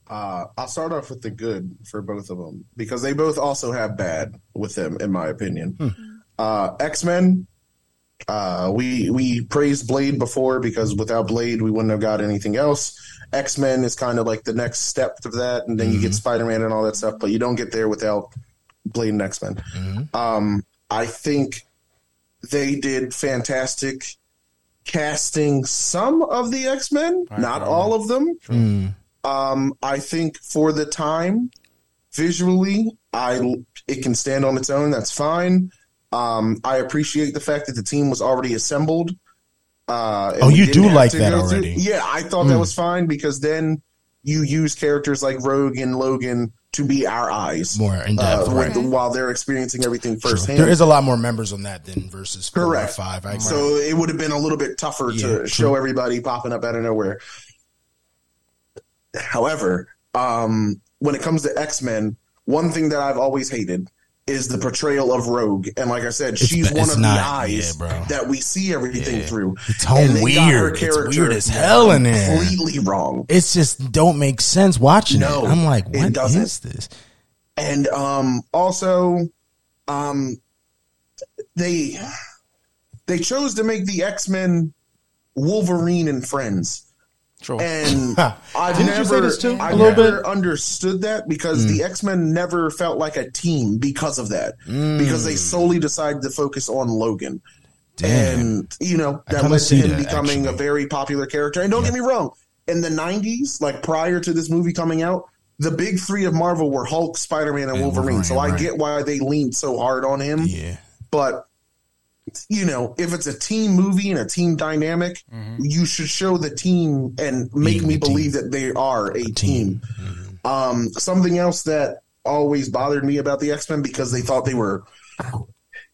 Speaker 5: uh, I'll start off with the good for both of them because they both also have bad with them, in my opinion. Uh, X Men. Uh, we we praised Blade before because without Blade we wouldn't have got anything else. X Men is kind of like the next step to that, and then you get Spider Man and all that stuff, but you don't get there without Blade and X Men.
Speaker 4: Mm-hmm.
Speaker 5: Um, I think they did fantastic casting some of the X Men, not all of them.
Speaker 4: Mm.
Speaker 5: Um, I think for the time, visually, I it can stand on its own. That's fine. Um, I appreciate the fact that the team was already assembled. Uh, and
Speaker 4: Oh,
Speaker 5: we
Speaker 4: you
Speaker 5: didn't
Speaker 4: do
Speaker 5: have
Speaker 4: like
Speaker 5: to
Speaker 4: that
Speaker 5: go through-
Speaker 4: already. Hmm.
Speaker 5: Yeah, I thought that was fine because then you use characters like Rogue and Logan to be our eyes
Speaker 4: More in depth,
Speaker 5: uh,
Speaker 4: right?
Speaker 5: with- while they're experiencing everything firsthand.
Speaker 4: There is a lot more members on that than versus four
Speaker 5: Correct.
Speaker 4: or five. I agree.
Speaker 5: So it would have been a little bit tougher
Speaker 4: Yeah,
Speaker 5: to
Speaker 4: true.
Speaker 5: show everybody popping up out of nowhere. However, um, when it comes to X Men, one thing that I've always hated is the portrayal of Rogue. And like I said, she's
Speaker 4: ba-
Speaker 5: one
Speaker 4: it's
Speaker 5: of
Speaker 4: not-
Speaker 5: the eyes
Speaker 4: yeah, bro.
Speaker 5: that we see everything through.
Speaker 4: It's all
Speaker 5: And they got her
Speaker 4: weird. It's
Speaker 5: character
Speaker 4: weird as hell in there.
Speaker 5: Completely wrong.
Speaker 4: it's just don't make sense watching
Speaker 5: No,
Speaker 4: it. I'm like,
Speaker 5: it
Speaker 4: what is
Speaker 5: doesn't.
Speaker 4: this?
Speaker 5: and um, also um, they they chose to make the X Men Wolverine and friends,
Speaker 3: True.
Speaker 5: and I've
Speaker 4: Didn't
Speaker 5: never
Speaker 4: you say this too,
Speaker 5: I've
Speaker 4: a little
Speaker 5: never
Speaker 4: bit? Mm.
Speaker 5: understood that because the X Men never felt like a team because of that because
Speaker 4: Mm.
Speaker 5: they solely decided to focus on Logan.
Speaker 4: Damn.
Speaker 5: And you know
Speaker 4: I
Speaker 5: that
Speaker 4: kinda
Speaker 5: led to
Speaker 4: see
Speaker 5: him
Speaker 4: that,
Speaker 5: becoming a
Speaker 4: actually.
Speaker 5: very popular character. And don't get me wrong, in the '90s, like prior to this movie coming out, the big three of Marvel were Hulk, Spider-Man, and
Speaker 4: And
Speaker 5: Wolverine. so I
Speaker 4: Wolverine, right.
Speaker 5: get why they leaned so hard on him.
Speaker 4: yeah.
Speaker 5: But you know, if it's a team movie and a team dynamic, you should show the team and make
Speaker 4: Being
Speaker 5: me
Speaker 4: a team.
Speaker 5: believe that they are a, team. Um, something else that always bothered me about the X Men because they thought they were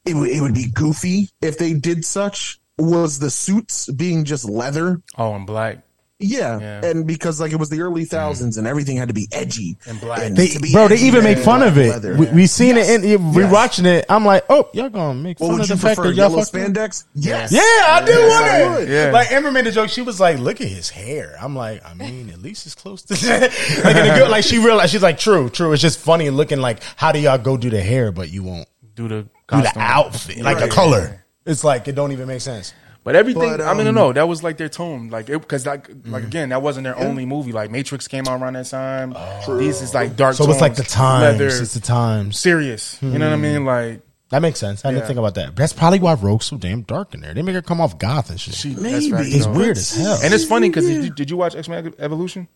Speaker 5: it, would it would be goofy if they did such was the suits being just leather.
Speaker 3: oh, and black.
Speaker 5: Yeah.
Speaker 3: Yeah.
Speaker 5: And because like it was the early thousands and everything had to be edgy.
Speaker 3: And black.
Speaker 4: They,
Speaker 5: to be
Speaker 4: bro, they
Speaker 5: edgy
Speaker 4: even make
Speaker 5: and
Speaker 4: fun of it.
Speaker 5: leather.
Speaker 4: We, we seen it in we
Speaker 5: Yes.
Speaker 4: watching it. I'm like, oh, y'all gonna make
Speaker 5: what
Speaker 4: fun
Speaker 5: would
Speaker 4: of
Speaker 5: you
Speaker 4: the fact
Speaker 5: prefer?
Speaker 4: that y'all
Speaker 5: Yellow
Speaker 4: fucking.
Speaker 5: spandex? Yes.
Speaker 4: Yeah, I do
Speaker 5: I
Speaker 4: want
Speaker 5: would.
Speaker 4: it.
Speaker 3: Yeah.
Speaker 4: Like Amber made a joke. She was like, "Look at his hair." I'm like, I mean, at least it's close to that. like, in a good, like she realized she's like, "True, true." It's just funny looking. Like, how do y'all go do the hair, but you won't
Speaker 3: Do the
Speaker 4: do the
Speaker 3: costume.
Speaker 4: outfit, like the color? It's like it don't even make sense.
Speaker 3: But everything,
Speaker 5: But,
Speaker 3: I mean, no,
Speaker 5: um, Mm-hmm.
Speaker 3: no, that was like their tone, like because like, like again, that wasn't their only movie. Like Matrix came out around that time.
Speaker 5: Oh.
Speaker 3: These is like dark.
Speaker 4: So it's like the
Speaker 3: tones,
Speaker 4: times.
Speaker 3: leather,
Speaker 4: It's the Hmm. times.
Speaker 3: serious. You know what I mean? Like
Speaker 4: That makes sense. I didn't
Speaker 3: Yeah.
Speaker 4: think about that. That's probably why Rogue's so damn dark in there. They make her come off goth and shit.
Speaker 3: she, that's
Speaker 5: Maybe.
Speaker 3: right,
Speaker 4: it's
Speaker 3: though.
Speaker 4: weird as hell.
Speaker 3: And it's funny because did, you- did you watch X Men Evolution?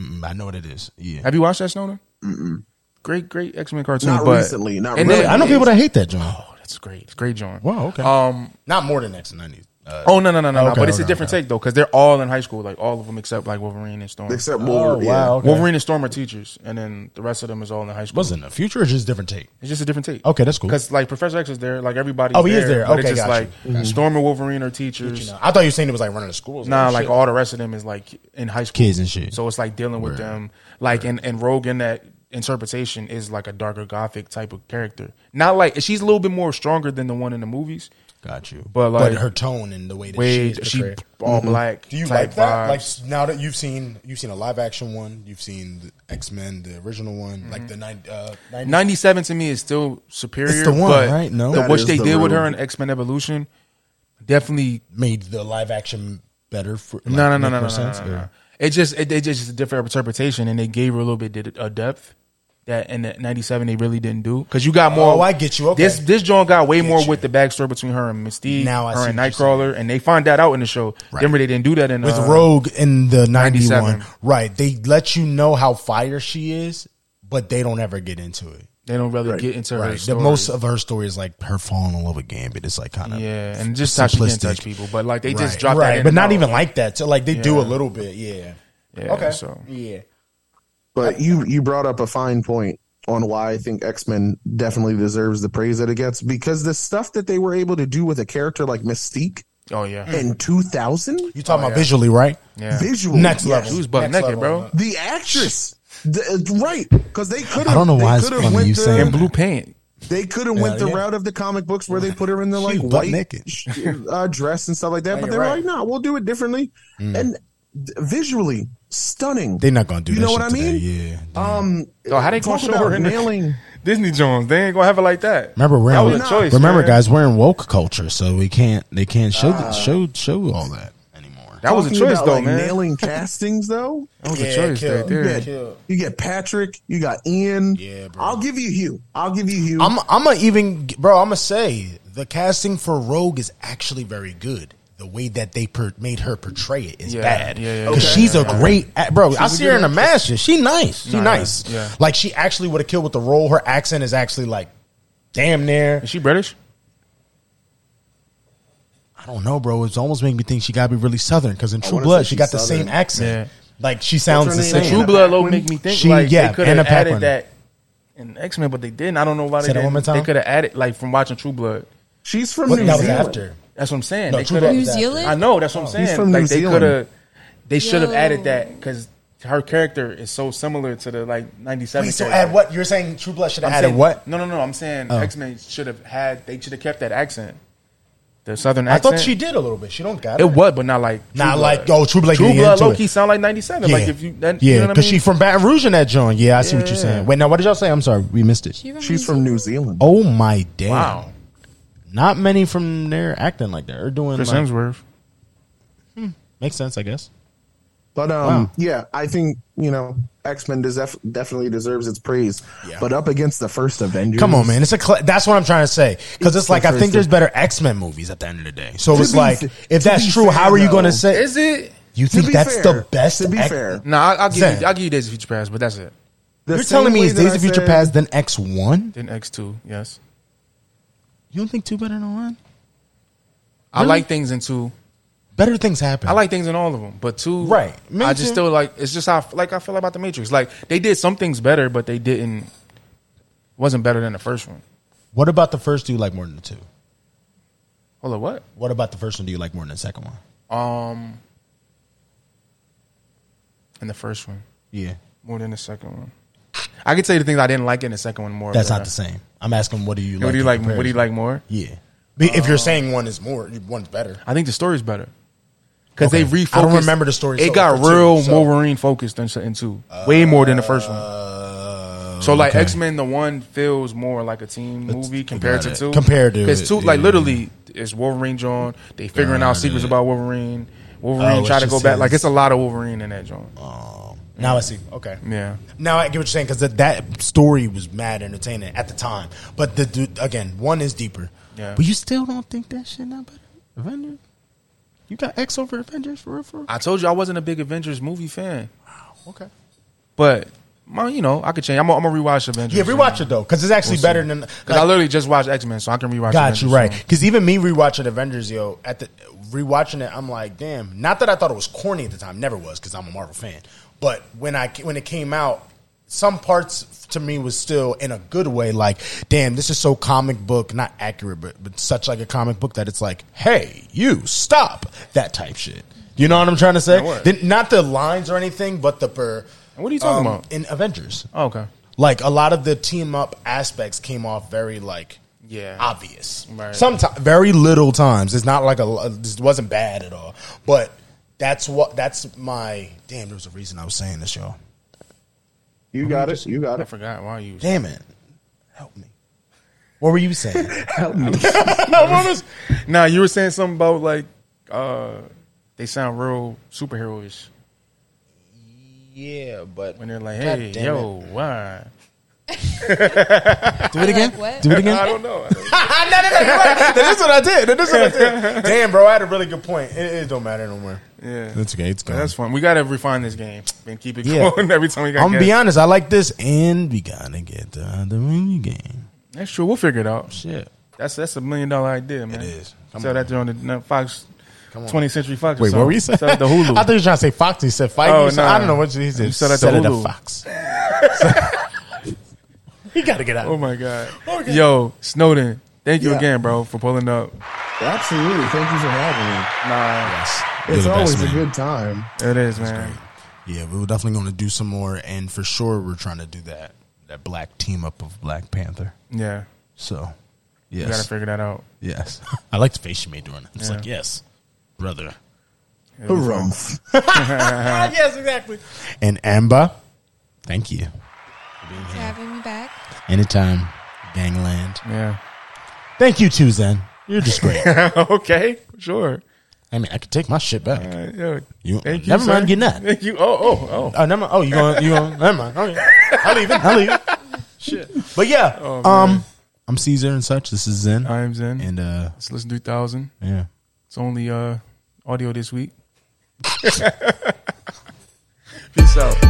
Speaker 4: Mm, I know what it is. Yeah,
Speaker 3: Have you watched that, Snowden? Mm-mm. Great, great X Men cartoon.
Speaker 5: Not
Speaker 3: but
Speaker 5: recently, not
Speaker 3: and
Speaker 5: really.
Speaker 3: then-
Speaker 4: I know people that hate that John.
Speaker 3: Oh, that's great. It's great, John.
Speaker 4: Wow, okay.
Speaker 3: Um.
Speaker 4: Not more than X nineties. Uh,
Speaker 3: Oh no, no, no, no.
Speaker 4: Okay,
Speaker 3: but it's a
Speaker 4: okay,
Speaker 3: different
Speaker 4: okay.
Speaker 3: take though, because they're all in high school, like all of them except like Wolverine and Storm.
Speaker 5: Except Wolverine. yeah.
Speaker 4: Oh, wow. Okay.
Speaker 3: Wolverine and Storm are teachers, and then the rest of them is all in high school.
Speaker 4: wasn't the future. It's just a different take.
Speaker 3: It's just a different take.
Speaker 4: Okay, that's cool.
Speaker 3: Because like Professor X is there, like everybody.
Speaker 4: Oh, he is there.
Speaker 3: but
Speaker 4: Okay,
Speaker 3: it's just
Speaker 4: gotcha. Mm-hmm.
Speaker 3: like Storm and Wolverine are teachers.
Speaker 4: You know, I thought you were saying it was like running the schools.
Speaker 3: Nah, like
Speaker 4: shit.
Speaker 3: all the rest of them is like in high school,
Speaker 4: Kids and shit.
Speaker 3: So it's like dealing with them, like and and Rogue in that interpretation is like a darker gothic type of character. Not like she's a little bit more stronger than the one in the movies.
Speaker 4: got you.
Speaker 3: But, like-
Speaker 4: her tone and the way that
Speaker 3: Wade,
Speaker 4: she is Mm-hmm.
Speaker 3: she
Speaker 4: portrayed.
Speaker 3: all black.
Speaker 4: Do you
Speaker 3: type
Speaker 4: like that?
Speaker 3: vibes.
Speaker 4: Like now that you've seen you've seen a live action one, you've seen the X Men, the original one,
Speaker 3: Mm-hmm.
Speaker 4: like the nine. Uh, 90s.
Speaker 3: 97 to me is still superior.
Speaker 4: It's the one,
Speaker 3: but
Speaker 4: right? No?
Speaker 3: the-
Speaker 5: That
Speaker 3: what
Speaker 5: is
Speaker 3: they
Speaker 5: the
Speaker 3: did with
Speaker 5: real-
Speaker 3: her in X Men Evolution definitely
Speaker 4: made the live action better for like,
Speaker 3: no, no, no, no,
Speaker 4: make more
Speaker 3: no, no,
Speaker 4: sense,
Speaker 3: no,
Speaker 4: or-
Speaker 3: no. It just it, it just a different interpretation, and they gave her a little bit did- of depth that in the '97 they really didn't do because you got more.
Speaker 4: Oh, I get you. Okay.
Speaker 3: This this John got way more
Speaker 4: you.
Speaker 3: with the backstory between her and Mystique,
Speaker 4: Now I
Speaker 3: her
Speaker 4: see
Speaker 3: and
Speaker 4: what you're
Speaker 3: Nightcrawler, and they find that out in the show. Remember they didn't do that in
Speaker 4: with
Speaker 3: uh,
Speaker 4: Rogue in the 91.
Speaker 3: 97.
Speaker 4: Right. They let you know how fire she is, but they don't ever get into it.
Speaker 3: They don't really get into her.
Speaker 4: Right. The
Speaker 3: story.
Speaker 4: most of her story is like her falling in love with Gambit. It's like kind of
Speaker 3: yeah, and just how she can touch people, but like they just dropped that, in
Speaker 4: but
Speaker 3: and
Speaker 4: not
Speaker 3: out.
Speaker 4: even like that. So like they do a
Speaker 3: Yeah.
Speaker 4: little bit. Yeah.
Speaker 3: Yeah,
Speaker 4: okay.
Speaker 3: so.
Speaker 4: Yeah.
Speaker 5: But you you brought up a fine point on why I think X Men definitely deserves the praise that it gets because the stuff that they were able to do with a character like Mystique
Speaker 3: Oh yeah,
Speaker 5: in 2000
Speaker 4: You talking about visually, right?
Speaker 3: Oh, yeah.
Speaker 5: visual
Speaker 4: Next
Speaker 5: yeah.
Speaker 4: level.
Speaker 3: She was butt
Speaker 4: Next
Speaker 3: naked,
Speaker 4: level.
Speaker 3: bro.
Speaker 5: The actress, the, right? Because they could
Speaker 4: I don't know why it's funny you saying
Speaker 3: In blue paint.
Speaker 5: They could have went the
Speaker 4: yeah.
Speaker 5: route of the comic books where they put her in the like
Speaker 4: She butt
Speaker 5: white
Speaker 4: naked.
Speaker 5: sh- uh, dress and stuff like that,
Speaker 4: No,
Speaker 5: but
Speaker 4: you're
Speaker 5: they were
Speaker 4: right.
Speaker 5: like, "No, we'll do it differently." And th- visually stunning.
Speaker 4: They're Hmm. not gonna do
Speaker 5: You
Speaker 4: that
Speaker 5: know what
Speaker 4: shit
Speaker 5: I mean?
Speaker 4: today, Yeah.
Speaker 3: Uh,
Speaker 5: um,
Speaker 3: So Oh, how they gonna
Speaker 5: talk
Speaker 3: show her
Speaker 5: about
Speaker 3: in the
Speaker 5: nailing.
Speaker 3: Disney Jones? They ain't gonna have it like that.
Speaker 4: Remember, we're
Speaker 3: that
Speaker 4: in-
Speaker 3: was a
Speaker 5: Nah.
Speaker 3: choice.
Speaker 4: Remember,
Speaker 3: man.
Speaker 4: guys, we're in woke culture, so we can't. They can't show
Speaker 3: Uh,
Speaker 4: show show all that anymore.
Speaker 3: That was a
Speaker 5: talking
Speaker 3: choice
Speaker 5: about,
Speaker 3: though,
Speaker 5: like,
Speaker 3: man.
Speaker 5: Nailing castings though.
Speaker 3: That was a choice right there.
Speaker 5: Yeah. You get Patrick. You got Ian.
Speaker 4: Yeah, bro.
Speaker 5: I'll give you Hugh. I'll give you Hugh.
Speaker 4: I'm I'm gonna even bro. I'm gonna say the casting for Rogue is actually very good. The way that they per- made her portray it is
Speaker 3: Yeah,
Speaker 4: bad.
Speaker 3: yeah, yeah,
Speaker 4: Cause
Speaker 3: yeah,
Speaker 4: she's
Speaker 3: yeah,
Speaker 4: a great act- bro. I see her in the master. She nice. She
Speaker 3: Nah,
Speaker 4: nice.
Speaker 3: yeah, yeah.
Speaker 4: Like she actually would have killed with the role. Her accent is actually like damn near.
Speaker 3: Is she British?
Speaker 4: I don't know, bro. It's almost making me think she gotta be really southern. Cause in True
Speaker 5: wanna
Speaker 4: Blood,
Speaker 5: say
Speaker 4: she got
Speaker 5: she's
Speaker 4: the same
Speaker 5: Southern.
Speaker 4: accent.
Speaker 3: Yeah.
Speaker 4: Like she sounds
Speaker 5: her
Speaker 4: the
Speaker 5: name?
Speaker 4: same.
Speaker 5: The
Speaker 3: True
Speaker 5: Anna
Speaker 3: Blood low
Speaker 5: Paquin?
Speaker 3: make me think
Speaker 4: She-
Speaker 3: like
Speaker 4: yeah,
Speaker 3: they could
Speaker 4: Anna
Speaker 3: have added
Speaker 4: Paquin.
Speaker 3: that in X Men, but they didn't. I don't know why they
Speaker 4: Say that
Speaker 3: didn't.
Speaker 4: one more time.
Speaker 3: They could have added like from watching True Blood.
Speaker 5: She's from
Speaker 4: But
Speaker 5: New
Speaker 4: that was
Speaker 5: Zealand.
Speaker 4: after.
Speaker 3: That's what I'm saying.
Speaker 4: No,
Speaker 3: they
Speaker 4: True
Speaker 3: could
Speaker 4: Blood Oh,
Speaker 6: New
Speaker 4: was after.
Speaker 6: Zealand?
Speaker 3: I know. That's what I'm saying.
Speaker 5: from
Speaker 3: like
Speaker 5: New
Speaker 3: they
Speaker 5: Zealand.
Speaker 3: could have. They should have
Speaker 6: Yo.
Speaker 3: added that because her character is so similar to the like '97.
Speaker 4: Wait, so add what you're saying? True Blood should have added
Speaker 3: saying,
Speaker 4: what? Oh.
Speaker 3: No, no, no. I'm saying X Men should have had. They should have kept that accent, the southern
Speaker 4: I
Speaker 3: accent.
Speaker 4: thought she did a little bit. She don't got
Speaker 3: It was, but not like True
Speaker 4: Not
Speaker 3: Blood.
Speaker 4: like, oh, True Blood
Speaker 3: True
Speaker 4: getting
Speaker 3: Blood
Speaker 4: into
Speaker 3: low
Speaker 4: it.
Speaker 3: key sound like '97. Like if you, that,
Speaker 4: yeah,
Speaker 3: you know what I mean?
Speaker 4: she from Baton Rouge in that joint. Yeah, I see what you're
Speaker 3: Yeah.
Speaker 4: saying. Wait, now what did y'all say? I'm sorry, we missed it.
Speaker 6: She
Speaker 5: She's from New Zealand.
Speaker 4: Oh my damn!
Speaker 3: wow.
Speaker 4: Not many from there acting like that or doing.
Speaker 3: Chris
Speaker 4: Like,
Speaker 3: Hemsworth.
Speaker 4: makes sense, I guess.
Speaker 5: But um,
Speaker 4: Wow.
Speaker 5: yeah, I think you know X Men def- definitely deserves its praise.
Speaker 4: Yeah.
Speaker 5: But up against the first Avengers,
Speaker 4: Come on, man! It's a. Cl- that's what I'm trying to say because it's
Speaker 5: the
Speaker 4: like I think
Speaker 5: first
Speaker 4: there's
Speaker 5: thing.
Speaker 4: better X Men movies at the end of the day. So
Speaker 5: To
Speaker 4: it's
Speaker 5: be
Speaker 4: like
Speaker 5: fa-
Speaker 4: if
Speaker 5: to
Speaker 4: that's
Speaker 5: be
Speaker 4: true, how
Speaker 5: fair,
Speaker 4: are you going to
Speaker 5: though,
Speaker 4: say?
Speaker 3: Is it?
Speaker 4: You
Speaker 5: To
Speaker 4: think
Speaker 5: be
Speaker 4: that's
Speaker 5: fair,
Speaker 4: the best?
Speaker 5: To be
Speaker 4: X-
Speaker 5: fair,
Speaker 3: No, I'll, I'll give
Speaker 4: Zen.
Speaker 3: you. I'll give you Days of Future Past, but that's it.
Speaker 5: The
Speaker 4: You're
Speaker 5: same
Speaker 4: telling me
Speaker 5: way
Speaker 4: it's
Speaker 5: that
Speaker 4: Days
Speaker 5: I
Speaker 4: of Future
Speaker 5: said-
Speaker 4: Past then X One?
Speaker 3: Then X two. Yes,
Speaker 4: You don't think two better than one?
Speaker 3: I like things in two.
Speaker 4: Better things happen.
Speaker 3: I like things in all of them, but two,
Speaker 4: Right. Me
Speaker 3: I just
Speaker 4: too.
Speaker 3: still like it's just how like I feel about the Matrix. Like they did some things better, but they didn't. Wasn't better than the first one.
Speaker 4: What about the first? Do you like more than the two?
Speaker 3: Hold on, what?
Speaker 4: What about the first one? Do you like more than the second one?
Speaker 3: Um, in the first one
Speaker 4: Yeah.
Speaker 3: more than the second one. I could tell you the things I didn't like in the second one more.
Speaker 4: That's
Speaker 3: but
Speaker 4: not the same. I'm asking, what do you
Speaker 3: What
Speaker 4: like?
Speaker 3: do you
Speaker 4: in
Speaker 3: like? What do you
Speaker 4: comparison?
Speaker 3: like Uh, more?
Speaker 4: Yeah. But if you're saying one is more, one's better.
Speaker 3: I think the story's bery better because
Speaker 4: Okay.
Speaker 3: they refocused.
Speaker 4: I don't remember the story
Speaker 3: It
Speaker 4: so-
Speaker 3: got
Speaker 4: for two,
Speaker 3: real
Speaker 4: so-
Speaker 3: Wolverine focused in, in two, way more than the first one.
Speaker 4: Uh,
Speaker 3: So like
Speaker 4: okay.
Speaker 3: X Men, the one feels more like a team movie compared to
Speaker 4: it.
Speaker 3: two.
Speaker 4: Compared to
Speaker 3: because
Speaker 4: it,
Speaker 3: two, like
Speaker 4: yeah. Uh,
Speaker 3: literally, it's Wolverine John. They figuring out secrets about Wolverine.
Speaker 4: Oh,
Speaker 3: Wolverine
Speaker 4: it's
Speaker 3: try to
Speaker 4: just Oh.
Speaker 3: go back.
Speaker 4: his-
Speaker 3: Like it's a lot of Wolverine in that John.
Speaker 4: Now I see. Okay.
Speaker 3: Yeah,
Speaker 4: Now I get what you're saying because that, that story was mad entertaining at the time. But the, the again, one is deeper.
Speaker 3: Yeah.
Speaker 4: But you still don't think that shit not better? Avengers? You got X over Avengers for real? For real?
Speaker 3: I told you I wasn't a big Avengers movie fan,
Speaker 4: Okay.
Speaker 3: but well, you know I could change. I'm gonna I'm rewatch Avengers.
Speaker 4: Yeah, rewatch it though because it's actually better than.
Speaker 3: because I literally just watched X Men, so I can rewatch.
Speaker 4: Got
Speaker 3: Avengers
Speaker 4: you right.
Speaker 3: soon.
Speaker 4: Because even me rewatching Avengers, yo, at the rewatching it, I'm like, damn. Not that I thought it was corny at the time, never was, because I'm a Marvel fan. But when I when it came out, some parts to me was still in a good way. Like, damn, this is so comic book, not accurate, but but such like a comic book that it's like, hey, you stop that type shit. You know what I'm trying to say?
Speaker 3: Yeah, word.
Speaker 4: Then- not the lines or anything, but the per.
Speaker 3: What are you talking
Speaker 4: um,
Speaker 3: about?
Speaker 4: in Avengers?
Speaker 3: Oh, okay.
Speaker 4: Like a lot of the team up aspects came off very like
Speaker 3: Yeah.
Speaker 4: obvious.
Speaker 3: Right.
Speaker 4: Sometimes very little times. It's not like a uh, this wasn't bad at all. But that's what that's my damn. There was a reason I was saying this, y'all.
Speaker 5: You got it. You got
Speaker 3: I
Speaker 5: it.
Speaker 3: forgot why you.
Speaker 4: Damn it, help me. What were you saying?
Speaker 3: Nah, you were saying something about like uh they sound real superheroish
Speaker 4: yeah, but
Speaker 3: when they're like, hey,
Speaker 4: damn
Speaker 3: yo, why?
Speaker 4: do it
Speaker 6: Like,
Speaker 4: again.
Speaker 6: what?
Speaker 4: Do it again.
Speaker 3: I don't know.
Speaker 4: no, no, no, you're right. That is what I did. That is what I did. Damn, bro, I had a really good point. It, it don't matter no more.
Speaker 3: Yeah.
Speaker 4: That's okay. It's gone.
Speaker 3: That's fun. We gotta refine this game and keep it
Speaker 4: Yeah.
Speaker 3: going every time we got.
Speaker 4: I'm gonna
Speaker 3: guests.
Speaker 4: be honest. I like this, and we gotta get the other mini game.
Speaker 3: That's true. We'll figure it out.
Speaker 4: Shit.
Speaker 3: That's that's a million dollar idea, man.
Speaker 4: It is. Come
Speaker 3: Sell that on the no, Fox, 20th Century Fox. or
Speaker 4: Wait, what were you
Speaker 3: something.
Speaker 4: saying?
Speaker 3: Sell it to
Speaker 4: I
Speaker 3: Hulu.
Speaker 4: thought you were trying to say Fox. You said Feige.
Speaker 3: Oh,
Speaker 4: So I
Speaker 3: nah.
Speaker 4: don't know what you he said.
Speaker 3: You said that to
Speaker 4: Sell it
Speaker 3: Hulu.
Speaker 4: Fox. he got to get out.
Speaker 3: oh my god. Yo, Snowden. Thank you
Speaker 5: Yeah.
Speaker 3: again, bro, for pulling up.
Speaker 5: Absolutely. Thank you for having me.
Speaker 3: Nah,
Speaker 4: Yes. You're
Speaker 5: It's
Speaker 4: the
Speaker 5: always
Speaker 4: best, man.
Speaker 5: a good time.
Speaker 3: it is, man.
Speaker 4: Yeah, we were definitely going to do some more, and for sure we're trying to do that that black team up of Black Panther.
Speaker 3: Yeah.
Speaker 2: So,
Speaker 3: You gotta
Speaker 2: yes,
Speaker 3: figure that out.
Speaker 2: yes.
Speaker 4: I like the face she made during it. It's
Speaker 3: Yeah. Uh-huh.
Speaker 4: like, yes, brother. Ah,
Speaker 5: Harumph.
Speaker 4: yes, exactly. And Amber, thank you.
Speaker 6: for having me back.
Speaker 4: Anytime, gangland.
Speaker 3: Yeah.
Speaker 4: Thank you too, Zen. You're just great.
Speaker 3: okay. Sure.
Speaker 4: I mean, I could take my shit back.
Speaker 3: Uh, yeah.
Speaker 4: You-
Speaker 3: Thank
Speaker 4: never mind,
Speaker 3: sir.
Speaker 4: you're not.
Speaker 3: Thank you. Oh, oh, oh.
Speaker 4: Oh, never mind. Oh, you going? You going? Never mind. Okay. I'll leave it. I'll leave it. Shit. But yeah,
Speaker 3: Oh,
Speaker 4: um, I'm Caesar and such. This is Zen.
Speaker 3: I am Zen.
Speaker 4: And uh,
Speaker 3: Let's listen to 3000.
Speaker 4: yeah.
Speaker 3: It's only uh, audio this week. Peace out.